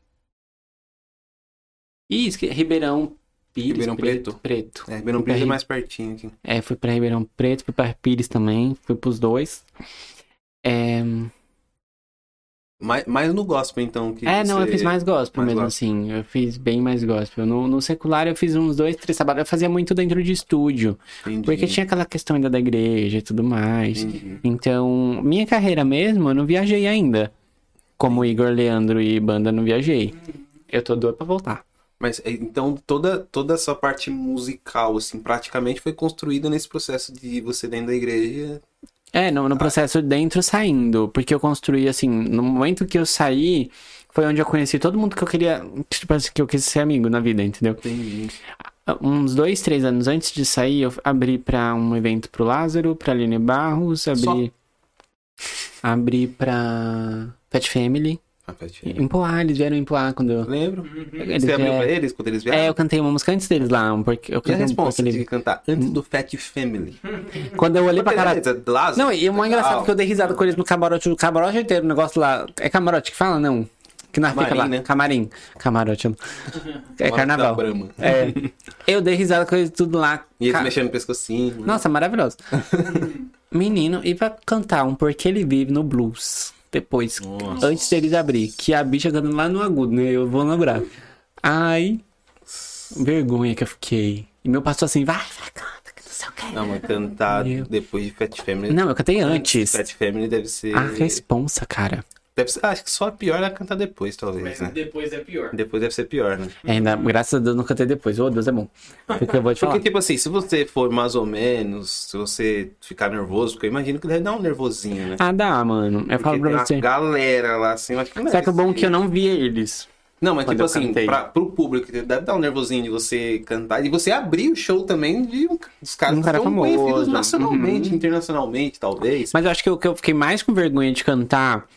[SPEAKER 3] Ih, esque- Ribeirão Pires.
[SPEAKER 2] Ribeirão
[SPEAKER 3] Preto. Preto.
[SPEAKER 2] É, Ribeirão Preto é
[SPEAKER 3] Inter-
[SPEAKER 2] mais pertinho aqui.
[SPEAKER 3] É, fui pra Ribeirão Preto, fui pra Pires também. Fui pros dois. É,
[SPEAKER 2] Mais, mais no gospel, então. Que
[SPEAKER 3] É, não, eu
[SPEAKER 2] você-
[SPEAKER 3] fiz mais gospel
[SPEAKER 2] mais
[SPEAKER 3] mesmo,
[SPEAKER 2] gospel.
[SPEAKER 3] assim. Eu fiz bem mais gospel. No, no secular eu fiz uns dois, três sábados. Eu fazia muito dentro de estúdio.
[SPEAKER 2] Entendi,
[SPEAKER 3] Porque tinha aquela questão ainda da igreja e tudo mais.
[SPEAKER 2] entendi.
[SPEAKER 3] Então, minha carreira mesmo, eu não viajei ainda. Como Igor, Leandro e banda, eu não viajei. Eu tô doido pra voltar.
[SPEAKER 2] Mas é, então toda, toda essa parte musical, assim, praticamente foi construída nesse processo de você dentro da igreja.
[SPEAKER 3] É, no,
[SPEAKER 2] Ah.
[SPEAKER 3] no processo dentro saindo. Porque eu construí, assim, no momento que eu saí, foi onde eu conheci todo mundo que eu queria. Tipo assim, que eu quis ser amigo na vida, entendeu?
[SPEAKER 2] Entendi.
[SPEAKER 3] Uns dois, três anos antes de sair, eu abri pra um evento pro Lázaro, pra Aline Barros, abri. Abri pra Pet Family.
[SPEAKER 2] Ah, Pet,
[SPEAKER 3] Em Poá, eles vieram em Poá quando eu.
[SPEAKER 2] Lembro?
[SPEAKER 3] Uhum. Eles
[SPEAKER 2] você abriu
[SPEAKER 3] vieram-
[SPEAKER 2] pra eles quando eles vieram?
[SPEAKER 3] É, eu cantei uma música antes deles lá, um porque eu
[SPEAKER 2] E a
[SPEAKER 3] cantei um
[SPEAKER 2] resposta
[SPEAKER 3] pouco
[SPEAKER 2] de cantar antes
[SPEAKER 3] Hum.
[SPEAKER 2] do Fat Family?
[SPEAKER 3] ali. Quando eu olhei pra cara.
[SPEAKER 2] Beleza, Lázaro.
[SPEAKER 3] Não, e o mais engraçado
[SPEAKER 2] Ah,
[SPEAKER 3] é que eu dei risada com eles no camarote, o camarote inteiro, o negócio lá. É camarote que fala? Não. Que nós fica
[SPEAKER 2] Camarim,
[SPEAKER 3] lá.
[SPEAKER 2] né?
[SPEAKER 3] Camarim. Camarote.
[SPEAKER 2] [laughs] Lázaro
[SPEAKER 3] É
[SPEAKER 2] da
[SPEAKER 3] carnaval.
[SPEAKER 2] Brahma.
[SPEAKER 3] É. Eu dei risada com eles tudo lá.
[SPEAKER 2] E eles
[SPEAKER 3] Ca-
[SPEAKER 2] mexendo no pescocinho. [laughs]
[SPEAKER 3] Nossa, maravilhoso. Menino, e pra cantar um Porque Ele Vive no Blues. Depois,
[SPEAKER 2] Nossa.
[SPEAKER 3] antes deles abrir, que a bicha cantando lá no agudo, né? Eu vou lembrar. Ai, vergonha que eu fiquei. E meu pastor assim, vai, vai, canta, que não sei o quê.
[SPEAKER 2] Não, mas cantar
[SPEAKER 3] Meu.
[SPEAKER 2] depois de Fat Family.
[SPEAKER 3] Não, Ah, eu cantei antes.
[SPEAKER 2] Fat Family deve ser.
[SPEAKER 3] A responsa, cara.
[SPEAKER 2] deve ser- ah, acho que só a pior é cantar depois, talvez, né?
[SPEAKER 1] Depois é pior.
[SPEAKER 2] Depois deve ser pior, né?
[SPEAKER 3] É, Ainda, graças a Deus, não cantei depois. Ô, Deus é bom. Porque eu vou te falar.
[SPEAKER 2] Porque, tipo assim, se você for mais ou menos, se você ficar nervoso, porque eu imagino que deve dar um nervosinho, né?
[SPEAKER 3] Ah, dá, mano. Eu falo
[SPEAKER 2] Porque tem
[SPEAKER 3] pra
[SPEAKER 2] uma
[SPEAKER 3] você.
[SPEAKER 2] galera lá, assim, eu acho que não é
[SPEAKER 3] Só que o bom é
[SPEAKER 2] esse-
[SPEAKER 3] que eu não vi eles.
[SPEAKER 2] Não, mas
[SPEAKER 3] quando
[SPEAKER 2] tipo
[SPEAKER 3] eu
[SPEAKER 2] assim,
[SPEAKER 3] cantei.
[SPEAKER 2] pra, pro público, deve dar um nervosinho de você cantar e você abrir o show também de um- dos caras
[SPEAKER 3] Um cara
[SPEAKER 2] que são
[SPEAKER 3] famoso. Uhum.
[SPEAKER 2] conhecidos nacionalmente, internacionalmente, talvez.
[SPEAKER 3] Mas eu acho que o que eu fiquei mais com vergonha de cantar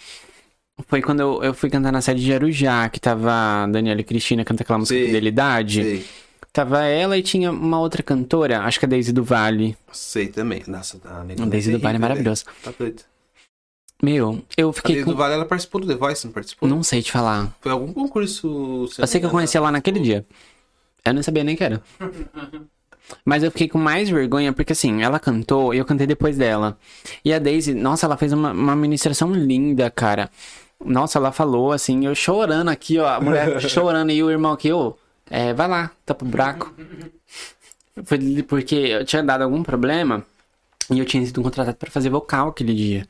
[SPEAKER 3] foi quando eu, eu fui cantar na sede de Arujá, que tava a Daniela e Cristina cantando aquela música
[SPEAKER 2] Sei,
[SPEAKER 3] Fidelidade.
[SPEAKER 2] Sei,
[SPEAKER 3] Tava ela e tinha uma outra cantora, acho que é a Daisy do Vale.
[SPEAKER 2] sei também. Nossa, tá, a
[SPEAKER 3] A
[SPEAKER 2] Negona
[SPEAKER 3] Daisy do
[SPEAKER 2] terrível,
[SPEAKER 3] Vale é
[SPEAKER 2] velho.
[SPEAKER 3] maravilhosa.
[SPEAKER 2] Tá doido.
[SPEAKER 3] Meu, eu
[SPEAKER 2] A
[SPEAKER 3] fiquei
[SPEAKER 2] Daisy
[SPEAKER 3] com.
[SPEAKER 2] do Vale, ela participou do The Voice, não participou?
[SPEAKER 3] Não sei te falar.
[SPEAKER 2] Foi algum concurso... se
[SPEAKER 3] Eu sei que
[SPEAKER 2] não me
[SPEAKER 3] eu
[SPEAKER 2] engano.
[SPEAKER 3] conheci ela naquele dia. Eu nem sabia nem que era. Mas eu fiquei com mais vergonha porque, assim, ela cantou e eu cantei depois dela. E a Daisy, nossa, ela fez uma, uma ministração linda, cara. Nossa, ela falou assim, eu chorando aqui, ó, a mulher chorando e o irmão aqui, ô, é, vai lá, tá pro buraco. Foi li- porque eu tinha dado algum problema e eu tinha sido contratado pra fazer vocal aquele dia.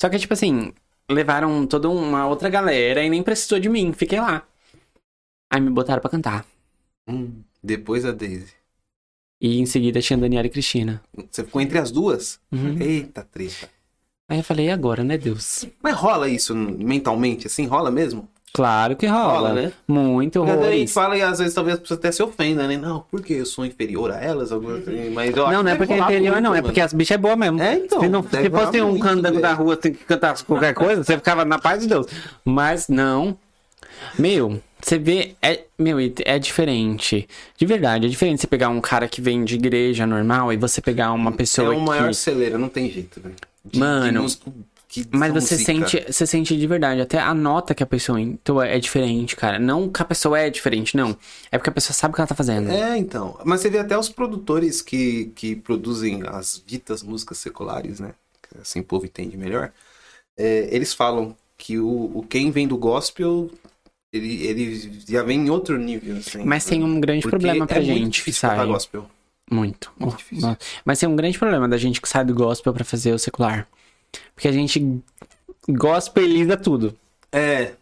[SPEAKER 3] Só que, tipo assim, levaram toda uma outra galera e nem precisou de mim, fiquei lá. Aí me botaram pra cantar.
[SPEAKER 2] Hum, depois a Daisy.
[SPEAKER 3] E em seguida tinha Daniela e Cristina.
[SPEAKER 2] Você ficou entre as duas?
[SPEAKER 3] Uhum.
[SPEAKER 2] Eita, treta.
[SPEAKER 3] Aí eu falei, e agora, né, Deus?
[SPEAKER 2] Mas rola isso mentalmente, assim? Rola mesmo?
[SPEAKER 3] Claro que rola.
[SPEAKER 2] Rola, né?
[SPEAKER 3] Muito
[SPEAKER 2] Porque daí
[SPEAKER 3] horrores.
[SPEAKER 2] fala e às vezes talvez a pessoa até se ofenda, né? Não, porque eu sou inferior a elas, alguma coisa assim, mas eu acho
[SPEAKER 3] Não, não é
[SPEAKER 2] que
[SPEAKER 3] porque é
[SPEAKER 2] deve rolar
[SPEAKER 3] interior,
[SPEAKER 2] muito,
[SPEAKER 3] não. É
[SPEAKER 2] mano.
[SPEAKER 3] porque as bichas é boa mesmo.
[SPEAKER 2] É, então,
[SPEAKER 3] Se, não,
[SPEAKER 2] deve
[SPEAKER 3] se
[SPEAKER 2] rolar
[SPEAKER 3] fosse um
[SPEAKER 2] muito,
[SPEAKER 3] candango
[SPEAKER 2] né?
[SPEAKER 3] da rua, tem que cantar qualquer coisa, você ficava na paz de Deus. Mas não. Meu, Você vê, é, meu, e é diferente. De verdade, é diferente você pegar um cara que vem de igreja normal e você pegar uma
[SPEAKER 2] É
[SPEAKER 3] pessoa
[SPEAKER 2] o maior
[SPEAKER 3] que...
[SPEAKER 2] celeiro, não tem jeito, velho. De- de
[SPEAKER 3] Mano,
[SPEAKER 2] músico- que
[SPEAKER 3] Mas
[SPEAKER 2] são
[SPEAKER 3] você
[SPEAKER 2] música.
[SPEAKER 3] sente, você sente de verdade, até a nota que a pessoa então é é diferente, cara. Não que a pessoa é diferente, não. É porque a pessoa sabe o que ela tá fazendo.
[SPEAKER 2] É, então. Mas você vê até os produtores que, que produzem as ditas músicas seculares, né? Que Assim o povo entende melhor. É, eles falam que o, o quem vem do gospel, ele, ele já vem em outro nível, assim.
[SPEAKER 3] Mas tem um grande
[SPEAKER 2] Porque
[SPEAKER 3] problema pra
[SPEAKER 2] é
[SPEAKER 3] gente
[SPEAKER 2] muito
[SPEAKER 3] que
[SPEAKER 2] difícil
[SPEAKER 3] sai.
[SPEAKER 2] cantar gospel.
[SPEAKER 3] Muito.
[SPEAKER 2] Muito
[SPEAKER 3] Oh,
[SPEAKER 2] difícil.
[SPEAKER 3] nossa. Mas tem um grande problema da gente que sai do gospel pra fazer o secular. Porque a gente gospeliza tudo.
[SPEAKER 2] É.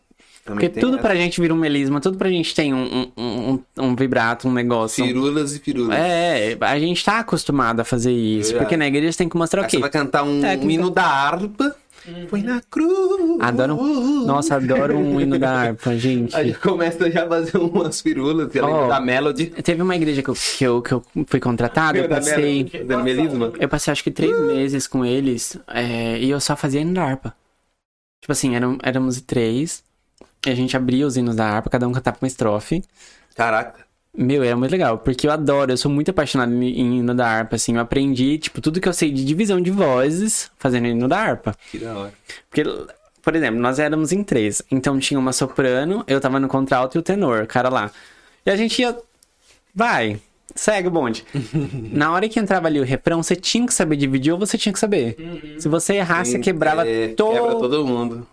[SPEAKER 2] Também
[SPEAKER 3] Porque
[SPEAKER 2] tem
[SPEAKER 3] tudo
[SPEAKER 2] essa.
[SPEAKER 3] pra gente vira um melisma, tudo pra gente tem um, um, um, um vibrato, um negócio. um-
[SPEAKER 2] Firulas e firulas.
[SPEAKER 3] É, a gente tá acostumado a fazer isso.
[SPEAKER 2] Verdade.
[SPEAKER 3] Porque na igreja você tem que mostrar o
[SPEAKER 2] Aí Você
[SPEAKER 3] quê?
[SPEAKER 2] É vai cantar um,
[SPEAKER 3] Técnica.
[SPEAKER 2] hino da harpa. Foi na cruz.
[SPEAKER 3] Adoro. Nossa, adoro um
[SPEAKER 2] [laughs]
[SPEAKER 3] hino da harpa, gente.
[SPEAKER 2] Aí já começa já a fazer umas firulas, além
[SPEAKER 3] Ó.
[SPEAKER 2] da melody.
[SPEAKER 3] Teve uma igreja que eu, que eu, que eu fui contratado, eu
[SPEAKER 2] Da
[SPEAKER 3] passei.
[SPEAKER 2] melody, da melisma.
[SPEAKER 3] Eu passei acho que três meses com eles é, e eu só fazia hino da harpa. Tipo assim, eram, éramos três e a gente abria os hinos da harpa, cada um cantava uma estrofe.
[SPEAKER 2] Caraca.
[SPEAKER 3] Meu, era muito legal, porque eu adoro, eu sou muito apaixonado em em hino da harpa, assim. Eu aprendi, tipo, tudo que eu sei de divisão de vozes fazendo hino da harpa.
[SPEAKER 2] Que da hora.
[SPEAKER 3] Porque, por exemplo, nós éramos em três. Então tinha uma soprano, eu tava no contralto e o tenor, o cara lá. E a gente ia. Vai, segue
[SPEAKER 2] [laughs]
[SPEAKER 3] o bonde. Na hora que entrava ali o refrão, você tinha que saber dividir ou você tinha que saber. Se você errasse, Ah, você quebrava
[SPEAKER 2] Uhum. É,
[SPEAKER 3] todo.
[SPEAKER 2] Quebra todo mundo.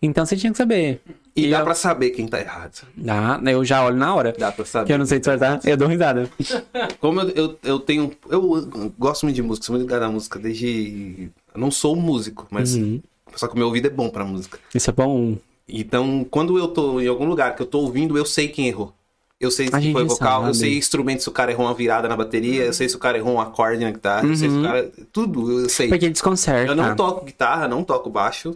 [SPEAKER 3] Então você tinha que saber.
[SPEAKER 2] E, dá
[SPEAKER 3] eu...
[SPEAKER 2] pra saber quem tá errado.
[SPEAKER 3] Dá, eu já olho na hora.
[SPEAKER 2] Dá pra
[SPEAKER 3] Que eu
[SPEAKER 2] saber.
[SPEAKER 3] não sei disfarçar, eu dou risada.
[SPEAKER 2] Como eu, eu, eu tenho. Eu gosto muito de música, sou muito ligado à música desde. Eu não sou um músico, mas.
[SPEAKER 3] Uhum.
[SPEAKER 2] Só que o meu ouvido é bom pra música.
[SPEAKER 3] Isso é bom.
[SPEAKER 2] Então, quando eu tô em algum lugar que eu tô ouvindo, eu sei quem errou. Eu sei
[SPEAKER 3] A
[SPEAKER 2] se foi
[SPEAKER 3] gente
[SPEAKER 2] vocal, eu
[SPEAKER 3] sabe.
[SPEAKER 2] sei instrumento se o cara errou uma virada na bateria, eu sei se o cara errou um acorde na guitarra, eu sei se o cara. Tudo, eu sei.
[SPEAKER 3] Uhum. Porque desconcerta.
[SPEAKER 2] Eu não toco guitarra, não toco baixo.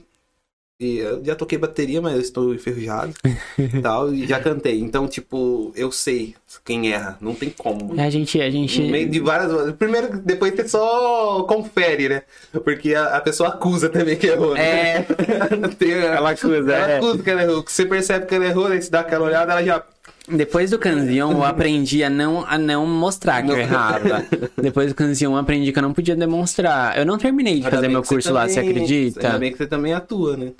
[SPEAKER 2] E eu já toquei bateria, mas eu estou enferrujado
[SPEAKER 3] [laughs]
[SPEAKER 2] e tal, e já cantei. Então, tipo, eu sei quem erra, não tem como.
[SPEAKER 3] É, A gente, a gente.
[SPEAKER 2] No meio de várias. Primeiro, depois você só confere, né? Porque a, a pessoa acusa também que errou. Né?
[SPEAKER 3] É.
[SPEAKER 2] [laughs] Tem- ela
[SPEAKER 3] acusa, é.
[SPEAKER 2] acusa que ela errou. Você percebe que ela errou, aí você dá aquela olhada, ela já.
[SPEAKER 3] Depois do canzion,
[SPEAKER 2] [laughs]
[SPEAKER 3] eu aprendi a não, a não mostrar que eu
[SPEAKER 2] Não.
[SPEAKER 3] errava. Depois do canzion, eu aprendi que eu não podia demonstrar. Eu não terminei de
[SPEAKER 2] Ainda
[SPEAKER 3] fazer
[SPEAKER 2] bem
[SPEAKER 3] meu
[SPEAKER 2] que você
[SPEAKER 3] curso lá,
[SPEAKER 2] também-
[SPEAKER 3] você
[SPEAKER 2] Ainda
[SPEAKER 3] acredita?
[SPEAKER 2] bem que você também atua, né?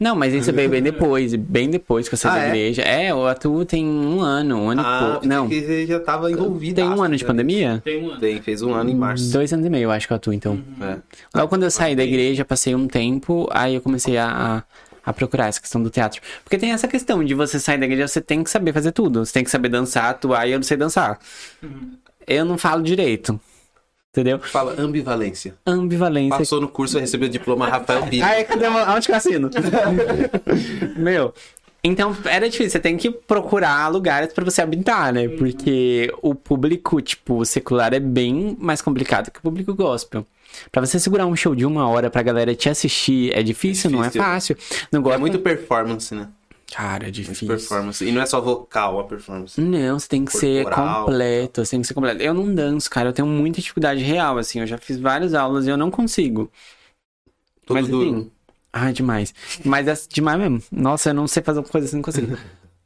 [SPEAKER 3] Não, mas isso
[SPEAKER 2] [laughs]
[SPEAKER 3] veio bem depois, bem depois que eu saí
[SPEAKER 2] Ah,
[SPEAKER 3] da
[SPEAKER 2] é? Ah,
[SPEAKER 3] igreja. É, eu atuo tem um ano, um ano e pouco. Não,
[SPEAKER 2] porque você já tava envolvido.
[SPEAKER 3] tem um ano de pandemia?
[SPEAKER 1] Tem um ano.
[SPEAKER 2] Tem, fez um ano em março.
[SPEAKER 3] Dois anos e meio, eu acho que eu atuo, então.
[SPEAKER 2] É.
[SPEAKER 3] Logo quando eu saí da igreja, passei um tempo, aí eu comecei a, a, a procurar essa questão do teatro. Porque tem essa questão de você sair da igreja, você tem que saber fazer tudo. Você tem que saber dançar, atuar, e eu não sei dançar. Eu não falo direito. Entendeu?
[SPEAKER 2] Fala ambivalência.
[SPEAKER 3] Ambivalência.
[SPEAKER 2] Passou no curso, recebeu o diploma Rafael Pires.
[SPEAKER 3] Ai, cadê uma- Onde que eu [laughs] assino? Meu. Então, era difícil. Você tem que procurar lugares pra você habitar, né? Porque o público, tipo, secular é bem mais complicado que o público gospel. Pra você segurar um show de uma hora pra galera te assistir é difícil, não é
[SPEAKER 2] difícil.
[SPEAKER 3] fácil. Não gosta
[SPEAKER 2] É muito performance, né?
[SPEAKER 3] Cara, é
[SPEAKER 2] Muito
[SPEAKER 3] difícil.
[SPEAKER 2] performance. E não é só vocal a performance.
[SPEAKER 3] Não, você tem que ser
[SPEAKER 2] Corporal.
[SPEAKER 3] completo, você tem que ser completo. Eu não danço, cara, eu tenho muita dificuldade real, assim, eu já fiz várias aulas e eu não consigo.
[SPEAKER 2] Tudo
[SPEAKER 3] Mas
[SPEAKER 2] duro.
[SPEAKER 3] assim, ah, demais. Mas é demais mesmo. Nossa, eu não sei fazer uma coisa assim, não consigo.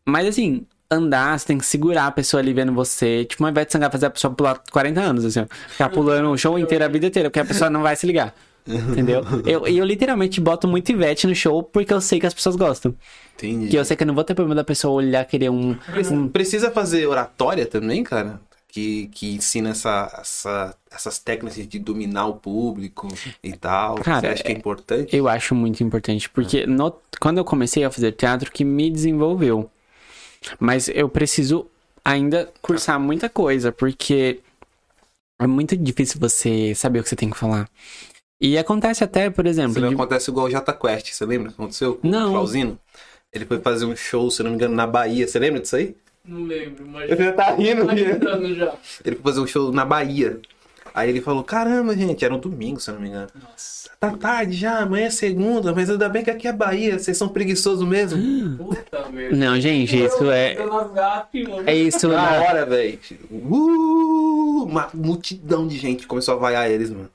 [SPEAKER 3] Mas assim, andar, você tem que segurar a pessoa ali vendo você. Tipo, uma Ivete Sangalo fazer a pessoa pular 40 anos, assim, ó. Ficar pulando o show inteiro, a vida inteira, porque a pessoa não vai se ligar. Entendeu? Eu- E eu, literalmente boto muito Ivete no show porque eu sei que as pessoas gostam.
[SPEAKER 2] Entendi.
[SPEAKER 3] Que eu sei que eu não vou ter problema da pessoa olhar, querer um. um-
[SPEAKER 2] Precisa fazer oratória também, cara? Que, que ensina essa, essa- essas técnicas de dominar o público e tal.
[SPEAKER 3] Cara,
[SPEAKER 2] Você acha que é importante?
[SPEAKER 3] Eu acho muito importante, porque
[SPEAKER 2] É.
[SPEAKER 3] no- quando eu comecei a fazer teatro, que me desenvolveu. Mas eu preciso ainda cursar muita coisa, porque é muito difícil você saber o que você tem que falar. E acontece até, por
[SPEAKER 2] Você
[SPEAKER 3] exemplo.
[SPEAKER 2] não é
[SPEAKER 3] de-
[SPEAKER 2] acontece igual o Jota Quest, você lembra? o que Aconteceu com
[SPEAKER 3] um Não.
[SPEAKER 2] o Clauzino? Ele foi fazer um show, se não me engano, na Bahia. Você lembra disso aí?
[SPEAKER 1] Não lembro, mas.
[SPEAKER 2] Você tá rindo,
[SPEAKER 1] Tá
[SPEAKER 2] Rian.
[SPEAKER 1] gritando já.
[SPEAKER 2] Ele foi fazer um show na Bahia. Aí ele falou: Caramba, gente, era um domingo, se eu não me engano.
[SPEAKER 1] Nossa,
[SPEAKER 2] Tá tarde já, amanhã é segunda, mas ainda bem que aqui é Bahia, vocês são preguiçosos mesmo.
[SPEAKER 1] puta merda.
[SPEAKER 3] Não, gente, isso
[SPEAKER 1] eu,
[SPEAKER 3] é.
[SPEAKER 1] Eu não gafe, mano.
[SPEAKER 3] É isso.
[SPEAKER 2] Na
[SPEAKER 3] na-
[SPEAKER 2] hora, velho. Uh, uma multidão de gente começou a vaiar eles, mano.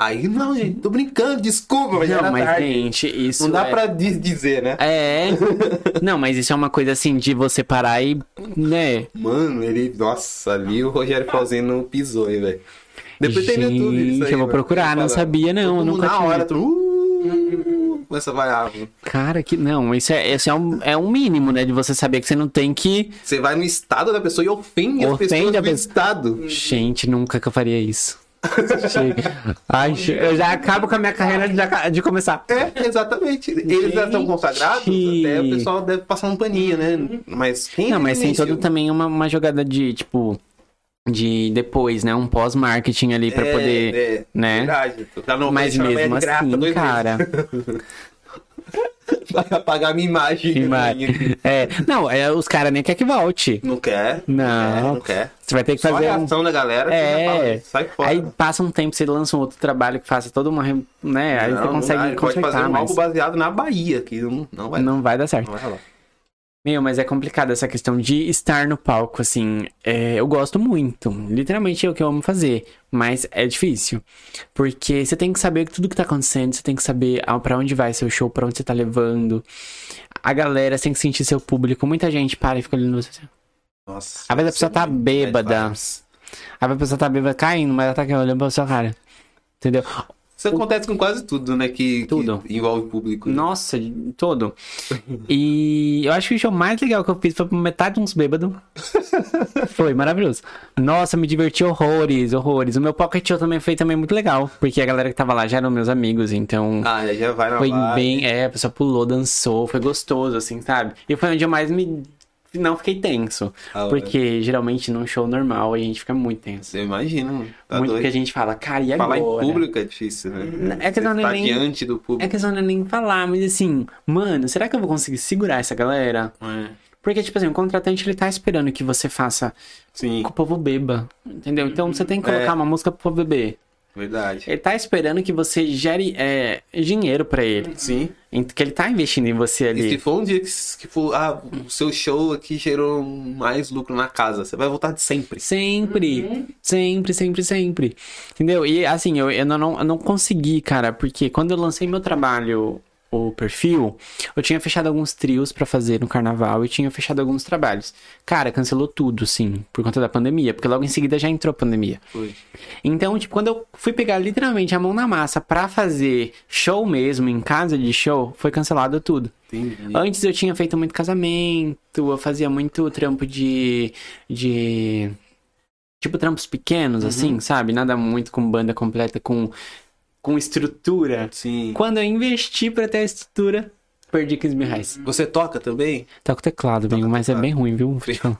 [SPEAKER 2] Aí, não, gente, tô brincando, desculpa, mas já
[SPEAKER 3] Uhum. Não,
[SPEAKER 2] era
[SPEAKER 3] mas,
[SPEAKER 2] tarde.
[SPEAKER 3] gente, isso.
[SPEAKER 2] Não dá
[SPEAKER 3] é...
[SPEAKER 2] pra di- dizer, né?
[SPEAKER 3] É. Não, mas isso é uma coisa assim de você parar e. né?
[SPEAKER 2] Mano, ele. Nossa, ali o Rogério fazendo pisou, hein, velho. Depois tem no YouTube isso
[SPEAKER 3] Ah. Gente,
[SPEAKER 2] aí,
[SPEAKER 3] eu vou
[SPEAKER 2] mano.
[SPEAKER 3] procurar,
[SPEAKER 2] Fala.
[SPEAKER 3] não sabia, não,
[SPEAKER 2] Todo mundo
[SPEAKER 3] nunca
[SPEAKER 2] na
[SPEAKER 3] tinha.
[SPEAKER 2] hora, tu... uh, começa a vaiar. mano.
[SPEAKER 3] Cara, que. Não, isso é, isso é, um, é um mínimo, né? De você saber que você não tem que.
[SPEAKER 2] Você vai no estado da pessoa e ofende, as
[SPEAKER 3] Ofende
[SPEAKER 2] pessoas
[SPEAKER 3] a
[SPEAKER 2] do
[SPEAKER 3] pessoa.
[SPEAKER 2] estado.
[SPEAKER 3] Gente, nunca que eu faria isso. Gente, Ai, gente, eu já acabo com a minha carreira de, de começar.
[SPEAKER 2] É, exatamente. Eles já estão consagrados, até o pessoal deve passar um paninho, né? Mas quem
[SPEAKER 3] Não, mas tem
[SPEAKER 2] iniciou?
[SPEAKER 3] todo também uma, uma jogada de, tipo, de depois, né? Um pós-marketing ali pra
[SPEAKER 2] É,
[SPEAKER 3] poder.
[SPEAKER 2] é,
[SPEAKER 3] né?
[SPEAKER 2] Verdade. Tá no
[SPEAKER 3] Mas mesmo assim, cara.
[SPEAKER 2] [laughs] Vai apagar minha imagem. né?
[SPEAKER 3] que mar- É, não, é, os caras nem quer que volte.
[SPEAKER 2] Não quer?
[SPEAKER 3] Não.
[SPEAKER 2] Não quer.
[SPEAKER 3] Você vai ter que
[SPEAKER 2] Só a
[SPEAKER 3] fazer um.
[SPEAKER 2] reação da galera. você já
[SPEAKER 3] É.
[SPEAKER 2] fala, sai fora.
[SPEAKER 3] Aí passa um tempo, você lança um outro trabalho que faça toda uma. re- Né? Aí
[SPEAKER 2] Não,
[SPEAKER 3] você
[SPEAKER 2] não
[SPEAKER 3] consegue
[SPEAKER 2] dá, ele Pode fazer
[SPEAKER 3] consertar,
[SPEAKER 2] um
[SPEAKER 3] mas.
[SPEAKER 2] álbum baseado na Bahia, que não, não vai
[SPEAKER 3] Não vai dar certo.
[SPEAKER 2] Não vai rolar.
[SPEAKER 3] Meu, mas é complicado essa questão de estar no palco, assim. É, eu gosto muito. Literalmente é o que eu amo fazer. Mas é difícil. Porque você tem que saber tudo que tá acontecendo. Você tem que saber a- pra onde vai seu show, pra onde você tá levando. A galera você tem que sentir seu público. Muita gente para e fica olhando você.
[SPEAKER 2] Nossa. é
[SPEAKER 3] Às vezes a pessoa tá bêbada.
[SPEAKER 2] Isso
[SPEAKER 3] Às vezes a pessoa tá bêbada caindo, mas ela tá aqui olhando pra sua cara. Entendeu?
[SPEAKER 2] acontece com quase tudo, né? Que, que
[SPEAKER 3] Tudo.
[SPEAKER 2] envolve público. né?
[SPEAKER 3] Nossa, de- todo. E eu acho que o show mais legal que eu fiz foi pra metade de
[SPEAKER 2] [laughs]
[SPEAKER 3] uns bêbados. Foi maravilhoso. Nossa, me diverti horrores, horrores. O meu pocket show também foi também muito legal, porque a galera que tava lá já eram meus amigos, então
[SPEAKER 2] Ah, aí já vai na
[SPEAKER 3] foi
[SPEAKER 2] vibe.
[SPEAKER 3] bem, é, a pessoa pulou, dançou, foi gostoso assim, sabe? E foi onde eu mais me não fiquei tenso,
[SPEAKER 2] Ah, é.
[SPEAKER 3] porque geralmente num show normal a gente fica muito tenso.
[SPEAKER 2] Você imagina, mano. Tá
[SPEAKER 3] muito
[SPEAKER 2] doido.
[SPEAKER 3] porque a gente fala, cara, e
[SPEAKER 2] Falar
[SPEAKER 3] agora?
[SPEAKER 2] em público é difícil, né?
[SPEAKER 3] É que
[SPEAKER 2] Você
[SPEAKER 3] não é
[SPEAKER 2] tá
[SPEAKER 3] nem-
[SPEAKER 2] diante do
[SPEAKER 3] É
[SPEAKER 2] público.
[SPEAKER 3] questão de nem falar, mas assim, mano, será que eu vou conseguir segurar essa galera?
[SPEAKER 2] É.
[SPEAKER 3] Porque, tipo assim, o contratante ele tá esperando que você faça
[SPEAKER 2] Sim,
[SPEAKER 3] que o povo beba, entendeu? Então você tem que colocar
[SPEAKER 2] É.
[SPEAKER 3] uma música pro povo beber.
[SPEAKER 2] verdade.
[SPEAKER 3] Ele tá esperando que você gere é, dinheiro pra ele.
[SPEAKER 2] Sim.
[SPEAKER 3] Ent- Que ele tá investindo em você
[SPEAKER 2] E se
[SPEAKER 3] ali.
[SPEAKER 2] for um dia que, que for, ah, o seu show aqui gerou mais lucro na casa, você vai voltar de sempre.
[SPEAKER 3] Sempre,
[SPEAKER 1] Uhum.
[SPEAKER 3] sempre, sempre, sempre. Entendeu? E assim, eu, eu, não- não, eu não consegui, cara, porque quando eu lancei meu trabalho, o perfil, eu tinha fechado alguns trios pra fazer no carnaval e tinha fechado alguns trabalhos. Cara, cancelou tudo, sim, por conta da pandemia, porque logo em seguida já entrou a pandemia.
[SPEAKER 2] Foi.
[SPEAKER 3] Então, tipo, quando eu fui pegar literalmente a mão na massa pra fazer show mesmo, em casa de show, foi cancelado tudo.
[SPEAKER 2] Entendi.
[SPEAKER 3] Antes eu tinha feito muito casamento, eu fazia muito trampo de. de. Tipo, trampos pequenos, assim, sabe? Nada muito com banda completa, com, com estrutura.
[SPEAKER 2] Sim.
[SPEAKER 3] Quando eu investi pra ter a estrutura, perdi 15 mil reais.
[SPEAKER 2] Você toca também?
[SPEAKER 3] Tá com teclado, amigo, mas é
[SPEAKER 2] teclado.
[SPEAKER 3] bem ruim, viu? Vou te falar.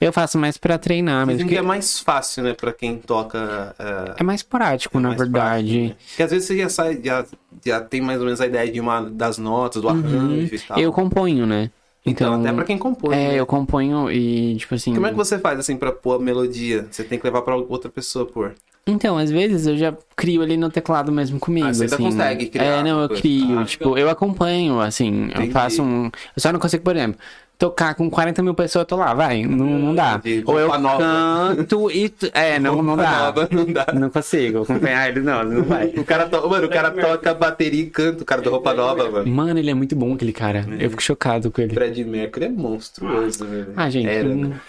[SPEAKER 3] Eu faço mais pra treinar, mas
[SPEAKER 2] Dizem
[SPEAKER 3] que-
[SPEAKER 2] que é mais fácil, né, pra quem toca. ah,
[SPEAKER 3] é mais prático, na
[SPEAKER 2] mais
[SPEAKER 3] verdade.
[SPEAKER 2] prático, né? Porque às vezes você já sai, já, já tem mais ou menos a ideia de uma das notas, do arranjo e tal.
[SPEAKER 3] Uhum. Eu componho, né?
[SPEAKER 2] Tá então,
[SPEAKER 3] Então,
[SPEAKER 2] até pra quem compõe.
[SPEAKER 3] é,
[SPEAKER 2] né?
[SPEAKER 3] eu componho e, tipo assim.
[SPEAKER 2] Como é que você faz assim pra pôr a melodia? Você tem que levar pra outra pessoa pôr.
[SPEAKER 3] Então, às vezes eu já crio ali no teclado mesmo comigo.
[SPEAKER 2] Ah, você ainda
[SPEAKER 3] assim.
[SPEAKER 2] consegue criar
[SPEAKER 3] É, não, eu
[SPEAKER 2] coisa.
[SPEAKER 3] crio.
[SPEAKER 2] Ah,
[SPEAKER 3] tipo, eu acompanho, assim. Eu
[SPEAKER 2] Entendi.
[SPEAKER 3] faço um. Eu só não consigo, por exemplo, tocar com 40 mil pessoas, eu tô lá, vai. Não, não dá.
[SPEAKER 2] Hum, Entendi.
[SPEAKER 3] Ou eu
[SPEAKER 2] Roupa nova.
[SPEAKER 3] canto e. tu-
[SPEAKER 2] [laughs]
[SPEAKER 3] É, não, não dá.
[SPEAKER 2] Nova, não dá.
[SPEAKER 3] Não consigo acompanhar ele, não,
[SPEAKER 2] [laughs]
[SPEAKER 3] não vai.
[SPEAKER 2] O cara, to... Mano, o cara toca bateria e canta, o cara da roupa nova, mano.
[SPEAKER 3] Mano, ele é muito bom, aquele cara.
[SPEAKER 2] Hum.
[SPEAKER 3] Eu fico chocado com ele.
[SPEAKER 2] Fred Mercury é monstruoso, velho.
[SPEAKER 3] Ah, gente.
[SPEAKER 2] Era,
[SPEAKER 3] não-
[SPEAKER 2] né?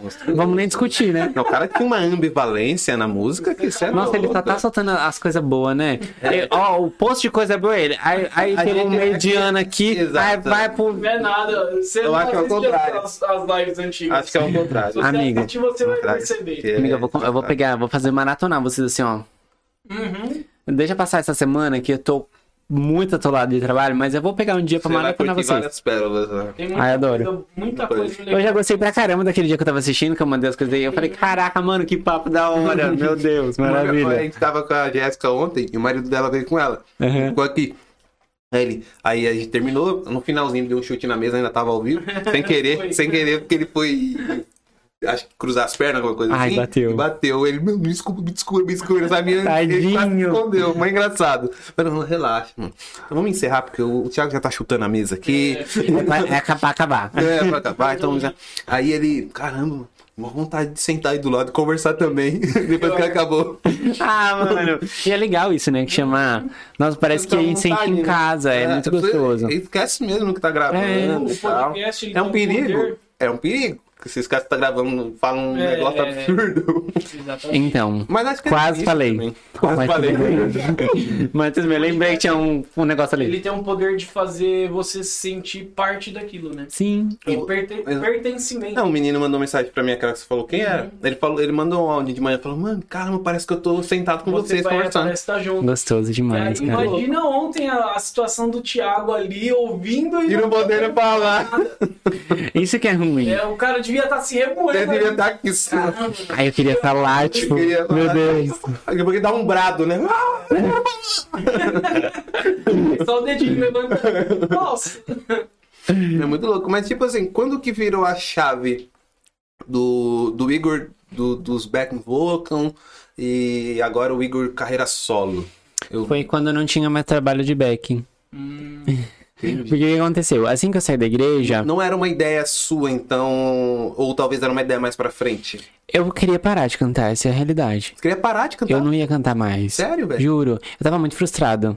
[SPEAKER 2] Monstruoso.
[SPEAKER 3] Vamos nem discutir, né?
[SPEAKER 2] Não, o cara tinha uma ambivalência na música que isso é
[SPEAKER 3] Nossa, ele
[SPEAKER 2] louco,
[SPEAKER 3] só tá soltando as coisas boas, né? Eu- Ó, o post de coisa boa é ele. Aí, aí
[SPEAKER 2] É. A
[SPEAKER 3] tem um
[SPEAKER 2] gente-
[SPEAKER 3] mediano aqui,
[SPEAKER 2] Exato.
[SPEAKER 3] aí vai pro.
[SPEAKER 1] Não é nada. Você
[SPEAKER 2] Eu
[SPEAKER 1] não
[SPEAKER 2] acho que é o
[SPEAKER 1] assiste
[SPEAKER 2] contrário.
[SPEAKER 1] As, as lives antigas.
[SPEAKER 2] Acho que é o contrário.
[SPEAKER 1] Se você
[SPEAKER 3] Amigo.
[SPEAKER 1] assistir, você vai
[SPEAKER 2] Contrário.
[SPEAKER 1] perceber.
[SPEAKER 3] Amiga, eu vou, eu vou pegar, vou fazer maratonar vocês assim, ó.
[SPEAKER 1] Uhum.
[SPEAKER 3] Deixa passar essa semana que eu tô muito atolado de trabalho, mas eu vou pegar um dia pra
[SPEAKER 2] Você vai
[SPEAKER 3] maratonar
[SPEAKER 2] curtir
[SPEAKER 3] vocês.
[SPEAKER 2] várias pérolas, né?
[SPEAKER 1] Tem muita
[SPEAKER 3] Ai, adoro.
[SPEAKER 1] coisa, muita
[SPEAKER 2] Coisa.
[SPEAKER 1] coisa
[SPEAKER 3] Eu
[SPEAKER 1] legal.
[SPEAKER 3] já gostei pra caramba daquele dia que eu tava assistindo, que eu mandei as coisas aí. Eu falei, caraca, mano, que papo da hora. Meu Deus,
[SPEAKER 2] A
[SPEAKER 3] maravilha.
[SPEAKER 2] gente tava com a Jéssica ontem e o marido dela veio com ela.
[SPEAKER 3] Aham.
[SPEAKER 2] Ficou aqui. Aí, ele, aí a gente terminou, no finalzinho deu um chute na mesa, ainda tava ao
[SPEAKER 3] [laughs]
[SPEAKER 2] vivo, sem
[SPEAKER 1] Foi.
[SPEAKER 2] querer, sem querer, porque ele foi. Acho que cruzar as pernas, alguma coisa
[SPEAKER 3] Ai,
[SPEAKER 2] assim.
[SPEAKER 3] bateu.
[SPEAKER 2] E bateu. Ele, meu, me desculpa, me desculpa, me desculpa. Essa minha
[SPEAKER 3] Tadinho.
[SPEAKER 2] ele quase escondeu, mas é engraçado. Mas não, relaxa, mano. Então vamos encerrar, porque o, o Thiago já tá chutando a mesa aqui.
[SPEAKER 3] Vai- É acabar, acabar.
[SPEAKER 2] É, pra acabar, então já. Aí ele, caramba, mano, Uma vontade de sentar aí do lado e conversar também, [laughs] depois que acabou.
[SPEAKER 3] Ah, [laughs] mano. E é legal isso, né? Que chama. Nossa, parece que
[SPEAKER 2] Dá
[SPEAKER 3] a gente sente
[SPEAKER 2] vontade,
[SPEAKER 3] em
[SPEAKER 2] né?
[SPEAKER 3] casa. É, muito
[SPEAKER 2] você
[SPEAKER 3] gostoso.
[SPEAKER 2] Esquece mesmo que tá gravando
[SPEAKER 1] É.
[SPEAKER 2] e tal.
[SPEAKER 1] O podcast, ele
[SPEAKER 2] É
[SPEAKER 1] tem
[SPEAKER 2] um
[SPEAKER 1] um
[SPEAKER 2] perigo.
[SPEAKER 1] poder.
[SPEAKER 2] É um perigo. que Esses caras que tá gravando, falam um
[SPEAKER 1] É.
[SPEAKER 2] negócio
[SPEAKER 3] [laughs]
[SPEAKER 2] absurdo.
[SPEAKER 1] Exatamente.
[SPEAKER 2] [laughs]
[SPEAKER 3] Então.
[SPEAKER 2] Mas acho que é
[SPEAKER 3] Quase
[SPEAKER 2] isso
[SPEAKER 3] falei.
[SPEAKER 2] também. Quase
[SPEAKER 3] Mas
[SPEAKER 2] falei.
[SPEAKER 3] tudo Mas eu lembrei que tinha um, um negócio ali.
[SPEAKER 1] Ele tem um poder de fazer você se sentir parte daquilo, né?
[SPEAKER 3] Sim.
[SPEAKER 1] E perte-
[SPEAKER 2] Exa-
[SPEAKER 1] pertencimento.
[SPEAKER 2] [laughs] Não, o menino mandou mensagem pra mim, aquela que você falou quem era.
[SPEAKER 1] Uhum.
[SPEAKER 2] Ele, falou, ele mandou um áudio de manhã, falou, mano, caramba, parece que eu tô sentado com vocês
[SPEAKER 1] vai
[SPEAKER 2] conversando.
[SPEAKER 1] estar junto.
[SPEAKER 3] Gostoso demais,
[SPEAKER 1] Cara,
[SPEAKER 3] cara.
[SPEAKER 1] Imagina ontem a, a situação do Thiago ali ouvindo e,
[SPEAKER 2] E não
[SPEAKER 1] [laughs]
[SPEAKER 2] podendo falar.
[SPEAKER 3] Isso que é ruim.
[SPEAKER 1] É, o cara devia estar se
[SPEAKER 2] Eu
[SPEAKER 1] remoendo.
[SPEAKER 2] devia
[SPEAKER 1] ali.
[SPEAKER 2] estar aqui. assim, ó.
[SPEAKER 1] Caramba.
[SPEAKER 3] Aí eu queria falar,
[SPEAKER 2] Eu
[SPEAKER 3] tipo,
[SPEAKER 2] queria falar.
[SPEAKER 3] meu Deus.
[SPEAKER 2] Daqui a pouco ele dá um brado, né? tá-
[SPEAKER 1] Só o
[SPEAKER 2] [laughs]
[SPEAKER 1] dedinho levantando. Nossa.
[SPEAKER 2] É muito louco. Mas, tipo assim, quando que virou a chave do, do Igor, do- dos Back Vocal e agora o Igor carreira solo? Eu
[SPEAKER 3] Foi quando eu não tinha mais trabalho de backing. [laughs] Porque o que aconteceu? Assim que eu saí da igreja,
[SPEAKER 2] Não era uma ideia sua, então. Ou talvez era uma ideia mais pra frente.
[SPEAKER 3] eu queria parar de cantar, essa é a realidade.
[SPEAKER 2] Você queria parar de cantar?
[SPEAKER 3] Eu não ia cantar mais.
[SPEAKER 2] Sério, velho?
[SPEAKER 3] Juro. Eu tava muito frustrado.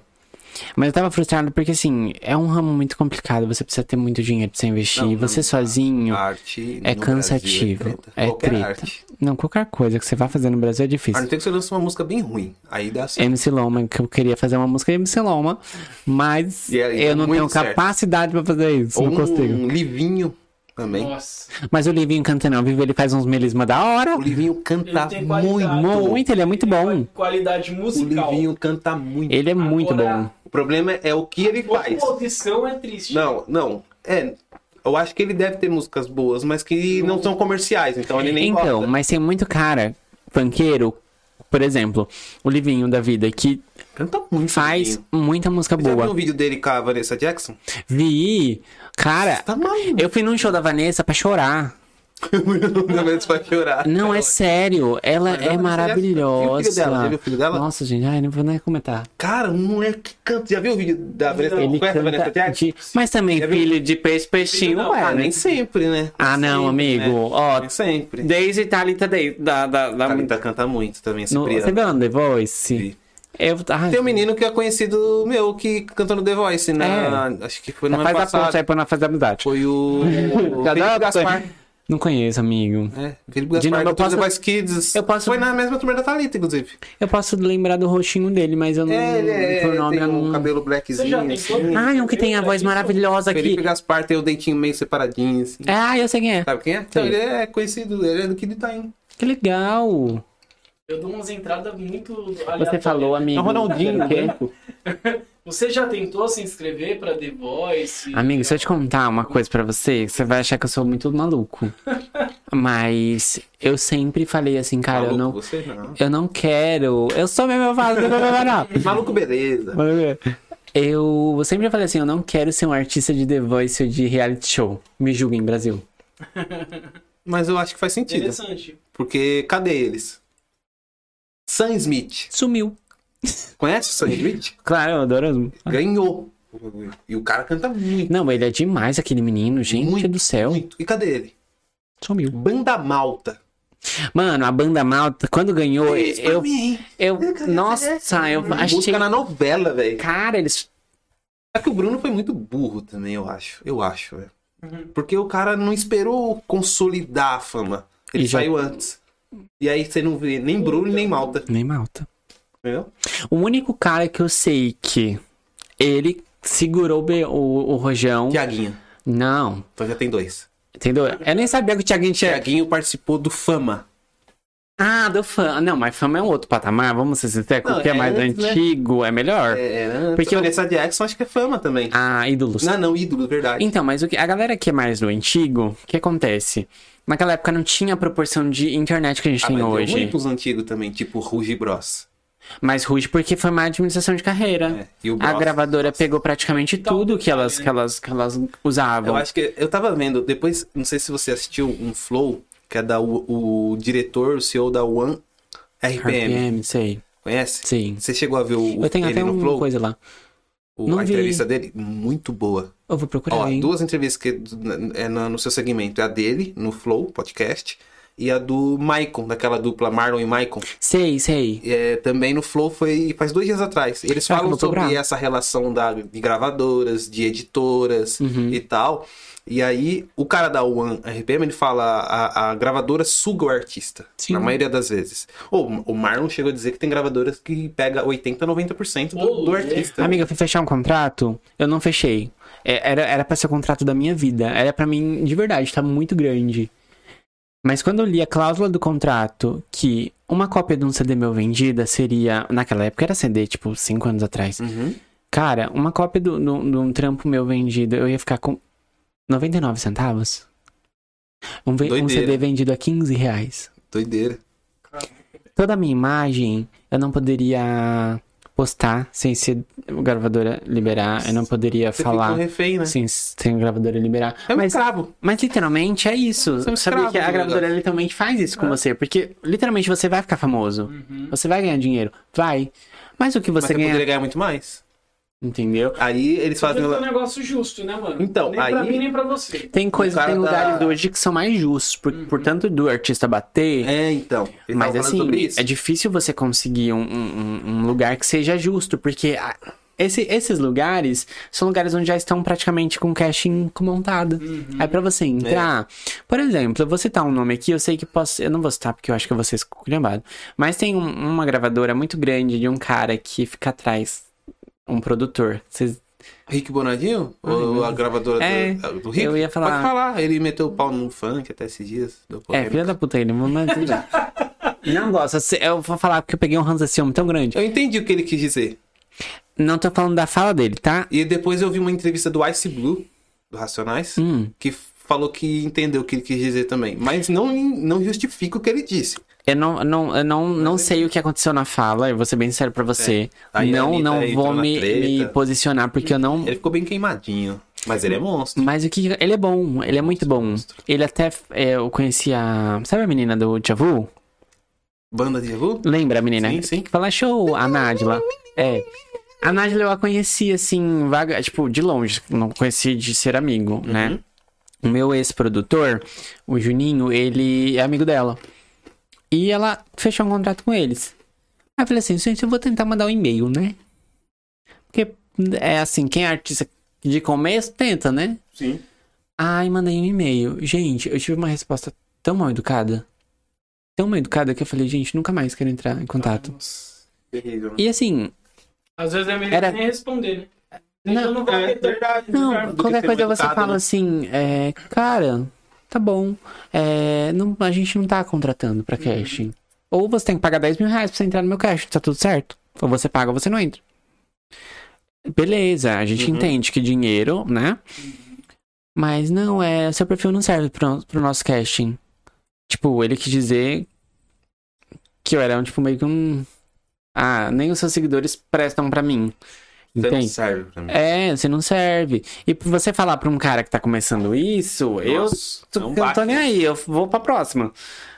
[SPEAKER 3] Mas eu tava frustrado porque, assim, é um ramo muito complicado. Você precisa ter muito dinheiro pra você investir.
[SPEAKER 2] Não, não,
[SPEAKER 3] você
[SPEAKER 2] não. Ah.
[SPEAKER 3] sozinho.
[SPEAKER 2] Arte.
[SPEAKER 3] É
[SPEAKER 2] no
[SPEAKER 3] cansativo,
[SPEAKER 2] Brasil treta.
[SPEAKER 3] é
[SPEAKER 2] Qualquer
[SPEAKER 3] treta.
[SPEAKER 2] arte.
[SPEAKER 3] Não, qualquer coisa que você vá fazer no Brasil é
[SPEAKER 2] A
[SPEAKER 3] difícil.
[SPEAKER 2] não ser que você lance uma música bem ruim. Aí dá assim. certo.
[SPEAKER 3] MC Loma, que eu queria fazer uma música de MC Loma, mas
[SPEAKER 2] E aí,
[SPEAKER 3] eu não
[SPEAKER 2] muito
[SPEAKER 3] tenho
[SPEAKER 2] certo.
[SPEAKER 3] capacidade pra fazer isso,
[SPEAKER 2] Ou
[SPEAKER 3] não consigo.
[SPEAKER 2] um livinho também.
[SPEAKER 1] Nossa.
[SPEAKER 3] Mas o Livinho canta não, vivo, ele faz uns melisma da hora,
[SPEAKER 2] O livinho canta
[SPEAKER 1] Ele tem
[SPEAKER 2] muito.
[SPEAKER 1] qualidade.
[SPEAKER 3] Tá muito, ele é muito bom.
[SPEAKER 1] Qualidade
[SPEAKER 2] O
[SPEAKER 1] musical.
[SPEAKER 2] livinho canta muito.
[SPEAKER 3] Ele é muito bom.
[SPEAKER 1] Agora-
[SPEAKER 2] O problema é o que ele faz.
[SPEAKER 1] Composição é triste.
[SPEAKER 2] Não, não. É. Eu acho que ele deve ter músicas boas, mas que não são comerciais, então ele nem
[SPEAKER 3] Então,
[SPEAKER 2] gosta.
[SPEAKER 3] mas tem muito cara, funkeiro, por exemplo, o Livinho da vida, que
[SPEAKER 2] Canta muito.
[SPEAKER 3] faz
[SPEAKER 2] Livinho.
[SPEAKER 3] muita música
[SPEAKER 2] Você já viu
[SPEAKER 3] boa.
[SPEAKER 2] um vídeo dele com a Vanessa Jackson?
[SPEAKER 3] Vi, cara,
[SPEAKER 2] Tá maluco. [laughs]
[SPEAKER 3] eu fui num show da Vanessa pra chorar.
[SPEAKER 2] Não vai chorar.
[SPEAKER 3] Não, é sério, ela
[SPEAKER 2] Mas
[SPEAKER 3] é
[SPEAKER 2] ela- E o
[SPEAKER 3] maravilhosa.
[SPEAKER 2] filho dela? Já viu o filho dela?
[SPEAKER 3] Nossa, gente, ai, não vou nem comentar.
[SPEAKER 2] Cara, um moleque que canta. Já viu o vídeo da Vanessa
[SPEAKER 3] Ele
[SPEAKER 2] Conhece a Vanessa
[SPEAKER 3] canta
[SPEAKER 2] Jackson?
[SPEAKER 3] de... Mas também
[SPEAKER 2] Já viu?
[SPEAKER 3] filho de peixe, peixinho,
[SPEAKER 1] Não,
[SPEAKER 3] ué,
[SPEAKER 2] Ah,
[SPEAKER 3] né?
[SPEAKER 2] nem sempre, né?
[SPEAKER 3] Ah, não,
[SPEAKER 2] Sempre,
[SPEAKER 3] amigo.
[SPEAKER 2] né?
[SPEAKER 3] Ó,
[SPEAKER 2] Nem sempre. Tá
[SPEAKER 3] desde Thalita de, tá da... da, da
[SPEAKER 2] Thalita canta muito também,
[SPEAKER 3] no,
[SPEAKER 2] Cipriano.
[SPEAKER 3] você viu no The Voice?
[SPEAKER 2] tá Vi.
[SPEAKER 3] Eu, ai,
[SPEAKER 2] Tem um menino que é conhecido meu que cantou no The Voice, né? Acho que foi no ano
[SPEAKER 3] É. faz a
[SPEAKER 2] passado.
[SPEAKER 3] ponte aí pra nós fazer amizade.
[SPEAKER 2] Foi o, o
[SPEAKER 3] [laughs] Já dá-
[SPEAKER 2] Felipe Gaspar.
[SPEAKER 3] Não conheço, amigo.
[SPEAKER 2] É, Felipe
[SPEAKER 3] De
[SPEAKER 2] Gaspar
[SPEAKER 3] novo, eu
[SPEAKER 2] do The
[SPEAKER 3] posso-
[SPEAKER 2] Voice Kids.
[SPEAKER 3] eu posso-
[SPEAKER 2] Foi na mesma turma da Thalita, inclusive.
[SPEAKER 3] Eu posso lembrar do rostinho dele, mas eu não...
[SPEAKER 2] É, ele é,
[SPEAKER 3] por Hum, nome,
[SPEAKER 2] tem
[SPEAKER 3] eu
[SPEAKER 2] um
[SPEAKER 3] não...
[SPEAKER 2] cabelo
[SPEAKER 1] Você já
[SPEAKER 2] blackzinho.
[SPEAKER 1] tentou?
[SPEAKER 2] assim.
[SPEAKER 3] Ai, um que tem a voz maravilhosa
[SPEAKER 2] Felipe
[SPEAKER 3] aqui.
[SPEAKER 2] Gaspar tem o dentinho meio separadinho, assim.
[SPEAKER 3] É, Ah, eu sei quem é.
[SPEAKER 2] Sabe quem é? Então, ele é conhecido, ele é do Quiritaim.
[SPEAKER 3] Que legal.
[SPEAKER 1] Eu dou umas entradas muito
[SPEAKER 3] Você
[SPEAKER 1] aleatórias.
[SPEAKER 3] falou, amigo.
[SPEAKER 2] É o Ronaldinho, né?
[SPEAKER 3] o quê?
[SPEAKER 1] Você já tentou se inscrever pra The Voice?
[SPEAKER 3] Amigo, se eu te contar uma coisa pra você, você vai achar que eu sou muito maluco. Mas eu sempre falei assim, cara, eu
[SPEAKER 2] Maluco,
[SPEAKER 3] não,
[SPEAKER 2] você não.
[SPEAKER 3] eu não quero. Eu sou mesmo, eu falo, não, não, não, não.
[SPEAKER 2] Maluco, beleza.
[SPEAKER 3] Eu sempre falei assim, eu não quero ser um artista de The Voice ou de reality show. Me julguem, Brasil.
[SPEAKER 2] Mas eu acho que faz sentido.
[SPEAKER 1] Interessante.
[SPEAKER 2] Porque cadê eles? Sam Smith.
[SPEAKER 3] Sumiu.
[SPEAKER 2] Conhece o Sam
[SPEAKER 3] [laughs]
[SPEAKER 2] Smith?
[SPEAKER 3] Claro, eu adoro.
[SPEAKER 2] Ganhou. E o cara canta muito.
[SPEAKER 3] Não, ele é demais aquele menino, gente
[SPEAKER 2] Muito,
[SPEAKER 3] do céu.
[SPEAKER 2] muito. E cadê ele?
[SPEAKER 3] Sumiu.
[SPEAKER 2] Banda Malta.
[SPEAKER 3] Mano, a banda malta, quando ganhou,
[SPEAKER 2] Isso pra
[SPEAKER 3] eu.
[SPEAKER 2] mim, hein?
[SPEAKER 3] eu
[SPEAKER 2] quero
[SPEAKER 3] nossa, eu achei.
[SPEAKER 2] Música na novela, velho.
[SPEAKER 3] Cara, eles.
[SPEAKER 2] Só É que o Bruno foi muito burro também, eu acho. Eu acho, velho. Porque o cara não esperou consolidar a fama. Ele
[SPEAKER 3] E já-
[SPEAKER 2] saiu antes. E aí você não vê nem Bruno nem Malta,
[SPEAKER 3] Nem malta.
[SPEAKER 2] entendeu?
[SPEAKER 3] O único cara que eu sei que ele segurou o, be- o- o rojão.
[SPEAKER 2] Tiaguinho.
[SPEAKER 3] Não,
[SPEAKER 2] Então já tem dois.
[SPEAKER 3] entendeu? Eu nem sabia que o Thiaguinho tinha.
[SPEAKER 2] Tiaguinho participou do Fama.
[SPEAKER 3] Ah, do fã. Não, mas fama é um outro patamar. Vamos ser sinceros.
[SPEAKER 2] Não,
[SPEAKER 3] O que é,
[SPEAKER 2] é
[SPEAKER 3] mais
[SPEAKER 2] antes, né?
[SPEAKER 3] antigo é melhor.
[SPEAKER 2] É, é,
[SPEAKER 3] Porque
[SPEAKER 2] Porque
[SPEAKER 3] eu-
[SPEAKER 2] Vanessa Jackson acho que é Fama também.
[SPEAKER 3] Ah, ídolos.
[SPEAKER 2] Não, não, ídolo, verdade.
[SPEAKER 3] Então, mas o que, a galera que é mais do antigo, o que acontece? Naquela época não tinha a proporção de internet que a gente
[SPEAKER 2] Ah, mas
[SPEAKER 3] tem
[SPEAKER 2] tem
[SPEAKER 3] hoje.
[SPEAKER 2] muitos antigos também, tipo Ruge Bros.
[SPEAKER 3] Mas rude porque foi má administração de carreira.
[SPEAKER 2] É, Então, e o
[SPEAKER 3] A
[SPEAKER 2] Bros-
[SPEAKER 3] gravadora pegou praticamente tudo que elas,
[SPEAKER 2] é.
[SPEAKER 1] né?
[SPEAKER 3] que elas, que elas usavam.
[SPEAKER 2] Eu acho que eu tava vendo, depois, não sei se você assistiu um Flow, que é da o, o diretor, o CEO da One RPM.
[SPEAKER 3] RPM, sei.
[SPEAKER 2] Conhece?
[SPEAKER 3] Sim.
[SPEAKER 2] Você chegou a ver o,
[SPEAKER 3] Eu tenho
[SPEAKER 2] ele
[SPEAKER 3] até
[SPEAKER 2] no
[SPEAKER 3] uma
[SPEAKER 2] Flow?
[SPEAKER 3] coisa lá.
[SPEAKER 2] O-
[SPEAKER 3] não
[SPEAKER 2] a
[SPEAKER 3] vi.
[SPEAKER 2] entrevista dele? Muito boa.
[SPEAKER 3] Eu vou procurar,
[SPEAKER 2] Ó,
[SPEAKER 3] hein?
[SPEAKER 2] duas entrevistas que é na- no seu segmento. É a dele, no Flow, podcast, e a do Maicon, daquela dupla Marlon e Maicon.
[SPEAKER 3] Sei, sei.
[SPEAKER 2] É, também no Flow foi faz dois dias atrás. Eles
[SPEAKER 3] Ah,
[SPEAKER 2] falam
[SPEAKER 3] no
[SPEAKER 2] sobre
[SPEAKER 3] programa.
[SPEAKER 2] essa relação da, de gravadoras, de editoras
[SPEAKER 3] Uhum.
[SPEAKER 2] e tal. E aí, o cara da One RPM, ele fala, a, a gravadora suga o artista,
[SPEAKER 3] Sim.
[SPEAKER 2] na maioria das vezes. Ou o Marlon chegou a dizer que tem gravadoras que pega 80%, 90% do,
[SPEAKER 1] Ô,
[SPEAKER 2] do
[SPEAKER 1] louco.
[SPEAKER 2] artista.
[SPEAKER 3] Amiga, eu fui fechar um contrato, eu não fechei. É, Era, era pra ser o contrato da minha vida. Era pra mim, de verdade, tá muito grande. Mas quando eu li a cláusula do contrato que uma cópia de um CD meu vendida seria. Naquela época era CD, tipo, cinco anos atrás.
[SPEAKER 2] Uhum.
[SPEAKER 3] Cara, uma cópia do- do- de um trampo meu vendido, eu ia ficar com 99 centavos. Um, ve- um
[SPEAKER 2] Doideira.
[SPEAKER 3] CD vendido a 15 reais.
[SPEAKER 2] Doideira.
[SPEAKER 3] Toda a minha imagem, eu não poderia postar sem ser gravadora liberar. Eu não poderia
[SPEAKER 2] Você
[SPEAKER 3] falar
[SPEAKER 2] fica um refém, né?
[SPEAKER 3] sem, sem gravadora liberar.
[SPEAKER 2] É um
[SPEAKER 3] mas,
[SPEAKER 2] escravo.
[SPEAKER 3] mas literalmente é isso.
[SPEAKER 2] Você é um
[SPEAKER 3] Sabia
[SPEAKER 2] escravo É.
[SPEAKER 3] que a
[SPEAKER 2] do
[SPEAKER 3] gravadora
[SPEAKER 2] negócio.
[SPEAKER 3] literalmente faz isso com você. Porque literalmente você vai ficar famoso. Você vai ganhar dinheiro. Vai. Mas o que
[SPEAKER 2] Uhum. Mas você
[SPEAKER 3] você ganha.
[SPEAKER 2] poderia ganhar muito mais.
[SPEAKER 3] Entendeu?
[SPEAKER 2] Aí eles fazem...
[SPEAKER 1] um negócio justo, né, mano?
[SPEAKER 2] Então,
[SPEAKER 1] nem pra
[SPEAKER 2] aí-
[SPEAKER 1] mim, nem pra você.
[SPEAKER 3] Tem
[SPEAKER 2] O
[SPEAKER 3] coisas,
[SPEAKER 2] cara tá Uhum.
[SPEAKER 3] tem
[SPEAKER 2] da-
[SPEAKER 3] lugares hoje que são mais justos, por, portanto, do artista bater.
[SPEAKER 2] É, então. Eles
[SPEAKER 3] mas
[SPEAKER 2] estavam falando
[SPEAKER 3] assim,
[SPEAKER 2] sobre isso.
[SPEAKER 3] é difícil você conseguir um, um- um- um lugar que seja justo, porque ah, esse- esses lugares são lugares onde já estão praticamente com caching montado.
[SPEAKER 2] Uhum.
[SPEAKER 3] Aí pra você
[SPEAKER 2] É.
[SPEAKER 3] entrar, por exemplo, eu vou citar um nome aqui, eu sei que posso. Eu não vou citar porque eu acho que eu vou ser esculhambado. Mas tem um- uma gravadora muito grande de um cara que fica atrás, um produtor. Vocês
[SPEAKER 2] Rick Bonadinho? ou a gravadora
[SPEAKER 3] Ah, É,
[SPEAKER 2] do, do Rick?
[SPEAKER 3] eu ia falar.
[SPEAKER 2] Pode falar, ele meteu o pau no funk até esses dias. Deu
[SPEAKER 3] É,
[SPEAKER 2] polêmica.
[SPEAKER 3] filha da puta ele, mas
[SPEAKER 2] [laughs]
[SPEAKER 3] tudo bem. Não gosto, assim, eu vou falar porque eu peguei um ranço desse homem tão grande.
[SPEAKER 2] Eu entendi o que ele quis dizer.
[SPEAKER 3] Não tô falando da fala dele, tá?
[SPEAKER 2] E depois eu vi uma entrevista do Ice Blue, do Racionais,
[SPEAKER 3] Hum.
[SPEAKER 2] que falou que entendeu o que ele quis dizer também. Mas não, não justifica o que ele disse.
[SPEAKER 3] Eu não, não, eu não, não sei o que aconteceu na fala, eu vou ser bem sincero pra você.
[SPEAKER 2] É. Aí a
[SPEAKER 3] Não,
[SPEAKER 2] Anitta
[SPEAKER 3] não
[SPEAKER 2] entrou
[SPEAKER 3] vou
[SPEAKER 2] na
[SPEAKER 3] me,
[SPEAKER 2] treta.
[SPEAKER 3] me posicionar porque eu não.
[SPEAKER 2] Ele ficou bem queimadinho. Mas ele é monstro.
[SPEAKER 3] Mas o que. Ele é bom, ele é muito bom. Ele até. é, eu conheci a. Sabe a menina do Javu?
[SPEAKER 2] Banda de Vu?
[SPEAKER 3] Lembra a menina?
[SPEAKER 2] Sim, sim.
[SPEAKER 3] Que fala show, a Nádila. É. A Nádila eu a conheci, assim, vaga, tipo, de longe. Não conheci de ser amigo,
[SPEAKER 2] Uhum.
[SPEAKER 3] né? O meu ex-produtor, o Juninho, ele é amigo dela. E ela fechou um contrato com eles. Aí eu falei assim, gente, eu vou tentar mandar um e-mail, né? Porque é assim, quem é artista de começo tenta, né?
[SPEAKER 2] Sim.
[SPEAKER 3] Ai, mandei um e-mail. Gente, eu tive uma resposta tão mal educada. Tão mal educada que eu falei, gente, nunca mais quero entrar em contato.
[SPEAKER 2] Terrível. né?
[SPEAKER 3] E assim,
[SPEAKER 1] Às vezes é melhor
[SPEAKER 3] Era-
[SPEAKER 1] nem responder, né?
[SPEAKER 3] Não,
[SPEAKER 1] Deixa eu não vou
[SPEAKER 2] é
[SPEAKER 1] retornar
[SPEAKER 2] verdade,
[SPEAKER 1] lugar.
[SPEAKER 3] não,
[SPEAKER 2] do que
[SPEAKER 3] qualquer
[SPEAKER 2] ser
[SPEAKER 3] coisa
[SPEAKER 2] mal
[SPEAKER 3] você
[SPEAKER 2] educado,
[SPEAKER 3] fala
[SPEAKER 2] né?
[SPEAKER 3] assim, é, cara, tá bom. É, não, a gente não tá contratando pra casting. Ou você tem que pagar 10 mil reais pra você entrar no meu casting, tá tudo certo. Ou você paga ou você não entra. Beleza, a gente entende que dinheiro, né? Mas não, é, seu perfil não serve pro, pro nosso casting. Tipo, ele quis dizer que eu era um tipo meio que um. Ah, nem os seus seguidores prestam pra mim.
[SPEAKER 2] Você não
[SPEAKER 3] Entende?
[SPEAKER 2] serve pra mim.
[SPEAKER 3] É, você não serve. E pra você falar pra um cara que tá começando isso, eu,
[SPEAKER 2] Nossa, é um
[SPEAKER 3] tô-
[SPEAKER 2] não
[SPEAKER 3] eu não
[SPEAKER 2] bate.
[SPEAKER 3] tô nem aí, eu vou pra próxima.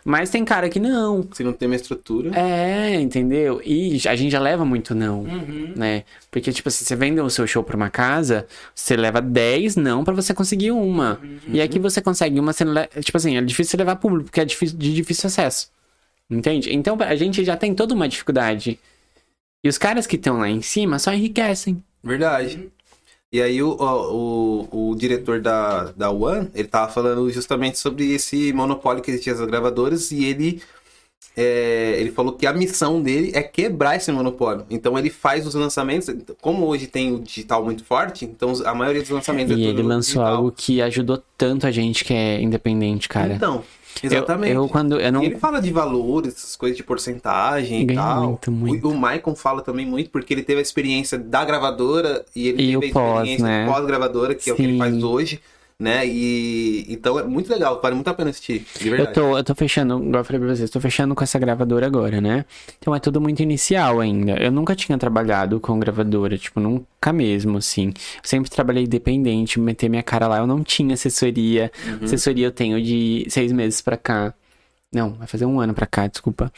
[SPEAKER 3] Mas tem cara que não.
[SPEAKER 2] Se não tem uma estrutura...
[SPEAKER 3] É, entendeu? E a gente já leva muito não,
[SPEAKER 1] Uhum.
[SPEAKER 3] né? Porque, tipo, se você vende o seu show pra uma casa, você leva 10 não pra você conseguir uma. E aqui você consegue uma, você não le- tipo assim, é difícil você levar público, porque é difícil- de difícil acesso. Entende? Então a gente já tem toda uma dificuldade. E os caras que estão lá em cima só enriquecem.
[SPEAKER 2] Verdade. E aí o, o, o, o diretor da, da One, ele tava falando justamente sobre esse monopólio que existia das gravadoras e ele, é, ele falou que a missão dele é quebrar esse monopólio. Então ele faz os lançamentos, como hoje tem o digital muito forte, então a maioria dos lançamentos é
[SPEAKER 3] E
[SPEAKER 2] tudo
[SPEAKER 3] ele
[SPEAKER 2] no
[SPEAKER 3] lançou
[SPEAKER 2] digital.
[SPEAKER 3] algo que ajudou tanto a gente que é independente, cara.
[SPEAKER 2] Então,
[SPEAKER 3] Eu-
[SPEAKER 2] exatamente.
[SPEAKER 3] Eu, quando eu não
[SPEAKER 2] E ele fala de valores, essas coisas de porcentagem e
[SPEAKER 3] Ganha
[SPEAKER 2] tal.
[SPEAKER 3] muito, muito.
[SPEAKER 2] O, o Maicon fala também muito, porque ele teve a experiência da gravadora e ele
[SPEAKER 3] E
[SPEAKER 2] teve
[SPEAKER 3] o
[SPEAKER 2] a
[SPEAKER 3] pós,
[SPEAKER 2] experiência
[SPEAKER 3] né?
[SPEAKER 2] do pós-gravadora, que é o que ele
[SPEAKER 3] Sim.
[SPEAKER 2] faz hoje, né? E então é muito legal, vale muito a pena assistir, de
[SPEAKER 3] eu
[SPEAKER 2] verdade.
[SPEAKER 3] tô, eu tô fechando, igual eu falei pra vocês, tô fechando com essa gravadora agora, né? Então é tudo muito inicial ainda. Eu nunca tinha trabalhado com gravadora, tipo, nunca mesmo, assim. Eu sempre trabalhei independente, meter minha cara lá. Eu não tinha assessoria.
[SPEAKER 2] Uhum.
[SPEAKER 3] Assessoria eu tenho de seis meses pra cá. Não, vai fazer um ano pra cá, desculpa.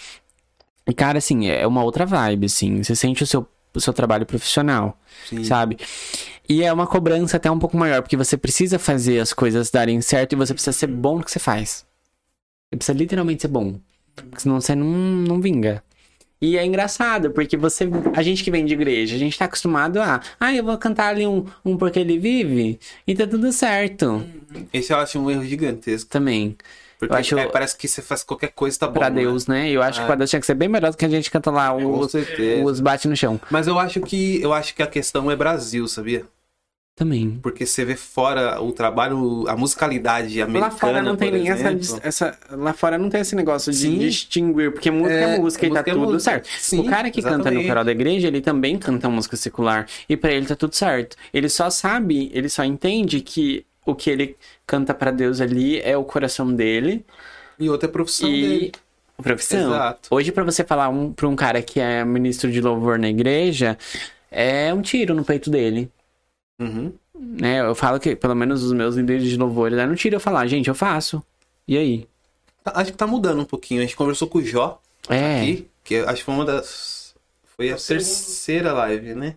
[SPEAKER 3] E, cara, assim, é uma outra vibe, assim. Você sente o seu, o seu trabalho profissional,
[SPEAKER 2] Sim.
[SPEAKER 3] sabe? E é uma cobrança até um pouco maior, porque você precisa fazer as coisas darem certo e você precisa ser bom no que você faz. Ele precisa literalmente ser bom. Porque senão você não, não vinga. E é engraçado, porque você. A gente que vem de igreja, a gente tá acostumado a. Ah, eu vou cantar ali um, um porque ele vive. E tá tudo certo.
[SPEAKER 2] Esse eu acho um erro gigantesco.
[SPEAKER 3] Também.
[SPEAKER 2] Porque
[SPEAKER 3] Eu acho-
[SPEAKER 2] é, parece que você faz qualquer coisa tá bom.
[SPEAKER 3] pra
[SPEAKER 2] né?
[SPEAKER 3] Deus, né? Eu acho que
[SPEAKER 2] É.
[SPEAKER 3] pra Deus tinha que ser bem melhor do que a gente canta lá
[SPEAKER 2] Com
[SPEAKER 3] os,
[SPEAKER 2] certeza.
[SPEAKER 3] os bate no chão.
[SPEAKER 2] Mas eu acho que eu acho que a questão é Brasil, sabia?
[SPEAKER 3] Também.
[SPEAKER 2] Porque você vê fora o trabalho, a musicalidade americana,
[SPEAKER 3] Lá fora não tem
[SPEAKER 2] por
[SPEAKER 3] nem essa,
[SPEAKER 2] exemplo.
[SPEAKER 3] dis- essa. Lá fora não tem esse negócio de
[SPEAKER 2] Sim.
[SPEAKER 3] distinguir, porque música é,
[SPEAKER 2] É,
[SPEAKER 3] música e tá
[SPEAKER 2] música é
[SPEAKER 3] tudo
[SPEAKER 2] música.
[SPEAKER 3] certo.
[SPEAKER 2] Sim,
[SPEAKER 3] o cara que canta no
[SPEAKER 2] exatamente.
[SPEAKER 3] coral da igreja, ele também canta música secular. E pra ele tá tudo certo. Ele só sabe, ele só entende que o que ele canta pra Deus ali é o coração dele
[SPEAKER 2] E outra é profissão
[SPEAKER 3] e
[SPEAKER 2] dele.
[SPEAKER 3] a profissão.
[SPEAKER 2] Exato.
[SPEAKER 3] Hoje, pra você falar um, pra um cara que é ministro de louvor na igreja, é um tiro no peito dele.
[SPEAKER 2] Uhum.
[SPEAKER 3] né? Eu falo que, pelo menos os meus líderes de louvor, eles não tiram eu falar, gente, eu faço. E aí?
[SPEAKER 2] Tá- Acho que tá mudando um pouquinho. A gente conversou com o Jó
[SPEAKER 3] É.
[SPEAKER 2] aqui, que eu acho que foi uma das. Foi a terceira live, né?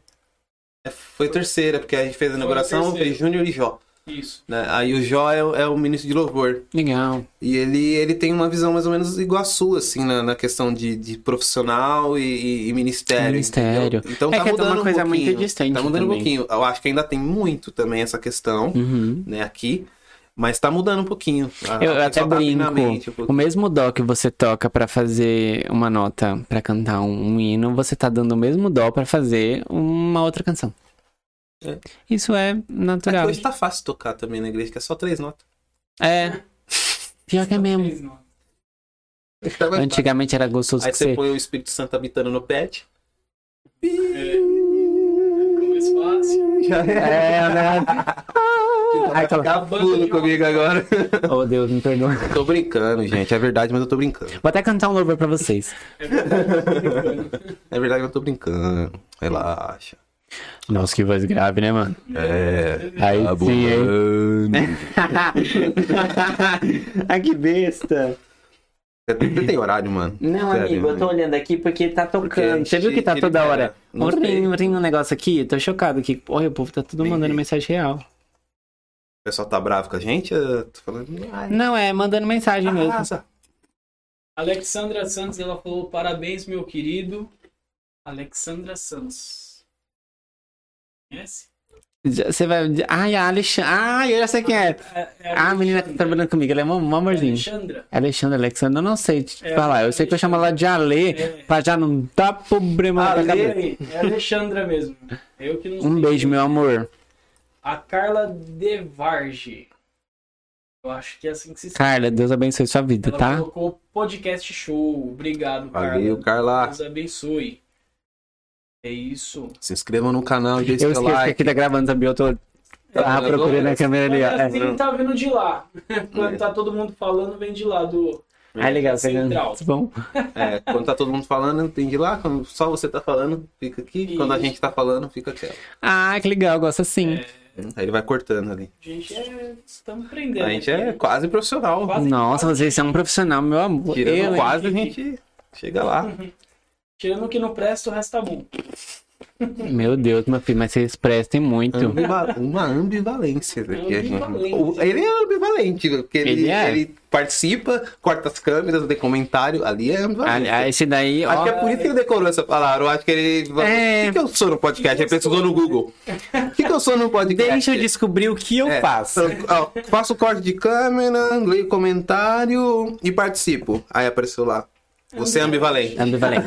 [SPEAKER 2] É, Foi a terceira, porque a gente fez a
[SPEAKER 1] Foi a
[SPEAKER 2] inauguração,
[SPEAKER 1] terceira.
[SPEAKER 2] fez Júnior e Jó.
[SPEAKER 1] Isso.
[SPEAKER 2] né? Aí o Jó é, o- é o ministro de louvor.
[SPEAKER 3] Legal.
[SPEAKER 2] E ele, ele tem uma visão mais ou menos igual a sua, assim, na, na questão de, de profissional e, e- e ministério.
[SPEAKER 3] Ministério.
[SPEAKER 2] entendeu? Então
[SPEAKER 3] É
[SPEAKER 2] tá
[SPEAKER 3] que é
[SPEAKER 2] mudando
[SPEAKER 3] uma coisa
[SPEAKER 2] um pouquinho.
[SPEAKER 3] muito distante
[SPEAKER 2] Tá mudando
[SPEAKER 3] também.
[SPEAKER 2] um pouquinho. Eu acho que ainda tem muito também essa questão,
[SPEAKER 3] Uhum.
[SPEAKER 2] né, aqui. Mas tá mudando um pouquinho. A-
[SPEAKER 3] Eu,
[SPEAKER 2] a
[SPEAKER 3] eu
[SPEAKER 2] pessoa
[SPEAKER 3] até
[SPEAKER 2] tá abrindo a mente um
[SPEAKER 3] brinco. é O
[SPEAKER 2] pouquinho.
[SPEAKER 3] mesmo dó que você toca pra fazer uma nota, pra cantar um, um hino, você tá dando o mesmo dó pra fazer uma outra canção.
[SPEAKER 2] É.
[SPEAKER 3] Isso é natural.
[SPEAKER 2] Hoje tá fácil tocar também na igreja, que é só três notas.
[SPEAKER 3] É. Pior que é mesmo.
[SPEAKER 1] Três notas.
[SPEAKER 2] Tá mais fácil.
[SPEAKER 3] Antigamente era gostoso
[SPEAKER 2] Aí
[SPEAKER 3] que
[SPEAKER 2] você
[SPEAKER 3] você.
[SPEAKER 2] põe o Espírito Santo habitando no pet.
[SPEAKER 1] É, mais fácil.
[SPEAKER 2] Já Então
[SPEAKER 3] É, né?
[SPEAKER 2] tá
[SPEAKER 3] Ai, tá-
[SPEAKER 2] Acabando comigo agora.
[SPEAKER 3] Oh, Deus, me perdoa.
[SPEAKER 2] tô brincando, gente. É verdade, mas eu
[SPEAKER 1] [laughs]
[SPEAKER 2] tô brincando.
[SPEAKER 3] Vou até cantar um louvor pra vocês.
[SPEAKER 1] É verdade.
[SPEAKER 2] É verdade, mas eu tô brincando. Relaxa.
[SPEAKER 3] Nossa, que voz grave, né, [laughs] mano?
[SPEAKER 2] É.
[SPEAKER 3] Aí
[SPEAKER 2] tá
[SPEAKER 3] sim, hein?
[SPEAKER 2] bombando.
[SPEAKER 3] ah, que besta.
[SPEAKER 2] Você tem horário, mano?
[SPEAKER 3] Não,
[SPEAKER 2] Sério,
[SPEAKER 3] amigo, eu tô
[SPEAKER 2] mano.
[SPEAKER 3] olhando aqui porque tá tocando.
[SPEAKER 2] Porque
[SPEAKER 3] Você viu que tá
[SPEAKER 2] ele
[SPEAKER 3] toda
[SPEAKER 2] pega.
[SPEAKER 3] hora? Um
[SPEAKER 2] Não sei.
[SPEAKER 3] rim, um rim, um negócio aqui. Tô chocado aqui. Olha, o povo tá tudo
[SPEAKER 2] Nem
[SPEAKER 3] mandando
[SPEAKER 2] vi.
[SPEAKER 3] mensagem real.
[SPEAKER 2] O pessoal tá bravo com a gente? Eu tô falando. Ai,
[SPEAKER 3] Não, é mandando mensagem mesmo.
[SPEAKER 2] arrasa.
[SPEAKER 1] Alexandra Santos, ela falou: parabéns, meu querido. Alexandra Santos. Conhece?
[SPEAKER 3] Já- Você vai. Ai, a Alexandra. Ai, eu já sei quem é.
[SPEAKER 1] É- é
[SPEAKER 3] Ah, a menina que tá trabalhando comigo. Ela é mó mó amorzinho.
[SPEAKER 1] Alexandra.
[SPEAKER 3] Alexandra, Alexandra, eu não sei te
[SPEAKER 1] É,
[SPEAKER 3] falar. Eu sei que eu chamo ela de Ale,
[SPEAKER 1] É.
[SPEAKER 3] pra já não dar problema na
[SPEAKER 1] Ah,
[SPEAKER 3] tua
[SPEAKER 1] lê
[SPEAKER 3] cabeça.
[SPEAKER 1] aí. É Alexandra mesmo. Eu que não
[SPEAKER 3] tá Um
[SPEAKER 1] sei.
[SPEAKER 3] beijo, meu amor.
[SPEAKER 1] A Carla Devarge. Eu acho que é assim que se escreve.
[SPEAKER 3] Carla, Deus abençoe sua vida,
[SPEAKER 1] Ela
[SPEAKER 3] tá?
[SPEAKER 1] colocou podcast show. Obrigado,
[SPEAKER 2] Valeu,
[SPEAKER 1] Carla.
[SPEAKER 2] Carla.
[SPEAKER 1] Deus abençoe. É isso.
[SPEAKER 2] Se inscreva no canal e deixe seu
[SPEAKER 3] Eu esqueci que
[SPEAKER 2] é like.
[SPEAKER 3] aqui tá gravando também, eu tô ah,
[SPEAKER 2] gravando?
[SPEAKER 3] procurando a câmera ali,
[SPEAKER 1] Mas
[SPEAKER 3] ó. É.
[SPEAKER 1] assim tá vindo de lá. [laughs] Quando tá todo mundo falando, vem de lá do.
[SPEAKER 3] Ah, legal, tá vendo?
[SPEAKER 1] Central.
[SPEAKER 3] Tá bom?
[SPEAKER 2] É, quando tá todo mundo falando, tem de lá. Quando só você tá falando, fica aqui.
[SPEAKER 1] Isso.
[SPEAKER 2] Quando a gente tá falando, fica aquela.
[SPEAKER 3] Ah, que legal, eu gosto assim.
[SPEAKER 1] É,
[SPEAKER 2] Aí ele vai cortando ali.
[SPEAKER 1] A gente é. Estamos aprendendo.
[SPEAKER 2] A gente
[SPEAKER 1] aqui. né?
[SPEAKER 2] é quase profissional.
[SPEAKER 1] Quase-
[SPEAKER 3] Nossa, vocês são um profissional, meu amor.
[SPEAKER 2] Tirando
[SPEAKER 3] Eu, hein?
[SPEAKER 2] quase, a gente chega lá.
[SPEAKER 1] Tirando o que não presta, o resto tá bom.
[SPEAKER 3] Meu Deus, meu filho, mas vocês prestem muito.
[SPEAKER 2] Ambiva- Uma ambivalência daqui. a gente-
[SPEAKER 1] Ambivalente.
[SPEAKER 2] O- Ele é ambivalente, porque ele,
[SPEAKER 3] Ele é.
[SPEAKER 2] ele participa, corta as câmeras, tem comentário. Ali é
[SPEAKER 3] Ah,
[SPEAKER 2] ambivalente.
[SPEAKER 3] ah, esse daí,
[SPEAKER 2] Acho
[SPEAKER 3] ó.
[SPEAKER 2] que é por isso que ele decorou essa palavra. Eu acho que ele.
[SPEAKER 3] É.
[SPEAKER 2] O que, que eu sou no podcast?
[SPEAKER 1] Que
[SPEAKER 2] Ele
[SPEAKER 1] que eu
[SPEAKER 2] pesquisou
[SPEAKER 1] sou?
[SPEAKER 2] no Google. O que, que eu sou no podcast?
[SPEAKER 3] Deixa eu descobrir o que eu
[SPEAKER 2] É,
[SPEAKER 3] faço.
[SPEAKER 2] então, ó, faço corte de câmera, leio comentário e participo. Aí apareceu lá. Você é ambivalente.
[SPEAKER 3] Ambivalente.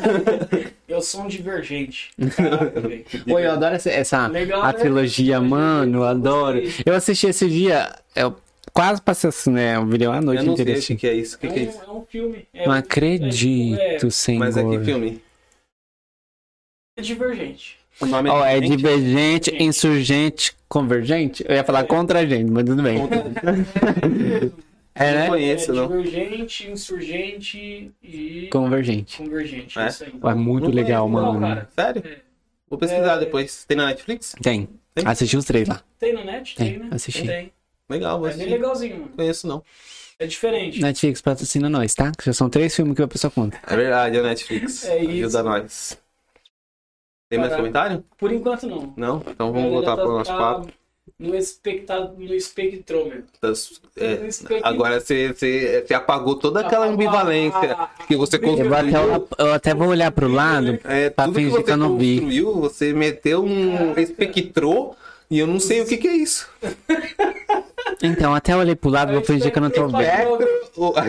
[SPEAKER 1] Eu sou um
[SPEAKER 3] [laughs]
[SPEAKER 1] divergente. Caraca, velho.
[SPEAKER 3] Oi, eu adoro essa, essa-
[SPEAKER 1] Legal,
[SPEAKER 3] a
[SPEAKER 1] né?
[SPEAKER 3] trilogia, mano, eu adoro.
[SPEAKER 1] Gostei.
[SPEAKER 3] Eu assisti esse dia, eu quase passei assim, né? Eu virei uma
[SPEAKER 2] Eu
[SPEAKER 3] noite
[SPEAKER 2] não sei o
[SPEAKER 3] inteira
[SPEAKER 2] que
[SPEAKER 3] assim.
[SPEAKER 2] que é isso. O que,
[SPEAKER 1] É
[SPEAKER 2] que é isso?
[SPEAKER 1] um, é um filme. É
[SPEAKER 3] Não
[SPEAKER 1] um- é tipo, é-
[SPEAKER 3] acredito, senhor.
[SPEAKER 2] Mas é que filme?
[SPEAKER 1] É divergente.
[SPEAKER 2] O nome
[SPEAKER 3] Ó, é
[SPEAKER 2] diferente?
[SPEAKER 3] divergente, insurgente, convergente. Eu ia falar contra gente, mas tudo bem.
[SPEAKER 2] Não
[SPEAKER 3] [laughs] É, né?
[SPEAKER 2] conheço,
[SPEAKER 1] é
[SPEAKER 2] não.
[SPEAKER 1] divergente, insurgente e
[SPEAKER 3] Convergente.
[SPEAKER 1] convergente.
[SPEAKER 2] É?
[SPEAKER 1] Isso aí.
[SPEAKER 3] Pô, É muito
[SPEAKER 2] Não
[SPEAKER 3] legal,
[SPEAKER 2] conheço,
[SPEAKER 1] Não,
[SPEAKER 3] mano.
[SPEAKER 1] cara.
[SPEAKER 2] Sério?
[SPEAKER 1] É.
[SPEAKER 2] Vou pesquisar
[SPEAKER 1] É.
[SPEAKER 2] depois. Tem na Netflix?
[SPEAKER 3] Tem.
[SPEAKER 2] Tem?
[SPEAKER 3] Assisti os três lá.
[SPEAKER 1] Tem no net?
[SPEAKER 3] Tem,
[SPEAKER 1] Tem, né?
[SPEAKER 3] assisti.
[SPEAKER 1] Tem.
[SPEAKER 2] Legal, vou
[SPEAKER 1] É bem
[SPEAKER 2] assistir.
[SPEAKER 1] legalzinho, mano.
[SPEAKER 2] Não conheço, não.
[SPEAKER 1] É diferente.
[SPEAKER 2] Né?
[SPEAKER 3] Netflix patrocina nós, tá? Já são três filmes que a pessoa conta.
[SPEAKER 2] É verdade, [laughs] é a Netflix.
[SPEAKER 1] É isso.
[SPEAKER 2] Ajuda nós. Tem mais
[SPEAKER 1] Caraca.
[SPEAKER 2] comentário?
[SPEAKER 1] Por enquanto, não.
[SPEAKER 2] Não? Então
[SPEAKER 1] A
[SPEAKER 2] vamos
[SPEAKER 1] galera
[SPEAKER 2] voltar
[SPEAKER 1] tá-
[SPEAKER 2] pro nosso
[SPEAKER 1] tá-
[SPEAKER 2] papo.
[SPEAKER 1] no, especta... no espectrômetro.
[SPEAKER 2] Das-
[SPEAKER 1] No
[SPEAKER 2] é,
[SPEAKER 1] espectro-
[SPEAKER 2] agora você, você, você apagou toda aquela
[SPEAKER 1] Ah,
[SPEAKER 2] ambivalência que você
[SPEAKER 3] Eu um vou
[SPEAKER 2] construiu.
[SPEAKER 3] até, eu até vou olhar pro lado
[SPEAKER 2] É,
[SPEAKER 3] pra
[SPEAKER 2] tudo que
[SPEAKER 3] fingir
[SPEAKER 2] você
[SPEAKER 3] que eu não vi.
[SPEAKER 2] construiu, você meteu um
[SPEAKER 1] Caraca.
[SPEAKER 2] espectrô e eu não sei o que, que é isso. [laughs]
[SPEAKER 3] Então, até eu olhei pro
[SPEAKER 1] ah,
[SPEAKER 3] lado, vou fingir que eu não tô vendo.
[SPEAKER 2] O- a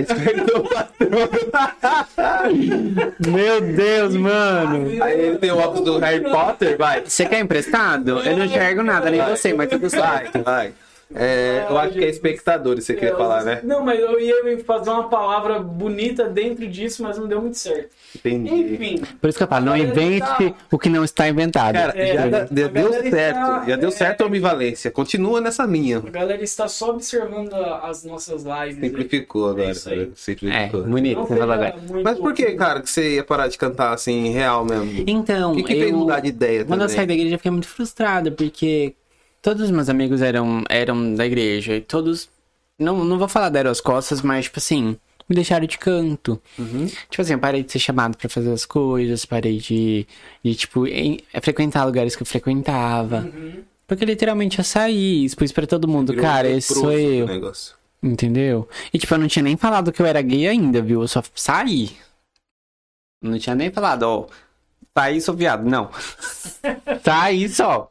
[SPEAKER 3] Meu Deus, mano.
[SPEAKER 2] Aí ele tem o óculos do Harry Potter, vai.
[SPEAKER 3] Você quer emprestado? Eu não enxergo nada, nem você, mas tudo
[SPEAKER 2] Vai,
[SPEAKER 3] certo.
[SPEAKER 2] vai. É, eu acho que é espectador, você quer falar, né?
[SPEAKER 1] Não, mas eu ia fazer uma palavra bonita dentro disso, mas não deu muito certo.
[SPEAKER 2] Entendi.
[SPEAKER 1] Enfim.
[SPEAKER 3] Por isso que eu falo, não invente o que não está inventado.
[SPEAKER 2] Cara,
[SPEAKER 1] É,
[SPEAKER 2] já,
[SPEAKER 1] a
[SPEAKER 2] da- já deu
[SPEAKER 1] galera
[SPEAKER 2] certo.
[SPEAKER 1] está-
[SPEAKER 2] Já deu
[SPEAKER 1] é.
[SPEAKER 2] certo a ambivalência. Continua nessa linha.
[SPEAKER 1] A galera está só observando a- as nossas lives. aí.
[SPEAKER 2] Simplificou
[SPEAKER 1] É
[SPEAKER 2] agora.
[SPEAKER 1] isso aí.
[SPEAKER 2] cara.
[SPEAKER 3] É,
[SPEAKER 2] Simplificou.
[SPEAKER 3] bonito,
[SPEAKER 1] Não
[SPEAKER 3] você falou
[SPEAKER 1] seja
[SPEAKER 3] agora.
[SPEAKER 1] muito-
[SPEAKER 2] Mas por que, cara, que você ia parar de cantar assim, real mesmo?
[SPEAKER 3] Então,
[SPEAKER 2] O que, que
[SPEAKER 3] eu...
[SPEAKER 2] fez mudar de ideia
[SPEAKER 3] Quando eu
[SPEAKER 2] também?
[SPEAKER 3] saí da igreja, eu fiquei muito frustrada, porque todos os meus amigos eram, eram da igreja, e todos. Não, não vou falar deram as costas, mas, tipo assim, me deixaram de canto.
[SPEAKER 2] Uhum.
[SPEAKER 3] Tipo assim, eu parei de ser chamado pra fazer as coisas, parei de, de tipo, em- é, frequentar lugares que eu frequentava. Porque literalmente eu saí, expus pra todo mundo,
[SPEAKER 2] Uhum. Virou
[SPEAKER 3] cara,
[SPEAKER 2] um
[SPEAKER 3] esse
[SPEAKER 2] leproso
[SPEAKER 3] sou eu.
[SPEAKER 2] o negócio.
[SPEAKER 3] Entendeu? E tipo, eu não tinha nem falado que eu era gay ainda, viu? Eu só saí. Não tinha nem falado, ó. Saí, sou viado. Não. [laughs] saí só.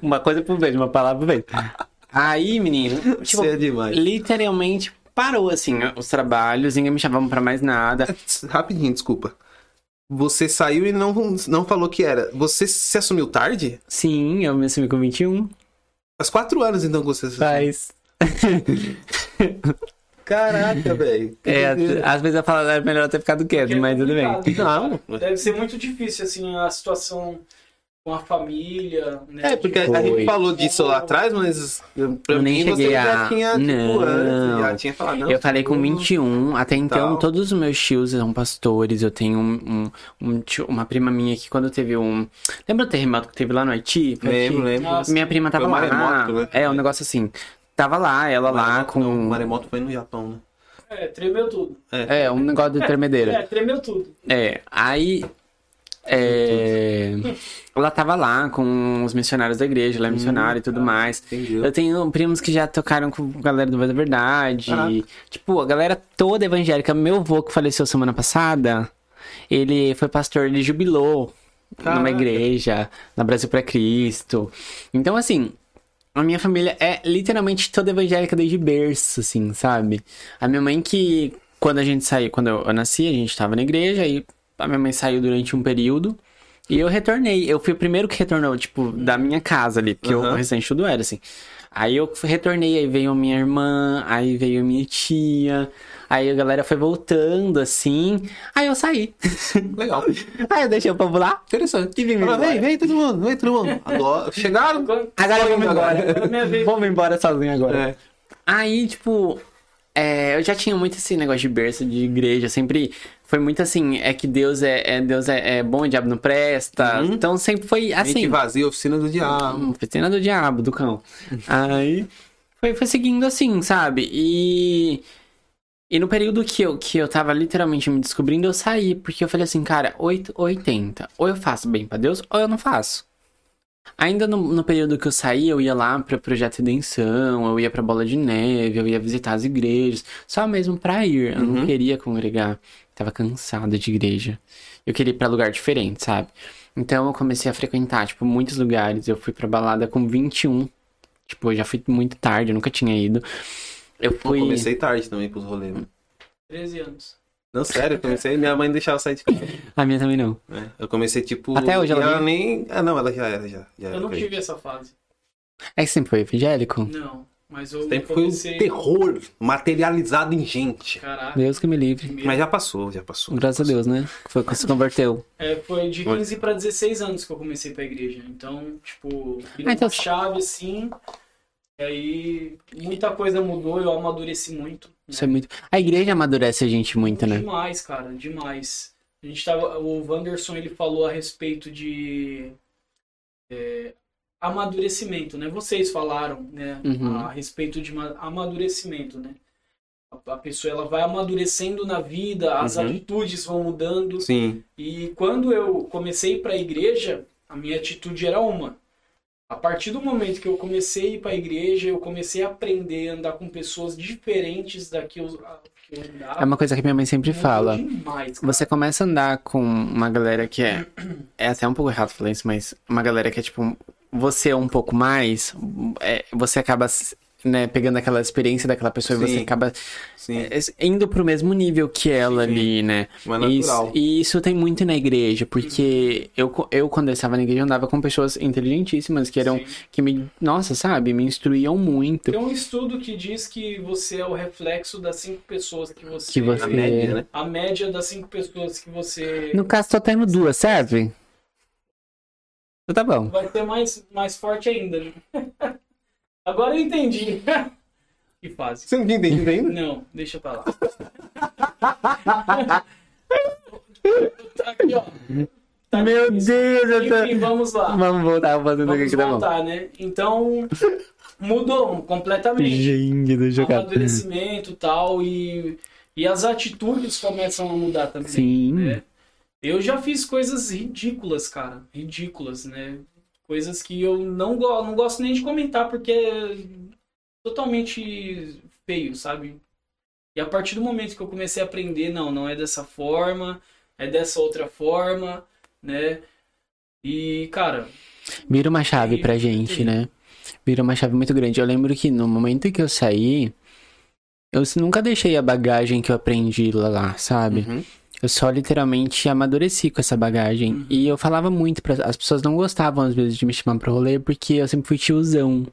[SPEAKER 3] Uma coisa por vez, uma palavra por vez. Aí, menino, tipo,
[SPEAKER 2] Você é demais.
[SPEAKER 3] literalmente parou assim os trabalhos, ninguém me chamavam pra mais nada.
[SPEAKER 2] Rapidinho, desculpa. Você saiu e não, não falou que era. Você se assumiu tarde?
[SPEAKER 3] Sim, eu me assumi com 21.
[SPEAKER 2] Faz quatro anos então que você se assumiu.
[SPEAKER 3] Faz.
[SPEAKER 2] Caraca, velho. Que
[SPEAKER 3] [laughs] É,
[SPEAKER 2] doideira.
[SPEAKER 3] às vezes eu falo, é melhor eu ter ficado quieto,
[SPEAKER 1] Porque é
[SPEAKER 3] mas tudo bem.
[SPEAKER 1] complicado, né?
[SPEAKER 2] Não.
[SPEAKER 1] Deve ser muito difícil, assim, a situação com a família, né?
[SPEAKER 2] É, porque a
[SPEAKER 3] Foi.
[SPEAKER 2] gente falou disso lá atrás, mas pra
[SPEAKER 3] Eu nem
[SPEAKER 2] mim você
[SPEAKER 3] cheguei
[SPEAKER 2] já
[SPEAKER 3] a-
[SPEAKER 2] tinha, tipo,
[SPEAKER 3] Não.
[SPEAKER 2] antes, já tinha falado, não,
[SPEAKER 3] Eu falei com
[SPEAKER 2] tipo,
[SPEAKER 3] 21. Até então,
[SPEAKER 2] tal.
[SPEAKER 3] todos os meus tios são pastores. Eu tenho um, um- um tio- uma prima minha que quando teve um. Lembra o terremoto que teve lá no Haiti? Foi
[SPEAKER 2] Lembro,
[SPEAKER 3] aqui?
[SPEAKER 2] lembro.
[SPEAKER 1] Nossa.
[SPEAKER 3] Minha prima tava
[SPEAKER 2] Foi um
[SPEAKER 3] lá.
[SPEAKER 2] maremoto, né?
[SPEAKER 3] É, um negócio assim. Tava lá, ela lá
[SPEAKER 2] Maremoto,
[SPEAKER 3] com.
[SPEAKER 2] não, O maremoto foi no Japão, né?
[SPEAKER 1] É, tremeu tudo.
[SPEAKER 3] É, um negócio de tremedeira.
[SPEAKER 2] [laughs]
[SPEAKER 1] É, tremeu tudo.
[SPEAKER 3] É, aí. É... Ela tava lá com os missionários da igreja, ela é missionária e
[SPEAKER 2] Hum.
[SPEAKER 3] tudo mais.
[SPEAKER 2] Entendeu?
[SPEAKER 3] Eu tenho primos que já tocaram com a galera do Voz da Verdade.
[SPEAKER 2] Caraca.
[SPEAKER 3] Tipo, a galera toda evangélica. Meu avô, que faleceu semana passada, ele foi pastor, ele jubilou numa
[SPEAKER 2] Caraca.
[SPEAKER 3] igreja, na Brasil pra Cristo. Então, assim, a minha família é literalmente toda evangélica desde berço, assim, sabe? A minha mãe que, quando a gente saiu, quando eu eu nasci, a gente tava na igreja, aí a minha mãe saiu durante um período. E eu retornei. Eu fui o primeiro que retornou, tipo, da minha casa ali, porque eu
[SPEAKER 2] Aham.
[SPEAKER 3] recente tudo era, assim. Aí eu fui- retornei, aí veio minha irmã, aí veio minha tia, aí a galera foi voltando, assim. Aí eu saí. [laughs]
[SPEAKER 2] Legal.
[SPEAKER 3] aí eu deixei o povo lá.
[SPEAKER 2] Interessante.
[SPEAKER 3] E vim
[SPEAKER 2] Fala,
[SPEAKER 3] embora.
[SPEAKER 2] vem, vem todo mundo, vem todo mundo. Agora, chegaram?
[SPEAKER 1] Agora,
[SPEAKER 3] Agora vamos embora.
[SPEAKER 1] agora é minha vez.
[SPEAKER 3] Vamos embora sozinho agora.
[SPEAKER 2] É.
[SPEAKER 3] Aí, tipo, é, eu já tinha muito esse negócio de berço, de igreja, sempre foi muito assim, é que Deus é, é- Deus é, é bom, o diabo não presta. Então sempre foi
[SPEAKER 2] Mente
[SPEAKER 3] assim.
[SPEAKER 2] vazia, oficina do diabo.
[SPEAKER 3] Hum, Oficina do diabo, do cão. Aí foi, foi seguindo assim, sabe? E. E no período que eu, que eu tava literalmente me descobrindo, eu saí, porque eu falei assim, cara, 8, 80. Ou eu faço bem pra Deus, ou eu não faço. Ainda no, no período que eu saí, eu ia lá pro Projeto Redenção, eu ia pra Bola de Neve, eu ia visitar as igrejas, só mesmo pra ir. Eu não queria congregar, tava cansada de igreja. Eu queria ir pra lugar diferente, sabe? Então eu comecei a frequentar, tipo, muitos lugares. Eu fui pra balada com 21. Tipo, eu já fui muito tarde, eu nunca tinha ido. Eu fui.
[SPEAKER 2] Eu comecei tarde também pros rolês. mano.
[SPEAKER 1] 13 anos.
[SPEAKER 2] Não, sério, eu comecei. Minha mãe não deixava eu sair de casa.
[SPEAKER 3] A minha também não.
[SPEAKER 2] né? Eu comecei tipo.
[SPEAKER 3] Até
[SPEAKER 2] e
[SPEAKER 3] hoje ela
[SPEAKER 2] ela nem. Ah, não, ela já era, já. já
[SPEAKER 1] Eu não
[SPEAKER 2] era.
[SPEAKER 1] tive essa fase.
[SPEAKER 3] É que sempre foi evangélico?
[SPEAKER 1] Não, mas eu
[SPEAKER 2] Sempre foi
[SPEAKER 1] comecei...
[SPEAKER 2] o terror materializado em gente.
[SPEAKER 1] Caraca.
[SPEAKER 3] Deus que me livre.
[SPEAKER 1] primeiro.
[SPEAKER 2] Mas já passou, já passou.
[SPEAKER 3] Graças a Deus, né? Foi quando se converteu.
[SPEAKER 1] É, foi de
[SPEAKER 2] Foi.
[SPEAKER 1] 15 pra 16 anos que eu comecei pra igreja. Então, tipo, virou
[SPEAKER 3] Ah, então-
[SPEAKER 1] uma chave, assim... E aí, muita coisa mudou, eu amadureci muito. né?
[SPEAKER 3] Isso é muito. A igreja amadurece a gente muito, né?
[SPEAKER 1] Demais, cara, demais. A gente tava, o Wanderson ele falou a respeito de é, amadurecimento, né? Vocês falaram, né,
[SPEAKER 3] Uhum.
[SPEAKER 1] a respeito de ma- amadurecimento, né? A, a pessoa ela vai amadurecendo na vida, as
[SPEAKER 2] Uhum.
[SPEAKER 1] atitudes vão mudando.
[SPEAKER 2] Sim.
[SPEAKER 1] E quando eu comecei para a igreja, a minha atitude era uma. A partir do momento que eu comecei a ir para a igreja, eu comecei a aprender a andar com pessoas diferentes da que eu, que eu andava.
[SPEAKER 3] É uma coisa que minha mãe sempre
[SPEAKER 1] Mudou
[SPEAKER 3] fala.
[SPEAKER 1] Demais, cara.
[SPEAKER 3] Você começa a andar com uma galera que é. É até um pouco errado falar isso, mas uma galera que é tipo. Você é um pouco mais. é, você acaba. Né, pegando aquela experiência daquela pessoa e
[SPEAKER 2] Sim.
[SPEAKER 3] você acaba
[SPEAKER 2] Sim.
[SPEAKER 3] é, indo pro mesmo nível que ela
[SPEAKER 2] Sim.
[SPEAKER 3] ali, né?
[SPEAKER 2] Mas é
[SPEAKER 3] Isso-
[SPEAKER 2] natural.
[SPEAKER 3] e isso tem muito na igreja, porque eu, co- eu quando eu estava na igreja, eu andava com pessoas inteligentíssimas que eram.
[SPEAKER 1] Sim.
[SPEAKER 3] que me. Nossa, sabe? Me instruíam muito.
[SPEAKER 1] Tem um estudo que diz que você é o reflexo das cinco pessoas que você.
[SPEAKER 3] Que
[SPEAKER 2] A
[SPEAKER 3] você-
[SPEAKER 2] média,
[SPEAKER 3] é.
[SPEAKER 2] né?
[SPEAKER 1] A média das cinco pessoas que você.
[SPEAKER 3] No caso, tô tendo duas, serve? Então tá bom.
[SPEAKER 1] Vai ser mais, mais forte ainda, [laughs] né? Agora eu entendi. [laughs] que fase.
[SPEAKER 2] Você não tinha entendido ainda?
[SPEAKER 1] Não, deixa pra lá. [laughs] tá aqui, ó. Tá
[SPEAKER 3] Meu Deus,
[SPEAKER 1] difícil.
[SPEAKER 3] eu tô...
[SPEAKER 1] Enfim, vamos lá.
[SPEAKER 3] Vamos voltar fazendo o
[SPEAKER 1] Vamos
[SPEAKER 3] que tá bom.
[SPEAKER 1] voltar, né? Então, mudou completamente.
[SPEAKER 3] Gente do jogador.
[SPEAKER 1] amadurecimento e tal, e, e as atitudes começam a mudar também.
[SPEAKER 3] Sim.
[SPEAKER 1] né? Eu já fiz coisas ridículas, cara. Ridículas, né? Coisas que eu não, go não gosto nem de comentar, porque é totalmente feio, sabe? E a partir do momento que eu comecei a aprender, não, não é dessa forma, é dessa outra forma, né? E, cara,
[SPEAKER 3] Vira uma chave pra gente, né? Vira uma chave muito grande. Eu lembro que no momento que eu saí, eu nunca deixei a bagagem que eu aprendi lá, lá, sabe?
[SPEAKER 2] Uhum.
[SPEAKER 3] Eu só literalmente amadureci com essa bagagem. E eu falava muito, pra... as pessoas não gostavam às vezes de me chamar pro rolê porque eu sempre fui tiozão.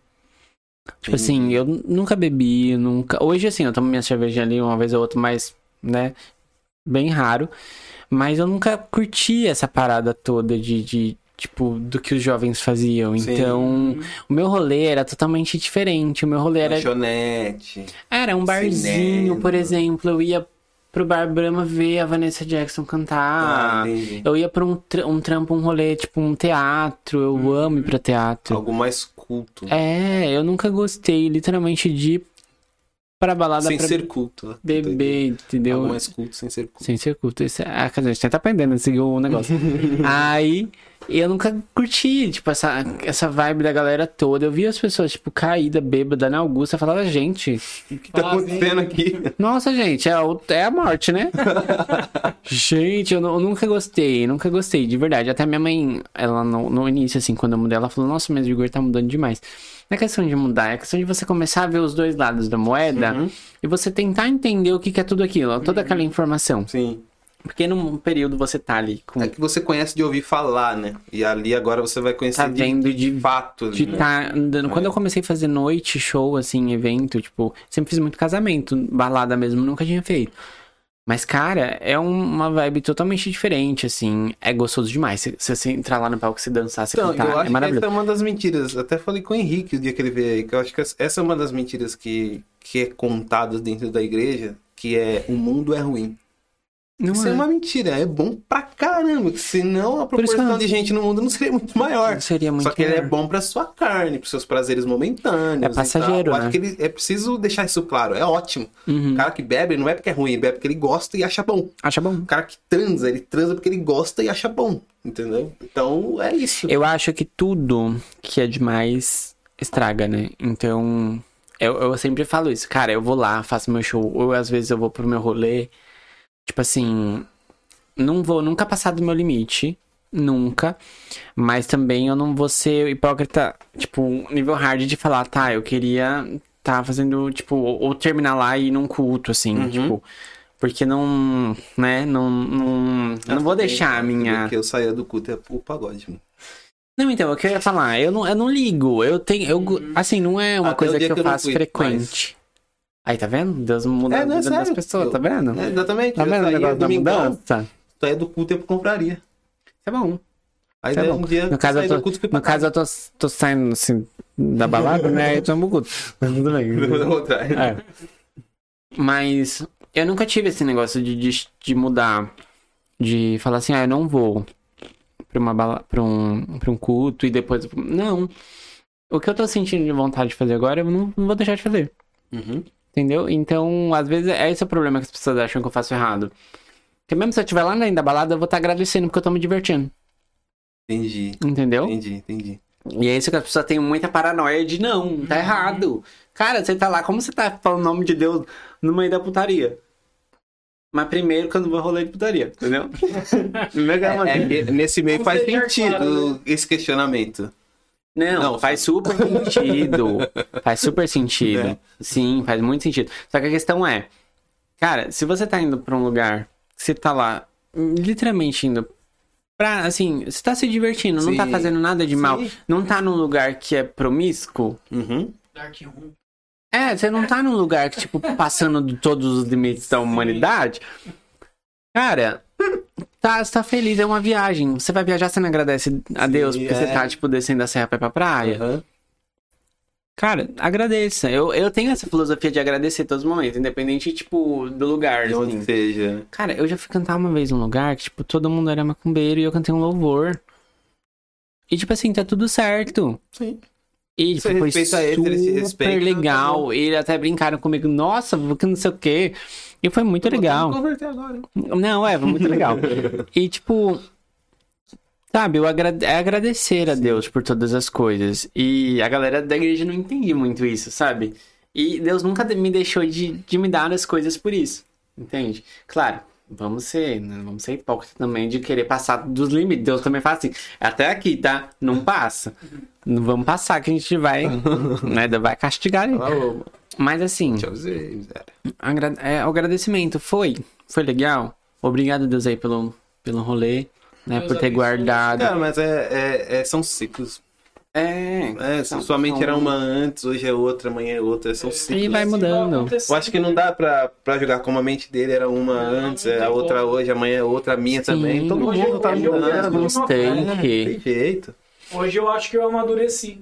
[SPEAKER 3] Tipo assim, eu nunca bebi, nunca. Hoje, assim, eu tomo minha cerveja ali uma vez ou outra, mas, né? Bem raro. Mas eu nunca curti essa parada toda de, de tipo, do que os jovens faziam.
[SPEAKER 2] Sim.
[SPEAKER 3] Então, o meu rolê era totalmente diferente. O meu rolê era
[SPEAKER 2] Lanchonete.
[SPEAKER 3] era um barzinho,
[SPEAKER 2] Cinema.
[SPEAKER 3] por exemplo. Eu ia pro Bar Brahma ver a Vanessa Jackson
[SPEAKER 2] Ah,
[SPEAKER 3] cantar.
[SPEAKER 2] entendi.
[SPEAKER 3] eu ia pra um, tra- um trampo, um rolê, tipo um teatro. Eu
[SPEAKER 2] Uhum.
[SPEAKER 3] amo ir pra teatro.
[SPEAKER 2] Algo mais culto.
[SPEAKER 3] É, eu nunca gostei, literalmente, de ir pra balada
[SPEAKER 2] sem
[SPEAKER 3] pra
[SPEAKER 2] ser Ah, culto. né?
[SPEAKER 3] beber, entendeu?
[SPEAKER 2] Algo mais culto sem ser culto.
[SPEAKER 3] Sem ser culto. Isso é... Ah, quer dizer, a gente tá aprendendo a seguir
[SPEAKER 2] [laughs]
[SPEAKER 3] o negócio. Aí, eu nunca curti, tipo, essa, essa vibe da galera toda. Eu via as pessoas, tipo, caída, bêbada na Augusta. Eu falava, gente,
[SPEAKER 2] O que tá
[SPEAKER 1] Ah,
[SPEAKER 2] acontecendo
[SPEAKER 3] né?
[SPEAKER 2] aqui?
[SPEAKER 3] nossa, gente, é, o- é a morte, [laughs] né? gente, eu, nu- eu nunca gostei, nunca gostei, de verdade. Até minha mãe, ela no, no início, assim, quando eu mudei, ela falou, nossa, mas o Igor tá mudando demais. Não é questão de mudar, é questão de você começar a ver os dois lados da moeda e você tentar entender o que, que é tudo aquilo, toda aquela
[SPEAKER 2] [laughs]
[SPEAKER 3] informação.
[SPEAKER 2] Sim.
[SPEAKER 3] Porque num período você tá ali com.
[SPEAKER 2] É que você conhece de ouvir falar, né? E ali agora você vai conhecer
[SPEAKER 3] Tá
[SPEAKER 2] de-
[SPEAKER 3] vendo
[SPEAKER 2] de,
[SPEAKER 3] de-
[SPEAKER 2] fato.
[SPEAKER 3] De
[SPEAKER 2] né?
[SPEAKER 3] tá andando. Quando eu comecei a fazer noite, show, assim, evento, tipo, sempre fiz muito casamento, balada mesmo, nunca tinha feito. Mas, cara, é um- uma vibe totalmente diferente, assim. É gostoso demais. Se se você entrar lá no palco, se dançar, se
[SPEAKER 2] Então,
[SPEAKER 3] cantar,
[SPEAKER 2] eu acho
[SPEAKER 3] é
[SPEAKER 2] que essa
[SPEAKER 3] maravilhoso.
[SPEAKER 2] é uma das mentiras. Até falei com o Henrique o dia que ele veio aí, que eu acho que essa é uma das mentiras que, que é contada dentro da igreja, que é o mundo é ruim.
[SPEAKER 3] Não
[SPEAKER 2] Isso é.
[SPEAKER 3] é.
[SPEAKER 2] uma mentira, é bom pra caramba, que senão a
[SPEAKER 3] Por isso que
[SPEAKER 2] proporção
[SPEAKER 3] eu-
[SPEAKER 2] de gente no mundo não seria muito maior.
[SPEAKER 3] Seria muito
[SPEAKER 2] Só que ele é
[SPEAKER 3] melhor.
[SPEAKER 2] bom pra sua carne, pros seus prazeres momentâneos.
[SPEAKER 3] É
[SPEAKER 2] e
[SPEAKER 3] passageiro,
[SPEAKER 2] tal. Eu
[SPEAKER 3] né?
[SPEAKER 2] acho que ele, é preciso deixar isso claro, é ótimo.
[SPEAKER 3] Uhum.
[SPEAKER 2] O cara que bebe não é porque é ruim, ele bebe porque ele gosta e acha bom.
[SPEAKER 3] Acha bom.
[SPEAKER 2] O cara que transa, ele transa porque ele gosta e acha bom, entendeu? Então é isso.
[SPEAKER 3] Eu acho que tudo que é demais estraga, né? Então, eu, eu sempre falo isso. Cara, eu vou lá, faço meu show, ou às vezes eu vou pro meu rolê. Tipo assim, não vou nunca passar do meu limite. Nunca. Mas também eu não vou ser hipócrita, tipo, nível hard de falar, tá, eu queria tá fazendo, tipo, ou, ou terminar lá e ir num culto, assim, tipo. Porque não, né, não, não, eu não vou deixar a minha...
[SPEAKER 2] né? Porque eu saía do culto é o pagode, mano.
[SPEAKER 3] Não, então, o que eu ia falar, eu não, eu não ligo. Eu tenho. Eu, go- Assim, não é uma
[SPEAKER 2] Uhum. Até o
[SPEAKER 3] coisa que
[SPEAKER 2] dia
[SPEAKER 3] eu
[SPEAKER 2] que eu não
[SPEAKER 3] faço
[SPEAKER 2] fui,
[SPEAKER 3] frequente. Aí, tá vendo? Deus muda
[SPEAKER 2] É,
[SPEAKER 3] a
[SPEAKER 2] não, é
[SPEAKER 3] vida das
[SPEAKER 2] sério.
[SPEAKER 3] pessoas,
[SPEAKER 2] Eu-
[SPEAKER 3] tá vendo?
[SPEAKER 2] É, exatamente.
[SPEAKER 3] Tá
[SPEAKER 2] eu
[SPEAKER 3] vendo o
[SPEAKER 2] saía
[SPEAKER 3] negócio da
[SPEAKER 2] domingão, Tá
[SPEAKER 3] mudança? Isso
[SPEAKER 2] Saía do culto eu compraria.
[SPEAKER 3] é bom.
[SPEAKER 2] Aí
[SPEAKER 3] Tá
[SPEAKER 2] daí
[SPEAKER 3] bom.
[SPEAKER 2] um dia
[SPEAKER 3] No caso,
[SPEAKER 2] saí
[SPEAKER 3] eu tô,
[SPEAKER 2] do culto e fui pra
[SPEAKER 3] no caso, eu tô, tô saindo assim, da balada, né? Aí eu tomo culto. Mas [laughs] tudo bem.
[SPEAKER 2] casa. [laughs] Ao contrário.
[SPEAKER 3] É. Mas eu nunca tive esse negócio de, de, de mudar. De falar assim, ah, eu não vou pra, uma bala, pra, um, pra um culto e depois. Não. O que eu tô sentindo de vontade de fazer agora, eu não, não vou deixar de fazer.
[SPEAKER 2] Uhum.
[SPEAKER 3] Entendeu? Então, às vezes, é esse o problema que as pessoas acham que eu faço errado. Porque mesmo se eu tá estiver lá na da balada, eu vou estar agradecendo porque eu tô me divertindo.
[SPEAKER 2] Entendi,
[SPEAKER 3] Entendeu?
[SPEAKER 2] entendi, entendi.
[SPEAKER 3] E é isso que as pessoas têm muita paranoia de não, tá errado. Cara, você tá lá, como você tá falando o nome de Deus no meio da putaria? Mas primeiro quando vai rolê de putaria, [laughs] entendeu? Mega
[SPEAKER 2] É,
[SPEAKER 3] maneiro.
[SPEAKER 2] é, nesse meio
[SPEAKER 1] Vamos
[SPEAKER 2] faz
[SPEAKER 1] deixar
[SPEAKER 2] sentido
[SPEAKER 1] claro,
[SPEAKER 2] esse questionamento.
[SPEAKER 3] Não,
[SPEAKER 2] Não,
[SPEAKER 3] faz super sentido. Faz super [laughs] sentido.
[SPEAKER 2] É.
[SPEAKER 3] Sim, faz muito sentido. Só que a questão é, cara, se você tá indo pra um lugar, você tá lá, literalmente indo pra, assim, você tá se divertindo, não tá
[SPEAKER 2] Sim.
[SPEAKER 3] fazendo nada de mal,
[SPEAKER 2] Sim.
[SPEAKER 3] não tá num lugar que é promíscuo,
[SPEAKER 2] Uhum.
[SPEAKER 1] Dark Room.
[SPEAKER 3] é, você não tá num lugar
[SPEAKER 2] [laughs]
[SPEAKER 3] que, tipo, passando de todos os limites da humanidade. Cara, tá, você tá feliz, é uma viagem. Você vai viajar, você não agradece a
[SPEAKER 2] Sim,
[SPEAKER 3] Deus porque você
[SPEAKER 2] é.
[SPEAKER 3] tá, tipo, descendo a serra pra ir pra praia.
[SPEAKER 2] Uhum.
[SPEAKER 3] Cara, agradeça. Eu, eu tenho essa filosofia de agradecer em todos os momentos, independente, tipo, do lugar.
[SPEAKER 2] De onde
[SPEAKER 3] assim.
[SPEAKER 2] seja.
[SPEAKER 3] Cara, eu já fui cantar uma vez num lugar que, tipo, todo mundo era macumbeiro e eu cantei um louvor. E, tipo assim, tá tudo certo.
[SPEAKER 2] Sim.
[SPEAKER 3] E tipo,
[SPEAKER 2] Você
[SPEAKER 3] foi
[SPEAKER 2] respeita eles, eles se
[SPEAKER 3] super
[SPEAKER 2] respeitam, tá
[SPEAKER 3] legal.
[SPEAKER 2] bom.
[SPEAKER 3] Eles até brincaram comigo, nossa, porque não sei o quê. E foi muito legal.
[SPEAKER 2] Vou converter agora.
[SPEAKER 3] Não, é, foi muito legal. E, tipo, sabe, eu agra- é agradecer a Deus por todas as coisas. E a galera da igreja não entende muito isso, sabe? E Deus nunca de- me deixou de, de me dar as coisas por isso, entende? Claro, vamos ser, né? vamos ser hipócritas também de querer passar dos limites. Deus também faz assim, até aqui, tá? Não passa. Não vamos passar que a gente vai, né? Vai castigar. ele.
[SPEAKER 2] Falou, mano.
[SPEAKER 3] Mas assim...
[SPEAKER 2] Te avisei, miséria.
[SPEAKER 3] Agra- é, o agradecimento foi, foi legal. Obrigado, Deus, aí, pelo, pelo rolê, né?
[SPEAKER 1] Deus
[SPEAKER 3] por ter
[SPEAKER 1] abençoe.
[SPEAKER 3] guardado.
[SPEAKER 2] Cara, mas é, é- é- são ciclos.
[SPEAKER 3] É,
[SPEAKER 2] É,
[SPEAKER 3] são-
[SPEAKER 2] sua mente
[SPEAKER 3] são-
[SPEAKER 2] era uma antes, hoje é outra, amanhã é outra. São ciclos.
[SPEAKER 3] vai
[SPEAKER 1] Isso
[SPEAKER 3] mudando.
[SPEAKER 1] acontecendo.
[SPEAKER 2] Eu acho que não dá pra, pra jogar como a mente dele era uma antes, a outra hoje, amanhã é outra, a minha também. Todo
[SPEAKER 1] Hoje-
[SPEAKER 2] mundo tá
[SPEAKER 1] hoje eu
[SPEAKER 2] mudando.
[SPEAKER 1] mesmo-
[SPEAKER 2] Não
[SPEAKER 3] Mistake.
[SPEAKER 2] tem jeito.
[SPEAKER 1] Hoje eu acho que eu amadureci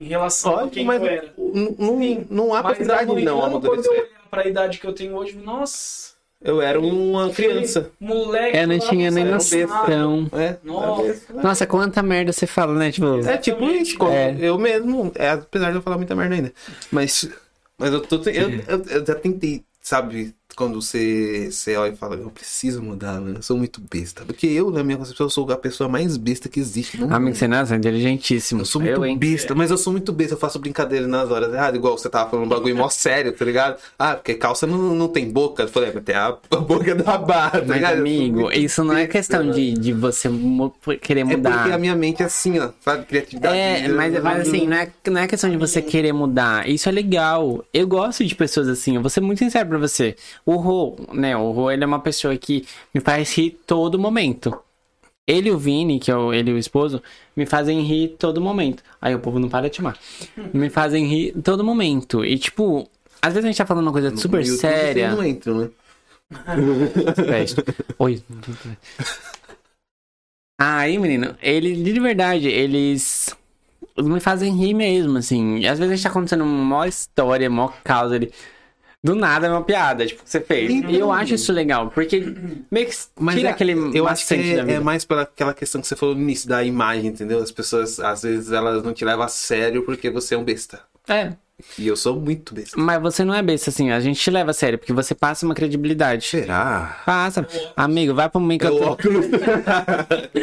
[SPEAKER 1] em relação a quem
[SPEAKER 2] mas
[SPEAKER 1] eu era.
[SPEAKER 2] n- n- não há
[SPEAKER 1] Mas
[SPEAKER 2] possibilidade de
[SPEAKER 1] amanhã,
[SPEAKER 2] não
[SPEAKER 1] quando eu
[SPEAKER 2] amadurecer.
[SPEAKER 1] olhar pra idade que eu tenho hoje, nossa,
[SPEAKER 2] Eu era uma criança.
[SPEAKER 1] moleque. é um
[SPEAKER 3] Eu É, não
[SPEAKER 1] lá
[SPEAKER 3] tinha
[SPEAKER 1] do
[SPEAKER 3] nem
[SPEAKER 1] Zé
[SPEAKER 3] noção.
[SPEAKER 2] É,
[SPEAKER 1] Nossa.
[SPEAKER 3] Nossa, quanta merda você fala, né? Tipo,
[SPEAKER 2] é tipo isso. como
[SPEAKER 3] É.
[SPEAKER 2] Eu mesmo, é, apesar de eu falar muita merda ainda. Mas, mas eu, tô, te- eu, eu, eu já tentei, sabe, quando você, você olha e fala, eu preciso mudar, mano, eu sou muito besta. Porque eu, na minha concepção, eu sou a pessoa mais besta que existe. Não,
[SPEAKER 3] amigo, você nasce inteligentíssimo.
[SPEAKER 2] Eu sou muito
[SPEAKER 3] hein?
[SPEAKER 2] besta, mas eu sou muito besta, eu faço brincadeira nas horas erradas, igual você tava falando um bagulho mó sério, tá ligado? Ah, porque calça não, não tem boca. Eu falei, "Ah, mas tem a, [laughs] a boca da barra, tá
[SPEAKER 3] Mas,
[SPEAKER 2] ligado? Eu sou
[SPEAKER 3] amigo,
[SPEAKER 2] muito
[SPEAKER 3] isso não é
[SPEAKER 2] besta,
[SPEAKER 3] questão
[SPEAKER 2] mano.
[SPEAKER 3] de, de você mu- querer
[SPEAKER 2] É porque a
[SPEAKER 3] mudar.
[SPEAKER 2] minha mente é assim, ó, sabe? Criatividade.
[SPEAKER 3] É, mas,
[SPEAKER 2] né?
[SPEAKER 3] mas assim, não é, não é questão de você querer mudar. Isso é legal. Eu gosto de pessoas assim. Eu vou ser muito sincero pra você. O Rô, né? O Rô, ele é uma pessoa que me faz rir todo momento. Ele e o Vini, que é o, ele e o esposo, me fazem rir todo momento. Aí o povo não para de chamar. Me fazem rir todo momento. E, tipo, às vezes a gente tá falando uma coisa super
[SPEAKER 2] YouTube vocês
[SPEAKER 3] séria.
[SPEAKER 2] Não entram, né?
[SPEAKER 3] Peste. É Oi. Aí, menino, ele, de verdade, eles me fazem rir mesmo, assim. E Às vezes a gente tá contando uma história, uma causa ali. Do nada é uma piada, tipo, que você fez.
[SPEAKER 2] Então.
[SPEAKER 3] E eu acho isso legal, porque meio que
[SPEAKER 2] Mas
[SPEAKER 3] tira
[SPEAKER 2] é-
[SPEAKER 3] aquele
[SPEAKER 2] eu acho que
[SPEAKER 3] maçante da
[SPEAKER 2] é,
[SPEAKER 3] vida.
[SPEAKER 2] é mais pela aquela questão que você falou no início da imagem, entendeu? As pessoas, às vezes, elas não te levam a sério porque você é um besta.
[SPEAKER 3] É,
[SPEAKER 2] E eu sou muito besta.
[SPEAKER 3] mas você não é besta, assim, a gente te leva a sério, porque você passa uma credibilidade.
[SPEAKER 2] Será?
[SPEAKER 3] Passa. Amigo, vai pro meio que
[SPEAKER 2] É
[SPEAKER 3] eu
[SPEAKER 2] o
[SPEAKER 3] tô...
[SPEAKER 2] óculos. [laughs]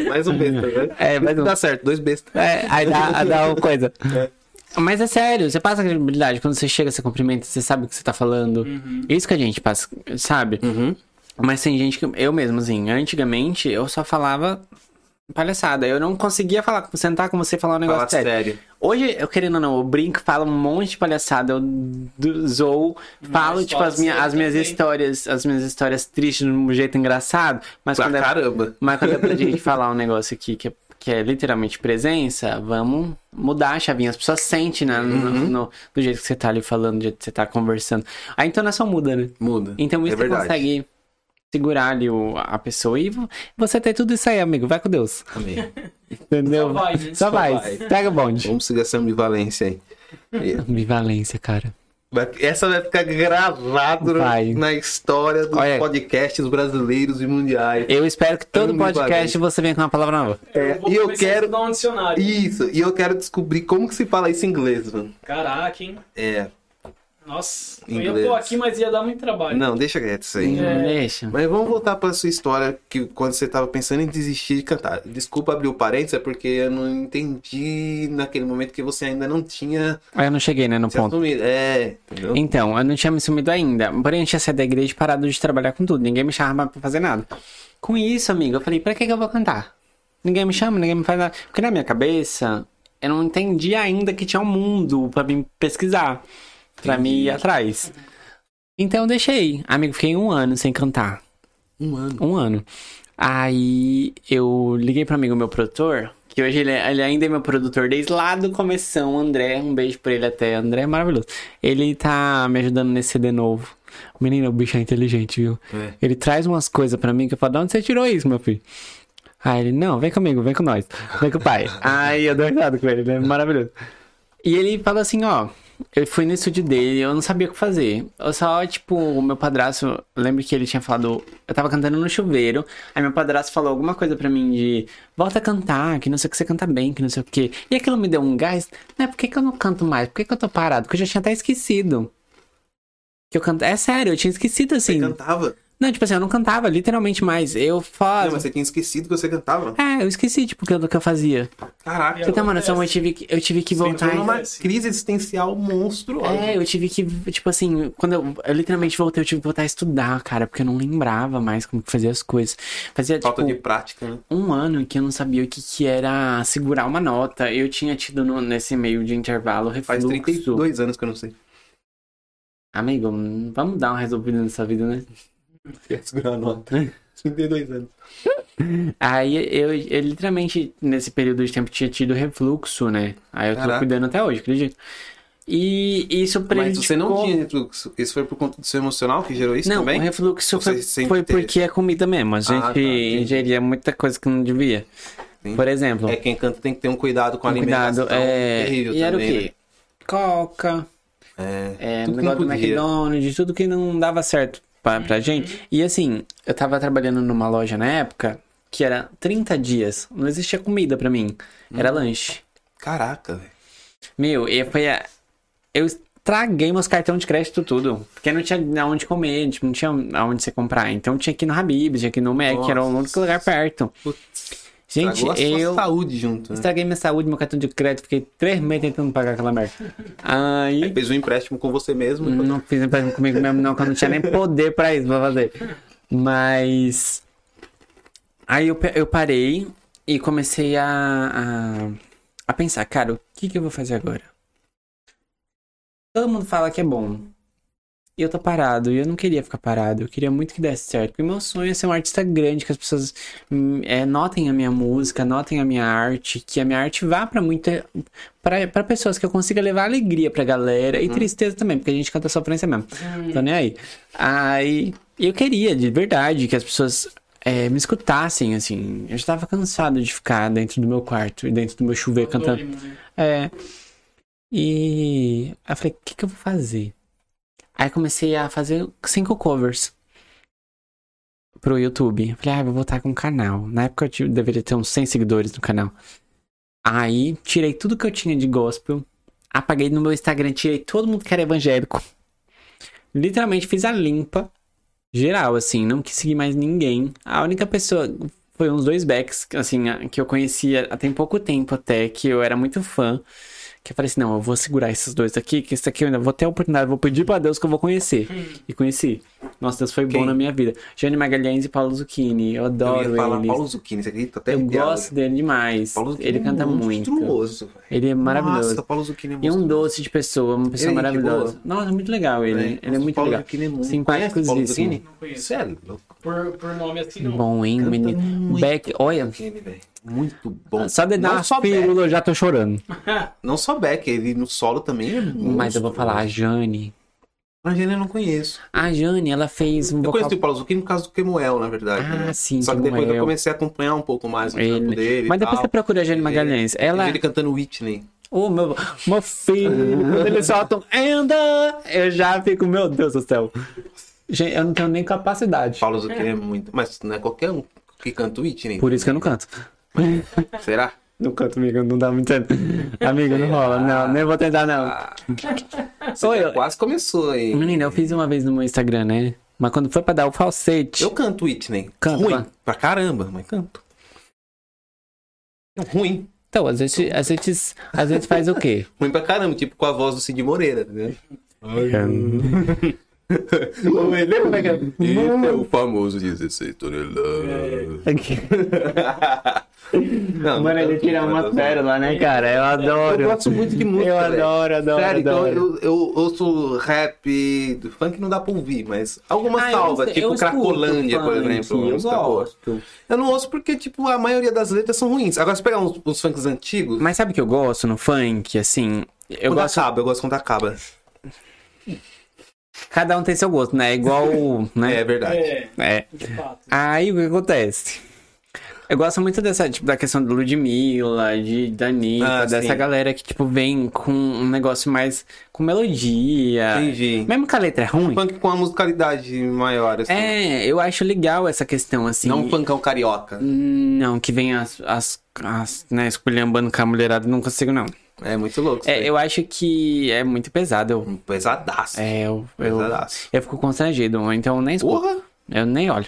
[SPEAKER 2] mais um besta, né?
[SPEAKER 3] É, mais um.
[SPEAKER 2] Dá certo, dois bestas.
[SPEAKER 3] É, aí dá, dá uma coisa. Mas é sério, você passa credibilidade. Quando você chega, você cumprimenta, você sabe o que você tá falando. Isso que a gente passa, sabe? Mas tem gente que. Eu mesmo, assim, antigamente eu só falava palhaçada. Eu não conseguia falar, sentar com você e falar um negócio
[SPEAKER 2] Fala
[SPEAKER 3] sério.
[SPEAKER 2] sério.
[SPEAKER 3] Hoje, eu querendo ou não, eu brinco, falo um monte de palhaçada, eu do- zoo, falo,
[SPEAKER 1] Mas
[SPEAKER 3] tipo,
[SPEAKER 1] fala
[SPEAKER 3] as, minha,
[SPEAKER 1] sério
[SPEAKER 3] as minhas
[SPEAKER 1] também.
[SPEAKER 3] histórias, as minhas histórias tristes de um jeito engraçado, mas
[SPEAKER 2] Pra
[SPEAKER 3] quando é
[SPEAKER 2] caramba.
[SPEAKER 3] mas quando é pra gente falar um negócio aqui que é, que é literalmente presença, vamos mudar a chavinha. As pessoas sentem, né? No,
[SPEAKER 2] Uhum.
[SPEAKER 3] no- do jeito que você tá ali falando, do jeito que você tá conversando. A entonação muda, né?
[SPEAKER 2] Muda. É
[SPEAKER 3] Então isso você
[SPEAKER 2] verdade.
[SPEAKER 3] consegue segurar ali o- a pessoa e vo- você tem tudo isso aí, amigo. Vai com Deus.
[SPEAKER 2] Amém.
[SPEAKER 3] Entendeu?
[SPEAKER 1] Só vai, né?
[SPEAKER 3] Só
[SPEAKER 1] Só
[SPEAKER 3] vai.
[SPEAKER 2] vai.
[SPEAKER 3] Pega o bonde.
[SPEAKER 2] Vamos seguir essa ambivalência aí.
[SPEAKER 3] Ambivalência, cara.
[SPEAKER 2] Vai- Essa vai ficar gravada
[SPEAKER 3] Vai.
[SPEAKER 2] na história dos
[SPEAKER 3] Olha.
[SPEAKER 2] podcasts brasileiros e mundiais.
[SPEAKER 3] Eu espero que todo podcast
[SPEAKER 2] Ambivalência.
[SPEAKER 3] você venha com uma palavra nova.
[SPEAKER 2] É,
[SPEAKER 1] vou
[SPEAKER 2] e eu
[SPEAKER 1] começar a
[SPEAKER 2] quero.
[SPEAKER 1] estudar um dicionário.
[SPEAKER 2] Isso, e eu quero descobrir como que se fala isso em inglês, mano.
[SPEAKER 1] Caraca, hein?
[SPEAKER 2] É.
[SPEAKER 1] Nossa, eu
[SPEAKER 2] Inglês.
[SPEAKER 1] ia pôr aqui, mas ia dar muito trabalho.
[SPEAKER 2] Não, deixa quieto isso aí.
[SPEAKER 1] É.
[SPEAKER 3] Deixa.
[SPEAKER 2] Mas vamos voltar pra sua história que quando você tava pensando em desistir de cantar. Desculpa abrir o parênteses, é porque eu não entendi naquele momento que você ainda não tinha
[SPEAKER 3] Aí eu não cheguei, né, no
[SPEAKER 2] se
[SPEAKER 3] ponto.
[SPEAKER 2] assumido. É, entendeu?
[SPEAKER 3] Então, eu não tinha me sumido ainda. Porém, eu tinha saído da igreja e parado de trabalhar com tudo. Ninguém me chamava mais pra fazer nada. Com isso, amigo, eu falei, pra que, que eu vou cantar? Ninguém me chama, ninguém me faz nada. Porque na minha cabeça, eu não entendi ainda que tinha um mundo pra mim pesquisar. Pra mim ir atrás. Então eu deixei. Amigo, fiquei um ano sem cantar.
[SPEAKER 2] Um ano.
[SPEAKER 3] Um ano. Aí eu liguei pro amigo meu produtor, que hoje ele, é- ele ainda é meu produtor desde lá do começão, André. Um beijo pra ele até, André é maravilhoso. Ele tá me ajudando nesse CD novo. Menino, o bicho é inteligente, viu?
[SPEAKER 2] É.
[SPEAKER 3] Ele traz umas coisas pra mim que eu falo, de onde você tirou isso, meu filho? Aí ele, não, vem comigo, vem com nós, vem com
[SPEAKER 2] [laughs]
[SPEAKER 3] o pai. Aí eu dou risada com ele, né? Maravilhoso. E ele falou assim, ó, eu fui no estúdio dele, eu não sabia o que fazer. Eu só, tipo, o meu padrasto, eu lembro que ele tinha falado, eu tava cantando no chuveiro, aí meu padrasto falou alguma coisa pra mim de volta a cantar, que não sei o que você canta bem, que não sei o que. E aquilo me deu um gás, né? Por que, que eu não canto mais? Por que, que eu tô parado? Porque eu já tinha até esquecido. Que eu canto. É sério, eu tinha esquecido
[SPEAKER 2] Você
[SPEAKER 3] assim.
[SPEAKER 2] cantava.
[SPEAKER 3] Não, tipo assim, eu não cantava literalmente mais. Eu
[SPEAKER 2] Não,
[SPEAKER 3] falo.
[SPEAKER 2] mas você tinha esquecido que você cantava.
[SPEAKER 3] É, eu esqueci, tipo, do que eu fazia.
[SPEAKER 2] Caraca.
[SPEAKER 3] Você tem uma noção? Eu
[SPEAKER 1] acontece.
[SPEAKER 3] tive que, eu tive que
[SPEAKER 2] Você
[SPEAKER 3] voltar.
[SPEAKER 2] entrou numa
[SPEAKER 1] Acontece.
[SPEAKER 2] crise existencial monstruosa.
[SPEAKER 3] É, eu tive que, tipo assim, quando eu, eu literalmente voltei, eu tive que voltar a estudar, cara, porque eu não lembrava mais como que fazia as coisas. Fazia,
[SPEAKER 2] Falta
[SPEAKER 3] tipo,
[SPEAKER 2] de prática, né?
[SPEAKER 3] um ano que eu não sabia o que, que era segurar uma nota. Eu tinha tido no- nesse meio de intervalo
[SPEAKER 2] Faz
[SPEAKER 3] refluxo.
[SPEAKER 2] 32 anos que eu não
[SPEAKER 3] [laughs]
[SPEAKER 2] sei.
[SPEAKER 3] Amigo, vamos dar uma resolvida nessa vida, né?
[SPEAKER 2] Quer segurar a
[SPEAKER 3] é.
[SPEAKER 2] nota. 32 anos.
[SPEAKER 3] Aí eu, eu literalmente, nesse período de tempo, tinha tido refluxo, né? Aí eu tô
[SPEAKER 2] Caraca.
[SPEAKER 3] cuidando até hoje, acredito. E isso
[SPEAKER 2] Mas
[SPEAKER 3] prejudicou...
[SPEAKER 2] você não tinha refluxo. Isso foi por conta do seu emocional que gerou isso
[SPEAKER 3] Não,
[SPEAKER 2] também?
[SPEAKER 3] o refluxo
[SPEAKER 2] Você
[SPEAKER 3] foi,
[SPEAKER 2] sempre
[SPEAKER 3] foi
[SPEAKER 2] teve?
[SPEAKER 3] porque é comida mesmo. A gente
[SPEAKER 2] tá, entendi.
[SPEAKER 3] ingeria muita coisa que não devia.
[SPEAKER 2] Sim.
[SPEAKER 3] Por exemplo,
[SPEAKER 2] É, quem canta tem que ter um cuidado com a
[SPEAKER 3] um cuidado...
[SPEAKER 2] alimentação.
[SPEAKER 3] É...
[SPEAKER 2] terrível
[SPEAKER 3] E era o
[SPEAKER 2] também,
[SPEAKER 3] quê? Coca,
[SPEAKER 2] né? É,
[SPEAKER 3] é,
[SPEAKER 2] tudo que
[SPEAKER 3] negócio do
[SPEAKER 2] não podia.
[SPEAKER 3] McDonald's, tudo que não dava certo pra, pra gente. E assim, eu tava trabalhando numa loja na época que era 30 dias. Não existia comida pra mim. Era
[SPEAKER 2] Uhum.
[SPEAKER 3] lanche.
[SPEAKER 2] Caraca, velho.
[SPEAKER 3] Meu, eu foi a... Eu estraguei meus cartões de crédito tudo. Porque não tinha aonde comer, tipo, não tinha aonde você comprar. Então tinha que ir no Habib, tinha que ir no Mac, que era o único lugar perto. Gente,
[SPEAKER 2] Estragou a sua
[SPEAKER 3] eu
[SPEAKER 2] saúde junto, né?
[SPEAKER 3] estraguei minha saúde, meu cartão de crédito, fiquei três meses tentando pagar
[SPEAKER 2] [laughs]
[SPEAKER 3] aquela merda. Aí.
[SPEAKER 2] Fez um empréstimo com você mesmo. então-
[SPEAKER 3] Não fiz empréstimo comigo mesmo, não, que eu não tinha nem poder pra isso, pra fazer. Mas. Aí eu, pe- eu parei e comecei a, a, a pensar, cara, o que, que eu vou fazer agora? Todo mundo fala que é bom. E eu tô parado, e eu não queria ficar parado, eu queria muito que desse certo. Porque meu sonho é ser um artista grande, que as pessoas hum, é, notem a minha música, notem a minha arte, que a minha arte vá pra muita. Pra, pra pessoas que eu consiga levar alegria pra galera e tristeza também, porque a gente canta sofrência mesmo. Tô nem aí. Aí eu queria, de verdade, que as pessoas é, me escutassem, assim. Eu já tava cansado de ficar dentro do meu quarto e dentro do meu chuveiro cantando.
[SPEAKER 1] né?
[SPEAKER 3] É. E aí eu falei, o que, que eu vou fazer? Aí comecei a fazer cinco covers pro YouTube. Eu Falei, ah, vou voltar com o canal. Na época eu tive- deveria ter uns 100 seguidores no canal. Aí tirei tudo que eu tinha de gospel, apaguei no meu Instagram, tirei todo mundo que era evangélico. Literalmente fiz a limpa geral, assim, não quis seguir mais ninguém. A única pessoa foi uns dois backs, assim, a- que eu conhecia há tem pouco tempo até, que eu era muito fã. Que eu falei assim, não, eu vou segurar esses dois aqui, que esse aqui eu ainda vou ter a oportunidade, vou pedir pra Deus que eu vou conhecer. E conheci. Nossa, Deus foi
[SPEAKER 2] Quem?
[SPEAKER 3] bom na minha vida. Jane Magalhães e Paulo Zucchini, eu
[SPEAKER 2] Eu
[SPEAKER 3] adoro
[SPEAKER 2] ia falar
[SPEAKER 3] eles.
[SPEAKER 2] Paulo Zucchini, você acredita? Até
[SPEAKER 3] Eu
[SPEAKER 2] arrepiado,
[SPEAKER 3] gosto
[SPEAKER 2] velho.
[SPEAKER 3] dele demais.
[SPEAKER 2] Paulo Zucchini
[SPEAKER 3] ele canta
[SPEAKER 2] é
[SPEAKER 3] muito.
[SPEAKER 2] monstruoso, velho.
[SPEAKER 3] Ele é maravilhoso.
[SPEAKER 2] Nossa, Paulo Zucchini é
[SPEAKER 3] e
[SPEAKER 2] monstruoso.
[SPEAKER 3] um doce de pessoa, uma pessoa
[SPEAKER 2] Ele é gente
[SPEAKER 3] maravilhosa.
[SPEAKER 2] boa?
[SPEAKER 3] Nossa, muito legal ele.
[SPEAKER 2] né?
[SPEAKER 3] Ele é
[SPEAKER 2] Nossa,
[SPEAKER 3] muito
[SPEAKER 2] Paulo
[SPEAKER 3] legal.
[SPEAKER 2] Zucchini é muito-
[SPEAKER 3] Simpático
[SPEAKER 2] Conhece
[SPEAKER 3] assim?
[SPEAKER 2] Paulo
[SPEAKER 3] Zucchini?
[SPEAKER 2] Zucchini?
[SPEAKER 1] Não conheço.
[SPEAKER 2] Isso é louco.
[SPEAKER 1] Por, por nome assim, não.
[SPEAKER 3] Bom, hein, menino?
[SPEAKER 2] muito.
[SPEAKER 3] Beck, olha.
[SPEAKER 2] Zucchini, velho. Muito bom.
[SPEAKER 3] Só de dar
[SPEAKER 2] não,
[SPEAKER 3] umas
[SPEAKER 2] só Beck,
[SPEAKER 3] pílulas eu já tô chorando.
[SPEAKER 2] não só Beck, ele no solo também é
[SPEAKER 3] Mas eu vou
[SPEAKER 2] monstruoso.
[SPEAKER 3] falar, a Jane.
[SPEAKER 2] Mas ele eu não conheço.
[SPEAKER 3] A Jane, ela fez um
[SPEAKER 2] Eu
[SPEAKER 3] vocal.
[SPEAKER 2] conheço o Paulo Zucchini por causa do Quemuel, na verdade.
[SPEAKER 3] Ah,
[SPEAKER 2] né?
[SPEAKER 3] sim,
[SPEAKER 2] Só que depois
[SPEAKER 3] Quemuel.
[SPEAKER 2] eu comecei a acompanhar um pouco mais o
[SPEAKER 3] Ele-
[SPEAKER 2] trampo dele. e
[SPEAKER 3] Mas depois
[SPEAKER 2] tal.
[SPEAKER 3] você procura a Jane
[SPEAKER 2] Ele-
[SPEAKER 3] Magalhães. Ela.
[SPEAKER 2] Ele cantando Whitney.
[SPEAKER 3] Ô, meu, meu filho,
[SPEAKER 2] [laughs]
[SPEAKER 3] quando eles soltam ainda, eu já fico, meu Deus do céu. Gente, eu não tenho nem capacidade.
[SPEAKER 2] Paulo Zucchini é muito. Mas não é qualquer um que canta Whitney.
[SPEAKER 3] Por isso que eu [laughs] não canto.
[SPEAKER 2] Será?
[SPEAKER 3] No canto, amigo, não dá muito. Amigo, não rola. Não, nem vou tentar, não.
[SPEAKER 2] Você
[SPEAKER 3] Ah. Oi,
[SPEAKER 2] já
[SPEAKER 3] eu-
[SPEAKER 2] quase começou aí.
[SPEAKER 3] Menina, eu fiz uma vez no meu Instagram, né? Mas quando foi pra dar o falsete.
[SPEAKER 2] Eu canto Whitney.
[SPEAKER 3] Canta,
[SPEAKER 2] ruim
[SPEAKER 3] vai.
[SPEAKER 2] pra caramba, mas canto. Ruim.
[SPEAKER 3] Então, às vezes, às vezes, às vezes faz
[SPEAKER 2] [laughs]
[SPEAKER 3] o quê?
[SPEAKER 2] Ruim pra caramba, tipo com a voz do Cid Moreira, né?
[SPEAKER 3] Lembra
[SPEAKER 2] Esse é o famoso 16 toneladas. [laughs] Não,
[SPEAKER 3] Mano, ele tira uma pérola, né, cara? Eu adoro.
[SPEAKER 2] Eu gosto muito de música,
[SPEAKER 3] Eu
[SPEAKER 2] velho.
[SPEAKER 3] adoro, adoro,
[SPEAKER 2] Sério, então
[SPEAKER 3] adoro.
[SPEAKER 2] eu, eu ouço rap, do funk não dá pra ouvir, mas algumas
[SPEAKER 3] Ah, eu
[SPEAKER 2] salvas,
[SPEAKER 3] escu- eu
[SPEAKER 2] tipo
[SPEAKER 3] escuto
[SPEAKER 2] Cracolândia, por
[SPEAKER 3] funk,
[SPEAKER 2] exemplo. uma
[SPEAKER 3] eu
[SPEAKER 2] música boa. eu não ouço porque, tipo, a maioria das letras são ruins. Agora, se pegar uns, uns funks antigos,
[SPEAKER 3] Mas sabe o que eu gosto no funk? Assim, eu
[SPEAKER 2] quando
[SPEAKER 3] gosto.
[SPEAKER 2] acaba, eu gosto quando acaba.
[SPEAKER 3] Cada um tem seu gosto, né?
[SPEAKER 2] [laughs]
[SPEAKER 3] É Igual.
[SPEAKER 2] É,
[SPEAKER 3] né?
[SPEAKER 2] verdade.
[SPEAKER 1] É,
[SPEAKER 3] É.
[SPEAKER 1] de
[SPEAKER 3] [laughs]
[SPEAKER 1] fato.
[SPEAKER 3] Aí o que acontece? Eu gosto muito dessa, tipo, da questão do Ludmilla, de Danita,
[SPEAKER 2] Ah,
[SPEAKER 3] dessa
[SPEAKER 2] sim.
[SPEAKER 3] galera que, tipo, vem com um negócio mais com melodia.
[SPEAKER 2] Entendi.
[SPEAKER 3] Mesmo que a letra é ruim.
[SPEAKER 2] Funk com uma musicalidade maior, assim.
[SPEAKER 3] É, eu acho legal essa questão, assim.
[SPEAKER 2] Não um funkão carioca.
[SPEAKER 3] Não, que vem as, as, as né, esculhambando com a mulherada, não consigo, não.
[SPEAKER 2] É muito louco. isso
[SPEAKER 3] É,
[SPEAKER 2] aí.
[SPEAKER 3] eu acho que é muito pesado. Eu,
[SPEAKER 2] Um pesadaço.
[SPEAKER 3] é, eu, eu,
[SPEAKER 2] Pesadaço.
[SPEAKER 3] eu fico constrangido, então eu nem escuto.
[SPEAKER 2] Porra!
[SPEAKER 3] Eu nem olho.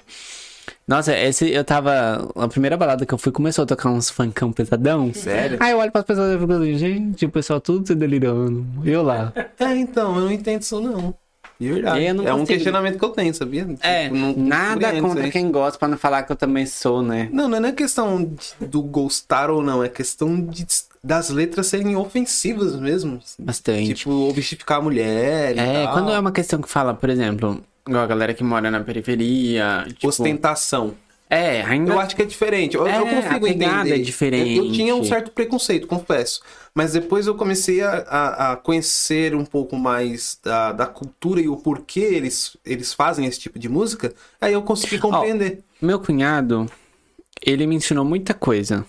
[SPEAKER 3] Nossa, esse eu tava. A primeira balada que eu fui começou a tocar uns funkão pesadão.
[SPEAKER 2] Sério?
[SPEAKER 3] Aí eu olho pras pessoas e fico assim, gente, o pessoal tudo se delirando. Eu lá.
[SPEAKER 2] É, então, eu não entendo isso não. De verdade.
[SPEAKER 3] Eu não
[SPEAKER 2] é um
[SPEAKER 3] consigo.
[SPEAKER 2] questionamento que eu tenho, sabia?
[SPEAKER 3] É,
[SPEAKER 2] Tipo, não- não
[SPEAKER 3] nada
[SPEAKER 2] compreendo
[SPEAKER 3] contra
[SPEAKER 2] isso aí.
[SPEAKER 3] quem gosta pra não falar que eu também sou, né?
[SPEAKER 2] Não, não é nem questão de- do gostar ou não, é questão de- das letras serem ofensivas mesmo.
[SPEAKER 3] Bastante.
[SPEAKER 2] Tipo, objetificar a mulher e
[SPEAKER 3] é,
[SPEAKER 2] tal.
[SPEAKER 3] quando é uma questão que fala, por exemplo, igual a galera que mora na periferia. Tipo,
[SPEAKER 2] Ostentação.
[SPEAKER 3] É, ainda.
[SPEAKER 2] Eu acho que é diferente. Eu,
[SPEAKER 3] É,
[SPEAKER 2] eu consigo
[SPEAKER 3] a pegada
[SPEAKER 2] entender.
[SPEAKER 3] é diferente.
[SPEAKER 2] Eu, eu tinha um certo preconceito, confesso. Mas depois eu comecei a, a- a conhecer um pouco mais da, da cultura e o porquê eles, eles fazem esse tipo de música. Aí eu consegui compreender.
[SPEAKER 3] Meu cunhado, ele me ensinou muita coisa.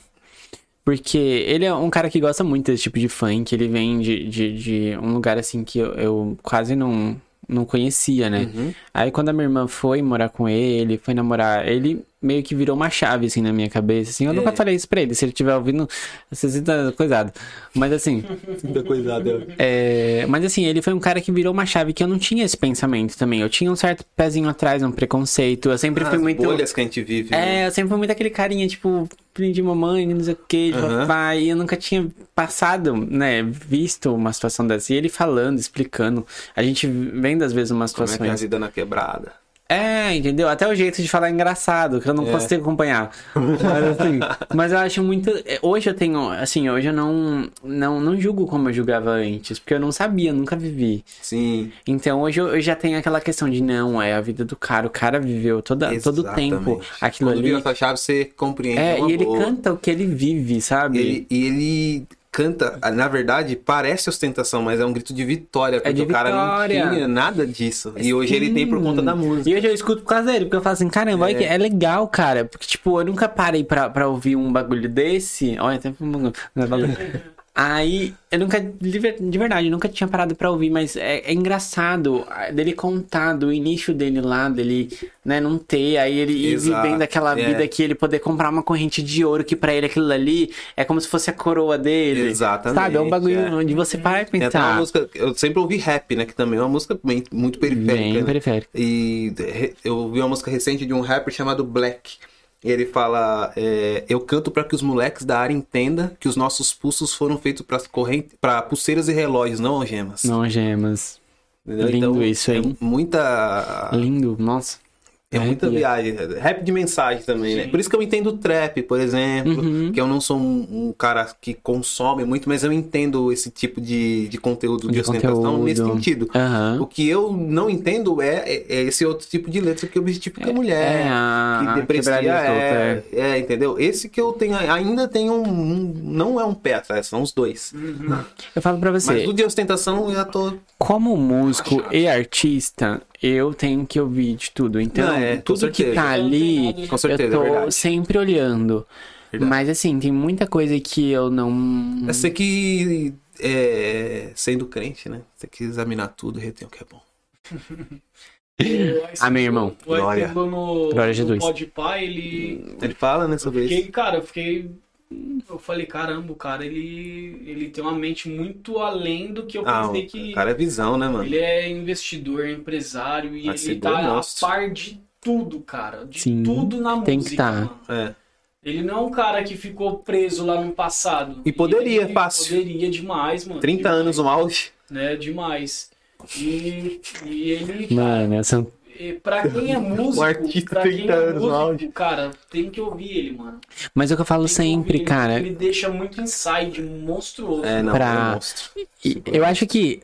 [SPEAKER 3] Porque ele é um cara que gosta muito desse tipo de funk. Ele vem de, de, de um lugar assim que eu, eu quase não, não conhecia, né?
[SPEAKER 2] Uhum.
[SPEAKER 3] Aí quando a minha irmã foi morar com ele, foi namorar, ele meio que virou uma chave assim na minha cabeça. Assim, eu
[SPEAKER 2] É.
[SPEAKER 3] nunca falei isso pra ele. Se ele estiver ouvindo, você sinta coisado. Mas assim.
[SPEAKER 2] Muita coisa né?
[SPEAKER 3] É, mas assim, ele foi um cara que virou uma chave que eu não tinha esse pensamento também. Eu tinha um certo pezinho atrás, um preconceito. Eu sempre fui
[SPEAKER 2] As
[SPEAKER 3] muito.
[SPEAKER 2] bolhas que a gente vive. né?
[SPEAKER 3] É, eu sempre fui muito aquele carinha, tipo, filho de mamãe, não sei o que, de
[SPEAKER 2] Aham.
[SPEAKER 3] papai. E eu nunca tinha passado, né, visto uma situação dessa. E ele falando, explicando. A gente vendo às vezes umas
[SPEAKER 2] Como é que é a
[SPEAKER 3] situações.
[SPEAKER 2] vida na quebrada.
[SPEAKER 3] É, entendeu? Até o jeito de falar é engraçado, que eu não
[SPEAKER 2] É.
[SPEAKER 3] consigo acompanhar. Mas assim, mas eu acho muito. é, Hoje eu tenho, assim, hoje eu não, não, não julgo como eu julgava antes, porque eu não sabia, nunca vivi.
[SPEAKER 2] Sim.
[SPEAKER 3] Então hoje eu, eu já tenho aquela questão de não, é a vida do cara, o cara viveu toda, todo o tempo
[SPEAKER 2] exatamente.
[SPEAKER 3] aquilo
[SPEAKER 2] Quando
[SPEAKER 3] ali.
[SPEAKER 2] vira essa chave, você compreende.
[SPEAKER 3] É,
[SPEAKER 2] uma
[SPEAKER 3] e ele
[SPEAKER 2] boa.
[SPEAKER 3] canta o que ele vive, sabe?
[SPEAKER 2] Ele- E ele canta, na verdade, parece ostentação, mas é um grito de vitória, porque
[SPEAKER 3] de
[SPEAKER 2] o cara
[SPEAKER 3] vitória.
[SPEAKER 2] não tinha nada disso. E hoje ele tem por conta da música.
[SPEAKER 3] E hoje eu escuto por causa dele, porque eu falo assim, caramba, olha que é legal, cara. Porque, tipo, eu nunca parei pra, pra ouvir um bagulho desse. Olha, até fui um
[SPEAKER 2] [laughs]
[SPEAKER 3] bagulho. Aí, eu nunca, de ver- de verdade, eu nunca tinha parado pra ouvir, mas é, é engraçado ah, dele contar do início dele lá, dele, né, não ter, aí ele ir
[SPEAKER 2] Exato,
[SPEAKER 3] vivendo aquela
[SPEAKER 2] é.
[SPEAKER 3] vida que ele poder comprar uma corrente de ouro, que pra ele aquilo ali é como se fosse a coroa dele.
[SPEAKER 2] Exatamente,
[SPEAKER 3] Sabe, é um bagulho
[SPEAKER 2] é.
[SPEAKER 3] onde você para e tá.
[SPEAKER 2] Tem até uma
[SPEAKER 3] pensar.
[SPEAKER 2] música, eu sempre ouvi rap, né? Que também é uma música bem- muito
[SPEAKER 3] Bem
[SPEAKER 2] periférica. né?
[SPEAKER 3] periférico.
[SPEAKER 2] E re- eu ouvi uma música recente de um rapper chamado Black. E ele fala: é, Eu canto pra que os moleques da área entendam que os nossos pulsos foram feitos para corrente, para pulseiras e relógios, não algemas.
[SPEAKER 3] Não, gemas.
[SPEAKER 2] Entendeu?
[SPEAKER 3] lindo isso, hein?
[SPEAKER 2] É muita
[SPEAKER 3] Lindo, nossa.
[SPEAKER 2] É muita
[SPEAKER 3] Arrepia.
[SPEAKER 2] viagem. Rap de mensagem também, né? Por isso que eu entendo trap, por exemplo.
[SPEAKER 3] Uhum.
[SPEAKER 2] Que eu não sou um, um cara que consome muito, mas eu entendo esse tipo de, de conteúdo de,
[SPEAKER 3] De
[SPEAKER 2] ostentação
[SPEAKER 3] conteúdo.
[SPEAKER 2] nesse sentido.
[SPEAKER 3] Aham.
[SPEAKER 2] O que eu não entendo é, é- é esse outro tipo de letra que objetifica a mulher.
[SPEAKER 3] é, a- a
[SPEAKER 2] que deprecia.
[SPEAKER 3] quebrada de
[SPEAKER 2] É,
[SPEAKER 3] solta,
[SPEAKER 2] é, entendeu? Esse que eu tenho. Ainda tenho um. um- não é um pé atrás, são os dois.
[SPEAKER 3] Hum, Eu falo pra você,
[SPEAKER 2] Mas o de ostentação eu já tô. é
[SPEAKER 3] como músico e artista, eu tenho que ouvir de tudo. Então,
[SPEAKER 2] Não, é, com
[SPEAKER 3] tudo que
[SPEAKER 2] certeza.
[SPEAKER 3] tá ali,
[SPEAKER 2] Com certeza, é
[SPEAKER 3] eu tô
[SPEAKER 2] verdade.
[SPEAKER 3] sempre olhando.
[SPEAKER 2] Verdade.
[SPEAKER 3] Mas assim, tem muita coisa que eu não.
[SPEAKER 2] Você que. É, sendo crente, né? Você que examinar tudo e reter o que é bom.
[SPEAKER 3] Amém, Ah, irmão.
[SPEAKER 1] O Arthur
[SPEAKER 2] Glória.
[SPEAKER 1] no,
[SPEAKER 3] Glória a Jesus.
[SPEAKER 1] no Podpah, ele...
[SPEAKER 2] Ele fala, né, sobre isso.
[SPEAKER 1] Fiquei, cara, eu fiquei Eu falei, caramba, o cara, ele, ele tem uma mente muito além do que eu
[SPEAKER 2] Ah,
[SPEAKER 1] pensei
[SPEAKER 2] o
[SPEAKER 1] que...
[SPEAKER 2] cara é visão, né, mano?
[SPEAKER 1] Ele é investidor, empresário e
[SPEAKER 2] Mas
[SPEAKER 1] ele
[SPEAKER 2] se deu
[SPEAKER 1] tá a
[SPEAKER 2] monstro.
[SPEAKER 1] par de tudo, cara. De
[SPEAKER 3] Sim,
[SPEAKER 1] tudo na
[SPEAKER 3] tem que
[SPEAKER 1] música.
[SPEAKER 3] tá.
[SPEAKER 1] mano.
[SPEAKER 2] É.
[SPEAKER 1] Ele não é um cara que ficou preso lá no passado.
[SPEAKER 2] E poderia,
[SPEAKER 1] ele
[SPEAKER 2] fácil.
[SPEAKER 1] Poderia demais, mano.
[SPEAKER 2] 30
[SPEAKER 1] Demais,
[SPEAKER 2] anos no auge.
[SPEAKER 1] Né, demais. E, e ele,
[SPEAKER 3] Mano, essa...
[SPEAKER 1] e pra
[SPEAKER 2] [laughs]
[SPEAKER 1] quem é músico,
[SPEAKER 2] artista
[SPEAKER 1] pra quem
[SPEAKER 2] 30
[SPEAKER 1] é
[SPEAKER 2] anos no
[SPEAKER 1] músico,
[SPEAKER 2] áudio.
[SPEAKER 1] cara, tem que ouvir ele, mano. Tem
[SPEAKER 3] Mas é o que eu falo
[SPEAKER 1] que
[SPEAKER 3] sempre,
[SPEAKER 1] ouvir ele,
[SPEAKER 3] cara.
[SPEAKER 1] Ele deixa muito inside, monstruoso.
[SPEAKER 2] É, não,
[SPEAKER 3] Pra-
[SPEAKER 2] ele é um monstro.
[SPEAKER 3] E eu acho que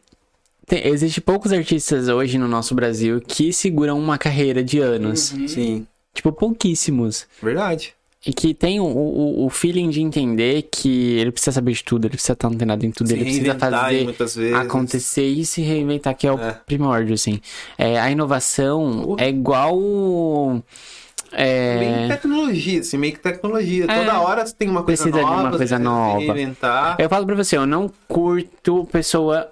[SPEAKER 3] tem, existe poucos artistas hoje no nosso Brasil que seguram uma carreira de anos.
[SPEAKER 1] Uhum.
[SPEAKER 2] Sim,
[SPEAKER 3] Tipo, pouquíssimos.
[SPEAKER 2] verdade.
[SPEAKER 3] E que tem o, o, o feeling de entender que ele precisa saber de tudo, ele precisa estar antenado em tudo,
[SPEAKER 2] Se
[SPEAKER 3] ele precisa
[SPEAKER 2] reinventar aí
[SPEAKER 3] fazer
[SPEAKER 2] muitas vezes.
[SPEAKER 3] acontecer e se reinventar, que é o
[SPEAKER 2] É.
[SPEAKER 3] primórdio, assim. É, a inovação
[SPEAKER 2] Uh.
[SPEAKER 3] é igual.
[SPEAKER 2] Bem
[SPEAKER 3] É,
[SPEAKER 2] tecnologia, assim, meio que tecnologia.
[SPEAKER 1] É.
[SPEAKER 2] Toda hora você tem uma coisa
[SPEAKER 3] Precisa de
[SPEAKER 2] nova.
[SPEAKER 3] uma
[SPEAKER 2] você
[SPEAKER 3] coisa
[SPEAKER 2] precisa
[SPEAKER 3] nova.
[SPEAKER 2] se Reinventar.
[SPEAKER 3] eu falo pra você, eu não curto pessoa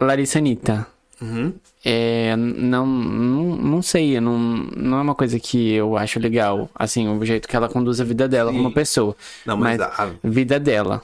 [SPEAKER 3] Larissa Anitta.
[SPEAKER 2] Uhum.
[SPEAKER 3] É, não, não, não sei, eu não, não é uma coisa que eu acho legal, assim, o jeito que ela conduz a vida dela como
[SPEAKER 2] Sim.
[SPEAKER 3] pessoa,
[SPEAKER 2] Não, mas,
[SPEAKER 3] Mas-
[SPEAKER 2] a-
[SPEAKER 3] vida dela.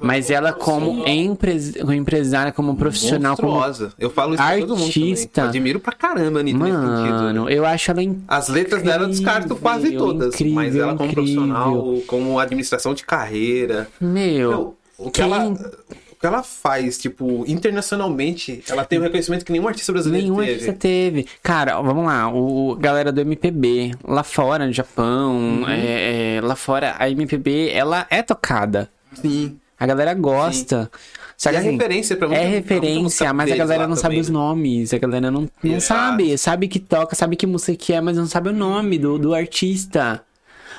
[SPEAKER 3] Mas ela como empres- como empresária, como profissional, como...
[SPEAKER 2] monstruosa. Eu falo isso pra todo mundo também.
[SPEAKER 3] artista.
[SPEAKER 2] Eu admiro pra caramba a Anitta nesse sentido. né?
[SPEAKER 3] Mano, eu acho ela incrível.
[SPEAKER 2] As letras dela eu descarto quase
[SPEAKER 3] Incrível,
[SPEAKER 2] todas, mas ela como
[SPEAKER 3] incrível.
[SPEAKER 2] profissional, como administração de carreira,
[SPEAKER 3] Meu,
[SPEAKER 2] Meu, o que
[SPEAKER 3] quem-
[SPEAKER 2] ela o que ela faz, tipo, internacionalmente, ela tem um reconhecimento que nenhum artista brasileiro
[SPEAKER 3] nenhum
[SPEAKER 2] teve.
[SPEAKER 3] artista teve. Cara, ó, vamos lá, o, o galera do MPB, lá fora, no Japão,
[SPEAKER 2] Uhum.
[SPEAKER 3] é, é, lá fora, a MPB, ela é tocada.
[SPEAKER 2] Sim.
[SPEAKER 3] A galera gosta. Só
[SPEAKER 2] E
[SPEAKER 3] que,
[SPEAKER 2] é
[SPEAKER 3] assim,
[SPEAKER 2] referência pra muita-
[SPEAKER 3] É
[SPEAKER 2] pra muita
[SPEAKER 3] referência,
[SPEAKER 2] música
[SPEAKER 3] mas a
[SPEAKER 2] deles
[SPEAKER 3] galera
[SPEAKER 2] lá
[SPEAKER 3] não sabe
[SPEAKER 2] também,
[SPEAKER 3] os
[SPEAKER 2] né?
[SPEAKER 3] nomes, a galera não, não
[SPEAKER 2] É.
[SPEAKER 3] sabe, sabe que toca, sabe que música que é, mas não sabe o nome do, do artista.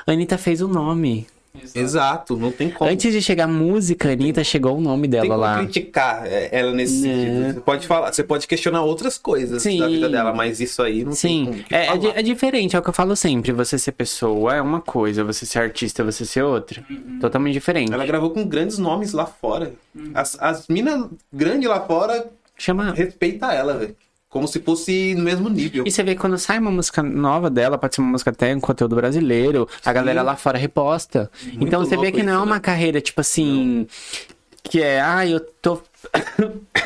[SPEAKER 3] Anitta fez o nome.
[SPEAKER 2] Exato, não tem como.
[SPEAKER 3] Antes de chegar a música, Anitta chegou o nome
[SPEAKER 2] tem
[SPEAKER 3] dela
[SPEAKER 2] como
[SPEAKER 3] lá.
[SPEAKER 2] criticar é, ela nesse
[SPEAKER 3] Né.
[SPEAKER 2] sentido. Você pode falar, você pode questionar outras coisas
[SPEAKER 3] Sim.
[SPEAKER 2] da vida dela, mas isso aí não tem
[SPEAKER 3] Sim,
[SPEAKER 2] como
[SPEAKER 3] é, é, di-
[SPEAKER 2] falar.
[SPEAKER 3] é diferente, é o que eu falo sempre. Você ser pessoa é uma coisa, você ser artista, é você ser outra. Totalmente diferente.
[SPEAKER 2] Uhum. Ela gravou com grandes nomes lá fora. As, as minas grandes lá fora
[SPEAKER 3] Chama.
[SPEAKER 2] respeita ela, velho. Como se fosse no mesmo nível.
[SPEAKER 3] E você vê quando sai uma música nova dela, pode ser uma música até um conteúdo brasileiro, a galera lá fora reposta. então você vê
[SPEAKER 2] louco
[SPEAKER 3] que não é
[SPEAKER 2] isso,
[SPEAKER 3] uma
[SPEAKER 2] né?
[SPEAKER 3] carreira, tipo assim, que é, ah, eu tô.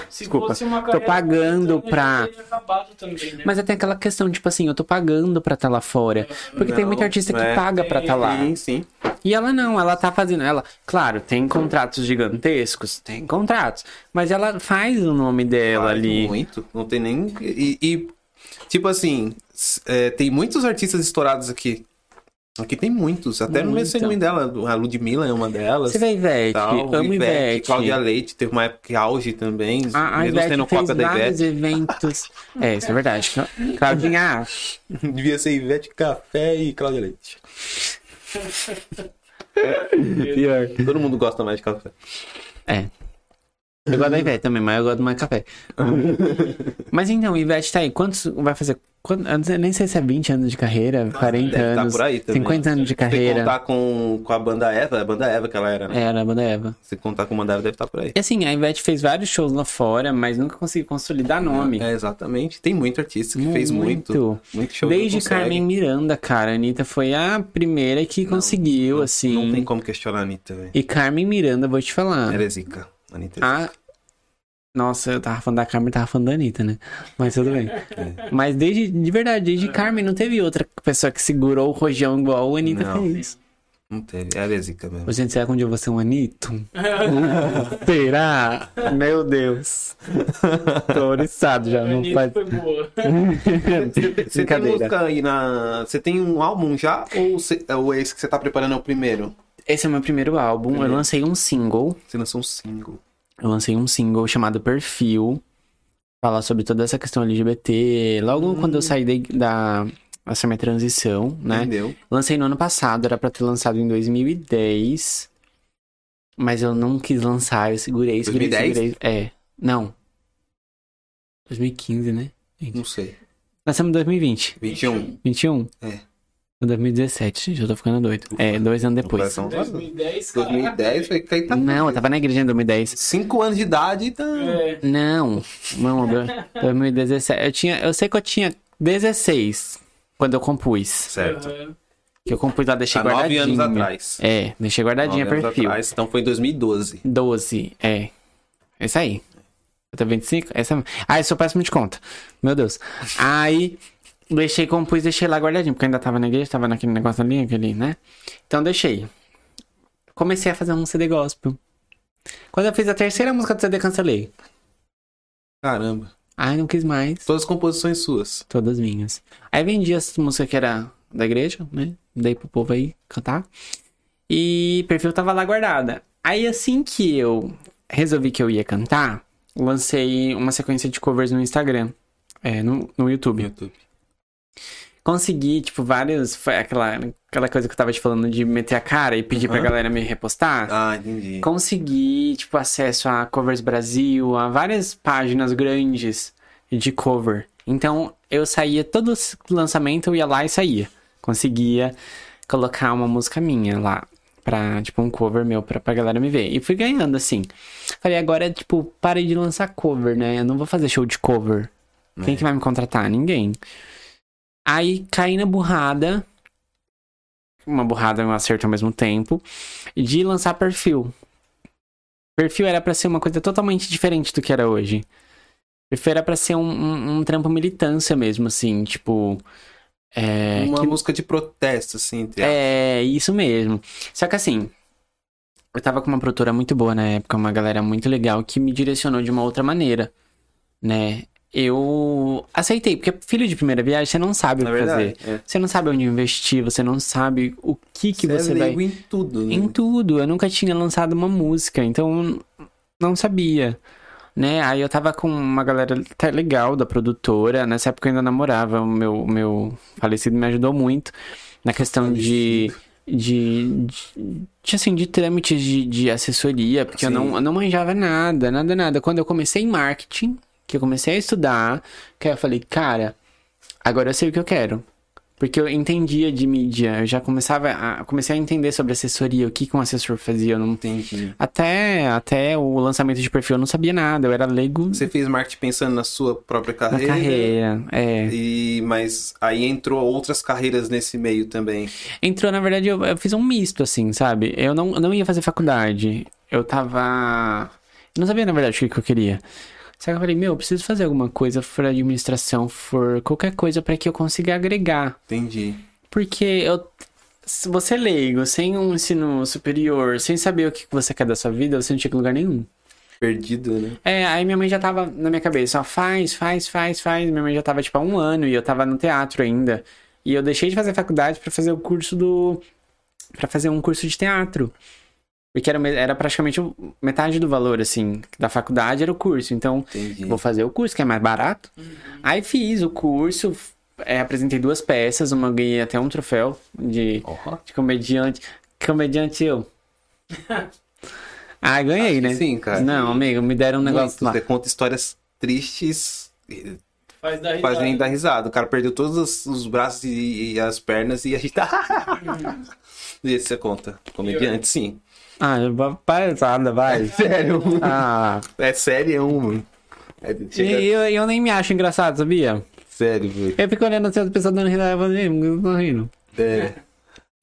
[SPEAKER 1] Se
[SPEAKER 3] Desculpa,
[SPEAKER 1] fosse uma
[SPEAKER 3] tô
[SPEAKER 1] carreira
[SPEAKER 3] pagando
[SPEAKER 1] momentânea,
[SPEAKER 3] pra-
[SPEAKER 1] já teria acabado também, né?
[SPEAKER 3] Mas até aquela questão, tipo assim, eu tô pagando pra tá lá fora. Porque tem
[SPEAKER 2] Não,
[SPEAKER 3] muita artista que
[SPEAKER 2] é.
[SPEAKER 3] paga pra tá lá.
[SPEAKER 2] Sim, sim.
[SPEAKER 3] E ela não, ela tá fazendo. Ela, claro, tem contratos gigantescos, tem contratos. Mas ela faz o nome dela
[SPEAKER 2] Vale
[SPEAKER 3] ali.
[SPEAKER 2] Muito. Não tem nem. E, e, tipo assim, s- é, tem muitos artistas estourados aqui. Aqui tem muitos. Até no
[SPEAKER 3] Muita.
[SPEAKER 2] mesmo segmento dela. A Ludmilla é uma delas.
[SPEAKER 3] Você vê a Ivete,
[SPEAKER 2] tal.
[SPEAKER 3] amo Ivete.
[SPEAKER 2] Cláudia Leite teve uma época que auge também.
[SPEAKER 3] A, a
[SPEAKER 2] mesmo
[SPEAKER 3] Ivete
[SPEAKER 2] sendo
[SPEAKER 3] fez
[SPEAKER 2] cópia da
[SPEAKER 3] vários
[SPEAKER 2] Ivete.
[SPEAKER 3] eventos. É, isso é verdade.
[SPEAKER 2] [laughs]
[SPEAKER 3] Claudinha,
[SPEAKER 2] Devia ser Ivete [laughs] Café e Cláudia Leite.
[SPEAKER 3] pior.
[SPEAKER 2] Todo mundo gosta mais de café.
[SPEAKER 3] É. Eu gosto da Ivete também, mas eu gosto do
[SPEAKER 2] [laughs]
[SPEAKER 3] mais café. mas então, Ivete tá aí. Quantos vai fazer? Quando, eu não sei- nem sei se é 20 anos de carreira, 40
[SPEAKER 2] deve tá
[SPEAKER 3] anos.
[SPEAKER 2] por aí também.
[SPEAKER 3] 50 anos de
[SPEAKER 2] Se
[SPEAKER 3] carreira. É.
[SPEAKER 2] contar com, com a banda Eva, a banda Eva que ela era, né?
[SPEAKER 3] Era a banda Eva.
[SPEAKER 2] Se contar com a banda Eva, deve estar por aí.
[SPEAKER 3] E assim, a Ivete fez vários shows lá fora, mas nunca conseguiu consolidar nome.
[SPEAKER 2] É, exatamente. Tem muito artista que fez muito. Muito show. que
[SPEAKER 3] Desde
[SPEAKER 2] não consegue.
[SPEAKER 3] Carmen Miranda, cara. A Anitta foi a primeira que conseguiu, assim.
[SPEAKER 2] Não tem como questionar a Anitta, velho.
[SPEAKER 3] E Carmen Miranda, vou te falar.
[SPEAKER 2] Ela é zica. A Anitta é
[SPEAKER 3] A... Nossa, eu tava falando da Carmen, tava falando da Anitta, né? Mas tudo bem.
[SPEAKER 2] né?
[SPEAKER 3] Mas desde, de verdade, desde Carmen não teve outra pessoa que segurou o rojão igual a Anitta
[SPEAKER 2] Não.
[SPEAKER 3] fez.
[SPEAKER 2] Não teve. Ela é zica mesmo.
[SPEAKER 3] Ô, Gente, será que um dia eu vou ser
[SPEAKER 2] [laughs]
[SPEAKER 3] um Anitta? será? Meu Deus. Tô oriçado já, não
[SPEAKER 1] Anitta
[SPEAKER 3] faz...
[SPEAKER 1] foi boa.
[SPEAKER 2] [laughs] Você tem
[SPEAKER 3] Brincadeira.
[SPEAKER 2] música aí na. Você tem um álbum já? Ou você- é o esse que você tá preparando é o primeiro?
[SPEAKER 3] Esse é o meu primeiro álbum, eu lancei um single.
[SPEAKER 2] Você lançou um single.
[SPEAKER 3] Eu lancei um single chamado Perfil. Falar sobre toda essa questão LGBT. Logo quando eu
[SPEAKER 2] Hum.
[SPEAKER 3] saí da... da... Essa minha transição, né?
[SPEAKER 2] Entendeu?
[SPEAKER 3] Lancei no ano passado, era pra ter lançado em 2010. Mas eu não quis lançar, eu segurei, segurei,
[SPEAKER 2] 2010?
[SPEAKER 3] segurei. É, não. 2015, né?
[SPEAKER 2] Não sei.
[SPEAKER 3] Lançamos em 2020.
[SPEAKER 2] 21.
[SPEAKER 3] 21?
[SPEAKER 2] É.
[SPEAKER 3] Em 2017, gente, eu tô ficando doido. É, dois anos depois.
[SPEAKER 2] Coração.
[SPEAKER 1] 2010, cara.
[SPEAKER 2] 2010, foi que tá.
[SPEAKER 3] Não, é eu tava na igreja em 2010.
[SPEAKER 2] 5 anos de idade, tá.
[SPEAKER 1] É,
[SPEAKER 3] Não, não, meu- 2017. Eu, tinha, eu sei que eu tinha 16 quando eu compus.
[SPEAKER 2] Certo.
[SPEAKER 1] aham.
[SPEAKER 3] Que eu comprei lá, deixei
[SPEAKER 2] Há Tá, nove
[SPEAKER 3] guardadinha.
[SPEAKER 2] anos atrás.
[SPEAKER 3] É, deixei guardadinha,
[SPEAKER 2] Nove anos
[SPEAKER 3] perfil.
[SPEAKER 2] atrás, então foi em 2012.
[SPEAKER 3] 12, é. É isso aí. Até 25? Essa... Ah, eu sou péssimo de conta. Meu Deus. Aí, deixei, compus, deixei lá guardadinho, porque eu ainda tava na igreja, tava naquele negócio ali, aquele, né? Então, deixei. Comecei a fazer um CD gospel. Quando eu fiz a terceira música do CD, cancelei.
[SPEAKER 2] Caramba.
[SPEAKER 3] Ai, não quis mais.
[SPEAKER 2] Todas as composições suas.
[SPEAKER 3] Todas minhas. Aí vendi essa música que era da igreja, né? Dei pro povo aí cantar. E perfil tava lá guardada. Aí assim que eu resolvi que eu ia cantar, lancei uma sequência de covers no Instagram. É, no, no YouTube.
[SPEAKER 2] YouTube.
[SPEAKER 3] Consegui, tipo, vários. Foi aquela, aquela coisa que eu tava te falando de meter a cara e pedir pra
[SPEAKER 2] Aham.
[SPEAKER 3] galera me repostar
[SPEAKER 2] Ah, entendi.
[SPEAKER 3] consegui, tipo, acesso a Covers Brasil, a várias páginas grandes de cover. Então, eu saía, todo s- lançamento eu ia lá e saía. Conseguia colocar uma música minha lá, pra, tipo, um cover meu pra, pra galera me ver. E fui ganhando, assim. Falei, agora, tipo, parei de lançar cover, né? Eu não vou fazer show de cover. Quem
[SPEAKER 2] É.
[SPEAKER 3] que vai me contratar? Ninguém. Aí caí na burrada. Uma burrada e um acerto ao mesmo tempo. De lançar perfil. Perfil era pra ser uma coisa totalmente diferente do que era hoje. Perfil era pra ser um, um, um trampo militância mesmo, assim, tipo. É,
[SPEAKER 2] Uma
[SPEAKER 3] que-
[SPEAKER 2] música de protesto, assim, entre
[SPEAKER 3] é, isso mesmo. Só que assim, eu tava com uma produtora muito boa na época, uma galera muito legal que me direcionou de uma outra maneira, né? Eu aceitei, porque filho de primeira viagem, você não sabe o
[SPEAKER 2] Na
[SPEAKER 3] que
[SPEAKER 2] É verdade.
[SPEAKER 3] fazer. Você não sabe onde investir, você não sabe o que que você vai
[SPEAKER 2] em tudo, né?
[SPEAKER 3] em tudo. Eu nunca tinha lançado uma música, então não sabia. Né? Aí eu tava com uma galera até legal da produtora. Nessa época eu ainda namorava. O meu, meu falecido me ajudou muito na questão de. De, de- de, assim, de trâmites de, de assessoria, porque eu
[SPEAKER 2] Sim.
[SPEAKER 3] não, eu não manjava nada, nada, nada. Quando eu comecei em marketing, que eu comecei a estudar, que aí eu falei, cara, agora eu sei o que eu quero. Porque eu entendia de mídia, eu já começava a, comecei a entender sobre assessoria, o que, que um assessor fazia. eu não-
[SPEAKER 2] Entendi.
[SPEAKER 3] até, até o lançamento de perfil eu não sabia nada, eu era leigo
[SPEAKER 2] Você fez marketing pensando na sua própria
[SPEAKER 3] na
[SPEAKER 2] carreira.
[SPEAKER 3] carreira. É.
[SPEAKER 2] E, mas aí entrou outras carreiras nesse meio também.
[SPEAKER 3] Entrou, na verdade, eu, eu fiz um misto, assim, sabe? Eu não, eu não ia fazer faculdade. Eu tava. Eu não sabia, na verdade, o que, que eu queria. Só que eu falei, meu, eu preciso fazer alguma coisa for administração, for qualquer coisa pra que eu consiga agregar.
[SPEAKER 2] Entendi.
[SPEAKER 3] Porque eu. Se você é leigo, sem um ensino superior, sem saber o que que você quer da sua vida, você não chega em lugar nenhum.
[SPEAKER 2] Perdido, né?
[SPEAKER 3] É, aí minha mãe já tava na minha cabeça, ó, faz, faz, faz, faz. Minha mãe já tava, tipo, há um ano e eu tava no teatro ainda. E eu deixei de fazer faculdade pra fazer o curso do. Pra fazer um curso de teatro. Porque era, me- era praticamente o- metade do valor, assim, da faculdade era o curso. Então,
[SPEAKER 2] Entendi.
[SPEAKER 3] vou fazer o curso, que é mais barato.
[SPEAKER 2] Uhum.
[SPEAKER 3] Aí fiz o curso, f- é, apresentei duas peças, uma eu ganhei até um troféu de
[SPEAKER 2] Ó.
[SPEAKER 3] de comediante. Comediante
[SPEAKER 2] [laughs]
[SPEAKER 3] eu. Ah, ganhei,
[SPEAKER 2] Acho que
[SPEAKER 3] né?
[SPEAKER 2] sim, cara.
[SPEAKER 3] Não, amigo, me deram um negócio
[SPEAKER 2] Muito.
[SPEAKER 3] lá.
[SPEAKER 2] Você conta histórias tristes, e
[SPEAKER 1] Faz da risada.
[SPEAKER 2] fazem dar risada. O cara perdeu todos os, os braços e, e as pernas e a
[SPEAKER 3] [laughs]
[SPEAKER 2] gente tá. e esse você conta. Comediante, sim.
[SPEAKER 3] Ah, palhaçada, vai.
[SPEAKER 2] Sério.
[SPEAKER 3] [laughs] Ah,
[SPEAKER 2] É sério, é um, mano. É,
[SPEAKER 3] e
[SPEAKER 2] chega-
[SPEAKER 3] eu, eu nem me acho engraçado, sabia?
[SPEAKER 2] Sério, velho.
[SPEAKER 3] Eu fico olhando assim, as pessoas dando risada, eu falo, "Ih, eu tô rindo.
[SPEAKER 2] É.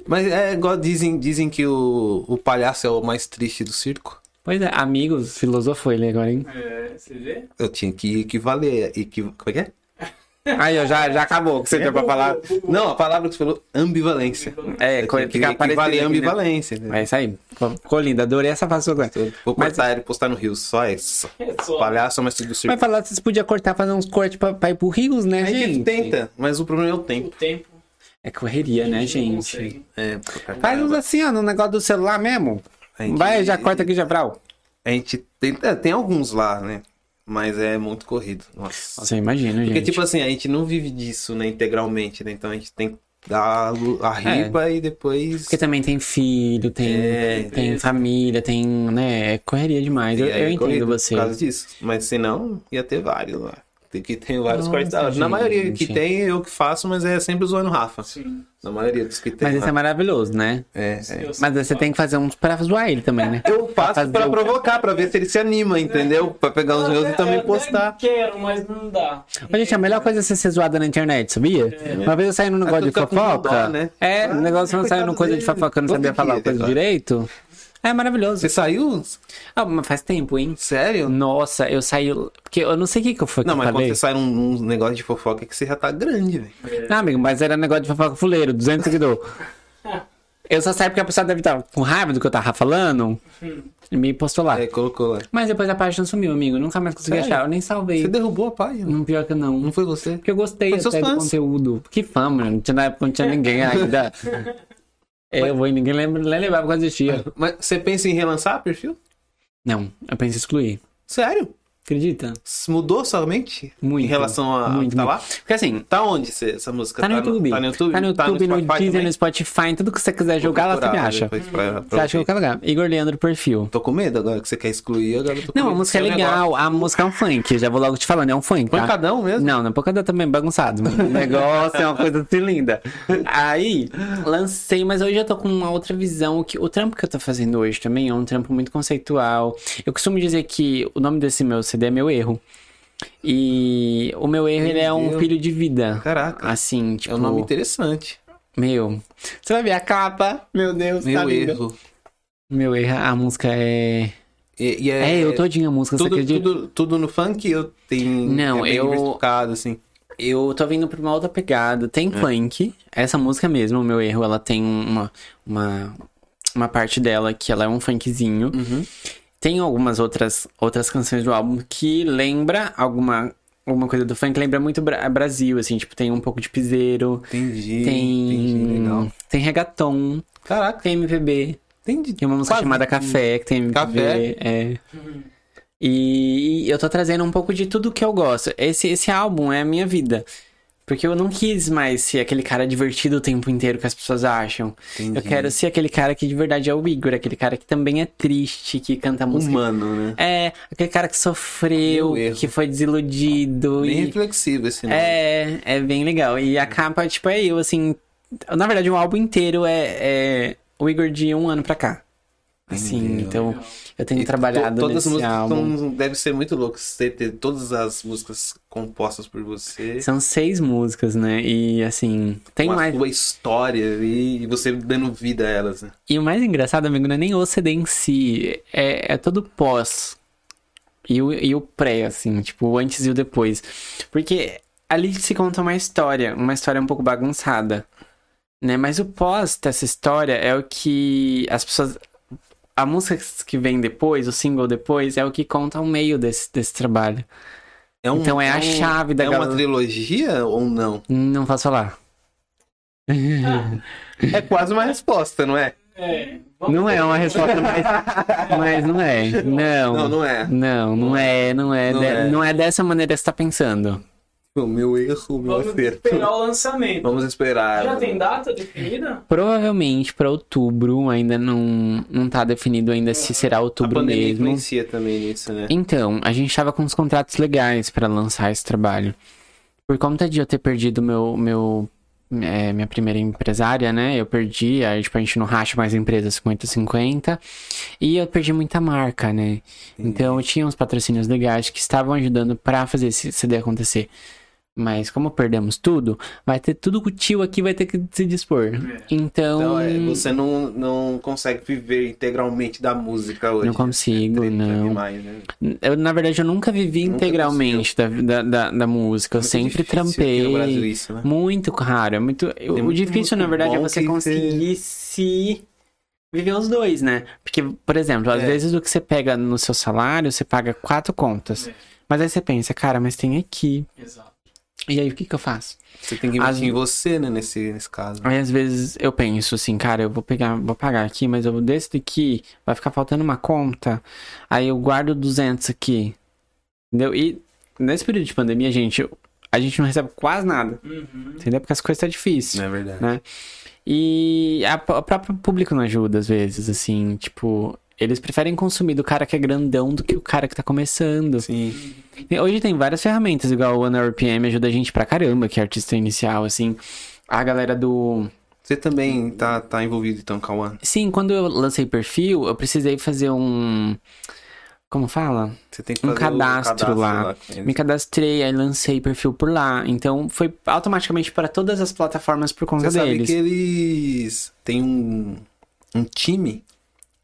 [SPEAKER 2] Mas é igual dizem, dizem que o, o palhaço é o mais triste do circo.
[SPEAKER 3] Pois é, amigos, filosofou ele agora, hein?
[SPEAKER 1] É, você vê?
[SPEAKER 2] Eu tinha que equivaler. Equi... Como é que é?
[SPEAKER 3] [laughs] Aí, ó, já, já acabou o que você tem pra falar.
[SPEAKER 2] Não, a palavra que você falou, ambivalência.
[SPEAKER 3] É,
[SPEAKER 2] Eu
[SPEAKER 3] co-
[SPEAKER 2] tinha que
[SPEAKER 3] fica
[SPEAKER 2] equivaler
[SPEAKER 3] parecendo
[SPEAKER 2] a
[SPEAKER 3] aqui, né?
[SPEAKER 2] ambivalência. né?
[SPEAKER 3] É isso aí. Ficou- Ficou lindo, adorei essa façola.
[SPEAKER 2] Eu Vou
[SPEAKER 3] Mas-
[SPEAKER 2] cortar ele e postar no Rio, só essa.
[SPEAKER 1] É só.
[SPEAKER 2] Palhaço, mas tudo
[SPEAKER 3] Mas
[SPEAKER 2] circo.
[SPEAKER 3] falar, vocês podiam cortar, fazer uns cortes pra, pra ir pro Rios, né,
[SPEAKER 2] A gente
[SPEAKER 3] gente?
[SPEAKER 2] tenta, mas o problema é o tempo.
[SPEAKER 1] O tempo.
[SPEAKER 3] É correria,
[SPEAKER 1] a
[SPEAKER 3] né,
[SPEAKER 1] não
[SPEAKER 3] gente?
[SPEAKER 1] consegue.
[SPEAKER 2] É, pra
[SPEAKER 3] Faz uns
[SPEAKER 2] caramba.
[SPEAKER 3] assim, ó, no negócio do celular mesmo.
[SPEAKER 2] A gente-
[SPEAKER 3] Vai, já corta aqui, Jabral.
[SPEAKER 2] A gente tenta, é, tem alguns lá, né? Mas é muito corrido. Nossa.
[SPEAKER 3] Você imagina,
[SPEAKER 2] Porque,
[SPEAKER 3] gente.
[SPEAKER 2] tipo assim, a gente não vive disso, né, integralmente, né? Então a gente tem que dar a lu- a riba e depois.
[SPEAKER 3] É. Porque também tem filho, tem,
[SPEAKER 2] É,
[SPEAKER 3] tem
[SPEAKER 1] isso.
[SPEAKER 3] família, tem, né, é correria demais. Eu,
[SPEAKER 2] E aí
[SPEAKER 3] eu
[SPEAKER 2] é corrido
[SPEAKER 3] entendo você.
[SPEAKER 2] Por causa disso. Mas senão, ia ter vários lá. Tem que tem vários
[SPEAKER 3] Nossa,
[SPEAKER 2] cortes da hora. Na
[SPEAKER 3] gente.
[SPEAKER 2] maioria que tem, eu que faço, mas é sempre zoando o Rafa.
[SPEAKER 1] Sim.
[SPEAKER 2] Na maioria dos que tem.
[SPEAKER 3] Mas esse é
[SPEAKER 2] Rafa.
[SPEAKER 3] maravilhoso, né?
[SPEAKER 2] é, é.
[SPEAKER 1] Eu
[SPEAKER 3] Mas
[SPEAKER 1] sei.
[SPEAKER 3] você tem que fazer uns pra zoar ele também, né?
[SPEAKER 2] [laughs] Eu faço
[SPEAKER 3] fazer
[SPEAKER 2] pra
[SPEAKER 3] o-
[SPEAKER 2] provocar, pra ver se ele se anima,
[SPEAKER 1] É.
[SPEAKER 2] entendeu? Pra pegar os meus
[SPEAKER 1] Eu
[SPEAKER 2] e também
[SPEAKER 1] até
[SPEAKER 2] postar.
[SPEAKER 1] Quero, mas não dá.
[SPEAKER 3] Mas, gente, a melhor coisa é você ser zoada na internet, sabia?
[SPEAKER 2] É.
[SPEAKER 3] Uma vez eu saí num negócio de
[SPEAKER 2] tudo tá com
[SPEAKER 3] fofoca.
[SPEAKER 2] dó, né?
[SPEAKER 3] É,
[SPEAKER 2] Ah,
[SPEAKER 3] um negócio não saiu
[SPEAKER 2] coitado
[SPEAKER 3] numa coisa de
[SPEAKER 2] dele.
[SPEAKER 3] fofoca, eu não
[SPEAKER 2] Todo
[SPEAKER 3] sabia
[SPEAKER 2] dia
[SPEAKER 3] falar a
[SPEAKER 2] ele
[SPEAKER 3] coisa
[SPEAKER 2] fala.
[SPEAKER 3] direito. É maravilhoso.
[SPEAKER 2] Você saiu?
[SPEAKER 3] Ah, mas faz tempo, hein?
[SPEAKER 2] Sério?
[SPEAKER 3] Nossa, eu saí. Porque eu não sei o que, que foi que
[SPEAKER 2] Não,
[SPEAKER 3] eu
[SPEAKER 2] mas quando
[SPEAKER 3] falei.
[SPEAKER 2] você sai num, num negócio de fofoca é que você já tá grande, velho.
[SPEAKER 3] Não, amigo, mas era negócio de fofoca fuleiro, 200 seguidores. eu só saí porque a pessoa deve estar com raiva do que eu tava falando e me postou lá.
[SPEAKER 2] É, colocou lá.
[SPEAKER 3] Mas depois a página sumiu, amigo. Eu Nunca mais consegui
[SPEAKER 2] Sério?
[SPEAKER 3] achar. Eu nem salvei.
[SPEAKER 2] Você derrubou a página?
[SPEAKER 3] Não, pior que não.
[SPEAKER 2] Não foi você?
[SPEAKER 3] Porque eu gostei
[SPEAKER 2] Foi seus
[SPEAKER 3] até do
[SPEAKER 2] fãs. É.
[SPEAKER 3] conteúdo. Que fama, né? Não tinha, na época não tinha
[SPEAKER 2] [laughs]
[SPEAKER 3] ninguém ainda. É, eu vou e ninguém lembra, nem lembrava que eu existia.
[SPEAKER 2] Mas você pensa em relançar perfil?
[SPEAKER 3] Não, eu penso em excluir.
[SPEAKER 2] Sério?
[SPEAKER 3] Acredita?
[SPEAKER 2] Mudou somente?
[SPEAKER 3] Muito.
[SPEAKER 2] Em relação a.
[SPEAKER 3] Muito,
[SPEAKER 2] tá
[SPEAKER 3] muito.
[SPEAKER 2] lá?
[SPEAKER 3] Porque assim,
[SPEAKER 2] Tá onde cê- essa música?
[SPEAKER 3] tá no YouTube.
[SPEAKER 2] Tá no YouTube?
[SPEAKER 3] Tá no, YouTube, no
[SPEAKER 2] Spotify
[SPEAKER 3] Deezer,
[SPEAKER 2] também?
[SPEAKER 3] no Spotify, em tudo que você quiser
[SPEAKER 2] Vou
[SPEAKER 3] jogar, lá você me
[SPEAKER 2] procurar
[SPEAKER 3] acha.
[SPEAKER 2] depois pra- pra
[SPEAKER 3] Você acha em
[SPEAKER 2] ouvir.
[SPEAKER 3] qualquer lugar. Igor Leandro, perfil.
[SPEAKER 2] Tô com medo agora que você quer excluir, agora eu tô com
[SPEAKER 3] Não, a
[SPEAKER 2] medo
[SPEAKER 3] música é
[SPEAKER 2] do seu negócio.
[SPEAKER 3] legal. A música é um funk. Já vou logo te falando, é um funk. Tá?
[SPEAKER 2] Pancadão mesmo?
[SPEAKER 3] Não, na pancada também bagunçado. O negócio é uma coisa assim linda. Aí, lancei, mas hoje eu tô com uma outra visão. Que, o trampo que eu tô fazendo hoje também é um trampo muito conceitual. Eu costumo dizer que o nome desse meu CD é meu erro. E o meu erro, ele é um
[SPEAKER 2] Meu.
[SPEAKER 3] filho de vida.
[SPEAKER 2] Caraca.
[SPEAKER 3] Assim, tipo.
[SPEAKER 2] É um nome interessante.
[SPEAKER 3] Meu. Você vai ver a capa? Meu Deus, tá
[SPEAKER 2] Meu
[SPEAKER 3] linda.
[SPEAKER 2] erro.
[SPEAKER 3] Meu erro, a música é.
[SPEAKER 2] E, e
[SPEAKER 3] É, eu todinha a música, você
[SPEAKER 2] Tudo,
[SPEAKER 3] acredita?
[SPEAKER 2] tudo, tudo no funk eu tenho.
[SPEAKER 3] Não,
[SPEAKER 2] é bem
[SPEAKER 3] eu-
[SPEAKER 2] diversificado, assim.
[SPEAKER 3] Eu tô vindo pra uma outra pegada. Tem
[SPEAKER 2] É.
[SPEAKER 3] funk. Essa música mesmo, o meu erro, ela tem uma, uma, uma parte dela que ela é um funkzinho.
[SPEAKER 2] Uhum.
[SPEAKER 3] Tem algumas outras, outras canções do álbum que lembra alguma, alguma coisa do funk. Lembra muito Bra- Brasil, assim. Tipo, tem um pouco de piseiro.
[SPEAKER 2] Entendi.
[SPEAKER 3] Tem...
[SPEAKER 2] Entendi, legal.
[SPEAKER 3] Tem reggaton.
[SPEAKER 2] Caraca,
[SPEAKER 3] Tem MPB.
[SPEAKER 2] entendi.
[SPEAKER 3] Tem uma música
[SPEAKER 2] Quase
[SPEAKER 3] chamada
[SPEAKER 2] que-
[SPEAKER 3] Café, que tem MPB.
[SPEAKER 2] Café.
[SPEAKER 3] É. E, e eu tô trazendo um pouco de tudo que eu gosto. Esse, esse álbum é a minha vida. Porque eu não quis mais ser aquele cara divertido o tempo inteiro que as pessoas acham.
[SPEAKER 2] Entendi.
[SPEAKER 3] Eu quero ser aquele cara que de verdade é o Igor, aquele cara que também é triste, que canta música.
[SPEAKER 2] humano, né?
[SPEAKER 3] É, aquele cara que sofreu,
[SPEAKER 2] Meu erro.
[SPEAKER 3] que foi desiludido.
[SPEAKER 2] Bem
[SPEAKER 3] e...
[SPEAKER 2] reflexivo esse nome.
[SPEAKER 3] É, é bem legal. E a capa, tipo, é eu, assim. Na verdade, o álbum inteiro é, é o Igor de um ano pra cá. Assim,
[SPEAKER 2] Entendi.
[SPEAKER 3] então eu tenho
[SPEAKER 2] E
[SPEAKER 3] trabalhado
[SPEAKER 2] to- todas as
[SPEAKER 3] nesse
[SPEAKER 2] músicas
[SPEAKER 3] álbum.
[SPEAKER 2] são- deve ser muito louco você ter todas as músicas compostas por você.
[SPEAKER 3] São seis músicas, né? E assim, tem
[SPEAKER 2] com
[SPEAKER 3] mais.
[SPEAKER 2] a sua história e você dando vida a elas, né?
[SPEAKER 3] E o mais engraçado, amigo, não é nem o CD em si, é, é todo o pós. E o, e o pré, assim, tipo, o antes e o depois. Porque ali se conta uma história, uma história um pouco bagunçada. Né? Mas o pós dessa história é o que as pessoas. A música que vem depois, o single depois, é o que conta o meio desse, desse trabalho.
[SPEAKER 2] É um-
[SPEAKER 3] Então é a
[SPEAKER 2] um-
[SPEAKER 3] chave da
[SPEAKER 2] É
[SPEAKER 3] galera.
[SPEAKER 2] uma trilogia ou
[SPEAKER 3] [laughs]
[SPEAKER 2] não?
[SPEAKER 3] Não posso falar.
[SPEAKER 2] É quase uma resposta, não é?
[SPEAKER 1] Ah, É, vamos-
[SPEAKER 3] Não é uma resposta, [laughs] mas, mas não é. Não.
[SPEAKER 2] Não, não é.
[SPEAKER 3] Não, não é, não é, de- não
[SPEAKER 2] Não
[SPEAKER 3] é.
[SPEAKER 2] é.
[SPEAKER 3] dessa maneira que você tá pensando.
[SPEAKER 2] O meu erro, o meu
[SPEAKER 1] Vamos
[SPEAKER 2] acerto.
[SPEAKER 1] esperar o lançamento.
[SPEAKER 2] Vamos esperar.
[SPEAKER 1] Já tem data definida?
[SPEAKER 3] Provavelmente pra outubro, ainda não, não tá definido ainda se será
[SPEAKER 2] A
[SPEAKER 3] outubro
[SPEAKER 2] pandemia
[SPEAKER 3] mesmo.
[SPEAKER 2] influencia também nisso, né?
[SPEAKER 3] Então, a gente tava com uns contratos legais pra lançar esse trabalho. Por conta de eu ter perdido meu, meu é, minha primeira empresária, né? Eu perdi, aí tipo, a gente não racha mais empresas 50-50. E eu perdi muita marca, né? Então eu tinha uns patrocínios legais que estavam ajudando pra fazer esse CD acontecer. Mas como perdemos tudo, vai ter tudo que o tio aqui vai ter que se dispor. Então,
[SPEAKER 2] Então, é, você não, não consegue viver integralmente da música hoje.
[SPEAKER 3] não consigo,
[SPEAKER 2] Treta
[SPEAKER 3] não.
[SPEAKER 2] demais, né?
[SPEAKER 3] Eu, na verdade, eu nunca vivi
[SPEAKER 2] Nunca É
[SPEAKER 3] integralmente da, da, da, da música. Eu
[SPEAKER 2] Muito
[SPEAKER 3] sempre
[SPEAKER 2] difícil aqui no Brasil
[SPEAKER 3] trampei.
[SPEAKER 2] isso, né?
[SPEAKER 3] Muito raro. É muito, eu-
[SPEAKER 2] Tem
[SPEAKER 3] o
[SPEAKER 2] muito
[SPEAKER 3] difícil, na
[SPEAKER 2] músico
[SPEAKER 3] verdade, é
[SPEAKER 2] bom
[SPEAKER 3] você
[SPEAKER 2] que
[SPEAKER 3] conseguir se viver os dois, né? Porque, por exemplo, às
[SPEAKER 2] É.
[SPEAKER 3] vezes o que você pega no seu salário, você paga quatro contas.
[SPEAKER 1] É.
[SPEAKER 3] Mas aí você pensa, cara, mas tem aqui.
[SPEAKER 1] Exato.
[SPEAKER 3] E aí o que, que eu faço?
[SPEAKER 2] Você tem que investir
[SPEAKER 3] As-
[SPEAKER 2] em você, né, nesse, nesse caso.
[SPEAKER 3] Aí às vezes eu penso assim, cara, eu vou pegar, vou pagar aqui, mas eu desse daqui vai ficar faltando uma conta. Aí eu guardo 200 aqui. Entendeu? E nesse período de pandemia, gente, eu- a gente não recebe quase nada,
[SPEAKER 1] Uhum.
[SPEAKER 3] entendeu? Porque as coisas tá difícil.
[SPEAKER 2] É verdade.
[SPEAKER 3] Né? E a, o próprio público não ajuda às vezes, assim, tipo, Eles preferem consumir do cara que é grandão do que o cara que tá começando.
[SPEAKER 2] Sim.
[SPEAKER 3] Hoje tem várias ferramentas, igual o OneRPM ajuda a gente pra caramba, que é artista inicial, assim. A galera do.
[SPEAKER 2] Você também tá, tá envolvido então, Cauã?
[SPEAKER 3] Sim, quando eu lancei perfil, eu precisei fazer um. Como fala?
[SPEAKER 2] Você tem que
[SPEAKER 3] Um
[SPEAKER 2] fazer o
[SPEAKER 3] cadastro lá.
[SPEAKER 2] com eles.
[SPEAKER 3] Me cadastrei, aí lancei perfil por lá. Então foi automaticamente para todas as plataformas por conta
[SPEAKER 2] Você sabe
[SPEAKER 3] deles.
[SPEAKER 2] que eles têm um, um time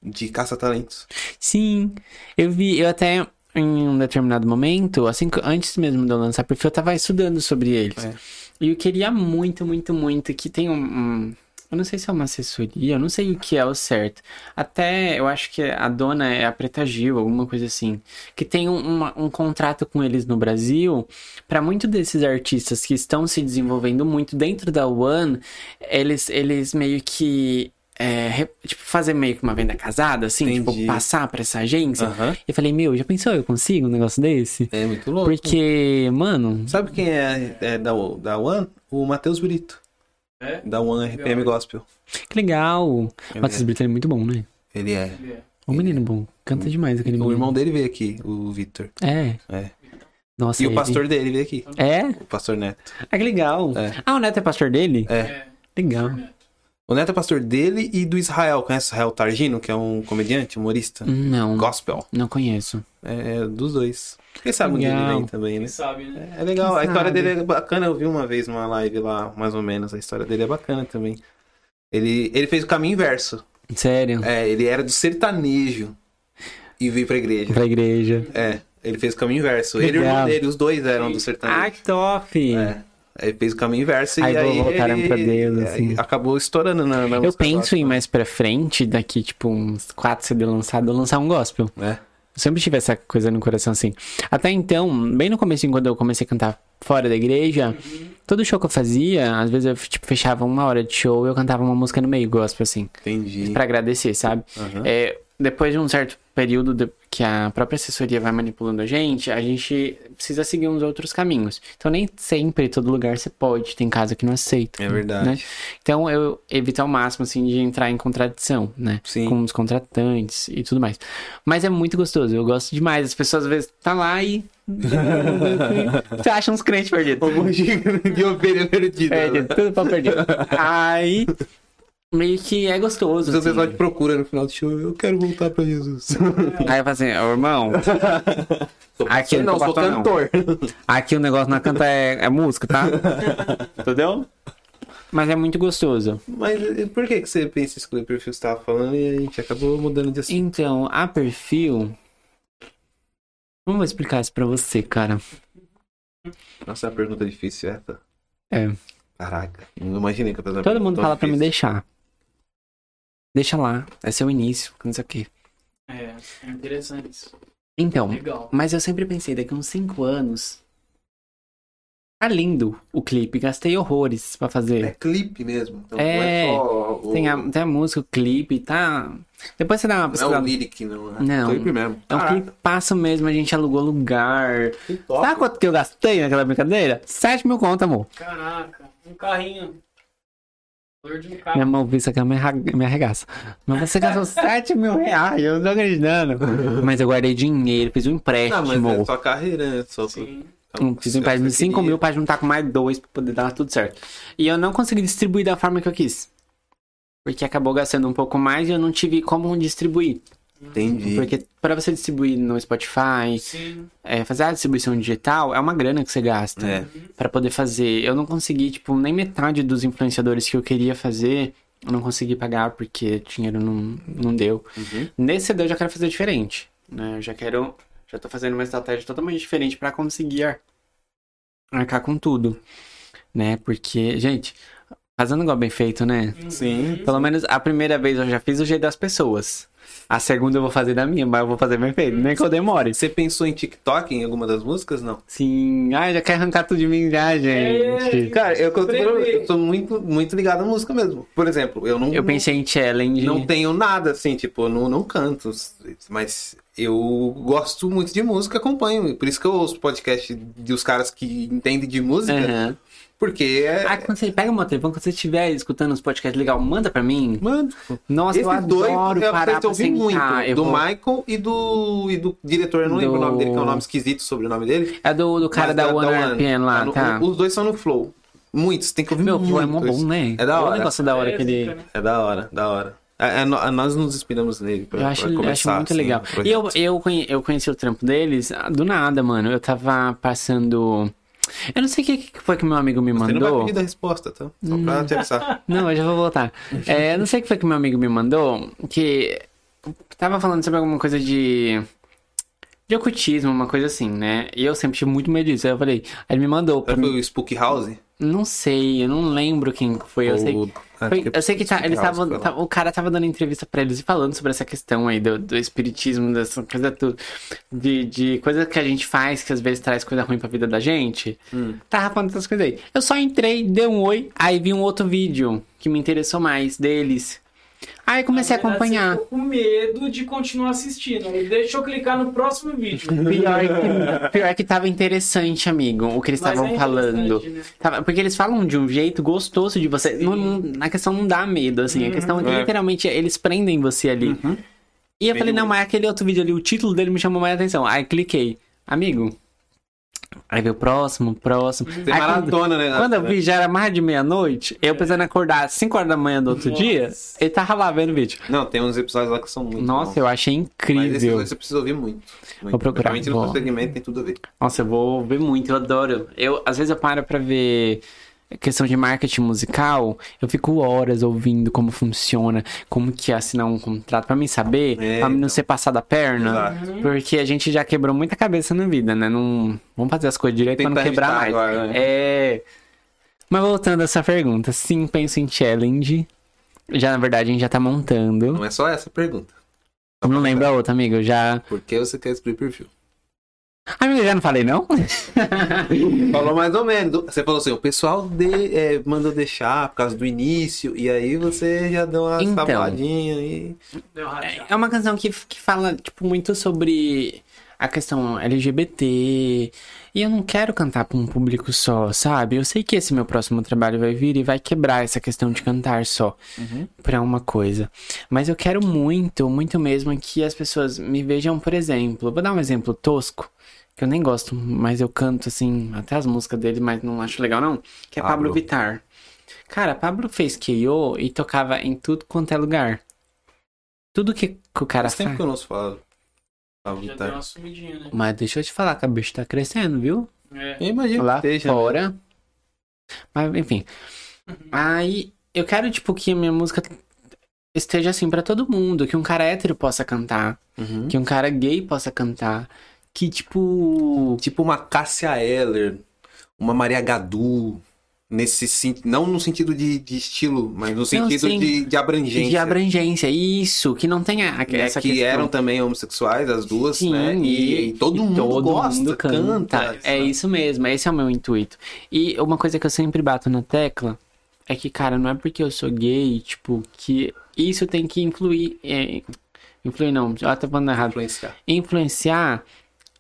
[SPEAKER 2] de caça-talentos.
[SPEAKER 3] Sim, eu vi, eu até em um determinado momento, assim, que- antes mesmo de eu lançar perfil, eu tava estudando sobre eles.
[SPEAKER 2] É.
[SPEAKER 3] E eu queria muito, muito, muito que tenha um, um- Eu não sei se é uma assessoria, eu não sei o que é o certo. Até eu acho que a dona é a Preta Gil, alguma coisa assim. Que tem um, uma- um contrato com eles no Brasil. Pra muitos desses artistas que estão se desenvolvendo muito dentro da One, eles, eles meio que. é, re- tipo, fazer meio que uma venda casada, assim,
[SPEAKER 2] Entendi.
[SPEAKER 3] tipo, passar pra essa agência.
[SPEAKER 2] Aham.
[SPEAKER 3] Eu falei, meu, já pensou eu consigo um negócio desse?
[SPEAKER 2] É muito louco.
[SPEAKER 3] Porque, mano,
[SPEAKER 2] Sabe quem é, é da, da One? O Matheus Brito.
[SPEAKER 1] É?
[SPEAKER 2] Da One RPM Gospel.
[SPEAKER 3] que legal.
[SPEAKER 2] Ele
[SPEAKER 3] Matheus
[SPEAKER 2] é.
[SPEAKER 3] Brito é muito bom, né?
[SPEAKER 2] Ele é.
[SPEAKER 1] Ele é.
[SPEAKER 3] O menino bom. Canta demais aquele
[SPEAKER 2] O
[SPEAKER 3] menino.
[SPEAKER 2] irmão dele veio aqui, o Victor.
[SPEAKER 3] É.
[SPEAKER 2] É.
[SPEAKER 3] Nossa,
[SPEAKER 2] E o
[SPEAKER 3] ele-
[SPEAKER 2] pastor dele veio aqui.
[SPEAKER 3] É?
[SPEAKER 2] O pastor Neto.
[SPEAKER 3] Ah, que legal.
[SPEAKER 2] É.
[SPEAKER 3] Ah, o Neto é pastor dele?
[SPEAKER 2] É.
[SPEAKER 1] É.
[SPEAKER 3] Legal.
[SPEAKER 2] O Neto é pastor dele e do Israel. Conhece o Israel Targino, que é um comediante, humorista?
[SPEAKER 3] Não,
[SPEAKER 2] Gospel.
[SPEAKER 3] não conheço.
[SPEAKER 2] É, é dos dois. Quem sabe onde ele
[SPEAKER 3] Legal.
[SPEAKER 2] vem também, né?
[SPEAKER 1] Quem sabe, né?
[SPEAKER 2] É legal,
[SPEAKER 3] Quem
[SPEAKER 2] a história
[SPEAKER 3] sabe?
[SPEAKER 2] dele é bacana. Eu vi uma vez numa live lá, mais ou menos. A história dele é bacana também. Ele, ele fez o caminho inverso.
[SPEAKER 3] Sério.
[SPEAKER 2] É, ele era do sertanejo e veio pra igreja.
[SPEAKER 3] Pra igreja.
[SPEAKER 2] É, ele fez o caminho inverso. Ele e o
[SPEAKER 3] Legal.
[SPEAKER 2] irmão dele, os dois eram do
[SPEAKER 3] Ah,
[SPEAKER 2] sertanejo.
[SPEAKER 3] que top.
[SPEAKER 2] É. Aí fez o caminho inverso
[SPEAKER 3] Aí
[SPEAKER 2] e aí
[SPEAKER 3] voltaram
[SPEAKER 2] ele,
[SPEAKER 3] pra Deus,
[SPEAKER 2] é,
[SPEAKER 3] assim.
[SPEAKER 2] acabou estourando na, na
[SPEAKER 3] Eu
[SPEAKER 2] música
[SPEAKER 3] penso
[SPEAKER 2] gospel.
[SPEAKER 3] em mais pra frente, daqui tipo uns 4 CD lançados, eu lançar um gospel.
[SPEAKER 2] É.
[SPEAKER 3] Eu sempre tive essa coisa no coração assim. Até então, bem no começo, quando eu comecei a cantar fora da igreja, todo show que eu fazia, às vezes eu tipo, fechava uma hora de show e eu cantava uma música no meio, gospel assim,
[SPEAKER 2] Entendi.
[SPEAKER 3] Pra agradecer, sabe?
[SPEAKER 2] Aham.
[SPEAKER 3] É, depois de um certo período de- que a própria assessoria vai manipulando a gente, a gente precisa seguir uns outros caminhos. Então nem sempre, todo lugar você pode, tem casa que não aceita.
[SPEAKER 2] É verdade.
[SPEAKER 3] né? Então eu evito ao máximo assim de entrar em contradição, né?
[SPEAKER 2] Sim.
[SPEAKER 3] Com os contratantes e tudo mais. Mas é muito gostoso, eu gosto demais. As pessoas às vezes tá lá e [laughs] você acha uns crentes perdidos.
[SPEAKER 2] Algum gigante de ovelha perdida.
[SPEAKER 3] É,
[SPEAKER 2] né?
[SPEAKER 3] tudo pra perdido. Aí meio que é gostoso.
[SPEAKER 2] Às vezes O pessoal
[SPEAKER 3] assim.
[SPEAKER 2] te procura no final do show. Eu quero voltar pra Jesus.
[SPEAKER 3] Aí eu falo assim, ô irmão, Aqui eu não sou
[SPEAKER 2] cantor.
[SPEAKER 3] aqui o negócio na canta é, é
[SPEAKER 2] [laughs]
[SPEAKER 3] música, tá? Entendeu? Mas é muito gostoso.
[SPEAKER 2] Mas eh, por que, que você pensa em escolher o perfil que você tava falando e a gente acabou mudando de assunto?
[SPEAKER 3] Então, a perfil. Como eu vou explicar isso pra você, cara?
[SPEAKER 2] Nossa, é uma pergunta difícil essa.
[SPEAKER 3] É.
[SPEAKER 2] Caraca, não imaginei que eu tava
[SPEAKER 3] Todo mundo fala pra me
[SPEAKER 2] dele.
[SPEAKER 3] deixar. Deixa lá. Esse é o início, não sei o quê.
[SPEAKER 1] É, é interessante isso.
[SPEAKER 3] Então,
[SPEAKER 1] Legal.
[SPEAKER 3] mas eu sempre pensei, daqui uns 5 anos. Tá lindo o clipe. Gastei horrores pra
[SPEAKER 2] É
[SPEAKER 3] fazer.
[SPEAKER 2] clipe mesmo. Então
[SPEAKER 3] É,
[SPEAKER 2] não é só o...
[SPEAKER 3] Tem a, tem a música, o clipe, tá. Depois você
[SPEAKER 2] Não é
[SPEAKER 3] dá uma
[SPEAKER 2] o
[SPEAKER 3] pesquisada.
[SPEAKER 2] lyric, não. É
[SPEAKER 3] Não.
[SPEAKER 2] clipe mesmo.
[SPEAKER 3] É um
[SPEAKER 2] Caraca,
[SPEAKER 3] clipe passa mesmo, a gente alugou lugar.
[SPEAKER 2] que top.
[SPEAKER 3] Sabe quanto que eu gastei naquela brincadeira? 7 mil conto, amor.
[SPEAKER 1] Caraca, um carrinho. Flor de um
[SPEAKER 2] Tá.
[SPEAKER 1] carro.
[SPEAKER 3] Minha mão viu isso aqui, ela me arra- me arregaça. Mas
[SPEAKER 2] [laughs]
[SPEAKER 3] você gastou 7 mil reais, eu não tô acreditando. Mas eu guardei dinheiro, fiz um
[SPEAKER 2] Ah, mas é
[SPEAKER 3] empréstimo.
[SPEAKER 2] sua carreira, né? Só
[SPEAKER 1] Sim.
[SPEAKER 3] Um- Fiz um empréstimo de 5 mil pra juntar com mais dois pra poder dar tudo certo. E eu não consegui distribuir da forma que eu quis. Porque acabou gastando um pouco mais e eu não tive como distribuir.
[SPEAKER 2] Entendi.
[SPEAKER 3] Porque pra você distribuir no Spotify,
[SPEAKER 1] Sim.
[SPEAKER 3] é, fazer a distribuição digital é uma grana que você gasta
[SPEAKER 2] É.
[SPEAKER 3] Pra poder fazer. Eu não consegui, tipo, nem metade dos influenciadores que eu queria fazer, eu não consegui pagar porque dinheiro não, não deu.
[SPEAKER 2] Uhum.
[SPEAKER 3] Nesse CD eu já quero fazer diferente, né? Eu já quero, já tô fazendo uma estratégia totalmente diferente pra conseguir ar- arcar com tudo, né? Porque, gente, fazendo igual bem feito, né?
[SPEAKER 1] uhum.
[SPEAKER 2] Sim.
[SPEAKER 3] Pelo menos a primeira vez eu já fiz o jeito das pessoas. A segunda eu vou fazer da minha, mas eu vou fazer bem feito, nem que eu demore.
[SPEAKER 2] Você pensou em TikTok em alguma das músicas? Não.
[SPEAKER 3] Sim, ai, já quer arrancar tudo de mim já, gente.
[SPEAKER 2] Cara, eu, eu, tô-
[SPEAKER 1] Escrever.
[SPEAKER 2] eu tô muito, muito ligado à música mesmo. Por exemplo, eu não,
[SPEAKER 3] Eu pensei em challenge.
[SPEAKER 2] É. não tenho nada assim, tipo, eu não, não canto, mas eu gosto muito de música, acompanho. Por isso que eu ouço podcast de os caras que entendem de música.
[SPEAKER 3] Aham.
[SPEAKER 2] Porque é.
[SPEAKER 3] Ah, quando você pega meu telefone, quando você estiver escutando os podcasts legal, manda pra mim.
[SPEAKER 2] Mano,
[SPEAKER 3] Nossa, eu
[SPEAKER 2] esses dois é
[SPEAKER 3] adoro
[SPEAKER 2] eu
[SPEAKER 3] parar pra
[SPEAKER 2] ouvi
[SPEAKER 3] sentar.
[SPEAKER 2] muito.
[SPEAKER 3] eu
[SPEAKER 2] Do
[SPEAKER 3] vou-
[SPEAKER 2] Michael e do, e do diretor, eu não lembro o nome dele, que é um nome esquisito sobre o nome dele.
[SPEAKER 3] É do, do cara
[SPEAKER 2] Mas
[SPEAKER 3] da, One RPM lá,
[SPEAKER 2] Ah, no-
[SPEAKER 3] tá?
[SPEAKER 2] Os dois são no Flow. Muitos, tem que ouvir
[SPEAKER 3] Meu,
[SPEAKER 2] muito.
[SPEAKER 3] Flow é mó
[SPEAKER 2] isso.
[SPEAKER 3] bom, né?
[SPEAKER 2] Uhum. É da
[SPEAKER 3] É um
[SPEAKER 2] hora.
[SPEAKER 3] negócio da hora que ele...
[SPEAKER 1] Né?
[SPEAKER 2] É da hora, da hora. É- é no- a- nós nos inspiramos nele pra,
[SPEAKER 3] Eu acho,
[SPEAKER 2] pra
[SPEAKER 3] eu
[SPEAKER 2] começar,
[SPEAKER 3] acho muito
[SPEAKER 2] assim,
[SPEAKER 3] legal.
[SPEAKER 2] o projeto.
[SPEAKER 3] E eu, eu, conhe- eu conheci o trampo deles ah, do nada, mano. Eu tava passando. Eu não sei o que, que foi que meu amigo me
[SPEAKER 2] Você não vai
[SPEAKER 3] mandou.
[SPEAKER 2] pedir a resposta, tá? Só pra
[SPEAKER 3] Hum.
[SPEAKER 2] interessar.
[SPEAKER 3] Não, eu já vou
[SPEAKER 2] [laughs]
[SPEAKER 3] voltar. É, eu não sei o que foi que meu amigo me mandou. Que tava falando sobre alguma coisa de. De ocultismo, uma coisa assim, né? E eu sempre tive muito medo disso. Aí eu falei. Aí ele me mandou. Pra
[SPEAKER 2] Será que
[SPEAKER 3] mim.
[SPEAKER 2] foi o Spook House?
[SPEAKER 3] Não sei, eu não lembro quem foi. Eu sei
[SPEAKER 2] Ou- Ah,
[SPEAKER 3] Foi-
[SPEAKER 2] acho
[SPEAKER 3] eu sei que tá-
[SPEAKER 2] Spook
[SPEAKER 3] eles
[SPEAKER 2] House
[SPEAKER 3] tavam-
[SPEAKER 2] foi lá.
[SPEAKER 3] tá- o cara tava dando entrevista pra eles e falando sobre essa questão aí do, do espiritismo, dessa coisa tudo. De, de coisa que a gente faz que às vezes traz coisa ruim pra vida da gente. Tava falando essas coisas aí. Eu só entrei, dei um oi, aí vi um outro vídeo que me interessou mais deles. Aí eu comecei a
[SPEAKER 1] Na verdade, Você
[SPEAKER 3] acompanhar.
[SPEAKER 1] ficou com medo de continuar assistindo. E deixa eu clicar no próximo vídeo.
[SPEAKER 3] [laughs] Pior que, pior que tava interessante, amigo, o que eles
[SPEAKER 1] Mas é
[SPEAKER 3] estavam falando.
[SPEAKER 1] interessante, né?
[SPEAKER 3] Tava- Porque eles falam de um jeito gostoso de você. Não- não- na questão não dá medo, assim. A questão é que
[SPEAKER 2] É. Uhum.
[SPEAKER 3] literalmente eles prendem você ali. E eu
[SPEAKER 2] Bem
[SPEAKER 3] falei, não,
[SPEAKER 2] doido.
[SPEAKER 3] mas aquele outro vídeo ali, o título dele me chamou mais atenção. Aí cliquei. Amigo. Aí veio o próximo, próximo.
[SPEAKER 2] Tem
[SPEAKER 3] Aí quando,
[SPEAKER 2] maratona, né? É.
[SPEAKER 3] quando eu vi, já era mais de meia-noite. Eu precisando acordar às 5 horas da manhã do outro
[SPEAKER 1] Nossa.
[SPEAKER 3] dia. Ele tava lá vendo o vídeo.
[SPEAKER 2] Não, tem uns episódios lá que são muito
[SPEAKER 3] Nossa,
[SPEAKER 2] bons.
[SPEAKER 3] eu achei
[SPEAKER 2] Mas esses
[SPEAKER 3] incrível.
[SPEAKER 2] dois você precisa ouvir muito. muito.
[SPEAKER 3] Vou procurar,
[SPEAKER 2] Principalmente
[SPEAKER 3] vou.
[SPEAKER 2] no seu segmento tem tudo a ver.
[SPEAKER 3] Nossa, eu vou ver muito, eu adoro. Eu, às vezes eu paro pra ver questão de marketing musical, eu fico horas ouvindo como funciona, como que é assinar um contrato, pra mim saber,
[SPEAKER 2] É,
[SPEAKER 3] pra mim não
[SPEAKER 2] então.
[SPEAKER 3] ser passado a perna.
[SPEAKER 1] Uhum.
[SPEAKER 2] Exato.
[SPEAKER 3] Porque a gente já quebrou muita cabeça na vida, né? Não, vamos fazer as coisas direito pra não
[SPEAKER 2] Tentar
[SPEAKER 3] quebrar mais.
[SPEAKER 2] evitar agora, né?
[SPEAKER 3] É. Mas voltando a essa pergunta, sim, penso em challenge. Já, na verdade, a gente já tá montando.
[SPEAKER 2] Não é só essa a pergunta.
[SPEAKER 3] Eu não lembro a outra, amigo. eu Já.
[SPEAKER 2] Por que você quer split
[SPEAKER 3] [laughs]
[SPEAKER 2] perfil?
[SPEAKER 3] Amigo, eu já não falei, não?
[SPEAKER 2] Falou mais ou menos. Você falou assim, o pessoal de- é, mandou deixar por causa do início, e aí você já deu uma
[SPEAKER 3] Então.
[SPEAKER 2] sabadinha e...
[SPEAKER 1] Deu rachado.
[SPEAKER 3] É uma canção que, que fala, tipo, muito sobre a questão LGBT. E eu não quero cantar pra um público só, sabe? Eu sei que esse meu próximo trabalho vai vir e vai quebrar essa questão de cantar só pra uma coisa. Mas eu quero muito, muito mesmo que as pessoas me vejam, por exemplo. Vou dar um exemplo tosco, que eu nem gosto, mas eu canto, assim, até as músicas dele, mas não acho legal, não. Que é Pablo
[SPEAKER 2] Pablo.
[SPEAKER 3] Vittar. Cara, Pablo fez KO e tocava em tudo quanto é lugar. Tudo que, que o cara
[SPEAKER 2] Faz tempo
[SPEAKER 3] faz.
[SPEAKER 2] que eu não falo. Falo
[SPEAKER 1] Já deu
[SPEAKER 2] tá.
[SPEAKER 1] uma sumidinha, né?
[SPEAKER 3] Mas deixa eu te falar, que a bicha tá crescendo, viu?
[SPEAKER 1] É.
[SPEAKER 2] Eu imagino
[SPEAKER 3] Lá
[SPEAKER 2] que né? esteja.
[SPEAKER 3] fora. Mas, enfim.
[SPEAKER 2] Uhum.
[SPEAKER 3] Aí, eu quero, tipo, que a minha música esteja assim pra todo mundo. Que um cara hétero possa cantar.
[SPEAKER 2] Uhum.
[SPEAKER 3] Que um cara gay possa cantar. Que, tipo...
[SPEAKER 2] Tipo uma Cássia Eller, uma Maria Gadu, nesse sen- não no sentido de, de estilo, mas no sentido
[SPEAKER 3] sim.
[SPEAKER 2] de, de abrangência.
[SPEAKER 3] De abrangência, isso. Que não tenha a-
[SPEAKER 2] né,
[SPEAKER 3] essa
[SPEAKER 2] que
[SPEAKER 3] questão.
[SPEAKER 2] eram também homossexuais, as duas,
[SPEAKER 3] Sim,
[SPEAKER 2] né? E, e todo mundo gosta,
[SPEAKER 3] mundo
[SPEAKER 2] canta.
[SPEAKER 3] É isso mesmo, esse é o meu intuito. E uma coisa que eu sempre bato na tecla é que, cara, não é porque eu sou gay, tipo, que isso tem que influir. É, influir não, eu tô falando errado.
[SPEAKER 2] Influenciar.
[SPEAKER 3] Influenciar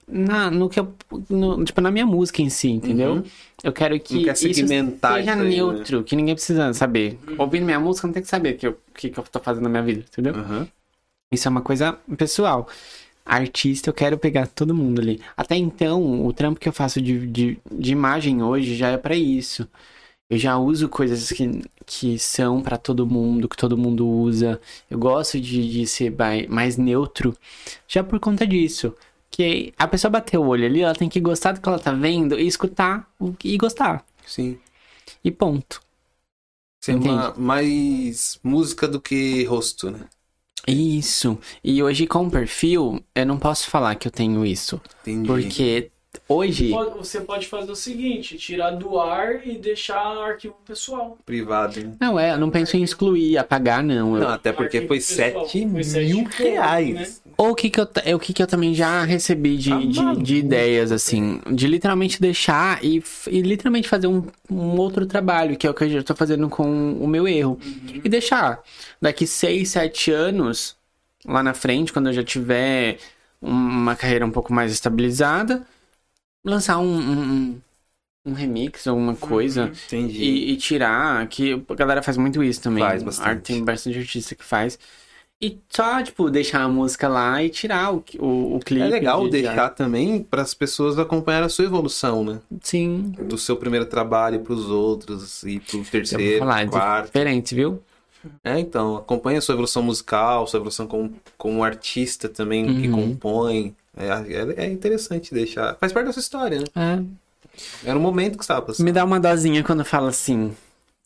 [SPEAKER 3] na, no que eu. no- tipo, na minha música em si, entendeu?
[SPEAKER 2] Uhum.
[SPEAKER 3] Eu quero
[SPEAKER 2] Não
[SPEAKER 3] que
[SPEAKER 2] quer
[SPEAKER 3] isso
[SPEAKER 2] segmentar isso
[SPEAKER 3] seja
[SPEAKER 2] aí, né? Uhum.
[SPEAKER 3] neutro, que ninguém precisa saber. Ouvindo minha música, não tem que saber o que, eu- que, que eu tô fazendo na minha vida, entendeu?
[SPEAKER 2] Aham.
[SPEAKER 3] Isso é uma coisa pessoal. Artista, eu quero pegar todo mundo ali. Até então, o trampo que eu faço de, de, de imagem hoje já é pra isso. Eu já uso coisas que, que são pra todo mundo, que todo mundo usa. Eu gosto de, de ser bai- mais neutro, já por conta disso. Que a pessoa bater o olho ali, ela tem que gostar do que ela tá vendo e escutar o- e gostar.
[SPEAKER 2] Sim.
[SPEAKER 3] E ponto.
[SPEAKER 2] Ser
[SPEAKER 3] Entendi.
[SPEAKER 2] uma- mais música do que rosto, né?
[SPEAKER 3] Isso. E hoje, com o perfil, eu não posso falar que eu tenho isso.
[SPEAKER 2] Entendi.
[SPEAKER 3] Porque hoje.
[SPEAKER 1] Pode- Você pode fazer o seguinte, tirar do ar e deixar arquivo pessoal.
[SPEAKER 2] Privado, né?
[SPEAKER 3] Não, é, eu não penso em excluir, apagar, não. Eu-
[SPEAKER 2] Não, até porque
[SPEAKER 1] Arquivo
[SPEAKER 2] foi
[SPEAKER 1] pessoal.
[SPEAKER 2] 7
[SPEAKER 1] Foi sete
[SPEAKER 2] mil
[SPEAKER 3] né?
[SPEAKER 1] pontos,
[SPEAKER 2] reais.
[SPEAKER 3] Ou o que que eu, ta- é, o que que eu também já recebi de,
[SPEAKER 2] Tá
[SPEAKER 3] de- de
[SPEAKER 2] maluco.
[SPEAKER 3] ideias, assim, de literalmente deixar e, f- e literalmente fazer um, um outro trabalho, que é o que eu já tô fazendo com o meu erro.
[SPEAKER 2] Uhum.
[SPEAKER 3] E deixar. Daqui seis, sete anos, lá na frente, quando eu já tiver uma carreira um pouco mais estabilizada, lançar um, um- um- um remix, alguma
[SPEAKER 2] Uhum.
[SPEAKER 3] coisa.
[SPEAKER 2] Entendi.
[SPEAKER 3] E, e tirar, que a galera faz muito isso também.
[SPEAKER 2] Faz bastante.
[SPEAKER 3] Arte- Tem bastante artista que faz. E só, tipo, deixar a música lá e tirar o, o, o clipe.
[SPEAKER 2] É legal
[SPEAKER 3] de- de
[SPEAKER 2] deixar também para as pessoas acompanharem a sua evolução, né?
[SPEAKER 3] arte. Sim.
[SPEAKER 2] Do seu primeiro trabalho para os outros e pro
[SPEAKER 3] Eu vou
[SPEAKER 2] terceiro,
[SPEAKER 3] falar, é
[SPEAKER 2] pro quarto.
[SPEAKER 3] diferente, viu?
[SPEAKER 2] É, então, acompanha a sua evolução musical, sua evolução como, como artista também que
[SPEAKER 3] Uhum.
[SPEAKER 2] compõe. É, é- é interessante deixar. Faz parte da sua história, né?
[SPEAKER 3] É.
[SPEAKER 2] Era um momento que você estava passando.
[SPEAKER 3] Me dá uma dosinha quando fala assim.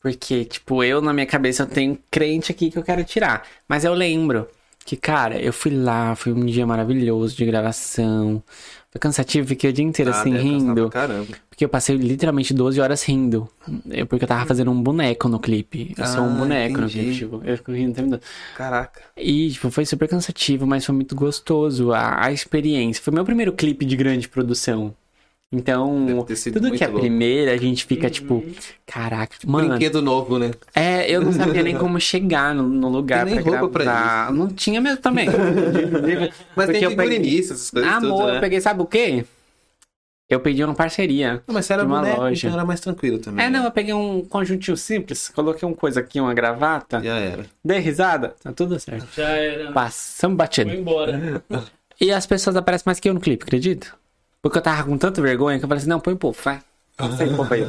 [SPEAKER 3] Porque, tipo, eu na minha cabeça eu tenho crente aqui que eu quero tirar. Mas eu lembro que, cara, eu fui lá, foi um dia maravilhoso de gravação. Foi cansativo, fiquei o dia inteiro assim,
[SPEAKER 2] Ah, deve cansar
[SPEAKER 3] rindo.
[SPEAKER 2] pra Caramba.
[SPEAKER 3] Porque eu passei literalmente 12 horas rindo. É Porque eu tava fazendo um boneco no clipe. Eu sou um
[SPEAKER 2] Hum. Ah,
[SPEAKER 3] boneco no
[SPEAKER 2] entendi.
[SPEAKER 3] clipe, tipo, eu fico rindo o tempo todo.
[SPEAKER 2] Caraca.
[SPEAKER 3] E, tipo, foi super cansativo, mas foi muito gostoso a, a experiência. Foi meu primeiro clipe de grande produção. Então,
[SPEAKER 2] Deve ter sido
[SPEAKER 3] tudo que
[SPEAKER 2] muito
[SPEAKER 3] é
[SPEAKER 2] louco. Uhum.
[SPEAKER 3] primeira, a gente fica, tipo,
[SPEAKER 1] Uhum.
[SPEAKER 3] caraca, mano.
[SPEAKER 2] Brinquedo novo, né?
[SPEAKER 3] É, eu não sabia nem como chegar no, no lugar
[SPEAKER 2] Tem nem
[SPEAKER 3] pra
[SPEAKER 2] roupa pra
[SPEAKER 3] gravar. não tinha mesmo
[SPEAKER 2] [laughs]
[SPEAKER 3] também. Inclusive,
[SPEAKER 2] Mas
[SPEAKER 3] Porque
[SPEAKER 2] tem
[SPEAKER 3] eu peguei-
[SPEAKER 2] figurinista, essas coisas
[SPEAKER 3] Amor,
[SPEAKER 2] tudo, né?
[SPEAKER 3] eu peguei, sabe o quê? Eu pedi uma parceria.
[SPEAKER 2] Não, mas você era
[SPEAKER 3] de uma
[SPEAKER 2] boneco,
[SPEAKER 3] loja.
[SPEAKER 2] então era mais tranquilo também.
[SPEAKER 3] É, não, eu peguei um conjuntinho simples, coloquei uma coisa aqui, uma gravata,
[SPEAKER 2] Já era.
[SPEAKER 3] dei risada, tá tudo certo.
[SPEAKER 1] Já era. né?
[SPEAKER 3] Passamos
[SPEAKER 1] Foi
[SPEAKER 3] batido. [laughs]
[SPEAKER 1] embora.
[SPEAKER 3] E as pessoas aparecem mais que eu no clipe, acredito? Porque eu tava com tanta vergonha que eu falei assim, não, põe o povo, vai. Sai
[SPEAKER 2] [laughs]
[SPEAKER 3] o povo aí.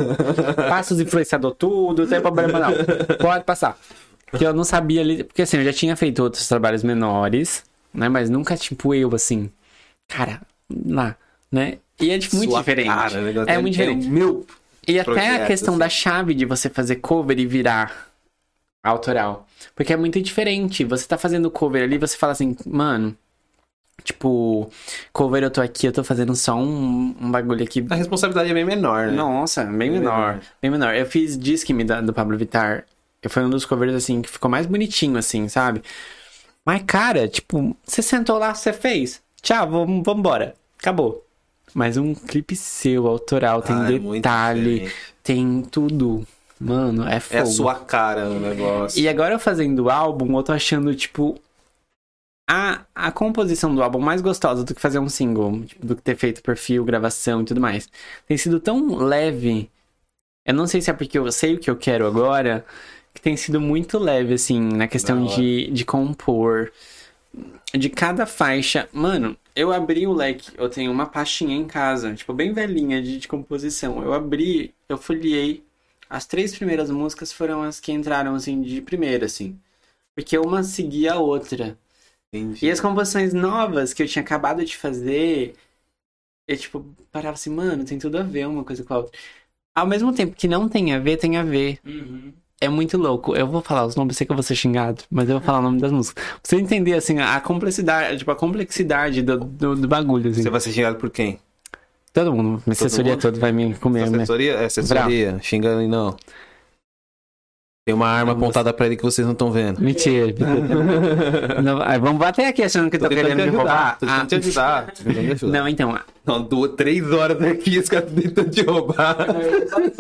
[SPEAKER 3] Passa os influenciadores tudo, não tem problema não. Pode passar. Porque eu não sabia ali, porque assim, eu já tinha feito outros trabalhos menores, né, mas nunca tipo eu assim, cara, lá, né? E é tipo, muito
[SPEAKER 2] Sua
[SPEAKER 3] diferente.
[SPEAKER 2] cara, o negócio
[SPEAKER 3] é muito
[SPEAKER 2] era o
[SPEAKER 3] diferente.
[SPEAKER 2] Meu.
[SPEAKER 3] E até a
[SPEAKER 2] projetos,
[SPEAKER 3] questão
[SPEAKER 2] assim.
[SPEAKER 3] da chave de você fazer cover e virar autoral. Porque é muito diferente. Você tá fazendo cover ali, você fala assim, mano. Tipo, cover eu tô aqui, eu tô fazendo só um, um bagulho aqui.
[SPEAKER 2] A responsabilidade é bem menor, né?
[SPEAKER 3] Nossa, bem menor. Bem menor. Eu fiz Disque-me da- do Pablo Vittar. Eu Foi um dos covers, assim, que ficou mais bonitinho, assim, sabe? Mas, cara, tipo, você sentou lá, você fez. Tchau, vamos vambora. Acabou. Mas um clipe seu, autoral, tem
[SPEAKER 2] Ah, é muito
[SPEAKER 3] detalhe,
[SPEAKER 2] diferente.
[SPEAKER 3] tem tudo. Mano, é
[SPEAKER 2] É
[SPEAKER 3] fogo.
[SPEAKER 2] a sua cara o negócio.
[SPEAKER 3] E é- agora eu fazendo o álbum, eu tô achando, tipo. A, a composição do álbum mais gostosa do que fazer um single, tipo, do que ter feito perfil, gravação e tudo mais. Tem sido tão leve. Eu não sei se é porque eu sei o que eu quero agora, que tem sido muito leve, assim, na questão
[SPEAKER 2] Da hora.
[SPEAKER 3] de, de compor. De cada faixa. Mano, eu abri o leque. Eu tenho uma pastinha em casa, tipo, bem velhinha de, de composição. Eu abri, eu folhei. As três primeiras músicas foram as que entraram, assim, de primeira, assim. Porque uma seguia a outra.
[SPEAKER 2] Entendi.
[SPEAKER 3] E é as composições novas que eu tinha acabado de fazer, eu, tipo, parava assim, mano, tem tudo a ver uma coisa com a outra. Ao mesmo tempo que não tem a ver, tem a ver.
[SPEAKER 1] Uhum.
[SPEAKER 3] É muito louco. Eu vou falar os nomes, sei que eu vou ser xingado, mas eu vou falar o nome das músicas. Pra você entender, assim, a complexidade, tipo, a complexidade do, do, do bagulho, assim.
[SPEAKER 2] Você vai ser xingado por quem?
[SPEAKER 3] Todo mundo, minha assessoria
[SPEAKER 2] mundo?
[SPEAKER 3] toda vai me comer, né?
[SPEAKER 2] assessoria? É assessoria. Xingando e não. Tem uma arma
[SPEAKER 3] Não,
[SPEAKER 2] apontada pra ele que vocês não estão
[SPEAKER 3] [laughs]
[SPEAKER 2] vendo. [laughs]
[SPEAKER 3] Mentira. Não, aí vamos bater aqui achando que tá eu tô, querendo me roubar. Ah.
[SPEAKER 2] Tô tentando te ajudar. Tô tentando te ajudar.
[SPEAKER 3] Não, então,
[SPEAKER 2] Não, duas, três horas aqui, os caras tentando te roubar. [laughs]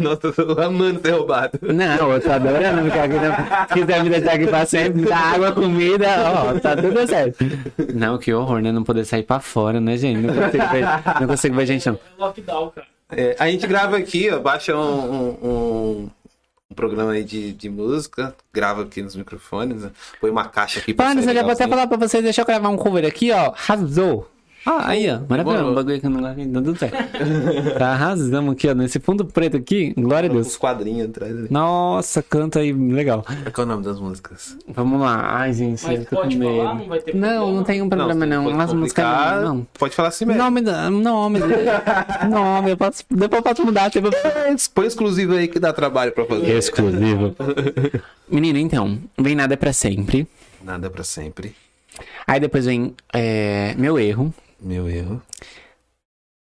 [SPEAKER 2] Nossa, eu tô amando ser roubado.
[SPEAKER 3] Não, eu tô adorando ficar aqui. Não. Se quiser me deixar aqui pra sempre, dá água, comida, ó, tá tudo certo. Não, que horror, né? Não poder sair pra fora, né, gente? Não consigo ver, não consigo ver [laughs] gente, não.
[SPEAKER 1] É lockdown, cara.
[SPEAKER 2] É, a gente grava aqui, ó, baixa um, um- um- um programa aí de, de música, grava aqui nos microfones, né? põe uma caixa aqui
[SPEAKER 3] Mano,
[SPEAKER 2] sair
[SPEAKER 3] eu já vou até
[SPEAKER 2] legalzinho.
[SPEAKER 3] falar pra vocês, deixa eu gravar um cover aqui, ó. Arrasou. Ah, aí, ó. Maravilhoso.
[SPEAKER 2] Demorou.
[SPEAKER 3] Um bagulho que eu não gosto, tá tudo certo. Tá arrasamos aqui, ó. Nesse fundo preto aqui, glória a
[SPEAKER 2] Os
[SPEAKER 3] Deus.
[SPEAKER 2] quadrinhos atrás ali.
[SPEAKER 3] Nossa, canta aí, legal.
[SPEAKER 2] Qual é o nome das músicas?
[SPEAKER 3] Vamos lá. Ai, gente,
[SPEAKER 1] Mas
[SPEAKER 3] eu tô com
[SPEAKER 1] pode falar,
[SPEAKER 3] medo.
[SPEAKER 1] não vai ter
[SPEAKER 3] Não,
[SPEAKER 1] problema?
[SPEAKER 3] não tem um problema,
[SPEAKER 2] se
[SPEAKER 3] não.
[SPEAKER 2] for
[SPEAKER 3] As músicas
[SPEAKER 2] complicar,
[SPEAKER 3] não, não.
[SPEAKER 2] Pode falar assim mesmo.
[SPEAKER 3] Nome,
[SPEAKER 2] [laughs]
[SPEAKER 3] da- nome, da- nome, eu posso, depois eu posso mudar. tipo, Depois...
[SPEAKER 2] Põe exclusivo aí que dá trabalho pra fazer.
[SPEAKER 3] Exclusivo. Menino, então, vem Nada é Pra Sempre.
[SPEAKER 2] Nada pra sempre.
[SPEAKER 3] Aí depois vem é, Meu Erro.
[SPEAKER 2] Meu erro.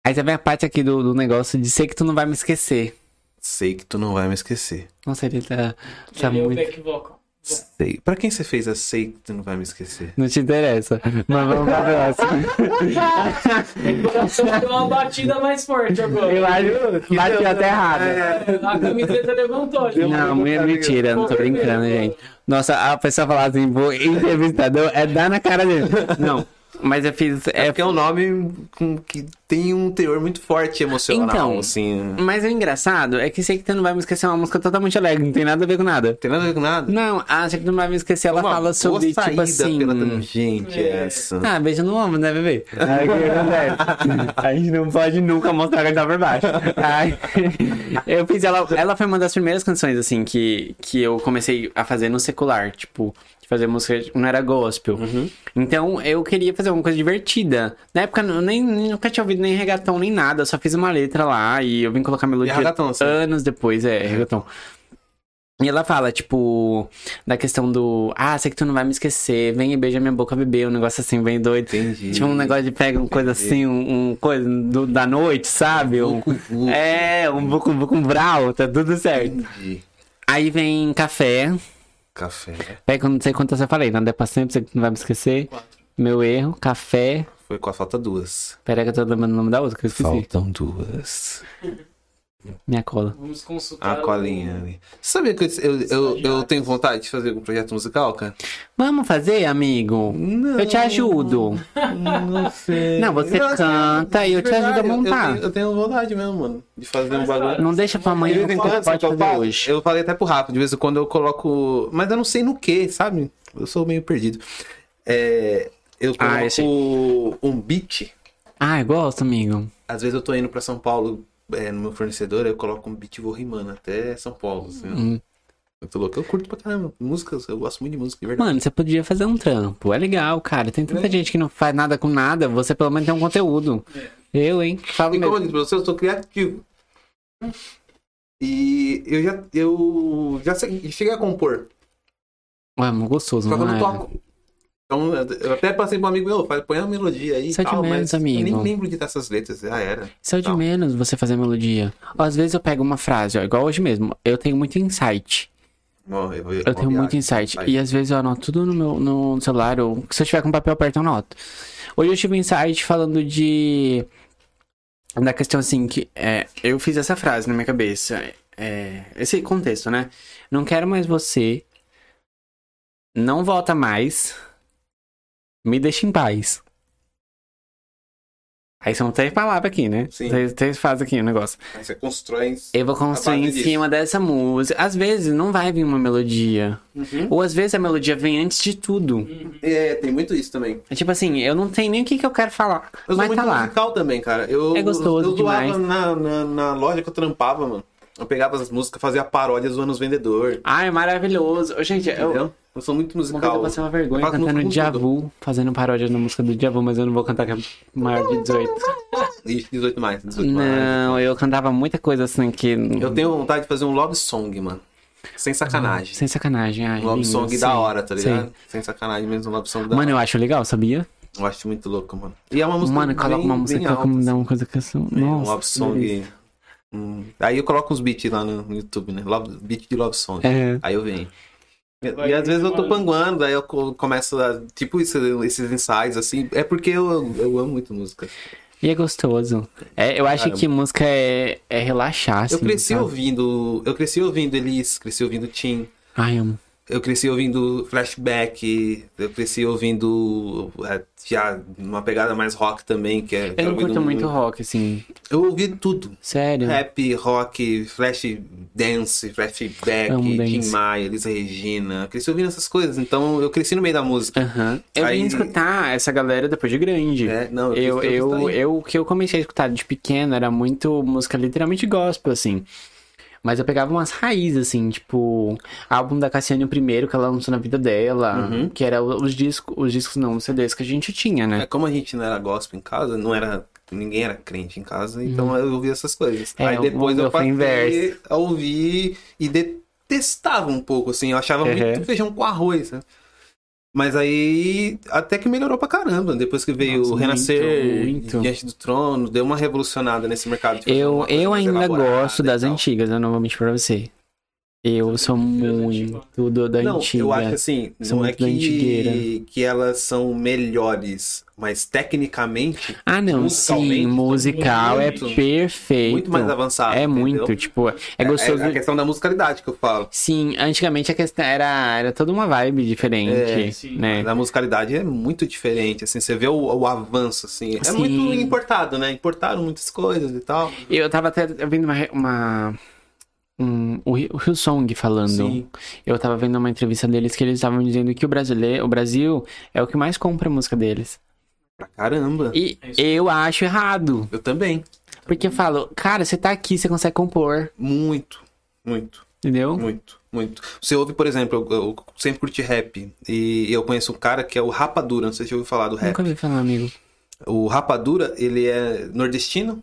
[SPEAKER 3] Aí já vem a parte aqui do, do negócio de Sei Que Tu Não Vai Me Esquecer.
[SPEAKER 2] Sei que tu não vai me esquecer.
[SPEAKER 3] Nossa, ele tá, tá
[SPEAKER 1] Ele é o
[SPEAKER 3] muito...
[SPEAKER 1] back vocal.
[SPEAKER 2] Sei. Pra quem você fez a sei que tu não vai me esquecer?
[SPEAKER 3] Não te interessa. Mas vamos pra próxima.
[SPEAKER 2] [laughs]
[SPEAKER 1] O coração deu uma batida mais forte agora.
[SPEAKER 3] Eu acho que bateu até errado.
[SPEAKER 2] É,
[SPEAKER 1] A camiseta levantou, gente.
[SPEAKER 3] Não, me- mentira, não tô brincando, gente. Nossa, a pessoa falar assim, vou entrevistador, é dar na cara dele. Não, mas eu fiz. É,
[SPEAKER 2] Porque é um nome com que tem um teor muito forte emocional,
[SPEAKER 3] Então.
[SPEAKER 2] assim. Não
[SPEAKER 3] Mas o engraçado é que Sei Que Tu Não Vai Me Esquecer é uma música totalmente alegre, não tem nada a ver com nada.
[SPEAKER 2] tem nada a ver com nada.
[SPEAKER 3] Não, a Sei Que Tu Não Vai Me Esquecer, ela
[SPEAKER 2] Uma
[SPEAKER 3] fala
[SPEAKER 2] boa
[SPEAKER 3] sobre, tipo
[SPEAKER 2] saída
[SPEAKER 3] assim...
[SPEAKER 2] Pela tangente,
[SPEAKER 1] É.
[SPEAKER 2] essa.
[SPEAKER 3] Ah, beijo no ombro, né, bebê? Aí o que acontece? A gente não pode nunca mostrar que a gente tá por baixo. Aí, eu fiz ela. Ela foi uma das primeiras canções, assim, que, que eu comecei a fazer no secular. Tipo, de fazer música. tipo, Não era gospel. Então eu queria fazer uma coisa divertida. Na época eu nem, nem- nunca tinha ouvido nem regatão nem nada. Eu só fiz uma letra lá e é eu vim colocar melodia
[SPEAKER 2] regatão, assim.
[SPEAKER 3] anos depois. É, regatão. E ela fala, tipo, da questão do. Ah, sei que tu não vai me esquecer. Vem e beija minha boca, bebê. Um negócio assim, bem doido.
[SPEAKER 2] Entendi.
[SPEAKER 3] Tipo, um negócio de pega uma coisa assim, um, um coisa do- da noite, sabe?
[SPEAKER 2] Uh,
[SPEAKER 3] Um,
[SPEAKER 2] vucu-vucu.
[SPEAKER 3] [laughs] é, um buco buco um brau, tá tudo certo.
[SPEAKER 2] Entendi.
[SPEAKER 3] Aí vem café.
[SPEAKER 2] Café.
[SPEAKER 3] Pega, eu não sei quantas eu falei, nada é pra sempre, sei que tu não vai me esquecer. Meu erro, café.
[SPEAKER 2] Foi com a falta duas.
[SPEAKER 3] Pera que eu tô lembrando o nome da outra, que eu esqueci.
[SPEAKER 2] Faltam duas.
[SPEAKER 3] Minha cola.
[SPEAKER 1] Vamos consultar.
[SPEAKER 2] A
[SPEAKER 1] o-
[SPEAKER 2] colinha ali. Sabia que eu, eu, eu, eu tenho vontade de fazer um projeto musical, cara?
[SPEAKER 3] Vamos fazer, amigo?
[SPEAKER 2] Não.
[SPEAKER 3] Eu te ajudo.
[SPEAKER 2] Não sei.
[SPEAKER 3] Não, você canta e eu te ajudo a montar.
[SPEAKER 2] Eu, tenho- eu tenho vontade mesmo, mano, de fazer um bagulho.
[SPEAKER 3] Não deixa pra amanhã,
[SPEAKER 2] Ele tem
[SPEAKER 3] porque
[SPEAKER 2] tanto
[SPEAKER 3] pode
[SPEAKER 2] que eu
[SPEAKER 3] fazer
[SPEAKER 2] faço.
[SPEAKER 3] hoje.
[SPEAKER 2] Eu falei até pro Rafa, de vez em quando eu coloco. Mas eu não sei no que, sabe? Eu sou meio perdido. É, eu
[SPEAKER 3] Ah,
[SPEAKER 2] coloco um beat.
[SPEAKER 3] Ah, eu gosto, amigo.
[SPEAKER 2] Às vezes eu tô indo pra São Paulo é, no meu fornecedor, eu coloco um beat e vou rimando até São Paulo. Assim, ó.
[SPEAKER 3] Hum.
[SPEAKER 2] Eu tô louco. Eu curto pra caramba. Músicas, eu gosto muito de música, de verdade.
[SPEAKER 3] Mano, você podia fazer um trampo. É legal, cara. Tem
[SPEAKER 2] Né?
[SPEAKER 3] tanta gente que não faz nada com nada. Você pelo menos tem um conteúdo. Eu, hein? Fala
[SPEAKER 2] E como eu
[SPEAKER 3] mesmo.
[SPEAKER 2] disse pra você, eu sou criativo. E eu já, eu já sei- cheguei a compor,
[SPEAKER 3] Ué, mano, gostoso,
[SPEAKER 2] só que eu
[SPEAKER 3] não
[SPEAKER 2] não
[SPEAKER 3] é?
[SPEAKER 2] toco. Então, eu até passei pro amigo meu, falei, põe uma melodia aí e
[SPEAKER 3] Isso é de
[SPEAKER 2] tal,
[SPEAKER 3] menos,
[SPEAKER 2] mas eu nem
[SPEAKER 3] amigo.
[SPEAKER 2] lembro de dar essas letras, já era.
[SPEAKER 3] Isso é o de
[SPEAKER 2] Não.
[SPEAKER 3] menos você fazer melodia. Ó, Às vezes eu pego uma frase, ó, igual hoje mesmo. Eu tenho muito insight.
[SPEAKER 2] Bom, eu, vou-
[SPEAKER 3] Eu
[SPEAKER 2] uma
[SPEAKER 3] tenho muito
[SPEAKER 2] viagem.
[SPEAKER 3] insight.
[SPEAKER 2] Vai.
[SPEAKER 3] E às vezes eu anoto tudo no meu no celular. Ou, se eu tiver com papel perto, eu anoto. Hoje eu tive um insight falando de. Da questão assim, que. é, eu fiz essa frase na minha cabeça. é, esse contexto, né? Não quero mais você. Não volta mais. Me deixa em paz. Aí são três palavras aqui, né?
[SPEAKER 2] Sim.
[SPEAKER 3] Três, três frases aqui o negócio.
[SPEAKER 2] Aí Você constrói...
[SPEAKER 3] Eu vou
[SPEAKER 2] A
[SPEAKER 3] construir
[SPEAKER 2] base
[SPEAKER 3] em
[SPEAKER 2] disso.
[SPEAKER 3] cima dessa música. Às vezes não vai vir uma melodia.
[SPEAKER 2] Uhum.
[SPEAKER 3] Ou às vezes a melodia vem antes de tudo.
[SPEAKER 2] É, tem muito isso também.
[SPEAKER 3] É tipo assim, eu não tenho nem o que, que eu quero falar.
[SPEAKER 2] Eu sou
[SPEAKER 3] mas
[SPEAKER 2] muito
[SPEAKER 3] tá lá.
[SPEAKER 2] musical também, cara. Eu,
[SPEAKER 3] É gostoso
[SPEAKER 2] Eu zoava
[SPEAKER 3] demais.
[SPEAKER 2] na, na, na loja que eu trampava, mano. Eu pegava as músicas, fazia paródia zoando os vendedores.
[SPEAKER 3] Ai, maravilhoso. Ô, Gente, eu.
[SPEAKER 2] Entendeu? Eu sou muito
[SPEAKER 3] Vontade de
[SPEAKER 2] musical.
[SPEAKER 3] passar uma vergonha
[SPEAKER 2] Eu faço
[SPEAKER 3] cantando
[SPEAKER 2] música com
[SPEAKER 3] Djavu, fazendo paródia na música do Djavu, mas eu não vou cantar que é maior de 18.
[SPEAKER 2] Ixi, 18 mais, 18 mais.
[SPEAKER 3] Não, eu cantava muita coisa assim que.
[SPEAKER 2] Eu tenho vontade de fazer um love song, mano. Sem sacanagem.
[SPEAKER 3] Sem sacanagem. Ai,
[SPEAKER 2] Um love
[SPEAKER 3] lindo,
[SPEAKER 2] song
[SPEAKER 3] sim,
[SPEAKER 2] da hora, tá
[SPEAKER 3] sim.
[SPEAKER 2] ligado? Sem sacanagem mesmo, um love song da
[SPEAKER 3] Mano,
[SPEAKER 2] hora.
[SPEAKER 3] eu acho legal, sabia?
[SPEAKER 2] Eu acho muito louco, mano. E é uma música
[SPEAKER 3] Mano, coloca
[SPEAKER 2] bem,
[SPEAKER 3] uma música
[SPEAKER 2] bem
[SPEAKER 3] que
[SPEAKER 2] alta,
[SPEAKER 3] me dá uma coisa que eu sou.
[SPEAKER 2] assim,
[SPEAKER 3] Nossa.
[SPEAKER 2] Um love song...
[SPEAKER 3] delícia.
[SPEAKER 2] Hum, Aí eu coloco uns beats lá no no YouTube, né? Love, beat de love song.
[SPEAKER 3] É.
[SPEAKER 2] Aí eu venho. E,
[SPEAKER 1] Vai
[SPEAKER 2] e às vezes eu tô
[SPEAKER 1] continuando.
[SPEAKER 2] panguando, aí eu co- começo a. Tipo, isso- esses ensaios, assim. É porque eu, eu amo muito música.
[SPEAKER 3] E é gostoso. É, eu acho
[SPEAKER 2] Cara,
[SPEAKER 3] que música é, é relaxar, assim.
[SPEAKER 2] eu cresci
[SPEAKER 3] sabe?
[SPEAKER 2] ouvindo. Eu cresci ouvindo Elis, cresci ouvindo Tim.
[SPEAKER 3] Ai, amo.
[SPEAKER 2] Eu cresci ouvindo flashback, eu cresci ouvindo é, já uma pegada mais rock também, que é.
[SPEAKER 3] Eu não curto
[SPEAKER 2] ouvindo-
[SPEAKER 3] muito rock, Uhum. assim.
[SPEAKER 2] Eu ouvi tudo.
[SPEAKER 3] Sério.
[SPEAKER 2] Rap, rock, flash dance, flashback,
[SPEAKER 3] Amo
[SPEAKER 2] Tim
[SPEAKER 3] dance.
[SPEAKER 2] Maia, Elisa Regina. Eu cresci ouvindo essas coisas, então eu cresci no meio da música.
[SPEAKER 3] Aham. Eu
[SPEAKER 2] Aí-
[SPEAKER 3] vim escutar essa galera depois de grande.
[SPEAKER 2] É, não,
[SPEAKER 3] eu,
[SPEAKER 2] cresci ouvindo isso
[SPEAKER 3] eu,
[SPEAKER 2] daí.
[SPEAKER 3] eu, o que eu comecei a escutar de pequeno era muito música literalmente gospel, assim. Mas eu pegava umas raízes, assim, tipo, álbum da Cassiane o primeiro que ela lançou na vida dela,
[SPEAKER 2] Uhum.
[SPEAKER 3] que era os discos, os discos não, os CDs que a gente tinha, né?
[SPEAKER 2] É, como a gente não era gospel em casa, não era. Ninguém era crente em casa, então eu ouvia essas coisas.
[SPEAKER 3] Uhum. É,
[SPEAKER 2] Aí
[SPEAKER 3] o
[SPEAKER 2] depois
[SPEAKER 3] meu
[SPEAKER 2] eu
[SPEAKER 3] foi
[SPEAKER 2] passei
[SPEAKER 3] inverso.
[SPEAKER 2] a ouvir e detestava um pouco, assim. Eu achava muito
[SPEAKER 3] Uhum.
[SPEAKER 2] feijão com arroz, né? Mas aí até que melhorou pra caramba. Depois que veio
[SPEAKER 3] Nossa,
[SPEAKER 2] o Renascer
[SPEAKER 3] muito, muito.
[SPEAKER 2] diante do trono, deu uma revolucionada nesse mercado. de fazer uma
[SPEAKER 3] Eu,
[SPEAKER 2] coisa
[SPEAKER 3] eu
[SPEAKER 2] mais
[SPEAKER 3] ainda
[SPEAKER 2] elaborada
[SPEAKER 3] gosto
[SPEAKER 2] e
[SPEAKER 3] das
[SPEAKER 2] tal.
[SPEAKER 3] antigas, eu não vou mentir pra você. Eu sou
[SPEAKER 1] muito
[SPEAKER 3] muito do da
[SPEAKER 2] Não,
[SPEAKER 3] antiga.
[SPEAKER 2] eu acho que assim,
[SPEAKER 3] São
[SPEAKER 2] não é
[SPEAKER 3] muito da
[SPEAKER 2] que,
[SPEAKER 3] antigueira.
[SPEAKER 2] que elas são melhores, mas tecnicamente
[SPEAKER 3] Ah, não, sim,
[SPEAKER 2] musicalmente,
[SPEAKER 3] musical é
[SPEAKER 1] muito-
[SPEAKER 3] perfeito.
[SPEAKER 2] muito mais avançado.
[SPEAKER 3] É
[SPEAKER 2] entendeu?
[SPEAKER 3] muito, tipo, é gostoso.
[SPEAKER 2] É a questão da musicalidade que eu falo.
[SPEAKER 3] Sim, antigamente a questão era, era toda uma vibe
[SPEAKER 2] É,
[SPEAKER 3] diferente,
[SPEAKER 1] sim.
[SPEAKER 3] né?
[SPEAKER 2] A musicalidade é muito diferente, assim, você vê o, o avanço, assim. É
[SPEAKER 3] Sim.
[SPEAKER 2] muito importado, né? Importaram muitas coisas e tal.
[SPEAKER 3] Eu tava até vendo uma. uma um, o Rio- o Hillsong falando.
[SPEAKER 2] Sim.
[SPEAKER 3] Eu tava vendo uma entrevista deles que eles estavam dizendo que o brasileiro, o Brasil é o que mais compra a música deles.
[SPEAKER 2] Pra caramba.
[SPEAKER 3] E
[SPEAKER 1] É isso.
[SPEAKER 3] eu acho errado.
[SPEAKER 2] Eu também.
[SPEAKER 3] Porque eu falo, cara, você tá aqui, você consegue compor,
[SPEAKER 2] Muito, muito.
[SPEAKER 3] entendeu?
[SPEAKER 2] Muito, muito. Você ouve, por exemplo, eu, eu sempre curti rap. E eu conheço um cara que é o Rapadura. Não sei se você ouviu falar do rap.
[SPEAKER 3] Nunca ouvi falar, amigo.
[SPEAKER 2] O Rapadura, ele é nordestino.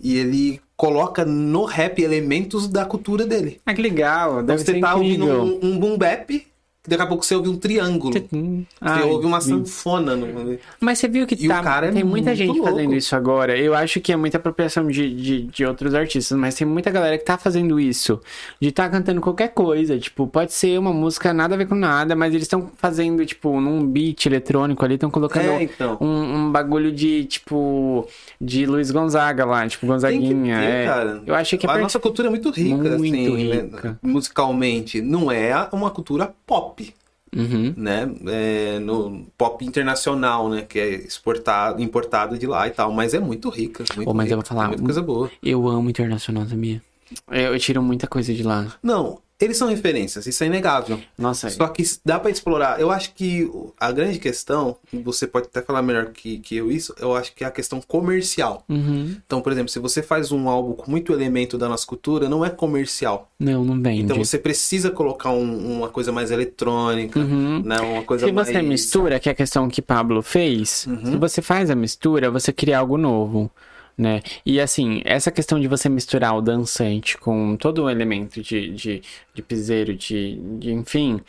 [SPEAKER 2] E ele coloca no rap elementos da cultura dele.
[SPEAKER 3] Ah, que legal.
[SPEAKER 2] Então
[SPEAKER 3] Deve
[SPEAKER 2] você
[SPEAKER 3] ser
[SPEAKER 2] tá ouvindo
[SPEAKER 3] incrível.
[SPEAKER 2] um, um boom bap. Que daqui a pouco você ouve um triângulo. Você
[SPEAKER 3] Ai,
[SPEAKER 2] ouve uma
[SPEAKER 3] vi.
[SPEAKER 2] sanfona. No...
[SPEAKER 3] Hum. Mas você viu que
[SPEAKER 2] E o
[SPEAKER 3] tá,
[SPEAKER 2] cara é
[SPEAKER 3] tem muita
[SPEAKER 2] muito
[SPEAKER 3] gente
[SPEAKER 2] louco.
[SPEAKER 3] fazendo isso agora. Eu acho que é muita apropriação de, de, de outros artistas, mas tem muita galera que tá fazendo isso. De tá cantando qualquer coisa. Tipo, pode ser uma música nada a ver com nada, mas eles estão fazendo, tipo, num beat eletrônico ali, estão colocando
[SPEAKER 2] É, então.
[SPEAKER 3] um, um bagulho de, tipo, de Luiz Gonzaga lá,
[SPEAKER 2] Tem
[SPEAKER 3] tipo,
[SPEAKER 2] que
[SPEAKER 3] Gonzaguinha.
[SPEAKER 2] ter,
[SPEAKER 3] é.
[SPEAKER 2] cara.
[SPEAKER 3] Eu acho que é
[SPEAKER 2] a
[SPEAKER 3] per-
[SPEAKER 2] nossa cultura é muito rica,
[SPEAKER 3] Muito
[SPEAKER 2] assim, né?
[SPEAKER 3] rica.
[SPEAKER 2] musicalmente. Não é uma cultura pop.
[SPEAKER 3] Uhum.
[SPEAKER 2] né, é, no pop internacional, né, que é exportado, importado de lá e tal, mas é muito rica, muito
[SPEAKER 3] Ô, mas
[SPEAKER 2] rica,
[SPEAKER 3] eu vou falar, um
[SPEAKER 2] tem muita coisa boa.
[SPEAKER 3] Eu amo internacional, sabia? É, Eu, eu tiro muita coisa de lá.
[SPEAKER 2] Não, eles são referências, isso é inegável.
[SPEAKER 3] Nossa,
[SPEAKER 2] Só que dá pra explorar. Eu acho que a grande questão, você pode até falar melhor que, que eu isso, eu acho que é a questão comercial.
[SPEAKER 3] uhum.
[SPEAKER 2] Então, por exemplo, se você faz um álbum com muito elemento da nossa cultura, não é comercial.
[SPEAKER 3] não, não vende.
[SPEAKER 2] Então você precisa colocar um- uma coisa mais eletrônica,
[SPEAKER 3] Uhum.
[SPEAKER 2] né, uma coisa
[SPEAKER 3] Se
[SPEAKER 2] mais...
[SPEAKER 3] você mistura, que é a questão que Pablo fez,
[SPEAKER 2] Uhum.
[SPEAKER 3] se você faz a mistura, você cria algo novo, né? E assim, essa questão de você misturar o dançante com todo o elemento de, de, de piseiro, de, de- enfim,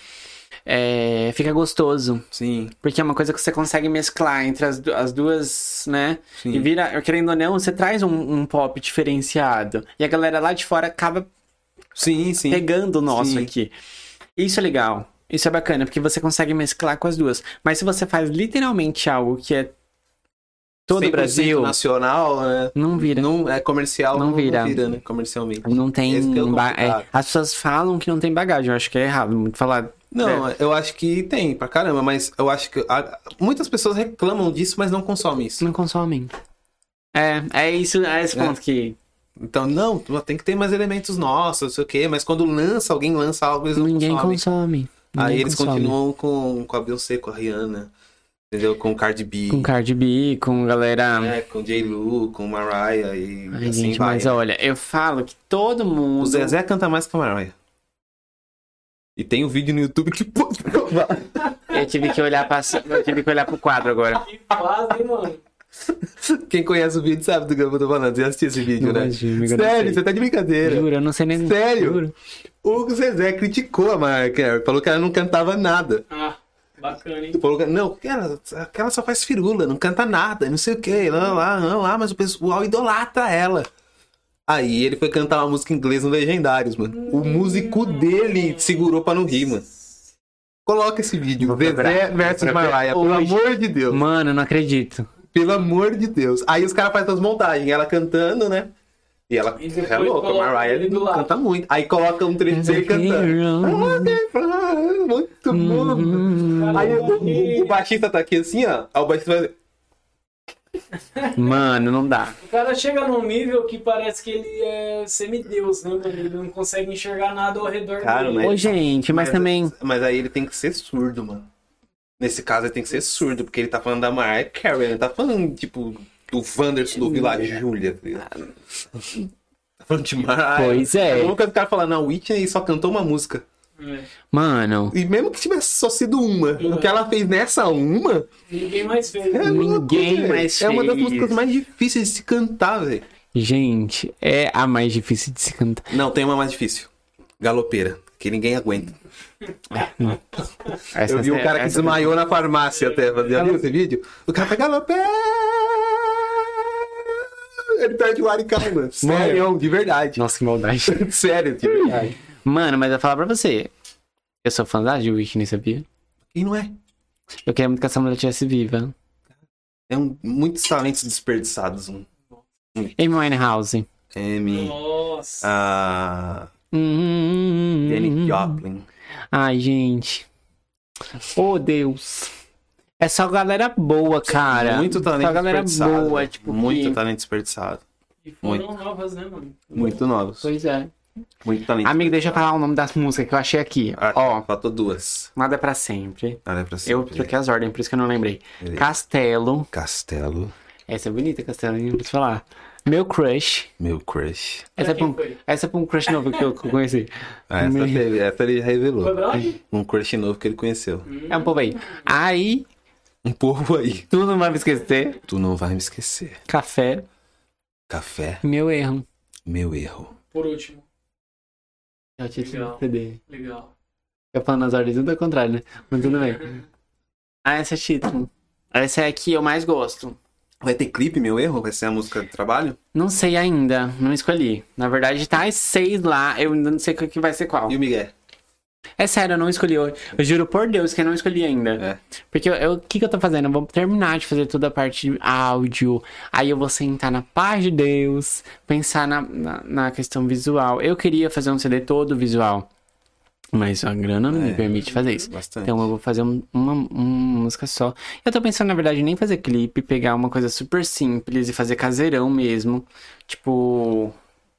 [SPEAKER 3] é, fica gostoso.
[SPEAKER 2] Sim,
[SPEAKER 3] Porque é uma coisa que você consegue mesclar entre as, du- as duas, né?
[SPEAKER 2] sim.
[SPEAKER 3] E vira, querendo ou não, você traz um, um pop diferenciado. E a galera lá de fora acaba
[SPEAKER 2] Sim, sim.
[SPEAKER 3] pegando o nosso
[SPEAKER 2] Sim.
[SPEAKER 3] aqui. Isso é legal. Isso é bacana, porque você consegue mesclar com as duas. Mas se você faz literalmente algo que é todo o
[SPEAKER 2] 100%
[SPEAKER 3] Brasil,
[SPEAKER 2] nacional, né?
[SPEAKER 3] não vira. Não,
[SPEAKER 2] Não, é comercial,
[SPEAKER 3] Não
[SPEAKER 2] não, não vira.
[SPEAKER 3] vira. Uhum.
[SPEAKER 2] né? Comercialmente.
[SPEAKER 3] tem.
[SPEAKER 2] Esse que é o
[SPEAKER 3] ba-
[SPEAKER 2] complicado.
[SPEAKER 3] é, as pessoas falam que não tem bagagem. Eu acho que é errado muito falar.
[SPEAKER 2] Não,
[SPEAKER 3] É.
[SPEAKER 2] eu acho que tem pra caramba, mas eu acho que a- muitas pessoas reclamam disso, mas não consomem isso.
[SPEAKER 3] Não consomem. É, é isso, é esse
[SPEAKER 2] É.
[SPEAKER 3] ponto que
[SPEAKER 2] Então, não, tem que ter mais elementos nossos, não sei o quê, mas quando lança, alguém lança algo, eles não
[SPEAKER 3] ninguém
[SPEAKER 2] consomem.
[SPEAKER 3] consome.
[SPEAKER 2] Aí
[SPEAKER 3] Ninguém
[SPEAKER 2] eles
[SPEAKER 3] consome.
[SPEAKER 2] continuam com, com a Beyoncé, com a Rihanna, entendeu? Com Cardi B,
[SPEAKER 3] Com Cardi B, com galera.
[SPEAKER 2] né? com J. Lu, com Mariah e
[SPEAKER 3] Ai,
[SPEAKER 2] assim
[SPEAKER 3] gente,
[SPEAKER 2] vai.
[SPEAKER 3] mas olha, eu falo que todo mundo.
[SPEAKER 2] O Zezé canta mais que a Mariah. E tem um vídeo no YouTube que [laughs] pode provar.
[SPEAKER 3] Eu tive que olhar pra... eu tive que olhar pro quadro agora.
[SPEAKER 1] Que fase, hein, mano?
[SPEAKER 2] Quem conhece o vídeo sabe do que eu tô falando. Você assistiu esse vídeo,
[SPEAKER 3] Não
[SPEAKER 2] né?
[SPEAKER 3] imagino, amigo, não
[SPEAKER 2] Sério,
[SPEAKER 3] sei.
[SPEAKER 2] você tá de brincadeira.
[SPEAKER 3] Juro, eu não sei nem.
[SPEAKER 2] Sério?
[SPEAKER 3] Juro.
[SPEAKER 2] O Zezé criticou a Mariah Carey. Falou que ela não cantava nada.
[SPEAKER 1] Ah, bacana, hein?
[SPEAKER 2] Falou que, não, que ela, que ela só faz firula, não canta nada, não sei o que. Lá, lá, lá, lá, mas o pessoal idolatra ela. Aí ele foi cantar uma música em inglês no Legendários, mano. O músico dele segurou pra não rir, mano. Coloca esse vídeo.
[SPEAKER 3] Vou procurar,
[SPEAKER 2] Zezé
[SPEAKER 3] vou
[SPEAKER 2] versus
[SPEAKER 3] procurar.
[SPEAKER 2] Mariah. Pelo
[SPEAKER 3] Hoje.
[SPEAKER 2] amor de Deus.
[SPEAKER 3] Mano, eu não acredito.
[SPEAKER 2] Pelo amor de Deus. Aí os caras fazem as montagens, ela cantando, né? E ela
[SPEAKER 1] E depois
[SPEAKER 2] é louca,
[SPEAKER 1] coloca
[SPEAKER 2] a Mariah
[SPEAKER 1] ele do
[SPEAKER 2] ele
[SPEAKER 1] lado.
[SPEAKER 2] canta muito. Aí coloca um trecho dele cantando. Ah, Muito bom. Aí o, o baixista tá aqui assim, ó. Aí o baixista vai.
[SPEAKER 3] Mano, não dá.
[SPEAKER 1] O cara chega num nível que parece que ele é semideus, né, mano? Ele não consegue enxergar nada ao redor
[SPEAKER 2] Cara,
[SPEAKER 1] dele.
[SPEAKER 2] mas-
[SPEAKER 3] Ô, gente, mas, também.
[SPEAKER 2] Mas aí ele tem que ser surdo, mano. Nesse caso ele tem que ser surdo, porque ele tá falando da Mariah Carey, ele tá falando, tipo, do Wanderson do Vila Júlia, tá ligado? [laughs] Tá falando de Mariah.
[SPEAKER 3] Ah. Pois é.
[SPEAKER 2] Eu nunca o cara falar, não, Whitney só cantou uma música.
[SPEAKER 1] É.
[SPEAKER 3] Mano,
[SPEAKER 2] E mesmo que tivesse só sido uma, o que ela fez nessa uma.
[SPEAKER 1] Ninguém mais fez.
[SPEAKER 2] É [laughs] louco,
[SPEAKER 3] Ninguém
[SPEAKER 2] velho.
[SPEAKER 3] mais
[SPEAKER 2] É uma das
[SPEAKER 3] fez.
[SPEAKER 2] músicas mais difíceis de se cantar, velho.
[SPEAKER 3] gente, é a mais difícil de se cantar.
[SPEAKER 2] Não, tem uma mais difícil. Galopeira. Que ninguém aguenta.
[SPEAKER 3] Essa- é-
[SPEAKER 2] Eu vi um cara que
[SPEAKER 3] essa-
[SPEAKER 2] desmaiou na farmácia até. Você Já viu esse vídeo? O cara tá vai galopeira. Ele perde o ar e calma. Sério, de verdade.
[SPEAKER 3] Nossa, que maldade.
[SPEAKER 2] [laughs]
[SPEAKER 3] [laughs]
[SPEAKER 2] Sério, de verdade.
[SPEAKER 3] Mano, mas eu vou falar pra você. Eu sou fã da Ju Whitney, sabia?
[SPEAKER 2] E não é.
[SPEAKER 3] Eu queria muito que essa mulher estivesse viva.
[SPEAKER 2] É um, muitos talentos desperdiçados. Um
[SPEAKER 3] Amy Winehouse.
[SPEAKER 2] M. Ah,
[SPEAKER 1] Nossa.
[SPEAKER 2] A.
[SPEAKER 3] Hum.
[SPEAKER 2] Danny Joplin.
[SPEAKER 3] Ai, gente. Oh, Deus. É só galera boa, cara.
[SPEAKER 2] muito talento
[SPEAKER 3] Só galera
[SPEAKER 2] desperdiçado.
[SPEAKER 3] boa, tipo.
[SPEAKER 2] muito
[SPEAKER 3] que-
[SPEAKER 2] talento desperdiçado.
[SPEAKER 1] E foram novas, né, mano?
[SPEAKER 2] Muito novos.
[SPEAKER 3] Pois é.
[SPEAKER 2] Muito talento.
[SPEAKER 3] Amigo, deixa eu falar o nome das músicas que eu achei aqui.
[SPEAKER 2] Ah,
[SPEAKER 3] Ó,
[SPEAKER 2] Faltou duas.
[SPEAKER 3] nada pra sempre.
[SPEAKER 2] Ah, é pra sempre.
[SPEAKER 3] Eu troquei as ordens, por isso que eu não lembrei.
[SPEAKER 2] Beleza.
[SPEAKER 3] Castelo.
[SPEAKER 2] Castelo,
[SPEAKER 3] Essa é bonita, Castelo, não preciso falar. Meu crush.
[SPEAKER 2] meu crush.
[SPEAKER 3] Essa é, pra
[SPEAKER 1] quem
[SPEAKER 3] um,
[SPEAKER 1] foi?
[SPEAKER 3] essa é pra um crush novo que eu, que eu conheci.
[SPEAKER 2] [laughs] Ah, essa,
[SPEAKER 3] Meu-
[SPEAKER 2] teve, essa ele
[SPEAKER 1] Foi
[SPEAKER 2] revelou.
[SPEAKER 1] Brody?
[SPEAKER 2] Um crush novo que ele conheceu.
[SPEAKER 1] Hum,
[SPEAKER 3] É um povo aí. Aí,
[SPEAKER 2] Um povo aí.
[SPEAKER 3] tu não vai me esquecer.
[SPEAKER 2] Tu não vai me esquecer.
[SPEAKER 3] Café,
[SPEAKER 2] Café,
[SPEAKER 3] meu erro.
[SPEAKER 2] meu erro.
[SPEAKER 1] Por último.
[SPEAKER 3] É o título do
[SPEAKER 1] Legal.
[SPEAKER 3] CD.
[SPEAKER 1] Legal.
[SPEAKER 3] Eu falando as ordens tudo ao contrário, né? Mas tudo bem. Ah, essa é título. Essa é a que eu mais gosto.
[SPEAKER 2] Vai ter clipe, meu erro? Vai ser a música do trabalho?
[SPEAKER 3] Não sei ainda, não escolhi. Na verdade, tá as seis lá, eu ainda não sei qual que vai ser qual.
[SPEAKER 2] E o Miguel?
[SPEAKER 3] É sério, eu não escolhi. Eu, eu juro por Deus que eu não escolhi ainda.
[SPEAKER 2] É.
[SPEAKER 3] Porque eu- eu- o que, que eu tô fazendo? Eu vou terminar de fazer toda a parte de áudio. Aí eu vou sentar na paz de Deus, pensar na, na, na questão visual. Eu queria fazer um CD todo visual. Mas a grana não
[SPEAKER 2] É.
[SPEAKER 3] me permite fazer isso.
[SPEAKER 2] Bastante.
[SPEAKER 3] Então eu vou fazer um- uma, uma música só. Eu tô pensando, na verdade, em nem fazer clipe, pegar uma coisa super simples e fazer caseirão mesmo. Tipo,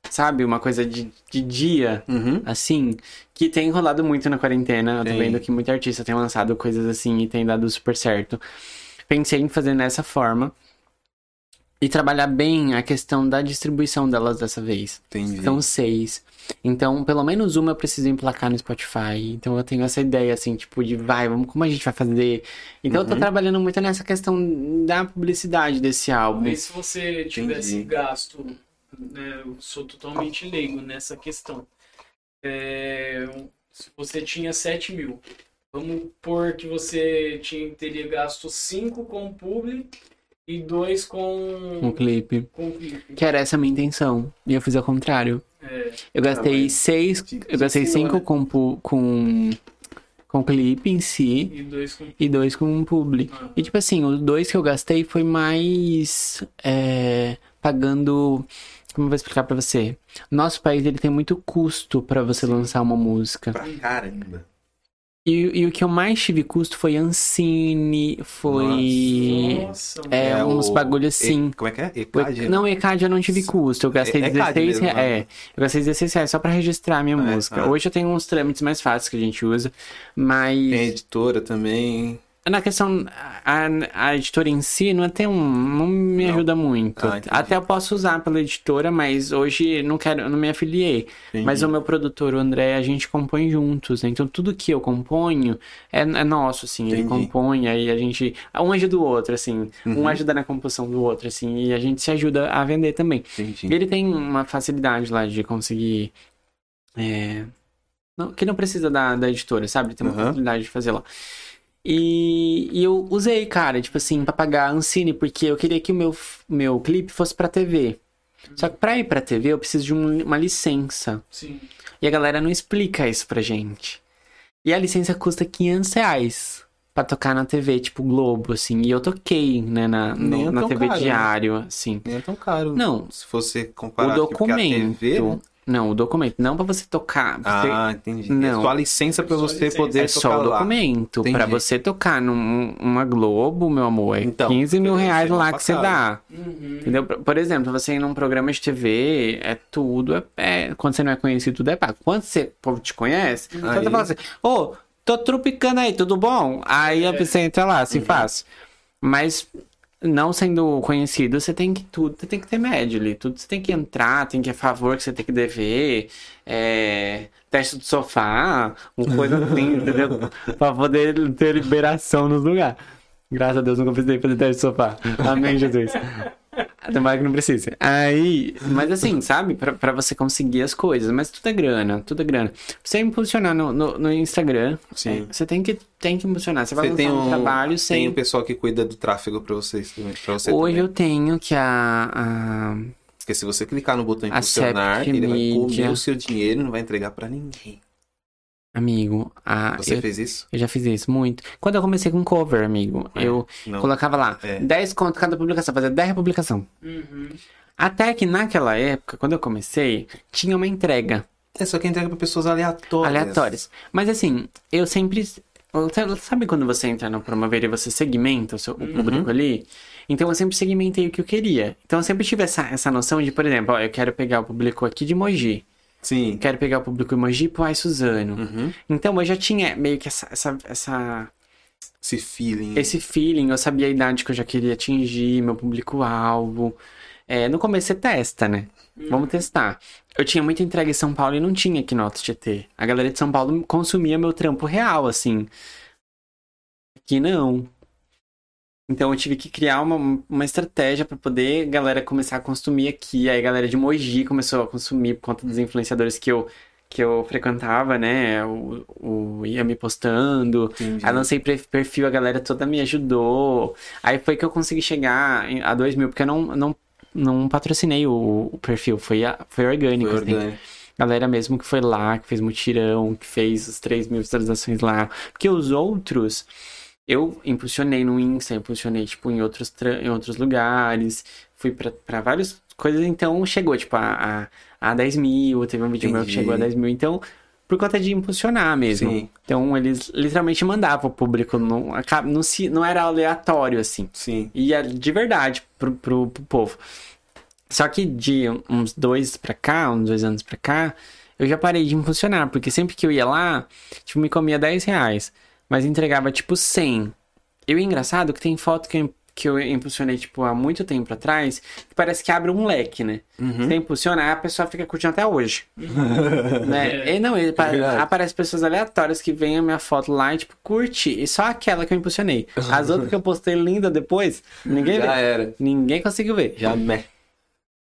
[SPEAKER 3] sabe, uma coisa de, de dia
[SPEAKER 2] Uhum.
[SPEAKER 3] assim, que tem rolado muito na quarentena. Eu tô
[SPEAKER 2] Tem.
[SPEAKER 3] vendo que muita artista tem lançado coisas assim e tem dado super certo. Pensei em fazer nessa forma. E trabalhar bem a questão da distribuição delas dessa vez.
[SPEAKER 2] Entendi.
[SPEAKER 3] São seis. Então, pelo menos uma eu preciso emplacar no Spotify. Então, eu tenho essa ideia, assim, tipo, de vai, vamos, como a gente vai fazer? Então, eu tô trabalhando muito nessa questão da publicidade desse álbum.
[SPEAKER 1] Talvez se você tivesse gasto, né, eu sou totalmente leigo nessa questão. É, se você tinha 7 mil, vamos pôr que você tinha, teria gasto 5 com o publi e 2
[SPEAKER 3] Um
[SPEAKER 1] com,
[SPEAKER 3] clipe.
[SPEAKER 1] com o clipe.
[SPEAKER 3] Que era essa a minha intenção. E eu fiz ao contrário.
[SPEAKER 1] É,
[SPEAKER 3] Eu gastei
[SPEAKER 2] mas-
[SPEAKER 3] seis. Eu gastei
[SPEAKER 2] Senhora.
[SPEAKER 3] cinco com, pu- com, com clipe em si
[SPEAKER 1] e 2 com.
[SPEAKER 3] e dois com publi.
[SPEAKER 1] Ah,
[SPEAKER 3] E tipo assim, os dois que eu gastei foi mais é, pagando. Como eu vou explicar pra você? Nosso país ele tem muito custo pra você lançar uma música.
[SPEAKER 2] Pra caramba.
[SPEAKER 3] E, e o que eu mais tive custo foi Ancine, foi.
[SPEAKER 1] Nossa, mano.
[SPEAKER 3] É,
[SPEAKER 2] É,
[SPEAKER 3] uns
[SPEAKER 2] o-
[SPEAKER 3] bagulho assim.
[SPEAKER 2] E- como é que é?
[SPEAKER 3] O-
[SPEAKER 2] Eclage?
[SPEAKER 3] Não, ECAD eu não tive custo. Eu gastei
[SPEAKER 2] É- é ECAD
[SPEAKER 3] 16
[SPEAKER 2] mesmo,
[SPEAKER 3] reais.
[SPEAKER 2] né?
[SPEAKER 3] É, eu gastei 16 reais só pra registrar a minha
[SPEAKER 2] Ah, é?
[SPEAKER 3] música.
[SPEAKER 2] Ah.
[SPEAKER 3] Hoje eu tenho uns trâmites mais fáceis que a gente usa. Mas
[SPEAKER 2] Tem editora também.
[SPEAKER 3] na questão, a, a editora em si não, é tem um, não me
[SPEAKER 2] Não.
[SPEAKER 3] ajuda muito.
[SPEAKER 2] Ah, entendi.
[SPEAKER 3] Até eu posso usar pela editora, mas hoje não quero, eu não me afiliei.
[SPEAKER 2] Entendi.
[SPEAKER 3] Mas o meu produtor, o André, a gente compõe juntos, né? Então tudo que eu componho é, é nosso, assim. Ele
[SPEAKER 2] Entendi. Uhum.
[SPEAKER 3] compõe, aí a gente. Um ajuda o outro, assim. Um ajuda na composição do outro, assim. E a gente se ajuda a vender também.
[SPEAKER 2] Entendi.
[SPEAKER 3] E ele tem uma facilidade lá de conseguir. é, não- que não precisa da, da editora, sabe? Ele Tem uma
[SPEAKER 2] Aham.
[SPEAKER 3] facilidade de fazer lá. E, e eu usei, cara, tipo assim, pra pagar a Ancine, porque eu queria que o meu, f- meu clipe fosse pra TV. Só que pra ir pra TV eu preciso de um- uma licença.
[SPEAKER 1] Sim.
[SPEAKER 3] E a galera não explica isso pra gente. E a licença custa 500 reais pra tocar na TV, tipo Globo, assim. E eu toquei, né, na, no-
[SPEAKER 2] Nem é
[SPEAKER 3] na
[SPEAKER 2] tão
[SPEAKER 3] TV
[SPEAKER 2] caro, né?
[SPEAKER 3] diário, assim.
[SPEAKER 2] Nem é tão caro.
[SPEAKER 3] Não,
[SPEAKER 2] Se você
[SPEAKER 3] o
[SPEAKER 2] comparar aqui, porque a
[SPEAKER 3] documento.
[SPEAKER 2] TV, né?
[SPEAKER 3] Não, o documento. Não pra você tocar. pra você-
[SPEAKER 2] Ah, entendi.
[SPEAKER 3] Não.
[SPEAKER 2] É só a licença pra
[SPEAKER 1] É só a
[SPEAKER 2] você
[SPEAKER 1] licença.
[SPEAKER 2] poder
[SPEAKER 3] é
[SPEAKER 2] tocar
[SPEAKER 3] só o
[SPEAKER 2] lá.
[SPEAKER 3] documento.
[SPEAKER 2] Entendi.
[SPEAKER 3] Pra você tocar num- numa Globo, meu amor, é
[SPEAKER 2] Então,
[SPEAKER 3] 15 mil
[SPEAKER 2] é,
[SPEAKER 3] reais
[SPEAKER 2] é uma
[SPEAKER 3] lá que você dá.
[SPEAKER 2] passada.
[SPEAKER 1] Uhum.
[SPEAKER 3] Entendeu? Por por exemplo, você ir num programa de TV, é tudo. É, é- quando você não é conhecido, tudo é pago. Quando você, o povo te conhece,
[SPEAKER 2] Aí.
[SPEAKER 3] você fala assim: Ô, tô trupicando aí, tudo bom? Aí
[SPEAKER 2] É.
[SPEAKER 3] a pessoa entra lá,
[SPEAKER 2] Uhum.
[SPEAKER 3] se faz. Mas. Não sendo conhecido, você tem que tudo, você tem que ter médio ali, tudo você tem que entrar, tem que a favor que você tem que dever, é, teste do sofá, uma coisa
[SPEAKER 2] [laughs]
[SPEAKER 3] assim, entendeu? pra poder ter liberação nos lugares. Graças a Deus nunca precisei fazer teste de sofá. Amém, Jesus. Tomara que não precise. Aí, mas assim, sabe? Pra, pra você conseguir as coisas. Mas tudo é grana, tudo é grana. Pra você impulsionar no, no, no Instagram,
[SPEAKER 2] Sim.
[SPEAKER 3] é, você tem que, tem que impulsionar. Você vai
[SPEAKER 2] Você
[SPEAKER 3] lançar
[SPEAKER 2] tem
[SPEAKER 3] um,
[SPEAKER 2] um
[SPEAKER 3] trabalho
[SPEAKER 2] Tem
[SPEAKER 3] sem...
[SPEAKER 2] o pessoal que cuida do tráfego pra vocês também. Pra você
[SPEAKER 3] Hoje
[SPEAKER 2] também.
[SPEAKER 3] eu tenho que a, a
[SPEAKER 2] Porque se você clicar no botão
[SPEAKER 3] A
[SPEAKER 2] impulsionar, ele vai comer
[SPEAKER 3] Septimídia.
[SPEAKER 2] o seu dinheiro e não vai entregar pra ninguém.
[SPEAKER 3] Amigo, ah,
[SPEAKER 2] Você
[SPEAKER 3] eu,
[SPEAKER 2] fez isso?
[SPEAKER 3] eu já fiz isso muito. Quando eu comecei com cover, amigo,
[SPEAKER 2] É,
[SPEAKER 3] eu
[SPEAKER 2] Não.
[SPEAKER 3] colocava lá
[SPEAKER 2] É.
[SPEAKER 3] 10 conto cada publicação, fazia 10 publicação.
[SPEAKER 1] Uhum.
[SPEAKER 3] Até que naquela época, quando eu comecei, tinha uma entrega
[SPEAKER 2] É só que entrega pra pessoas aleatórias.
[SPEAKER 3] aleatórias. Mas assim, eu sempre. eu- Sabe quando você entra no promover e você segmenta o seu o
[SPEAKER 2] Uhum.
[SPEAKER 3] público ali? Então eu sempre segmentei o que eu queria. Então eu sempre tive essa, essa noção de, por exemplo, ó, eu quero pegar o público aqui de Mogi.
[SPEAKER 2] Sim.
[SPEAKER 3] Quero pegar o público de Mogi pro Ai Suzano.
[SPEAKER 2] Uhum.
[SPEAKER 3] Então eu já tinha meio que essa- essa- essa
[SPEAKER 2] Esse feeling.
[SPEAKER 3] esse feeling, eu sabia a idade que eu já queria atingir, meu público-alvo. É, no começo você testa, né?
[SPEAKER 1] uhum.
[SPEAKER 3] Vamos testar. Eu tinha muita entrega em São Paulo e não tinha aqui no Alto GT. A galera de São Paulo consumia meu trampo real, assim. Aqui não. Então eu tive que criar uma, uma estratégia pra poder a galera começar a consumir aqui. Aí a galera de Mogi começou a consumir por conta dos influenciadores que eu, que eu frequentava, né? O, o, ia me postando.
[SPEAKER 2] Entendi.
[SPEAKER 3] Aí lancei pre- perfil, a galera toda me ajudou. Aí foi que eu consegui chegar em- a 2 mil, porque eu não, não, não patrocinei o, o perfil, foi, a- foi orgânico.
[SPEAKER 2] Foi
[SPEAKER 3] assim.
[SPEAKER 2] orgânico.
[SPEAKER 3] Galera mesmo que foi lá, que fez mutirão, que fez os 3 mil visualizações lá. Porque os outros, eu impulsionei no Insta, impulsionei, tipo, em outros, tra- em outros lugares. Fui pra, pra várias coisas, então chegou, tipo, a, a, a 10 mil. Teve um vídeo meu que
[SPEAKER 2] Entendi.
[SPEAKER 3] chegou a 10 mil. Então, por conta de impulsionar mesmo.
[SPEAKER 2] Sim.
[SPEAKER 3] Então, eles literalmente mandavam o público, não, aca- não, se, não era aleatório, assim.
[SPEAKER 2] Sim.
[SPEAKER 3] Ia de verdade pro, pro, pro povo. Só que de uns dois pra cá, uns dois anos pra cá, eu já parei de impulsionar, porque sempre que eu ia lá, tipo, me comia 10 reais, mas entregava tipo 100. E o engraçado é que tem foto que eu, que eu impulsionei, tipo, há muito tempo atrás, que parece que abre um leque, né?
[SPEAKER 2] Hum? [laughs]
[SPEAKER 3] Você impulsiona, a pessoa fica curtindo até hoje. Né? E não, ele pa-
[SPEAKER 2] verdade.
[SPEAKER 3] aparece pessoas aleatórias que veem a minha foto lá e, tipo, curte. E só aquela que eu impulsionei. As outras que eu postei linda depois, ninguém vê.
[SPEAKER 2] Já era.
[SPEAKER 3] Ninguém conseguiu ver.
[SPEAKER 2] Já me.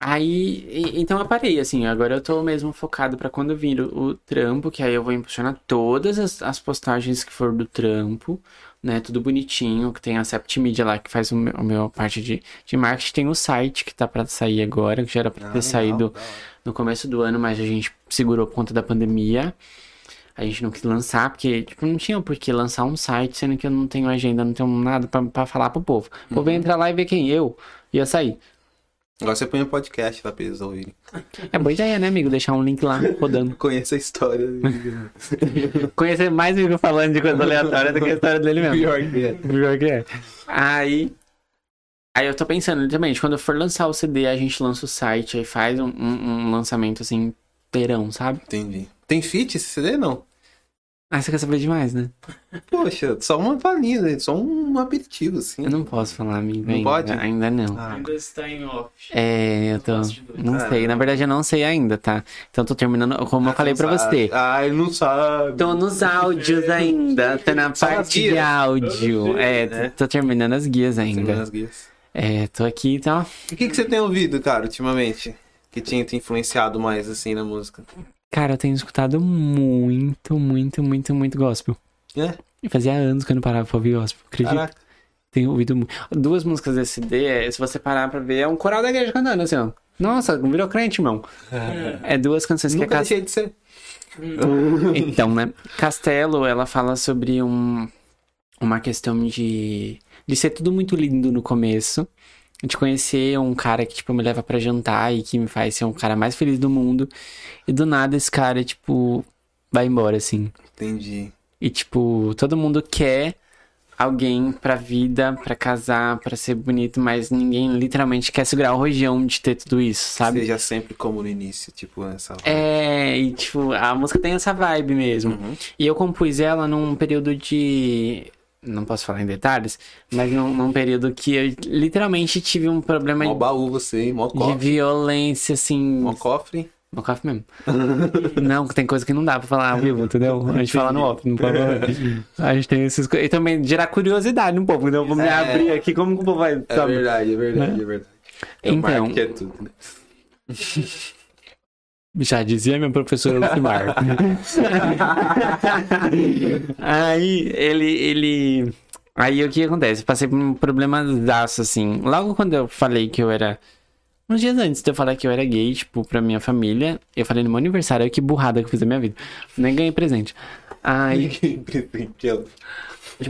[SPEAKER 3] Aí, e- então eu parei, assim, agora eu tô mesmo focado pra quando vir o, o trampo, que aí eu vou impulsionar todas as, as postagens que for do trampo, né, tudo bonitinho, que tem a Sept Media lá, que faz o meu, a minha parte de, de marketing, tem o site que tá pra sair agora, que já
[SPEAKER 2] Ah,
[SPEAKER 3] era pra ter saído no começo do ano, mas a gente segurou por conta da pandemia, a gente não quis lançar, porque, tipo, não tinha por que lançar um site, sendo que eu não tenho agenda, não tenho nada pra, pra falar pro povo, o povo ia entrar lá e ver quem eu ia sair.
[SPEAKER 2] Agora você põe um podcast lá pra eles ouvirem. [laughs]
[SPEAKER 3] É boa ideia, né, amigo? Deixar um link lá rodando.
[SPEAKER 2] Conheça a história. né?
[SPEAKER 3] Conhecer mais o amigo falando de coisa aleatória do que a história dele mesmo.
[SPEAKER 2] [laughs] Pior que é.
[SPEAKER 3] Pior que é. Aí. Aí eu tô pensando, literalmente, quando eu for lançar o CD, a gente lança o site, aí faz um, um- um lançamento assim, inteirão, sabe?
[SPEAKER 2] Entendi. Tem fit esse CD? Não.
[SPEAKER 3] Ah, você quer saber demais, né?
[SPEAKER 2] Poxa, só uma palhinha, né? só um aperitivo, assim.
[SPEAKER 3] Eu não posso falar, amigo.
[SPEAKER 2] Não
[SPEAKER 3] ainda,
[SPEAKER 2] pode?
[SPEAKER 3] Ainda não.
[SPEAKER 2] Ah,
[SPEAKER 1] Ainda está em off.
[SPEAKER 3] É, eu tô. Não
[SPEAKER 2] Ah,
[SPEAKER 3] sei. Na verdade, eu não sei ainda, tá? Então eu tô terminando, como eu falei pra você. Então,
[SPEAKER 2] Ah, ele não sabe.
[SPEAKER 3] Tô nos áudios ainda, tô na
[SPEAKER 2] Só nas
[SPEAKER 3] parte de
[SPEAKER 2] guias.
[SPEAKER 3] áudio. É,
[SPEAKER 2] né?
[SPEAKER 3] tô- tô terminando as guias
[SPEAKER 2] Semana
[SPEAKER 3] ainda.
[SPEAKER 2] das Guias.
[SPEAKER 3] É, tô aqui, então.
[SPEAKER 2] E o que, que você tem ouvido, cara, ultimamente? Que tinha te influenciado mais, assim, na música?
[SPEAKER 3] Cara, eu tenho escutado muito, muito, muito, muito gospel.
[SPEAKER 2] É?
[SPEAKER 3] E fazia anos que eu não parava pra ouvir gospel, acredito.
[SPEAKER 2] Caraca.
[SPEAKER 3] Tenho ouvido mu- duas músicas desse CD, é, se você parar pra ver, é um coral da igreja cantando, assim, ó. Nossa, virou crente, irmão. É duas canções que
[SPEAKER 2] Nunca
[SPEAKER 3] é Cas-
[SPEAKER 2] deixei de ser.
[SPEAKER 3] Então, né? Castelo, ela fala sobre um, uma questão de, de ser tudo muito lindo no começo. De conhecer um cara que, tipo, me leva pra jantar e que me faz ser um cara mais feliz do mundo. E do nada esse cara, tipo, vai embora, assim.
[SPEAKER 2] Entendi.
[SPEAKER 3] E, tipo, todo mundo quer alguém pra vida, pra casar, pra ser bonito, mas ninguém literalmente quer segurar o rojão de ter tudo isso, sabe?
[SPEAKER 2] Seja sempre como no início, tipo, essa...
[SPEAKER 3] É, e tipo, a música tem essa vibe mesmo.
[SPEAKER 2] Uhum.
[SPEAKER 3] E eu compus ela num período de. Não posso falar em detalhes, mas num, num período que eu literalmente tive um problema
[SPEAKER 2] Mó baú você, hein? Mó
[SPEAKER 3] de
[SPEAKER 2] cofre.
[SPEAKER 3] violência, assim.
[SPEAKER 2] Mó cofre.
[SPEAKER 3] No café mesmo. [laughs] não, tem coisa que não dá pra falar ao vivo, entendeu? A gente fala no off, não pode falar.
[SPEAKER 2] [laughs]
[SPEAKER 3] A gente tem esses. co- E também gerar curiosidade no povo, então eu vou me
[SPEAKER 2] É.
[SPEAKER 3] abrir aqui, como que o povo vai.
[SPEAKER 2] É
[SPEAKER 3] sabe? Né?
[SPEAKER 2] verdade, é verdade, é verdade. É o
[SPEAKER 3] Então.
[SPEAKER 2] marketing que é tudo, né?
[SPEAKER 3] Já dizia minha professora Lucimar. [laughs] aí ele, ele. Aí o que acontece? Eu Passei por um problemazaço, assim. Logo quando eu falei que eu era Uns dias antes de eu falar que eu era gay, tipo, pra minha família, eu falei no meu aniversário, olha que burrada que eu fiz da minha vida. Nem ganhei presente.
[SPEAKER 2] é
[SPEAKER 3] Aí, tipo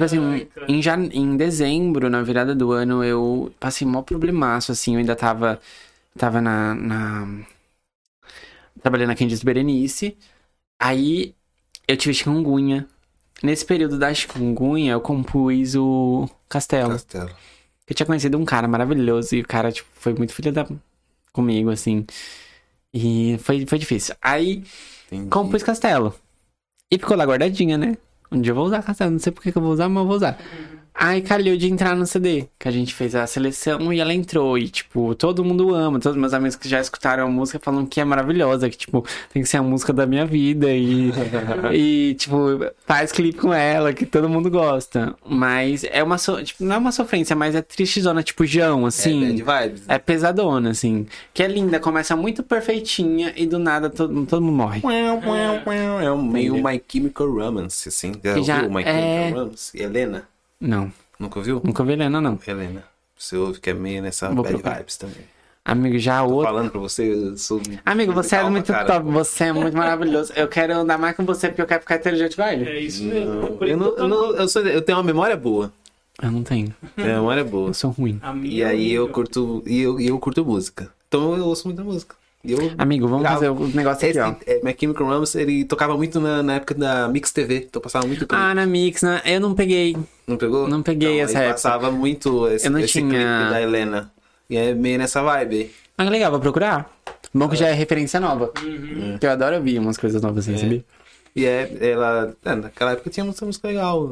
[SPEAKER 3] assim,
[SPEAKER 1] Ai, cara.
[SPEAKER 3] em, jan... em dezembro, na virada do ano, eu passei mó problemaço, assim, eu ainda tava. Tava na. na... Trabalhando na Candice Berenice. Aí eu tive chikungunya. Nesse período da chikungunya, eu compus o Castelo.
[SPEAKER 2] Castelo.
[SPEAKER 3] Eu tinha conhecido um cara maravilhoso e o cara, tipo, foi muito filho da... comigo, assim. E foi, foi difícil. Aí,
[SPEAKER 2] Entendi.
[SPEAKER 3] compus castelo. E ficou lá guardadinha, né? Um dia eu vou usar castelo, não sei porque que eu vou usar, mas eu vou usar. Aí calhou de entrar no CD, que a gente fez a seleção e ela entrou. E, tipo, todo mundo ama. Todos meus amigos que já escutaram a música falam que é maravilhosa, que, tipo, tem que ser a música da minha vida.
[SPEAKER 2] [laughs]
[SPEAKER 3] E, e tipo, faz clipe com ela, que todo mundo gosta. Mas é uma. So... Tipo, não é uma sofrência, mas é tristezona, tipo, Jão, assim.
[SPEAKER 2] É, é de vibes.
[SPEAKER 3] É pesadona, assim. Que é linda, começa muito perfeitinha e do nada todo, todo mundo morre.
[SPEAKER 2] É um meio My Chemical Romance, assim. Já,
[SPEAKER 3] Já-
[SPEAKER 2] ouviu My
[SPEAKER 3] é.
[SPEAKER 2] Chemical Romance? Helena?
[SPEAKER 3] Não,
[SPEAKER 2] Nunca ouviu?
[SPEAKER 3] nunca vi Helena, não.
[SPEAKER 2] Helena. Você ouve que é meio nessa
[SPEAKER 3] Vou
[SPEAKER 2] bad
[SPEAKER 3] procurar.
[SPEAKER 2] vibes também.
[SPEAKER 3] Amigo, já outro.
[SPEAKER 2] Falando pra você, eu sou... um
[SPEAKER 3] Amigo, você é
[SPEAKER 2] Calma,
[SPEAKER 3] muito
[SPEAKER 2] cara.
[SPEAKER 3] top, você é muito maravilhoso. Eu quero andar mais com você porque eu quero ficar inteligente com ele.
[SPEAKER 1] É isso mesmo.
[SPEAKER 2] Não, eu, não- eu não- eu sou- eu tenho uma memória boa.
[SPEAKER 3] Eu não tenho,
[SPEAKER 2] Tenho uma memória boa.
[SPEAKER 3] eu sou ruim.
[SPEAKER 1] A minha é um
[SPEAKER 2] E aí eu
[SPEAKER 1] horrível.
[SPEAKER 2] curto, e eu, e eu curto música. Então eu ouço muita música. E eu-
[SPEAKER 3] Amigo, vamos
[SPEAKER 2] Gravo.
[SPEAKER 3] fazer o negócio aqui,
[SPEAKER 2] Esse,
[SPEAKER 3] ó.
[SPEAKER 2] é, My Chemical Romance, ele tocava muito na, na época da Mix TV. Então passava muito clipe.
[SPEAKER 3] Ah, na Mix, na... eu não peguei.
[SPEAKER 2] não pegou?
[SPEAKER 3] não peguei
[SPEAKER 2] Então,
[SPEAKER 3] essa
[SPEAKER 2] aí
[SPEAKER 3] época.
[SPEAKER 2] Passava muito esse,
[SPEAKER 3] Eu não
[SPEAKER 2] esse
[SPEAKER 3] tinha-
[SPEAKER 2] clipe da Helena. E é meio nessa vibe.
[SPEAKER 3] Ah, que legal, vou procurar. Bom que já é referência nova.
[SPEAKER 2] Uhum.
[SPEAKER 3] Que eu adoro ouvir umas coisas novas, assim, sabia?
[SPEAKER 2] E é, ela. é, naquela época tinha muita música legal.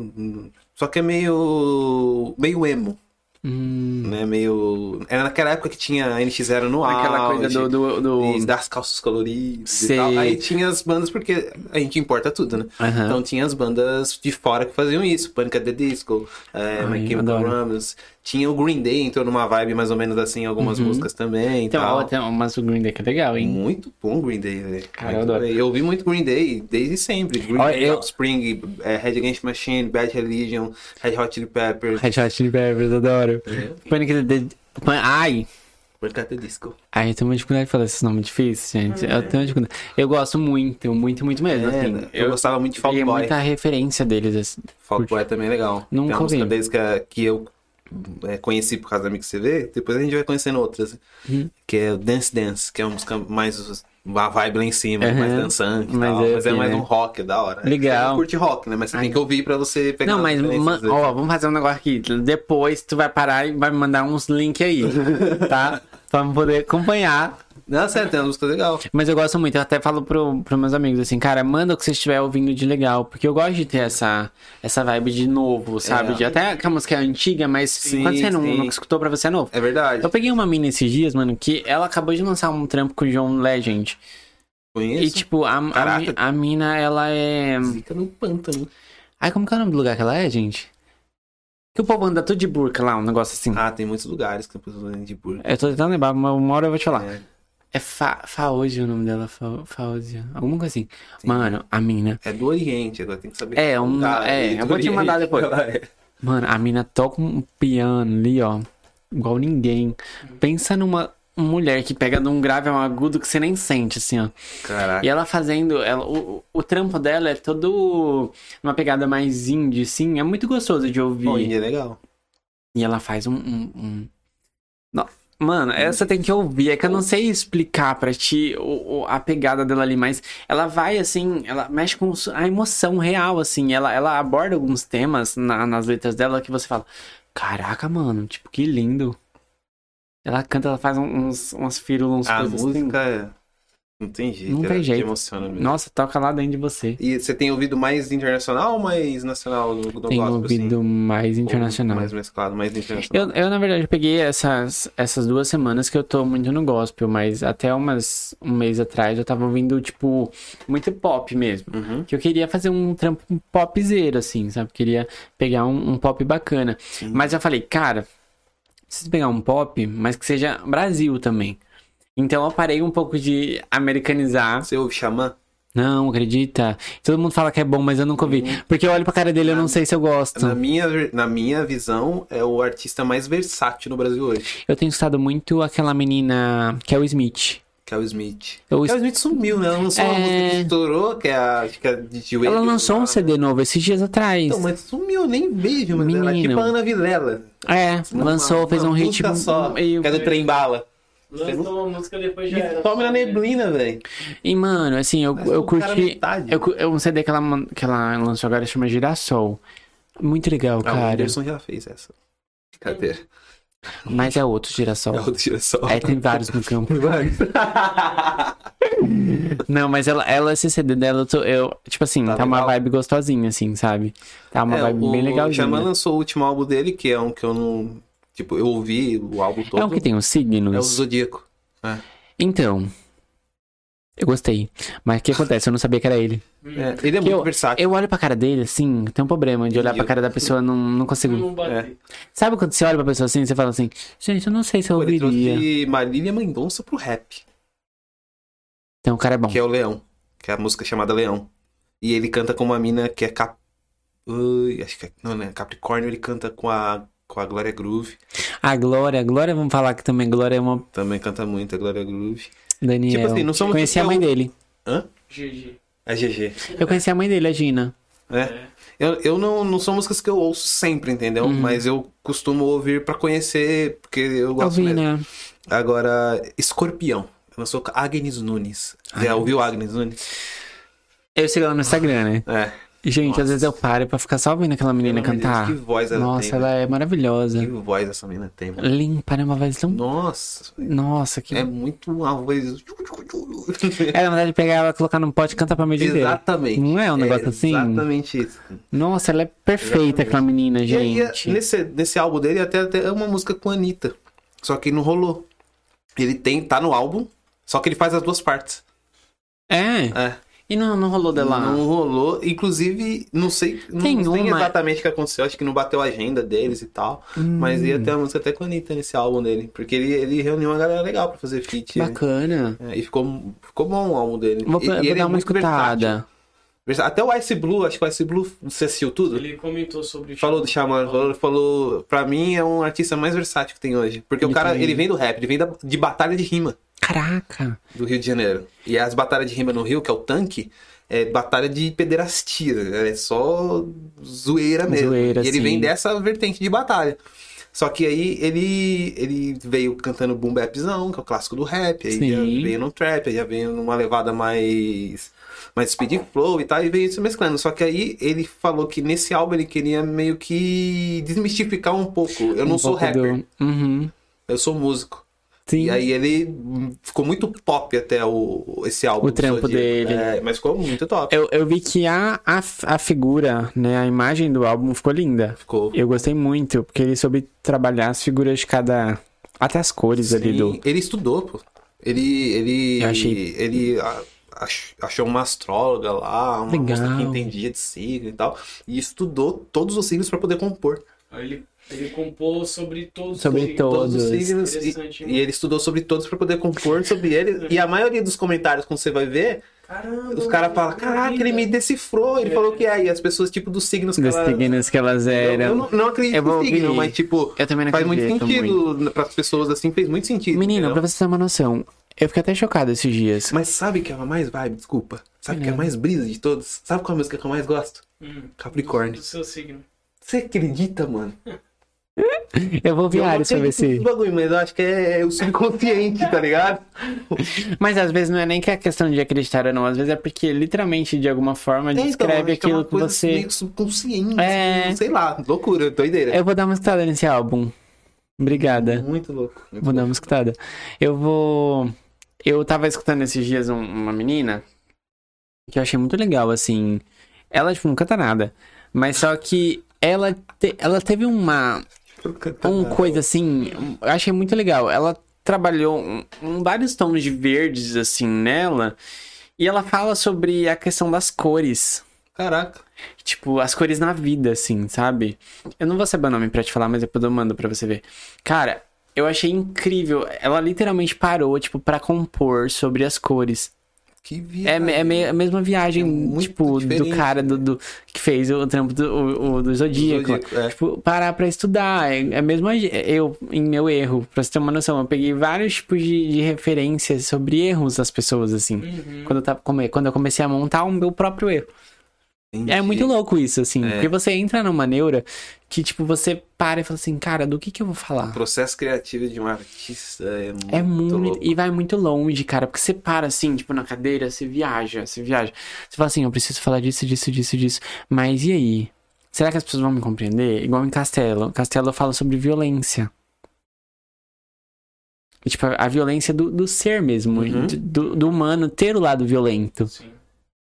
[SPEAKER 2] Só que é meio. meio emo.
[SPEAKER 3] Hum,
[SPEAKER 2] Né? Meio. Era naquela época que tinha NX0 no ar.
[SPEAKER 3] aquela coisa do... do,
[SPEAKER 2] E
[SPEAKER 3] do...
[SPEAKER 2] das calças coloridas
[SPEAKER 3] Sei.
[SPEAKER 2] e tal. Aí tinha as bandas, porque a gente importa tudo, né?
[SPEAKER 3] Aham.
[SPEAKER 2] Então tinha as bandas de fora que faziam isso. Pânica The Disco, é,
[SPEAKER 3] Ai,
[SPEAKER 2] My Chemical
[SPEAKER 3] adoro.
[SPEAKER 2] Romance. Tinha o Green Day, entrou numa vibe mais ou menos assim, algumas músicas também e
[SPEAKER 3] Uhum. Então,
[SPEAKER 2] tal. Hum.
[SPEAKER 3] ó, tem umas do Green Day que é legal, hein?
[SPEAKER 2] Muito bom Green Day, velho.
[SPEAKER 3] Cara, eu
[SPEAKER 2] Muito
[SPEAKER 3] adoro.
[SPEAKER 2] bem. eu ouvi muito Green Day desde sempre. Green
[SPEAKER 3] Ó,
[SPEAKER 2] Day,
[SPEAKER 3] eu-
[SPEAKER 2] Offspring, é, Red Against the Machine, Bad Religion, Red Hot Chili Peppers,
[SPEAKER 3] Red Hot Chili Peppers, adoro.
[SPEAKER 2] É.
[SPEAKER 3] Panic! at the- Pan- Ai!
[SPEAKER 2] Pânica The Disco.
[SPEAKER 3] Ai, eu tenho uma dificuldade de falar esses nomes difíceis, gente. Eu tenho uma dificuldade. Eu gosto muito, muito, muito mesmo.
[SPEAKER 2] É,
[SPEAKER 3] assim.
[SPEAKER 2] eu, gostava muito de Fall
[SPEAKER 3] Peguei
[SPEAKER 2] Boy.
[SPEAKER 3] muita referência deles. assim.
[SPEAKER 2] Fall
[SPEAKER 3] Curte.
[SPEAKER 2] Boy também é legal.
[SPEAKER 3] Nunca
[SPEAKER 2] Tem uma música
[SPEAKER 3] ouvi.
[SPEAKER 2] deles que, é- que eu é, conheci por causa da Mix TV, depois a gente vai conhecendo outras.
[SPEAKER 3] Uhum.
[SPEAKER 2] Que é o Dance Dance, que é uma música mais. Uma vibe lá em cima,
[SPEAKER 3] Aham.
[SPEAKER 2] mais dançante e
[SPEAKER 3] Mais
[SPEAKER 2] tal. Mas é
[SPEAKER 3] up,
[SPEAKER 2] mais
[SPEAKER 3] né?
[SPEAKER 2] um rock, é da hora.
[SPEAKER 3] Legal.
[SPEAKER 2] Você não curte rock, né? Mas você tem que ouvir pra você pegar
[SPEAKER 3] Não,
[SPEAKER 2] as
[SPEAKER 3] mas,
[SPEAKER 2] referências
[SPEAKER 3] man-
[SPEAKER 2] dele.
[SPEAKER 3] ó, vamos fazer um negócio aqui. Depois tu vai parar e vai me mandar uns links
[SPEAKER 2] [laughs]
[SPEAKER 3] aí, tá? pra eu poder acompanhar.
[SPEAKER 2] Não, sério, tem uma música legal.
[SPEAKER 3] Mas eu gosto muito, eu até falo pro, pros meus amigos assim, cara, manda o que você estiver ouvindo de legal, porque eu gosto de ter essa, essa vibe de novo, sabe?
[SPEAKER 2] É.
[SPEAKER 3] De, até que a música é antiga, mas
[SPEAKER 2] Sim,
[SPEAKER 3] quando você não,
[SPEAKER 2] sim.
[SPEAKER 3] não escutou pra você é novo.
[SPEAKER 2] É verdade.
[SPEAKER 3] Eu peguei uma mina esses dias, mano, que ela acabou de lançar um trampo com o John Legend.
[SPEAKER 2] Conheço.
[SPEAKER 3] E tipo, a, a mi-
[SPEAKER 2] Caraca.
[SPEAKER 3] a mina, ela é.
[SPEAKER 2] Zica no pântano.
[SPEAKER 3] Ai, como que é o nome do lugar que ela é, gente? Que o povo anda tudo de burca lá, um negócio assim.
[SPEAKER 2] Ah, tem muitos lugares que a pessoa de burro.
[SPEAKER 3] Eu tô tentando lembrar, mas uma hora eu vou te falar.
[SPEAKER 2] É.
[SPEAKER 3] É Fa Faozi o nome dela, Fa Faozi, alguma coisa assim. Mano, a mina.
[SPEAKER 2] É do Oriente, agora tem que saber.
[SPEAKER 3] É, um-
[SPEAKER 2] Ah,
[SPEAKER 3] é,
[SPEAKER 2] do
[SPEAKER 3] eu vou te
[SPEAKER 2] Oriente.
[SPEAKER 3] mandar
[SPEAKER 2] [laughs]
[SPEAKER 3] depois.
[SPEAKER 2] Ela é.
[SPEAKER 3] Mano, a mina toca um piano ali, ó. Igual ninguém. Pensa numa mulher que pega de um grave a um agudo que você nem sente, assim, ó.
[SPEAKER 2] Caraca.
[SPEAKER 3] E ela fazendo. Ela, o, o- o trampo dela é todo. Uma pegada mais indie, assim. É muito gostoso de ouvir.
[SPEAKER 2] Bom, Índia é legal.
[SPEAKER 3] E ela faz um. um- um- Não, Mano, essa tem que ouvir. É que eu não sei explicar pra ti o, o- a pegada dela ali, mas ela vai assim, ela mexe com su- a emoção real, assim. Ela, ela aborda alguns temas na- nas letras dela que você fala: Caraca, mano, tipo, que lindo. Ela canta, ela faz um- uns, umas firulas, uns
[SPEAKER 2] A
[SPEAKER 3] coisas assim.
[SPEAKER 2] música é- não tem jeito.
[SPEAKER 3] Não
[SPEAKER 2] ela
[SPEAKER 3] tem
[SPEAKER 2] te
[SPEAKER 3] jeito.
[SPEAKER 2] emociona
[SPEAKER 3] assim.
[SPEAKER 2] mesmo.
[SPEAKER 3] Nossa, toca lá dentro de você.
[SPEAKER 2] E você tem ouvido mais internacional ou mais nacional no, no
[SPEAKER 3] Tem
[SPEAKER 2] gospel, assim?
[SPEAKER 3] ouvido mais internacional.
[SPEAKER 2] Ou mais mesclado, mais internacional.
[SPEAKER 3] Eu, eu, na verdade, peguei essas, essas duas semanas que eu tô muito no gospel, mas até umas, um mês atrás eu tava ouvindo, tipo, muito pop mesmo.
[SPEAKER 2] Uhum.
[SPEAKER 3] Que eu queria fazer um trampo popzeiro, assim, sabe? Queria pegar um, um pop bacana. Mas eu falei, cara, preciso pegar um pop, mas que seja Brasil também. Então eu parei um pouco de americanizar.
[SPEAKER 2] Você ouve Xamã?
[SPEAKER 3] Não, acredita. Todo mundo fala que é bom, mas eu nunca ouvi.
[SPEAKER 2] Uhum.
[SPEAKER 3] Porque eu olho pra cara dele, eu
[SPEAKER 2] Ah,
[SPEAKER 3] não sei se eu
[SPEAKER 2] Na
[SPEAKER 3] gosto.
[SPEAKER 2] minha, na minha visão, é o artista mais versátil no Brasil hoje,
[SPEAKER 3] Eu tenho escutado muito aquela menina que é o Smith.
[SPEAKER 2] que é o Smith.
[SPEAKER 3] Eu-
[SPEAKER 2] Kel Smith sumiu, né? Ela lançou uma
[SPEAKER 3] É.
[SPEAKER 2] música que estourou, que é a, acho que é de joelho.
[SPEAKER 3] Ela lançou um
[SPEAKER 2] lá, né?
[SPEAKER 3] CD novo esses dias atrás.
[SPEAKER 2] Então, mas sumiu, nem vejo, mas ela é
[SPEAKER 3] Menino.
[SPEAKER 2] tipo a Ana Vilela.
[SPEAKER 3] É, lançou,
[SPEAKER 2] Uma-
[SPEAKER 3] fez um
[SPEAKER 2] uma
[SPEAKER 3] hit.
[SPEAKER 2] música só,
[SPEAKER 3] meio-
[SPEAKER 2] que é do Trem Bala.
[SPEAKER 1] Lançou uma música depois já
[SPEAKER 2] E
[SPEAKER 1] era.
[SPEAKER 2] some na
[SPEAKER 1] Né?
[SPEAKER 2] neblina, velho.
[SPEAKER 3] E, mano, assim, eu,
[SPEAKER 2] Mas
[SPEAKER 3] eu
[SPEAKER 2] o cara
[SPEAKER 3] curti.
[SPEAKER 2] metade.
[SPEAKER 3] Eu, cu- eu um CD que ela, man- que ela lançou agora chama Girassol. Muito legal,
[SPEAKER 2] Ah, o
[SPEAKER 3] cara.
[SPEAKER 2] Anderson já fez essa. Brincadeira.
[SPEAKER 3] Mas é outro girassol.
[SPEAKER 2] É o Girassol. [laughs]
[SPEAKER 3] É, tem vários no campo.
[SPEAKER 2] Vai.
[SPEAKER 3] Não, mas ela, ela esse CD dela, eu, tô- eu- tipo assim, tá,
[SPEAKER 2] Tá
[SPEAKER 3] uma
[SPEAKER 2] legal.
[SPEAKER 3] vibe gostosinha, assim, sabe? Tá uma
[SPEAKER 2] É,
[SPEAKER 3] vibe
[SPEAKER 2] o
[SPEAKER 3] bem legalzinha.
[SPEAKER 2] Xamã lançou o último álbum dele, que é um que eu não. Tipo, eu ouvi o álbum todo.
[SPEAKER 3] É um que tem os signos.
[SPEAKER 2] É o Zodíaco.
[SPEAKER 3] Então. Eu gostei. Mas o que acontece? Eu não sabia que era ele.
[SPEAKER 1] Hum.
[SPEAKER 2] É, ele é
[SPEAKER 3] Que
[SPEAKER 2] muito versátil.
[SPEAKER 3] Eu olho pra cara dele, assim, tem um problema de olhar pra
[SPEAKER 2] Eu-
[SPEAKER 3] cara da pessoa, não, não consigo.
[SPEAKER 1] Não
[SPEAKER 2] É.
[SPEAKER 1] bateu.
[SPEAKER 3] Sabe quando você olha pra pessoa assim, você fala assim, gente, eu não sei se eu
[SPEAKER 2] Pô, ele
[SPEAKER 3] ouviria.
[SPEAKER 2] trouxe Marília Mendonça pro rap,
[SPEAKER 3] Então o cara é bom.
[SPEAKER 2] que é o Leão. Que é a música chamada Leão. E ele canta com uma mina que é cap... Ui, acho que é... Não, né? Capricórnio, ele canta com a, com a Glória Groove.
[SPEAKER 3] A Glória, a Glória, vamos falar que também a Glória é uma
[SPEAKER 2] Também canta muito a Glória Groove.
[SPEAKER 3] Daniel.
[SPEAKER 2] Tipo assim, não somos-
[SPEAKER 3] conheci a mãe dele.
[SPEAKER 1] GG.
[SPEAKER 2] A GG.
[SPEAKER 3] Eu conheci a mãe dele, a Gina.
[SPEAKER 2] É. Eu, eu não, não são músicas que eu ouço sempre, entendeu? Mas eu costumo ouvir pra conhecer, porque eu
[SPEAKER 3] Uhum. Eu
[SPEAKER 2] gosto
[SPEAKER 3] vi,
[SPEAKER 2] mesmo.
[SPEAKER 3] né?
[SPEAKER 2] Agora, Escorpião. Lançou com Agnes Nunes.
[SPEAKER 3] Ah, é?
[SPEAKER 2] Já ouviu Agnes Nunes?
[SPEAKER 3] Eu sigo ela no Instagram, né?
[SPEAKER 2] É.
[SPEAKER 3] Gente,
[SPEAKER 2] Nossa.
[SPEAKER 3] às vezes eu paro pra ficar só ouvindo aquela menina
[SPEAKER 2] Pelo amor de Deus,
[SPEAKER 3] cantar.
[SPEAKER 2] Que voz ela
[SPEAKER 3] Nossa,
[SPEAKER 2] tem. né?
[SPEAKER 3] ela é maravilhosa.
[SPEAKER 2] Que voz essa menina tem, mano.
[SPEAKER 3] Limpa, né? Uma voz tão.
[SPEAKER 2] Nossa.
[SPEAKER 3] Nossa, que.
[SPEAKER 2] É muito uma
[SPEAKER 3] [laughs]
[SPEAKER 2] voz.
[SPEAKER 3] Era na verdade pegar ela, colocar num pote e cantar pra mim inteira.
[SPEAKER 2] Exatamente.
[SPEAKER 3] Não é um negócio assim?
[SPEAKER 2] Exatamente isso.
[SPEAKER 3] Nossa, ela é perfeita, aquela menina,
[SPEAKER 2] E aí, eh,
[SPEAKER 3] gente.
[SPEAKER 2] nesse, nesse álbum dele, até, até é uma música com a Anitta. Só que não rolou. Ele tem, tá no álbum, só que ele faz as duas partes.
[SPEAKER 3] É.
[SPEAKER 2] É.
[SPEAKER 3] E não, não rolou dela.
[SPEAKER 2] Não rolou. Inclusive, não sei, não
[SPEAKER 3] Tem
[SPEAKER 2] sei
[SPEAKER 3] uma-
[SPEAKER 2] exatamente o que aconteceu. Acho que não bateu a agenda deles e tal. Mas ia
[SPEAKER 3] Hum.
[SPEAKER 2] ter uma música até com a Anitta nesse álbum dele. Porque ele, ele reuniu uma galera legal pra fazer feat. né?
[SPEAKER 3] Bacana.
[SPEAKER 2] É, e ficou, ficou bom o álbum dele.
[SPEAKER 3] Vou,
[SPEAKER 2] e,
[SPEAKER 3] vou
[SPEAKER 2] e ele é
[SPEAKER 3] dar uma
[SPEAKER 2] muito versátil.
[SPEAKER 3] escutada.
[SPEAKER 2] Versa- Até o Ice Blue, acho que o Ice Blue, você assistiu tudo?
[SPEAKER 1] Ele comentou sobre o
[SPEAKER 2] Falou do Xamã, falou, falou, pra mim é um artista mais versátil que tem hoje. Porque
[SPEAKER 3] Ele
[SPEAKER 2] o cara,
[SPEAKER 3] também.
[SPEAKER 2] ele vem do rap, ele vem da- de batalha de rima
[SPEAKER 3] Caraca.
[SPEAKER 2] do Rio de Janeiro. E as batalhas de rima no Rio, que é o tanque, é batalha de pederastia, é só zoeira mesmo.
[SPEAKER 3] Zoeira,
[SPEAKER 2] e ele
[SPEAKER 3] sim.
[SPEAKER 2] vem dessa vertente de batalha. Só que aí ele, ele veio cantando boom bapzão, que é o clássico do rap, aí
[SPEAKER 3] Sim.
[SPEAKER 2] já veio no trap, aí já veio numa levada mais mais speed and flow e tal, e veio se mesclando. Só que aí ele falou que nesse álbum ele queria meio que desmistificar um pouco. Eu não
[SPEAKER 3] Um
[SPEAKER 2] sou
[SPEAKER 3] pouco
[SPEAKER 2] rapper,
[SPEAKER 3] do- Uhum.
[SPEAKER 2] eu sou músico.
[SPEAKER 3] Sim.
[SPEAKER 2] E aí ele hum, ficou muito pop até o, esse álbum.
[SPEAKER 3] O
[SPEAKER 2] do
[SPEAKER 3] trampo
[SPEAKER 2] Zodíaco.
[SPEAKER 3] dele.
[SPEAKER 2] É, mas ficou muito top.
[SPEAKER 3] Eu, eu vi que a, a, a figura, né, a imagem do álbum ficou linda.
[SPEAKER 2] Ficou.
[SPEAKER 3] Eu gostei muito, porque ele soube trabalhar as figuras de cada. Até as cores ali
[SPEAKER 2] Sim,
[SPEAKER 3] do.
[SPEAKER 2] Ele estudou, pô. Ele. Ele.
[SPEAKER 3] Eu achei-
[SPEAKER 2] Ele a- ach- achou uma astróloga lá, uma
[SPEAKER 3] Legal.
[SPEAKER 2] moça que entendia de signo e tal. E estudou todos os signos pra poder compor.
[SPEAKER 1] Aí Ele, ele compôs sobre todos
[SPEAKER 3] Sobre
[SPEAKER 1] os
[SPEAKER 3] todos.
[SPEAKER 2] Todos os signos. E,
[SPEAKER 1] Interessante,
[SPEAKER 2] e ele estudou sobre todos pra poder compor sobre eles. e a maioria dos comentários, quando você vai ver,
[SPEAKER 1] Caramba,
[SPEAKER 2] os caras falam:
[SPEAKER 1] que
[SPEAKER 2] Caraca,
[SPEAKER 1] vida."
[SPEAKER 2] ele me decifrou. Ele
[SPEAKER 1] É.
[SPEAKER 2] falou que é. E as pessoas, tipo, dos signos que
[SPEAKER 3] Das
[SPEAKER 2] elas-
[SPEAKER 3] signos que elas
[SPEAKER 2] Eu, eu
[SPEAKER 3] eram.
[SPEAKER 2] não, não acredito
[SPEAKER 3] Eu vou
[SPEAKER 2] no signo,
[SPEAKER 3] é ouvir.
[SPEAKER 2] mas tipo,
[SPEAKER 3] Eu também não
[SPEAKER 2] faz muito
[SPEAKER 3] acredito
[SPEAKER 2] sentido para as pessoas assim, fez muito sentido.
[SPEAKER 3] Menino, pra
[SPEAKER 2] entendeu?
[SPEAKER 3] você ter uma noção, eu fiquei até chocado esses dias.
[SPEAKER 2] mas sabe que é a mais vibe, desculpa. Sabe que é a mais brisa de todos? Sabe qual é a música que eu mais gosto?
[SPEAKER 1] Hum,
[SPEAKER 2] Capricórnio.
[SPEAKER 1] do seu signo.
[SPEAKER 2] Você acredita, mano?
[SPEAKER 3] Eu vou ouvir
[SPEAKER 2] eu não
[SPEAKER 3] Ares pra ver
[SPEAKER 2] acredito
[SPEAKER 3] se.
[SPEAKER 2] nesse bagulho, mas eu acho que é o subconsciente, tá ligado?
[SPEAKER 3] Mas às vezes não é nem que é questão de acreditar ou não, às vezes é porque literalmente, de alguma forma,
[SPEAKER 2] Então, acho
[SPEAKER 3] [laughs] descreve
[SPEAKER 2] é
[SPEAKER 3] aquilo
[SPEAKER 2] uma
[SPEAKER 3] que
[SPEAKER 2] coisa
[SPEAKER 3] você.
[SPEAKER 2] meio subconsciente,
[SPEAKER 3] É.
[SPEAKER 2] assim, sei lá, loucura, doideira.
[SPEAKER 3] Eu vou dar uma escutada nesse álbum. Obrigada.
[SPEAKER 2] Muito louco. muito
[SPEAKER 3] É. Vou dar
[SPEAKER 2] louco.
[SPEAKER 3] uma escutada. Eu vou. Eu tava escutando esses dias um- uma menina que eu achei muito legal, assim. Ela, tipo, não canta nada. Mas só que ela, te- ela teve uma,
[SPEAKER 2] Tô cantando.
[SPEAKER 3] um coisa assim. um- Eu achei muito legal. Ela trabalhou um- um- vários tons de verdes, assim, nela. E ela fala sobre a questão das cores.
[SPEAKER 2] Caraca.
[SPEAKER 3] Tipo, as cores na vida, assim, sabe? Eu não vou saber o nome pra te falar, mas depois eu mando pra você ver. Cara, eu achei incrível. Ela literalmente parou, tipo, pra compor sobre as cores.
[SPEAKER 2] Que
[SPEAKER 3] É,
[SPEAKER 2] viagem.
[SPEAKER 3] me- é meio a mesma viagem,
[SPEAKER 2] É muito
[SPEAKER 3] tipo, do
[SPEAKER 2] diferente, né?
[SPEAKER 3] cara do, do- que fez o trampo do, o- o do Zodíaco.
[SPEAKER 2] Zodíaco, é.
[SPEAKER 3] Tipo, parar pra estudar. É, é mesmo a- eu, em meu erro, pra você ter uma noção. Eu peguei vários tipos de, de referências sobre erros das pessoas, assim.
[SPEAKER 2] Uhum.
[SPEAKER 1] Uhum.
[SPEAKER 3] Quando, eu tava, come- quando eu comecei a montar o meu próprio erro. É
[SPEAKER 2] Entendi.
[SPEAKER 3] muito louco isso, assim.
[SPEAKER 2] É.
[SPEAKER 3] Porque você entra numa neura que, tipo, você para e fala assim, cara, do que que eu vou falar?
[SPEAKER 2] O processo criativo de um artista é muito,
[SPEAKER 3] É muito.
[SPEAKER 2] louco.
[SPEAKER 3] E vai muito longe, cara. Porque você para assim, tipo, na cadeira, você viaja, você viaja. Você fala assim, eu preciso falar disso, disso, disso, disso. Mas e aí? Será que as pessoas vão me compreender? Igual em Castelo. Castelo fala sobre violência. E, tipo, a, a violência do, do ser mesmo.
[SPEAKER 2] Uhum.
[SPEAKER 3] e Do, do humano ter o lado violento.
[SPEAKER 1] Sim.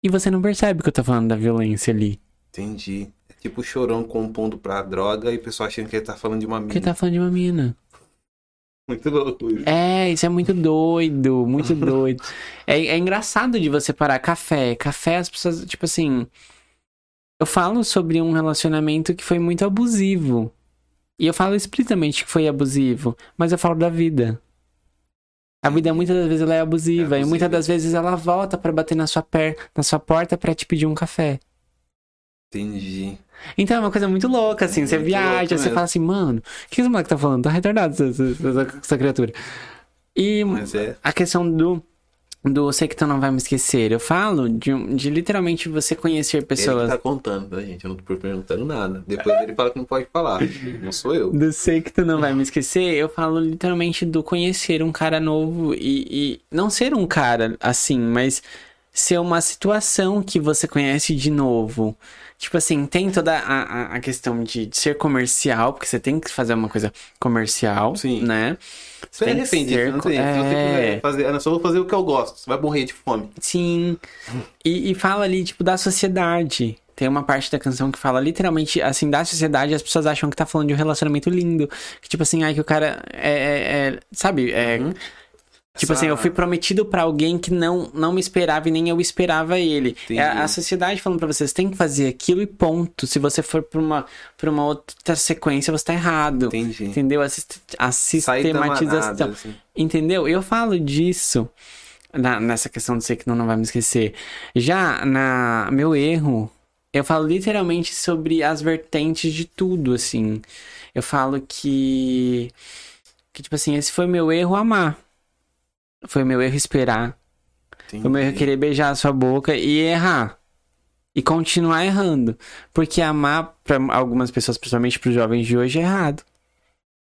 [SPEAKER 3] E você não percebe que eu tô falando da violência ali.
[SPEAKER 2] Entendi. É tipo o chorão compondo pra droga e o pessoal achando que ele tá falando de uma mina.
[SPEAKER 3] Porque tá falando de uma mina.
[SPEAKER 2] Muito louco. isso.
[SPEAKER 3] É, isso é muito doido,
[SPEAKER 2] [laughs]
[SPEAKER 3] muito doido. É, é engraçado de você parar café. Café, as pessoas, tipo assim. Eu falo sobre um relacionamento que foi muito abusivo. E eu falo explicitamente que foi abusivo, mas eu falo da vida. A vida muitas das vezes ela é abusiva, e
[SPEAKER 2] Uhum. abusiva.
[SPEAKER 3] muitas das vezes ela volta pra bater na sua per, na sua porta pra te pedir um café.
[SPEAKER 2] Entendi.
[SPEAKER 3] Então é uma coisa muito louca, assim. você
[SPEAKER 2] Muito
[SPEAKER 3] viaja,
[SPEAKER 2] louco
[SPEAKER 3] você
[SPEAKER 2] mesmo.
[SPEAKER 3] fala assim, mano, o que esse moleque tá falando? Tá retardado essa, essa- essa- essa criatura. E
[SPEAKER 2] Mas é.
[SPEAKER 3] a questão do do sei que tu não vai me esquecer. Eu falo de, um- de literalmente você conhecer
[SPEAKER 2] Ele
[SPEAKER 3] pessoas.
[SPEAKER 2] que tá contando, tá, gente? Eu não tô perguntando nada. Depois ele fala que não pode falar. Não sou
[SPEAKER 3] [laughs]
[SPEAKER 2] eu.
[SPEAKER 3] Do sei que tu não vai me esquecer, eu falo literalmente do conhecer um cara novo e, e não ser um cara assim, mas ser uma situação que você conhece de novo. Tipo assim, tem toda a, a- a questão de, de ser comercial, porque você tem que fazer uma coisa comercial,
[SPEAKER 2] Sim.
[SPEAKER 3] né?
[SPEAKER 2] Você é
[SPEAKER 3] tem que
[SPEAKER 2] refém disso,
[SPEAKER 3] ser
[SPEAKER 2] não
[SPEAKER 3] co-
[SPEAKER 2] tem. Se você
[SPEAKER 3] é.
[SPEAKER 2] quiser fazer, eu só vou fazer o que eu gosto. Você vai morrer de fome.
[SPEAKER 3] Sim. E, e fala ali, tipo, da sociedade. Tem uma parte da canção que fala literalmente, assim, da sociedade, as pessoas acham que tá falando de um relacionamento lindo. Que, tipo assim, ai, que o cara é. é- é- sabe? É, Tipo
[SPEAKER 2] Uhum. Essa-
[SPEAKER 3] assim, eu fui prometido pra alguém que não, não me esperava e nem eu esperava ele.
[SPEAKER 2] Entendi.
[SPEAKER 3] É a, a sociedade falando pra vocês, tem que fazer aquilo e ponto. Se você for pra uma, pra uma outra sequência, você tá errado.
[SPEAKER 2] Entendi.
[SPEAKER 3] Entendeu? A, sis- a
[SPEAKER 2] Sair da
[SPEAKER 3] sistematização.
[SPEAKER 2] manada, assim.
[SPEAKER 3] Entendeu? Eu falo disso na- nessa questão de ser que não, não vai me esquecer. Já na meu erro, eu falo literalmente sobre as vertentes de tudo, assim. Eu falo que que tipo assim, esse foi meu erro amar. Foi meu erro esperar, foi meu erro
[SPEAKER 2] assim. Entendi.
[SPEAKER 3] querer beijar a sua boca e errar. E continuar errando, porque amar pra algumas pessoas, principalmente pros jovens de hoje, é errado.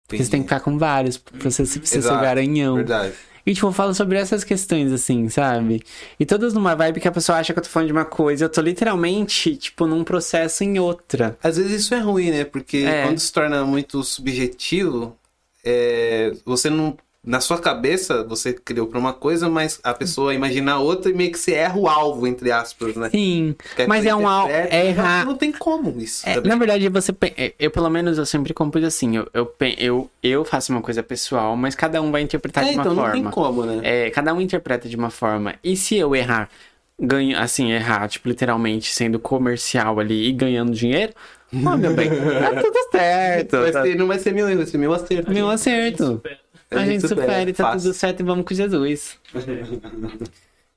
[SPEAKER 3] Porque você tem que ficar com vários, pra você ser seu
[SPEAKER 2] Exato,
[SPEAKER 3] garanhão.
[SPEAKER 2] Verdade.
[SPEAKER 3] E, tipo, eu falo sobre essas questões, assim, sabe? E todas numa vibe que a pessoa acha que eu tô falando de uma coisa, eu tô literalmente, tipo, num processo em outra.
[SPEAKER 2] Às vezes isso é ruim, né? Porque
[SPEAKER 3] É.
[SPEAKER 2] quando se torna muito subjetivo, é, você não. Na sua cabeça, você criou pra uma coisa, mas a pessoa imagina outra e meio que você erra o alvo, entre aspas, né?
[SPEAKER 3] Sim,
[SPEAKER 2] Quer que
[SPEAKER 3] mas
[SPEAKER 2] você
[SPEAKER 3] é um al-
[SPEAKER 2] interprete,
[SPEAKER 3] é
[SPEAKER 2] mas
[SPEAKER 3] errar.
[SPEAKER 2] Não tem como isso. tá
[SPEAKER 3] É,
[SPEAKER 2] também.
[SPEAKER 3] na verdade, você. pe- é, Eu, pelo menos, eu sempre compus assim. Eu, eu, pe- eu, eu faço uma coisa pessoal, mas cada um vai interpretar
[SPEAKER 2] É,
[SPEAKER 3] de uma
[SPEAKER 2] então não
[SPEAKER 3] forma.
[SPEAKER 2] tem como, né?
[SPEAKER 3] É, cada um interpreta de uma forma. E se eu errar, ganho, assim, errar, tipo, literalmente sendo comercial ali e ganhando dinheiro, ó, meu bem, tá tudo certo.
[SPEAKER 2] Vai
[SPEAKER 3] tá
[SPEAKER 2] ser- não vai ser meu erro, vai ser meu acerto.
[SPEAKER 3] Meu
[SPEAKER 1] A
[SPEAKER 3] acerto.
[SPEAKER 1] gente supera.
[SPEAKER 2] A
[SPEAKER 3] A
[SPEAKER 2] gente
[SPEAKER 3] gente
[SPEAKER 2] supera,
[SPEAKER 3] supera e tá
[SPEAKER 2] é fácil.
[SPEAKER 3] tudo certo e vamos com Jesus. [laughs]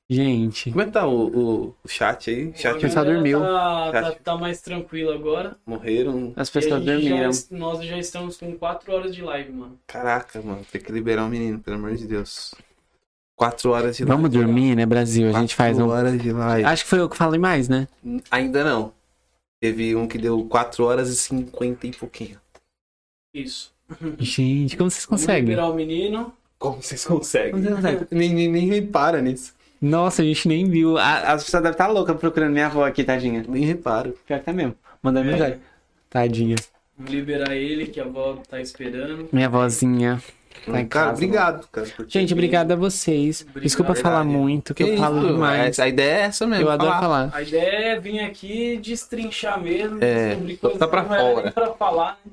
[SPEAKER 3] Gente,
[SPEAKER 2] Como é que tá o, o, o chat aí? O
[SPEAKER 1] A
[SPEAKER 2] chat
[SPEAKER 3] pessoal
[SPEAKER 1] galera
[SPEAKER 3] dormiu.
[SPEAKER 1] Tá, tá-
[SPEAKER 2] Chat.
[SPEAKER 1] tá mais tranquilo agora.
[SPEAKER 2] morreram.
[SPEAKER 3] as
[SPEAKER 1] E a
[SPEAKER 3] pessoas
[SPEAKER 1] gente já
[SPEAKER 3] dormiram.
[SPEAKER 1] es- nós já estamos com 4 horas de live, mano.
[SPEAKER 2] Caraca, mano. Tem que liberar o menino, pelo amor de Deus. Quatro horas de
[SPEAKER 3] Vamos dormir, né, Brasil? A gente faz
[SPEAKER 2] Quatro
[SPEAKER 3] um.
[SPEAKER 2] horas de live.
[SPEAKER 3] Acho que foi eu que falei mais, né?
[SPEAKER 2] Ainda não. Teve um que deu 4 horas e 50 e pouquinho.
[SPEAKER 1] Isso.
[SPEAKER 3] Gente, como vocês
[SPEAKER 1] Vamos
[SPEAKER 3] conseguem?
[SPEAKER 1] liberar o menino.
[SPEAKER 2] Como vocês
[SPEAKER 3] Como
[SPEAKER 2] conseguem?
[SPEAKER 3] vocês conseguem?
[SPEAKER 2] [laughs] Nem, nem, nem repara nisso.
[SPEAKER 3] Nossa, a gente nem viu. A- As pessoas devem estar loucas procurando minha avó aqui, tadinha.
[SPEAKER 2] Nem reparo.
[SPEAKER 3] Pior que tá mesmo. Mandando
[SPEAKER 1] É,
[SPEAKER 3] mensagem. Tadinha.
[SPEAKER 1] vamos liberar ele, que a avó tá esperando.
[SPEAKER 3] Minha vozinha. Tá
[SPEAKER 2] Cara,
[SPEAKER 3] em casa,
[SPEAKER 2] obrigado, cara. por ter
[SPEAKER 3] Gente,
[SPEAKER 2] vindo.
[SPEAKER 3] obrigado a vocês.
[SPEAKER 1] Obrigado,
[SPEAKER 3] Desculpa falar
[SPEAKER 2] verdade.
[SPEAKER 3] muito, que,
[SPEAKER 2] Que
[SPEAKER 3] eu falo
[SPEAKER 2] isso?
[SPEAKER 3] demais.
[SPEAKER 2] Essa- A ideia é essa mesmo.
[SPEAKER 3] Eu adoro
[SPEAKER 2] falar.
[SPEAKER 3] falar.
[SPEAKER 1] A ideia é vir aqui destrinchar mesmo,
[SPEAKER 2] É,
[SPEAKER 1] descobrir
[SPEAKER 2] tá
[SPEAKER 1] coisas
[SPEAKER 2] pra
[SPEAKER 1] que não era
[SPEAKER 2] fora.
[SPEAKER 1] nem pra falar. né?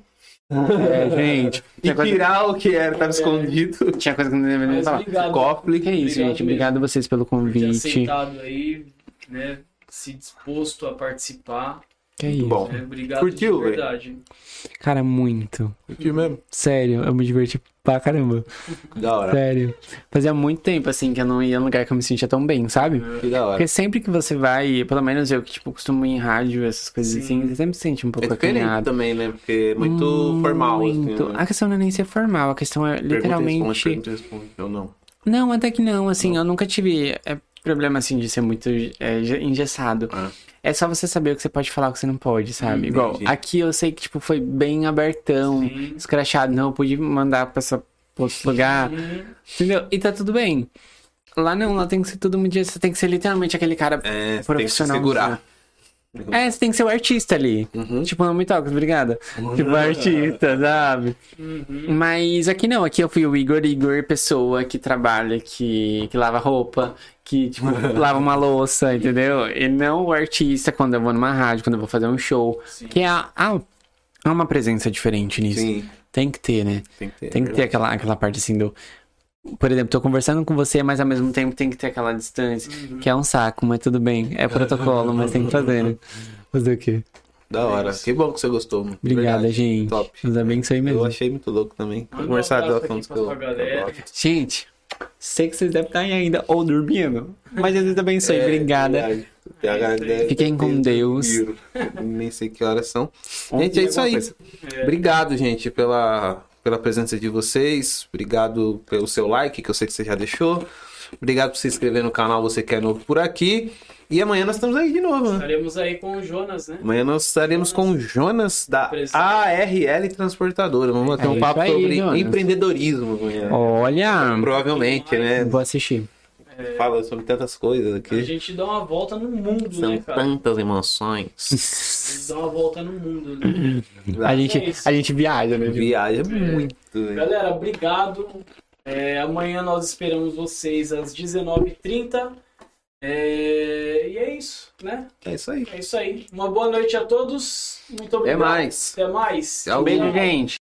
[SPEAKER 3] É, gente.
[SPEAKER 2] E
[SPEAKER 3] [laughs] Tinha coisa,
[SPEAKER 2] tirar o que era, tava escondido.
[SPEAKER 3] tinha coisa que não
[SPEAKER 2] É,
[SPEAKER 3] deveria
[SPEAKER 1] Mas
[SPEAKER 3] falar.
[SPEAKER 1] obrigado.
[SPEAKER 2] Copley.
[SPEAKER 3] Que é isso,
[SPEAKER 1] Obrigado
[SPEAKER 3] gente.
[SPEAKER 1] mesmo.
[SPEAKER 3] Obrigado a vocês pelo
[SPEAKER 1] por ter
[SPEAKER 3] convite.
[SPEAKER 1] aceitado aí, né? Se disposto a participar.
[SPEAKER 3] Que é isso.
[SPEAKER 2] Bom.
[SPEAKER 1] Né? Obrigado
[SPEAKER 2] Curtiu,
[SPEAKER 1] de verdade.
[SPEAKER 3] Cara, muito.
[SPEAKER 2] Curtiu mesmo?
[SPEAKER 3] Sério, eu me diverti pra caramba.
[SPEAKER 2] Da hora.
[SPEAKER 3] Sério. Fazia muito tempo, assim, que eu não ia em lugar que eu me sentia tão bem, sabe?
[SPEAKER 2] Que da hora.
[SPEAKER 3] É. Porque sempre que você vai, pelo menos eu que, tipo, costumo ir em rádio, essas coisas assim, você sempre se sente um
[SPEAKER 2] É
[SPEAKER 3] pouco
[SPEAKER 2] diferente
[SPEAKER 3] acanhado.
[SPEAKER 2] também, né? Porque é muito formal. assim,
[SPEAKER 3] Muito.
[SPEAKER 2] né?
[SPEAKER 3] A questão não é nem ser formal, a questão é
[SPEAKER 2] Pergunta e responde,
[SPEAKER 3] literalmente.
[SPEAKER 2] pergunta e responde. Eu não.
[SPEAKER 3] Não, até que não, assim, eu nunca tive é, problema, assim, de ser muito é, ge- engessado.
[SPEAKER 2] Ah.
[SPEAKER 3] É só você saber o que você pode falar, o que você não pode, sabe? Igual,
[SPEAKER 2] entendi.
[SPEAKER 3] aqui eu sei que, tipo, foi bem abertão,
[SPEAKER 1] Sim.
[SPEAKER 3] escrachado, não, eu pude mandar pra essa pra outro lugar, entendeu? E tá tudo bem. Lá não, lá tem que ser tudo muito... Você tem que ser literalmente aquele
[SPEAKER 2] É,
[SPEAKER 3] cara
[SPEAKER 2] você tem que se
[SPEAKER 3] profissional. né?
[SPEAKER 2] segurar. Uhum.
[SPEAKER 3] sabe? É, você tem que ser o artista ali. Tipo, não me toca, obrigada. Tipo, artista, sabe?
[SPEAKER 1] uhum,
[SPEAKER 3] Mas aqui não, aqui eu fui o Igor, Igor, pessoa que trabalha, que, que lava roupa,
[SPEAKER 2] [laughs]
[SPEAKER 3] que, tipo, lava uma louça, entendeu? E não o artista quando eu vou numa rádio, quando eu vou fazer um show. Que há, há, há uma presença diferente nisso.
[SPEAKER 2] Sim, É
[SPEAKER 3] Tem que ter, né?
[SPEAKER 2] tem que ter.
[SPEAKER 3] Tem que ter aquela, aquela parte assim do. Por exemplo, tô conversando com você, mas ao mesmo tempo tem que ter aquela distância,
[SPEAKER 2] Uhum.
[SPEAKER 3] que é um saco, mas tudo bem. É protocolo, mas tem que fazer, né? Fazer o quê?
[SPEAKER 2] Da hora. Que bom que você gostou. mano.
[SPEAKER 3] Obrigada,
[SPEAKER 2] Verdade.
[SPEAKER 3] gente.
[SPEAKER 2] Top.
[SPEAKER 3] Nos abençoe
[SPEAKER 2] Eu
[SPEAKER 3] mesmo.
[SPEAKER 2] achei muito louco também.
[SPEAKER 1] Manda um
[SPEAKER 2] Conversar de
[SPEAKER 1] abraço
[SPEAKER 2] assuntos
[SPEAKER 1] aqui
[SPEAKER 2] que eu,
[SPEAKER 1] pra sua
[SPEAKER 2] eu
[SPEAKER 1] galera.
[SPEAKER 2] gosto.
[SPEAKER 3] Gente, sei que vocês devem estar aí ainda ou dormindo, mas Jesus abençoe.
[SPEAKER 2] É,
[SPEAKER 3] Obrigada.
[SPEAKER 2] verdade. Obrigada.
[SPEAKER 3] Fiquem com Deus.
[SPEAKER 2] Nem sei que horas são. Gente, é isso aí. Obrigado, gente, pela, pela presença de vocês. Obrigado pelo seu like, que eu sei que você já deixou. Obrigado por se inscrever no canal, você que é novo por aqui. E amanhã nós estamos aí de novo. Né?
[SPEAKER 1] Estaremos aí com o Jonas, né?
[SPEAKER 2] Amanhã nós estaremos com o Jonas da
[SPEAKER 1] Presente.
[SPEAKER 2] ARL Transportadora. Vamos bater
[SPEAKER 3] É
[SPEAKER 2] um
[SPEAKER 3] isso
[SPEAKER 2] papo
[SPEAKER 3] aí,
[SPEAKER 2] sobre
[SPEAKER 3] Jonas.
[SPEAKER 2] empreendedorismo amanhã.
[SPEAKER 3] Olha,
[SPEAKER 2] Provavelmente, né?
[SPEAKER 3] vou assistir.
[SPEAKER 2] Fala sobre tantas coisas
[SPEAKER 1] A
[SPEAKER 2] aqui.
[SPEAKER 1] gente dá uma volta no mundo,
[SPEAKER 2] São
[SPEAKER 1] né, cara?
[SPEAKER 2] tantas emoções.
[SPEAKER 1] A gente dá uma volta no mundo,
[SPEAKER 2] Uhum.
[SPEAKER 1] né?
[SPEAKER 3] [laughs] A gente,
[SPEAKER 1] É isso.
[SPEAKER 3] a gente viaja, né? gente?
[SPEAKER 2] Viaja muito. né?
[SPEAKER 1] Galera, obrigado. É, amanhã nós esperamos vocês às 19h30. É, e é isso, né?
[SPEAKER 2] É isso aí.
[SPEAKER 1] É isso aí. Uma boa noite a todos. Muito
[SPEAKER 2] Até
[SPEAKER 1] obrigado.
[SPEAKER 2] mais.
[SPEAKER 1] Até mais.
[SPEAKER 2] Tchau.
[SPEAKER 3] Beijo, gente.